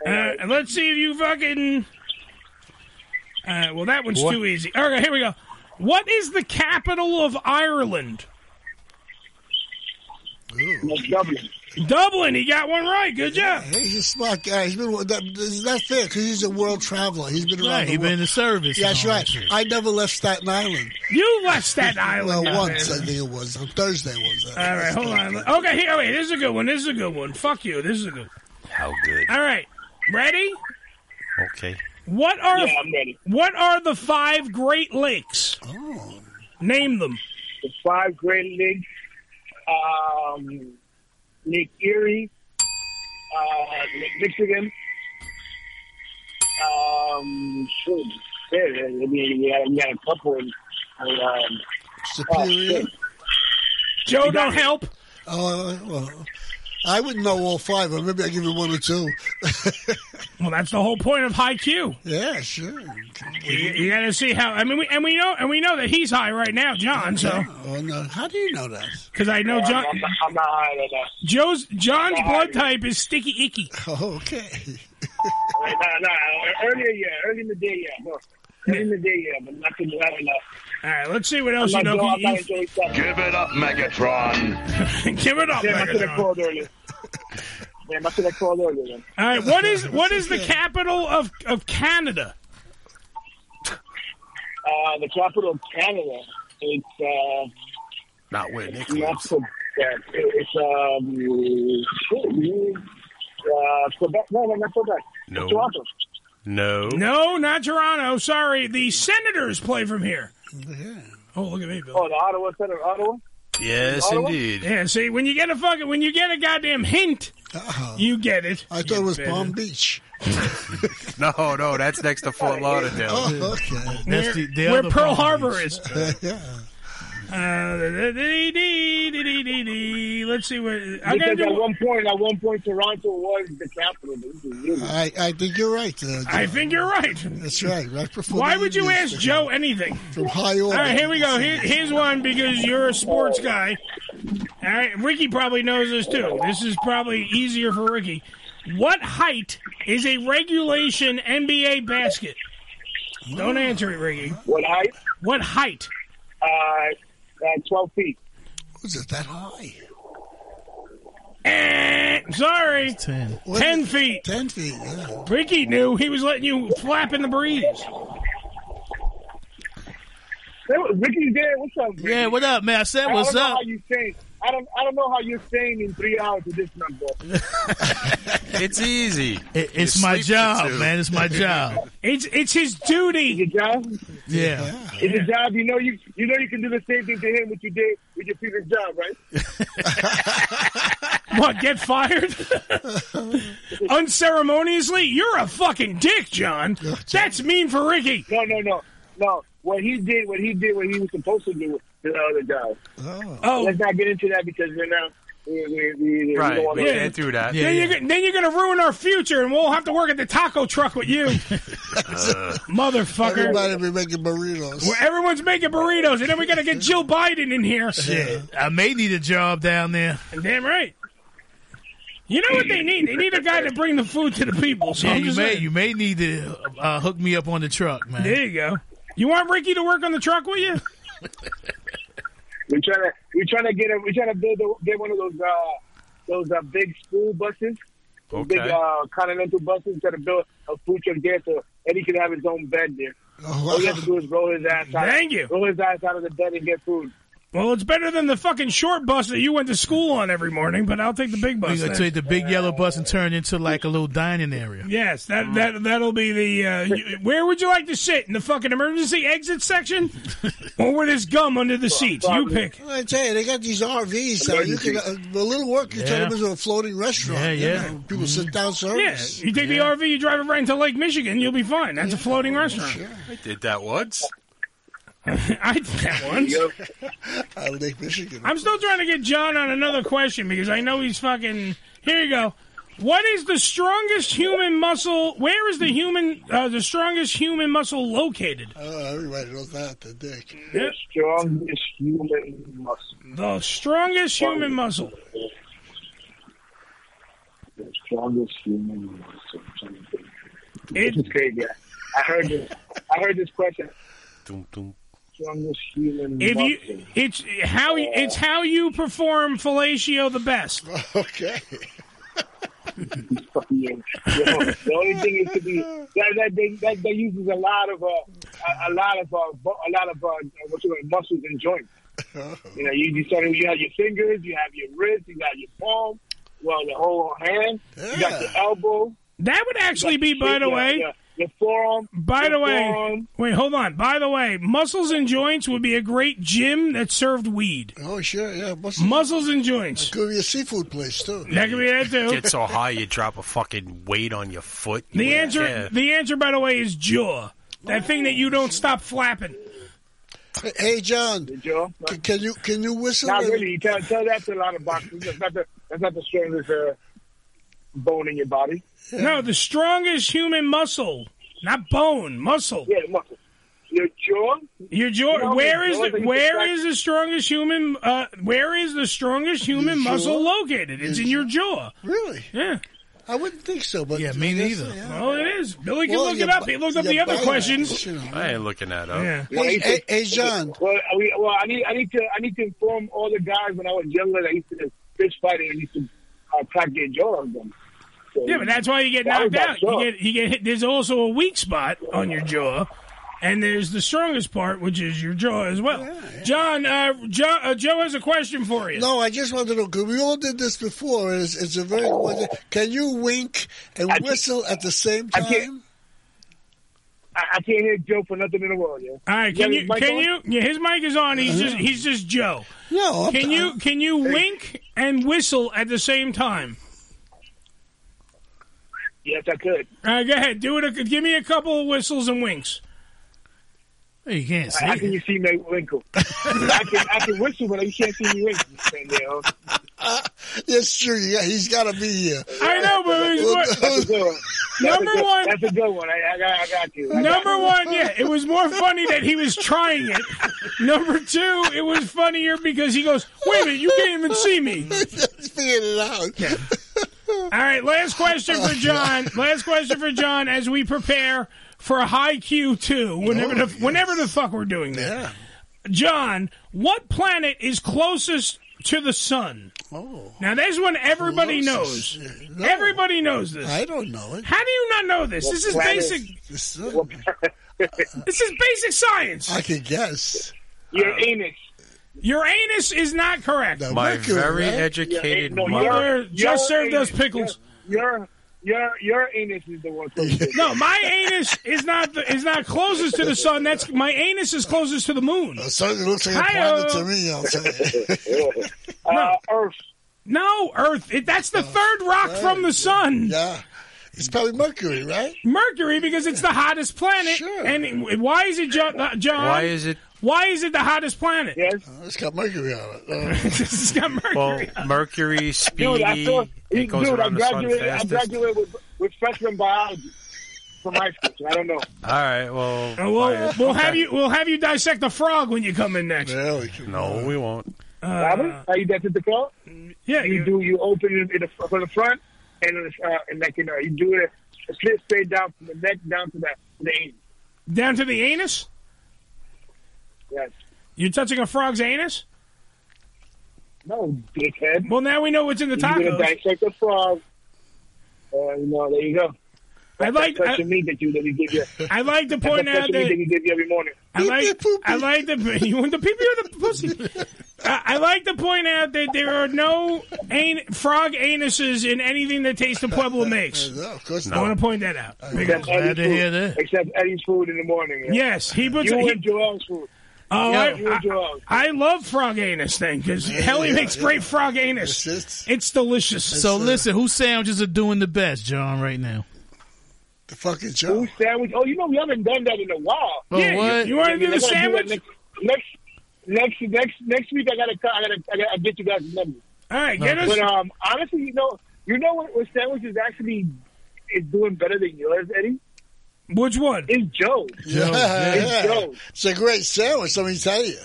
[SPEAKER 1] Uh, and let's see if you fucking. All right, well, that one's
[SPEAKER 4] What?
[SPEAKER 1] too easy. Okay, here we go. What is the capital of Ireland?
[SPEAKER 29] Dublin.
[SPEAKER 1] Dublin. He got one right. Good job.
[SPEAKER 2] He's a smart guy. He's been that, that's fair because he's a world traveler. He's been around.
[SPEAKER 3] Right,
[SPEAKER 2] the
[SPEAKER 3] he been
[SPEAKER 2] world.
[SPEAKER 3] in the service and
[SPEAKER 2] That's
[SPEAKER 3] all
[SPEAKER 2] right.
[SPEAKER 3] that shit.
[SPEAKER 2] I never left Staten Island.
[SPEAKER 1] You left
[SPEAKER 2] [laughs]
[SPEAKER 1] Staten Island,
[SPEAKER 2] Well,
[SPEAKER 1] now,
[SPEAKER 2] once
[SPEAKER 1] man.
[SPEAKER 2] I think it was on Thursday. Was that?
[SPEAKER 1] All right, hold
[SPEAKER 2] [laughs]
[SPEAKER 1] on. Okay, here, wait. This is a good one. This is a good one. Fuck you. This is a good
[SPEAKER 4] How good?
[SPEAKER 1] All right, ready?
[SPEAKER 4] Okay.
[SPEAKER 1] What are
[SPEAKER 4] Yeah, I'm
[SPEAKER 29] ready.
[SPEAKER 1] what are the five Great Lakes? Oh. Name them.
[SPEAKER 29] The five Great Lakes. Um, Lake Erie. Uh, Lake Michigan. Um, shoot, shit, I mean, we got, we got a couple. in- in, Um,
[SPEAKER 2] Superior.
[SPEAKER 1] Joe, don't help.
[SPEAKER 2] Oh, well, I wouldn't know all five. Or maybe I give you one or two.
[SPEAKER 1] well, that's the whole point of high Q.
[SPEAKER 2] Yeah, sure.
[SPEAKER 1] You, you got to see how. I mean, we, and we know and we know that he's high right now, John. So
[SPEAKER 2] Oh, no. How do you know that?
[SPEAKER 1] because I know
[SPEAKER 29] Yeah,
[SPEAKER 1] John.
[SPEAKER 29] I'm, I'm not high right now.
[SPEAKER 1] Joe's John's blood type is sticky icky.
[SPEAKER 2] Oh, okay.
[SPEAKER 29] Right, nah, nah, earlier, yeah, early in the day, yeah. No, early in the day, yeah, but nothing not enough.
[SPEAKER 1] All right, let's see what else
[SPEAKER 29] I'm
[SPEAKER 1] you know.
[SPEAKER 29] not-
[SPEAKER 1] He-
[SPEAKER 29] I'm not
[SPEAKER 1] he-
[SPEAKER 29] enjoying stuff.
[SPEAKER 14] Give it up, Megatron.
[SPEAKER 1] [laughs] Give it up,
[SPEAKER 29] Damn, I should have
[SPEAKER 1] Megatron.
[SPEAKER 29] called earlier. Damn, I should have called earlier. Then.
[SPEAKER 1] All right, what
[SPEAKER 2] [laughs]
[SPEAKER 1] is what is the capital of of Canada?
[SPEAKER 29] Uh, the capital of Canada. It's uh,
[SPEAKER 4] not with
[SPEAKER 29] it's not Quebec. It's um, shit, you- uh, Quebec. No, no, not Quebec.
[SPEAKER 4] No.
[SPEAKER 29] Toronto.
[SPEAKER 4] No.
[SPEAKER 1] No, not Toronto. Sorry, the Senators play from here. Oh, look at me, Bill.
[SPEAKER 29] Oh, the Ottawa Center, Ottawa.
[SPEAKER 4] Yes,
[SPEAKER 2] Oh.
[SPEAKER 1] Ottawa?
[SPEAKER 4] indeed.
[SPEAKER 1] Yeah, see, when you get a fucking when you get a goddamn hint, you get it.
[SPEAKER 2] I thought it was Palm Beach.
[SPEAKER 4] No, no, that's next to
[SPEAKER 2] [laughs]
[SPEAKER 4] Fort Lauderdale.
[SPEAKER 2] Oh, okay.
[SPEAKER 1] Where,
[SPEAKER 4] That's the- the
[SPEAKER 1] where
[SPEAKER 4] other
[SPEAKER 1] Pearl
[SPEAKER 4] Palm
[SPEAKER 1] Harbor
[SPEAKER 4] Beach.
[SPEAKER 1] is.
[SPEAKER 2] yeah.
[SPEAKER 1] Uh, [laughs] da-da-dee-dee-dee-dee-dee-dee. Let's see where I'm gonna
[SPEAKER 29] Because at
[SPEAKER 1] do.
[SPEAKER 29] one point, at one point, Toronto was the capital. This is really-
[SPEAKER 2] I, I think you're right. Uh,
[SPEAKER 1] I think you're right.
[SPEAKER 2] That's right. Right before.
[SPEAKER 1] Why
[SPEAKER 2] the
[SPEAKER 1] would you
[SPEAKER 2] Indians
[SPEAKER 1] ask Joe anything?
[SPEAKER 2] From high
[SPEAKER 1] All
[SPEAKER 2] order.
[SPEAKER 1] right, here we
[SPEAKER 2] [laughs]
[SPEAKER 1] go. Here, here's one because you're a sports guy. All right, Ricky probably knows this too. This is probably easier for Ricky. What height is a regulation NBA basket? Don't answer it, Ricky.
[SPEAKER 29] What height?
[SPEAKER 1] What height?
[SPEAKER 29] Uh, uh, twelve feet.
[SPEAKER 2] Was it that high?
[SPEAKER 1] Eh, Sorry,
[SPEAKER 3] ten.
[SPEAKER 1] Ten feet.
[SPEAKER 2] Ten feet. Yeah.
[SPEAKER 1] Ricky knew he was letting you flap in the breeze.
[SPEAKER 29] Hey, Ricky, there. What's up? Ricky?
[SPEAKER 3] Yeah, what up, man? I said,
[SPEAKER 29] I
[SPEAKER 3] what's
[SPEAKER 29] don't know
[SPEAKER 3] up?
[SPEAKER 29] How you staying? I don't. I don't know how you're staying in three hours with this number.
[SPEAKER 4] It's easy.
[SPEAKER 3] It, it's my job, man. It's
[SPEAKER 4] [laughs]
[SPEAKER 3] my job.
[SPEAKER 1] [laughs] It's it's his duty.
[SPEAKER 29] Your job.
[SPEAKER 3] Yeah.
[SPEAKER 29] It's your job. You know you. You know you can do the same thing to him what you did with your previous job, right?
[SPEAKER 1] What,
[SPEAKER 29] [laughs]
[SPEAKER 1] get fired? Unceremoniously? You're a fucking dick, John. That's mean for Ricky.
[SPEAKER 29] No, no, no, no. What he did, what he did, what he was supposed to do with the other guy.
[SPEAKER 2] Oh.
[SPEAKER 29] Let's not get into that because we're now. We, we, we, we
[SPEAKER 4] Right,
[SPEAKER 29] don't wanna-
[SPEAKER 4] we can't do that.
[SPEAKER 1] then, You're, go- then you're going to ruin our future, and we'll have to work at the taco truck with
[SPEAKER 29] [laughs]
[SPEAKER 1] you, [laughs] motherfucker.
[SPEAKER 2] Everybody be making burritos.
[SPEAKER 1] Where everyone's making burritos, and then we got to get Jill Biden in here.
[SPEAKER 3] Shit. I may need a job down there.
[SPEAKER 1] Damn right. You know what they need? They need a guy to bring the food to the people. So
[SPEAKER 3] Yeah,
[SPEAKER 1] I'm
[SPEAKER 3] you
[SPEAKER 1] just
[SPEAKER 3] may
[SPEAKER 1] saying.
[SPEAKER 3] you may need to uh, hook me up on the truck, man.
[SPEAKER 1] There you go. You want Ricky to work on the truck with you?
[SPEAKER 29] We're trying to. We're trying to get. A, we're trying to build. A, get one of those. Uh, those uh, big school buses. Those
[SPEAKER 4] Okay.
[SPEAKER 29] Big uh, continental buses. Trying to build a food truck there, so Eddie can have his own bed there. All you have to do is roll his ass out.
[SPEAKER 1] Thank you.
[SPEAKER 29] Roll his ass out of the bed and get food.
[SPEAKER 1] Well, it's better than the fucking short bus that you went to school on every morning, but I'll take the big
[SPEAKER 3] We
[SPEAKER 1] bus.
[SPEAKER 3] gonna
[SPEAKER 1] then.
[SPEAKER 3] take the big yellow bus and turn it into like a little dining area.
[SPEAKER 1] Yes, that that that'll be the. Uh, you- where would you like to sit in the fucking emergency exit
[SPEAKER 3] [laughs]
[SPEAKER 1] section, or with his gum under the seat? You pick.
[SPEAKER 2] Well, I tell you, they got these RVs. So you can, uh, the little work you turn
[SPEAKER 1] Yeah.
[SPEAKER 2] them into a floating restaurant.
[SPEAKER 3] Yeah,
[SPEAKER 2] you
[SPEAKER 3] yeah.
[SPEAKER 2] know, people sit
[SPEAKER 1] Yeah,
[SPEAKER 2] down service.
[SPEAKER 1] you take the RV, you drive it right into Lake Michigan, you'll be fine. That's a floating restaurant.
[SPEAKER 4] I did that once.
[SPEAKER 1] [laughs] I did that once.
[SPEAKER 2] I Lake Michigan.
[SPEAKER 1] I'm still trying to get John on another question because I know he's fucking. Here you go. What is the strongest human muscle? Where is the human uh, the strongest human muscle located?
[SPEAKER 2] Oh, everybody knows that. The dick.
[SPEAKER 29] The strongest human muscle.
[SPEAKER 1] The strongest human muscle.
[SPEAKER 29] The strongest human muscle.
[SPEAKER 1] It-
[SPEAKER 29] This is crazy. I- I heard this. I heard this question. Strongest human
[SPEAKER 1] If
[SPEAKER 29] muscle.
[SPEAKER 1] you, it's how you-
[SPEAKER 2] Oh.
[SPEAKER 1] it's how you perform fellatio the best.
[SPEAKER 2] Okay.
[SPEAKER 29] Yo, the only thing is to be that that that, that, that uses a lot of uh, a, a lot of uh, bu- a lot of uh, what you call muscles and joints. You know, you you start you have your fingers, you have your wrist, you got your palm, well, the whole hand, you got your elbow.
[SPEAKER 1] That would actually be, by the way,
[SPEAKER 29] your forearm.
[SPEAKER 1] By the
[SPEAKER 29] your
[SPEAKER 1] way,
[SPEAKER 29] forearm.
[SPEAKER 1] wait, hold on. By the way, muscles and joints would be a great gym that served weed.
[SPEAKER 2] Oh sure, yeah. Muscles,
[SPEAKER 1] and joints.
[SPEAKER 2] could be a seafood place too.
[SPEAKER 1] That could be that too.
[SPEAKER 4] Get so high you drop a fucking weight on your foot. You
[SPEAKER 1] [laughs] The
[SPEAKER 4] wouldn't
[SPEAKER 1] answer,
[SPEAKER 4] care.
[SPEAKER 1] the answer, by the way, is jaw. That thing that you don't stop flapping.
[SPEAKER 2] Hey, hey, John. Can, can you can you whistle?
[SPEAKER 29] Not really. You tell tell that to a lot of boxers. That's not the that's not the strongest uh, bone in your body.
[SPEAKER 1] No, the strongest human muscle, not bone, muscle.
[SPEAKER 29] Yeah, muscle. Your jaw.
[SPEAKER 1] Your jaw.
[SPEAKER 29] No,
[SPEAKER 1] where
[SPEAKER 29] the
[SPEAKER 1] is
[SPEAKER 29] jaw that
[SPEAKER 1] the
[SPEAKER 29] you
[SPEAKER 1] where
[SPEAKER 29] contract-
[SPEAKER 1] is the strongest human? Uh, where is the strongest human
[SPEAKER 2] jaw?
[SPEAKER 1] muscle located? It's in your jaw.
[SPEAKER 2] Really?
[SPEAKER 1] Yeah.
[SPEAKER 2] I wouldn't think so, but yeah,
[SPEAKER 1] me
[SPEAKER 2] neither. yeah.
[SPEAKER 1] Well, it is. Billy can
[SPEAKER 2] Well,
[SPEAKER 1] look
[SPEAKER 2] your
[SPEAKER 1] it up.
[SPEAKER 2] bi-
[SPEAKER 1] He looked up
[SPEAKER 2] your
[SPEAKER 1] the other
[SPEAKER 2] bio-
[SPEAKER 1] questions.
[SPEAKER 4] I ain't looking that up.
[SPEAKER 29] Well,
[SPEAKER 2] Hey,
[SPEAKER 29] I used to-
[SPEAKER 2] hey, hey, John.
[SPEAKER 29] Well, I, mean, well, I need I need to I need to inform all the guys when I was younger that I used to fist fight and I used to uh, crack their jaw on them. So,
[SPEAKER 1] Yeah, but that's why you get
[SPEAKER 29] That was
[SPEAKER 1] knocked
[SPEAKER 29] my
[SPEAKER 1] out.
[SPEAKER 29] jaw.
[SPEAKER 1] You get you get hit. There's also a weak spot on your jaw, and there's the strongest part, which is your jaw as well. John, uh, Joe, uh, Joe has a question for you.
[SPEAKER 2] No, I just wanted to know because we all did this before. It's, it's a very. Can you wink and whistle at the same time?
[SPEAKER 29] I, I can't hear Joe for nothing in the world. Yeah.
[SPEAKER 1] All right, can
[SPEAKER 29] Yeah,
[SPEAKER 1] you
[SPEAKER 29] mic
[SPEAKER 1] can
[SPEAKER 29] on?
[SPEAKER 1] you? Yeah, his mic is on. He's just he's just Joe.
[SPEAKER 2] No, I'm-
[SPEAKER 1] can you can you wink and whistle at the same time?
[SPEAKER 29] Yes, I could.
[SPEAKER 1] All right, go ahead. Do it. A, give me a couple of whistles and winks.
[SPEAKER 3] you can't
[SPEAKER 29] How can you see me wrinkle?
[SPEAKER 3] [laughs]
[SPEAKER 29] I can I can whistle, but you can't see me
[SPEAKER 2] [laughs]
[SPEAKER 29] wrinkle. Man, you know?
[SPEAKER 2] Uh, It's true. Yeah, he's got to be here.
[SPEAKER 1] I know,
[SPEAKER 2] [laughs]
[SPEAKER 1] but he's what-
[SPEAKER 29] That's a good one. That's
[SPEAKER 1] Number
[SPEAKER 29] a good,
[SPEAKER 1] one-
[SPEAKER 29] That's a good one. I, I, got, I got you. I got
[SPEAKER 1] Number
[SPEAKER 29] you.
[SPEAKER 1] one, yeah, it was more funny that he was trying it. Number two, it was funnier because he goes, "Wait a minute, you can't even see
[SPEAKER 2] [laughs]
[SPEAKER 1] me."
[SPEAKER 2] it out.
[SPEAKER 1] All right, last question for John. Last question for John as we prepare for a high Q two. Whenever the
[SPEAKER 2] Oh,
[SPEAKER 1] whenever the fuck we're doing that, John, what planet is closest to the sun?
[SPEAKER 2] Oh,
[SPEAKER 1] Now this one everybody
[SPEAKER 2] Closest.
[SPEAKER 1] knows.
[SPEAKER 2] No.
[SPEAKER 1] Everybody knows this.
[SPEAKER 2] I don't know it.
[SPEAKER 1] How do you not know this?
[SPEAKER 2] What
[SPEAKER 1] This is
[SPEAKER 2] planet-
[SPEAKER 1] basic.
[SPEAKER 2] Listen,
[SPEAKER 1] This is basic science.
[SPEAKER 2] I could guess.
[SPEAKER 29] Your anus.
[SPEAKER 1] Your anus is not correct.
[SPEAKER 4] My very educated
[SPEAKER 29] Yeah, no,
[SPEAKER 4] mother.
[SPEAKER 29] your-
[SPEAKER 1] just
[SPEAKER 29] your
[SPEAKER 1] served us
[SPEAKER 29] anus-
[SPEAKER 1] pickles.
[SPEAKER 29] Your your your anus is the one.
[SPEAKER 2] [laughs]
[SPEAKER 29] closest.
[SPEAKER 1] No, my anus is not the, is not closest to the sun. That's my anus is closest to the moon.
[SPEAKER 2] The sun looks like a
[SPEAKER 1] Hi-yo.
[SPEAKER 2] planet to me. I'll tell you.
[SPEAKER 17] [laughs]
[SPEAKER 2] Uh,
[SPEAKER 1] No,
[SPEAKER 29] Earth.
[SPEAKER 1] No, Earth. It, that's the third rock from the sun.
[SPEAKER 2] Yeah. It's probably Mercury, right?
[SPEAKER 1] Mercury, because it's the hottest planet. And it- why is it, Jo- uh, John?
[SPEAKER 4] Why is it-
[SPEAKER 1] Why is it the hottest planet?
[SPEAKER 29] Yes,
[SPEAKER 2] Uh, it's got Mercury on it. Uh,
[SPEAKER 1] [laughs] it's got Mercury.
[SPEAKER 4] Well, Mercury,
[SPEAKER 29] Dude, I
[SPEAKER 4] Speedy,
[SPEAKER 29] saw,
[SPEAKER 4] it goes
[SPEAKER 29] dude, I
[SPEAKER 4] around the sun
[SPEAKER 29] graduated. I
[SPEAKER 4] fastest.
[SPEAKER 29] graduated with, with freshman biology from high school. So I don't know.
[SPEAKER 4] All right, well,
[SPEAKER 1] Uh, we'll,
[SPEAKER 4] fine.
[SPEAKER 1] we'll
[SPEAKER 4] Okay.
[SPEAKER 1] have you. We'll have you dissect a frog when you come in next. Uh,
[SPEAKER 4] No, we won't.
[SPEAKER 29] Robert, are you that at the club?
[SPEAKER 1] Yeah,
[SPEAKER 29] you, do. You open it in the, from the front and in the, uh, and like you know you do it a slip straight down from the neck down to the, the anus.
[SPEAKER 1] Down to the anus.
[SPEAKER 29] Yes.
[SPEAKER 1] You're touching a frog's anus.
[SPEAKER 29] No, dickhead.
[SPEAKER 1] Well, now we know what's in the
[SPEAKER 29] You're gonna
[SPEAKER 1] tacos.
[SPEAKER 29] dissect the frog. Uh, you know, there you go.
[SPEAKER 1] I like-
[SPEAKER 29] that fresh
[SPEAKER 1] I-
[SPEAKER 29] meat that you that we give you.
[SPEAKER 1] [laughs] I'd like to
[SPEAKER 29] That's the
[SPEAKER 1] point
[SPEAKER 29] fresh
[SPEAKER 1] out
[SPEAKER 29] meat
[SPEAKER 1] that-
[SPEAKER 29] we give you every morning.
[SPEAKER 1] I like, I like the [laughs] you want the pee or the
[SPEAKER 2] [laughs]
[SPEAKER 1] pussy. I, I like to point out that there are no an, frog anuses in anything that Taste of Pueblo makes.
[SPEAKER 2] [laughs] No, of course
[SPEAKER 1] I
[SPEAKER 2] not.
[SPEAKER 1] want to point that out.
[SPEAKER 29] Except Eddie's food. Except Eddie's food in the morning.
[SPEAKER 1] Yes, he puts-
[SPEAKER 29] You
[SPEAKER 1] he-
[SPEAKER 29] and Joel's food.
[SPEAKER 1] Oh, I,
[SPEAKER 29] you and Joel's.
[SPEAKER 1] I, I love frog anus thing because Helly makes great frog anus. It's, delicious.
[SPEAKER 3] So listen, whose sandwiches are doing the best, John, right now?
[SPEAKER 2] The fucking Joe.
[SPEAKER 29] sandwich. Oh, you know we haven't done that in a while.
[SPEAKER 3] Oh, Yeah, what? you- you wanna do
[SPEAKER 29] They're gonna that
[SPEAKER 3] the sandwich?
[SPEAKER 29] Next, next, next, next, next week. I gotta, cut- I gotta, I gotta get you guys' numbers.
[SPEAKER 1] All right, get us-
[SPEAKER 29] But um, honestly, you know, you know what, what sandwich is actually is doing better than yours, Eddie?
[SPEAKER 1] Which one?
[SPEAKER 29] It's Joe.
[SPEAKER 2] Yeah,
[SPEAKER 29] It's
[SPEAKER 2] yeah.
[SPEAKER 29] Joe.
[SPEAKER 2] It's a great sandwich, let me tell you.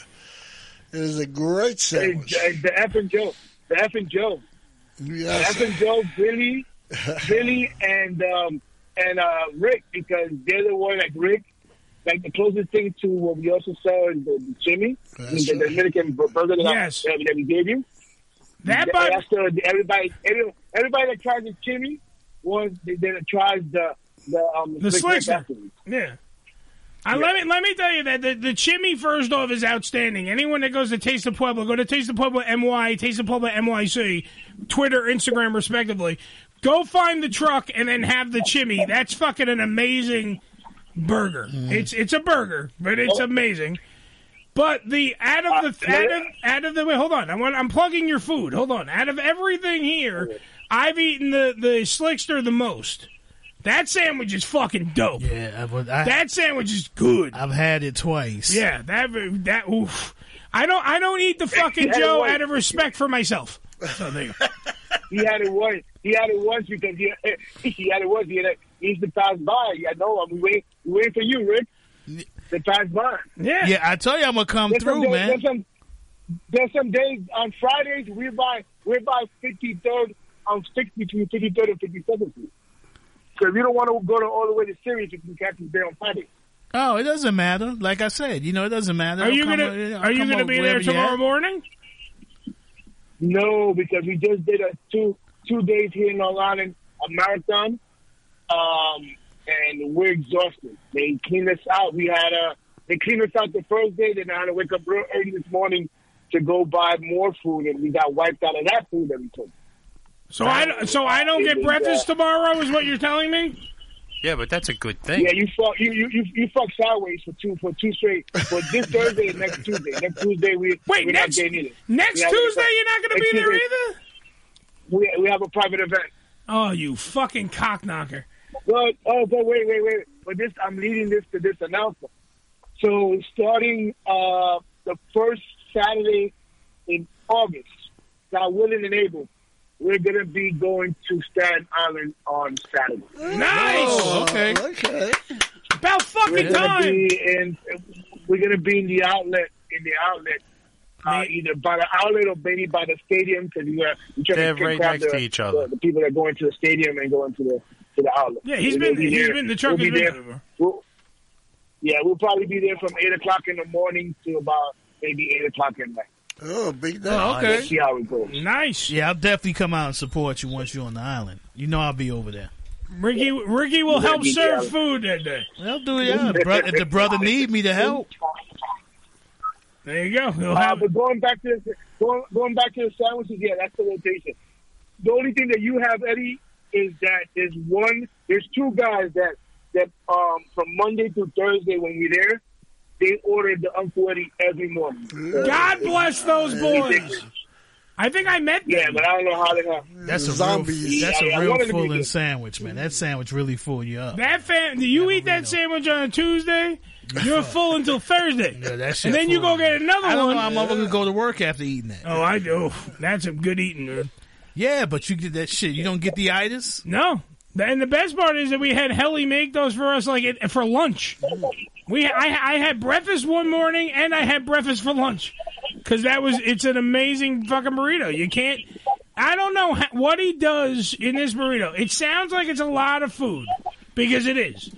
[SPEAKER 2] It is a great sandwich.
[SPEAKER 29] It's, the F and Joe. The F and Joe.
[SPEAKER 2] Yes.
[SPEAKER 29] F and Joe, Billy, Billy, and um, and uh, Rick because they're the one like Rick. like the closest thing to what we also saw is the, the Jimmy, I mean, the Dominican bur- burger that, I-
[SPEAKER 1] Yes.
[SPEAKER 29] that, that we gave you.
[SPEAKER 1] That
[SPEAKER 29] The-
[SPEAKER 1] bur-
[SPEAKER 29] that's the, everybody, every, everybody that tries the Jimmy was they, they tries the the um
[SPEAKER 1] The
[SPEAKER 29] slick
[SPEAKER 1] slickster.
[SPEAKER 29] afterwards.
[SPEAKER 1] Yeah. I let me let me tell you that the, the chimney first off is outstanding. Anyone that goes to Taste of Pueblo, go to Taste of Pueblo MY, Taste of Pueblo NYC, Twitter, Instagram, respectively. Go find the truck and then have the chimney. That's fucking an amazing burger. It's it's a burger, but it's amazing. But the out of the out of, out of the wait, hold on. I want I'm plugging your food. Hold on. Out of everything here, I've eaten the the slickster the most. That sandwich is fucking dope.
[SPEAKER 3] Yeah, I, would- I-
[SPEAKER 1] that sandwich is good.
[SPEAKER 3] I've had it twice.
[SPEAKER 1] Yeah, that that oof. I don't I don't
[SPEAKER 3] [laughs]
[SPEAKER 1] eat the fucking
[SPEAKER 29] Yeah,
[SPEAKER 1] Joe
[SPEAKER 29] right.
[SPEAKER 1] out of respect for myself. So there you go.
[SPEAKER 29] He had it once. He had it once because he he [laughs] had it once. He had it, he used to pass by. I know. I'm waiting. Waiting for you, Rick. To pass by.
[SPEAKER 1] Yeah.
[SPEAKER 3] Yeah, I tell you I'm gonna come
[SPEAKER 29] There's some
[SPEAKER 3] through,
[SPEAKER 29] days-
[SPEAKER 3] man.
[SPEAKER 29] There's some, there's some days on Fridays we're by we're by 53rd on 60 between 53rd and 57th Street. Because we don't want to go to all the way to Sirius if we catch him there on Friday.
[SPEAKER 3] Oh, it doesn't matter. Like I said, you know, it doesn't matter.
[SPEAKER 1] Are
[SPEAKER 3] I'll
[SPEAKER 1] you
[SPEAKER 3] come
[SPEAKER 1] gonna
[SPEAKER 3] o- I'll
[SPEAKER 1] Are you
[SPEAKER 3] come
[SPEAKER 1] gonna
[SPEAKER 3] o-
[SPEAKER 1] be
[SPEAKER 3] wherever
[SPEAKER 1] there
[SPEAKER 3] you
[SPEAKER 1] tomorrow
[SPEAKER 3] at.
[SPEAKER 1] morning?
[SPEAKER 29] No, because we just did a two two days here in Long Island, a marathon, um, and we're exhausted. They cleaned us out. We had a they cleaned us out the first day. Then I had to wake up real early this morning to go buy more food, and we got wiped out of that food that we took.
[SPEAKER 1] So I don't- so I don't
[SPEAKER 29] It
[SPEAKER 1] get
[SPEAKER 29] was,
[SPEAKER 1] breakfast
[SPEAKER 29] uh,
[SPEAKER 1] tomorrow is what you're telling me?
[SPEAKER 4] Yeah, but that's a good thing.
[SPEAKER 29] Yeah, you fuck you you you, you fuck sideways for two for two straight for
[SPEAKER 1] [laughs]
[SPEAKER 29] this Thursday and next Tuesday. Next Tuesday we
[SPEAKER 1] Wait,
[SPEAKER 29] we're
[SPEAKER 1] next-
[SPEAKER 29] not getting it.
[SPEAKER 1] next Tuesday you're not gonna be there either.
[SPEAKER 29] We we have a private event.
[SPEAKER 1] Oh, you fucking cock knocker.
[SPEAKER 29] But oh, but wait, wait, wait. But this I'm leading this to this announcement. So starting uh, the first Saturday in August, God willing and able, we're gonna be going to Staten Island on Saturday.
[SPEAKER 1] Nice.
[SPEAKER 3] okay.
[SPEAKER 2] Okay.
[SPEAKER 1] About
[SPEAKER 29] we're
[SPEAKER 1] fucking
[SPEAKER 29] gonna
[SPEAKER 1] time.
[SPEAKER 29] Be in, we're gonna be in the outlet, in the outlet, uh, either by the outlet or maybe by the stadium because we're, we're trying
[SPEAKER 4] They're
[SPEAKER 29] to
[SPEAKER 4] right
[SPEAKER 29] crowd
[SPEAKER 4] next
[SPEAKER 29] the,
[SPEAKER 4] to each other.
[SPEAKER 29] The, the people that go into the stadium and go into the to the outlet.
[SPEAKER 1] Yeah, he's
[SPEAKER 29] We'll
[SPEAKER 1] been
[SPEAKER 29] be
[SPEAKER 1] he's
[SPEAKER 29] there.
[SPEAKER 1] been the truck
[SPEAKER 29] We'll
[SPEAKER 1] has
[SPEAKER 29] be there.
[SPEAKER 1] been
[SPEAKER 29] We'll, yeah, we'll probably be there from eight o'clock in the morning to about maybe eight o'clock at night.
[SPEAKER 2] Oh, big
[SPEAKER 3] day. Oh, okay.
[SPEAKER 29] Let's see how it goes.
[SPEAKER 1] Nice.
[SPEAKER 3] Yeah, I'll definitely come out and support you once you're on the island. You know I'll be over there.
[SPEAKER 1] Ricky Ricky will
[SPEAKER 3] Yeah,
[SPEAKER 1] help
[SPEAKER 3] you
[SPEAKER 1] serve
[SPEAKER 3] got it.
[SPEAKER 1] food that day.
[SPEAKER 3] I'll do Yeah, bro- if the brother [laughs] need me to help.
[SPEAKER 1] There you go. He'll
[SPEAKER 29] Uh, but going back to the, going, going back to the sandwiches, yeah, that's the rotation. The only thing that you have, Eddie, is that there's one, there's two guys that that um from Monday through Thursday when we're there, they order the Uncle Eddie every morning.
[SPEAKER 1] God bless those boys. I think I met them.
[SPEAKER 29] Yeah, but I don't know how they have.
[SPEAKER 3] That's a real, that's a real fooling sandwich, man. That sandwich really fooled you up.
[SPEAKER 1] That fam, do you eat that sandwich on a Tuesday? You're full until Thursday.
[SPEAKER 3] That
[SPEAKER 1] and
[SPEAKER 3] shit
[SPEAKER 1] then you go
[SPEAKER 3] fooled
[SPEAKER 1] get
[SPEAKER 3] me.
[SPEAKER 1] another
[SPEAKER 3] I don't
[SPEAKER 1] one.
[SPEAKER 3] know. I'm never gonna go to work after eating that.
[SPEAKER 1] Oh, I do. [laughs] That's a good eating. Dude.
[SPEAKER 3] Yeah, but you get that shit. You don't get the itis.
[SPEAKER 1] No. And the best part is that we had Helly make those for us like it, for lunch. We I, I had breakfast one morning and I had breakfast for lunch because that was it's an amazing fucking burrito. You can't. I don't know how, what he does in this burrito. It sounds like it's a lot of food because it is,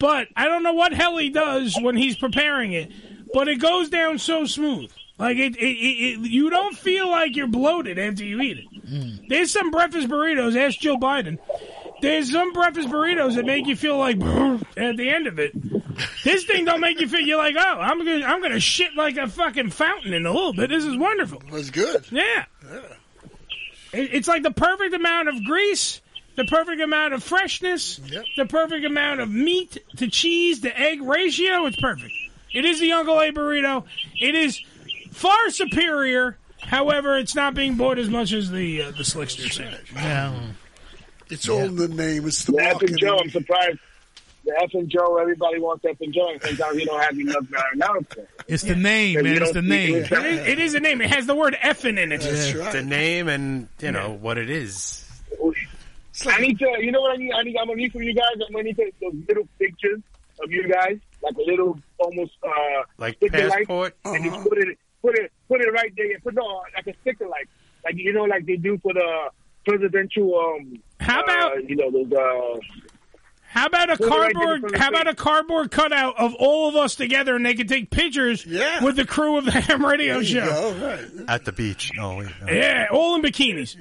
[SPEAKER 1] but I don't know what Helly does when he's preparing it. But it goes down so smooth. Like it, it, it, it you don't feel like you're bloated after you eat it.
[SPEAKER 2] Hmm.
[SPEAKER 1] There's some breakfast burritos. Ask Joe Biden. There's some breakfast burritos that make you feel like [laughs] at the end of it. This thing don't make you feel you're like, oh, I'm gonna I'm gonna shit like a fucking fountain in a little bit. This is wonderful.
[SPEAKER 2] That's good.
[SPEAKER 1] Yeah. It, it's like the perfect amount of grease, the perfect amount of freshness, the perfect amount of meat to cheese to egg ratio. It's perfect. It is the Uncle A burrito. It is far superior. However, it's not being bought as much as the uh, the Slickster sandwich.
[SPEAKER 3] Yeah.
[SPEAKER 2] It's all in the name. It's the
[SPEAKER 29] The F and
[SPEAKER 2] marketing.
[SPEAKER 29] Joe, I'm surprised. The F and Joe, everybody wants F and Joe, and sometimes you don't have enough announcement.
[SPEAKER 3] It's the name,
[SPEAKER 29] If
[SPEAKER 3] man.
[SPEAKER 29] you
[SPEAKER 3] It's
[SPEAKER 29] don't
[SPEAKER 3] the
[SPEAKER 29] eat
[SPEAKER 3] name.
[SPEAKER 29] it,
[SPEAKER 1] It is, it is a name. It has the word effing in it.
[SPEAKER 4] The name and you know what it is.
[SPEAKER 29] I need to, you know what I need? I need, I'm gonna need from you guys. I'm gonna need to, those little pictures of you guys, like a little almost uh,
[SPEAKER 4] Like
[SPEAKER 29] sticker
[SPEAKER 4] passport?
[SPEAKER 29] and just
[SPEAKER 1] Uh-huh.
[SPEAKER 29] put it, put it, put it right there. Put no, like a sticker light, like you know, like they do for the presidential. Um,
[SPEAKER 1] How
[SPEAKER 29] about you know those? Uh,
[SPEAKER 1] How about a
[SPEAKER 29] We're right there
[SPEAKER 1] cardboard?
[SPEAKER 29] from the
[SPEAKER 1] How about a cardboard cutout of all of us together, and they could take pictures with the crew of the [laughs] ham radio
[SPEAKER 4] There you
[SPEAKER 1] show.
[SPEAKER 4] go, At the beach. No, wait, no.
[SPEAKER 1] Yeah, all in bikinis.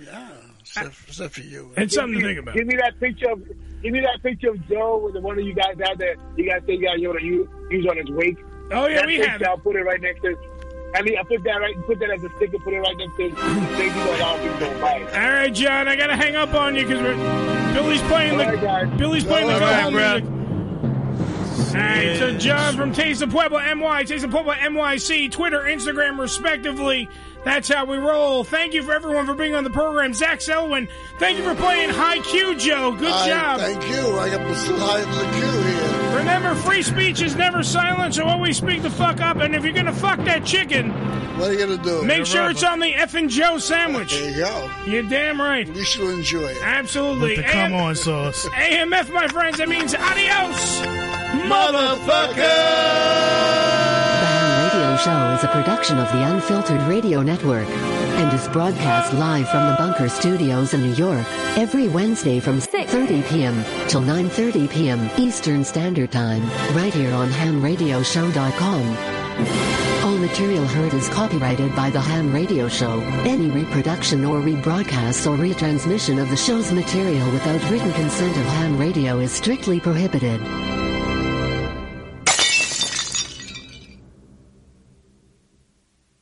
[SPEAKER 2] Except for you.
[SPEAKER 1] It's something to think about.
[SPEAKER 29] Give me that picture of give me that picture of Joe with the one of you guys out there. You guys say you got Yoda you he's on his wake.
[SPEAKER 1] Oh yeah,
[SPEAKER 29] that
[SPEAKER 1] we
[SPEAKER 29] picture,
[SPEAKER 1] have it.
[SPEAKER 29] I'll put it right next to I mean I put that right put that as a sticker, put it right next to thank you for all people don't buy it.
[SPEAKER 1] All right, John, I gotta hang up on you because we're Billy's playing the Billy's playing the
[SPEAKER 29] All
[SPEAKER 1] go
[SPEAKER 29] right,
[SPEAKER 1] home
[SPEAKER 29] bro.
[SPEAKER 1] music. All right, so John from Taste of Puebla, MY, Taste of Puebla, MYC, Twitter, Instagram, respectively. That's how we roll. Thank you for everyone for being on the program. Zach Selwyn, thank you for playing High Q, Joe. Good
[SPEAKER 2] I-
[SPEAKER 1] job.
[SPEAKER 2] Thank you. I got the slide of the queue here.
[SPEAKER 1] Remember, free speech is never silent, so always speak the fuck up. And if you're gonna fuck that chicken,
[SPEAKER 2] what are you gonna do?
[SPEAKER 1] Make sure it's on the effing Joe sandwich.
[SPEAKER 2] There you go.
[SPEAKER 1] You're damn right.
[SPEAKER 2] We shall enjoy it.
[SPEAKER 1] Absolutely.
[SPEAKER 3] With the come on sauce.
[SPEAKER 1] AMF, my friends. That means adios, motherfucker.
[SPEAKER 8] The Ham Radio Show is a production of the Unfiltered Radio Network and is broadcast live from the Bunker Studios in New York every Wednesday from 6:30 p.m. till 9:30 p.m. Eastern Standard Time, right here on hamradioshow.com. All material heard is copyrighted by The Ham Radio Show. Any reproduction or rebroadcast or retransmission of the show's material without written consent of Ham Radio is strictly prohibited.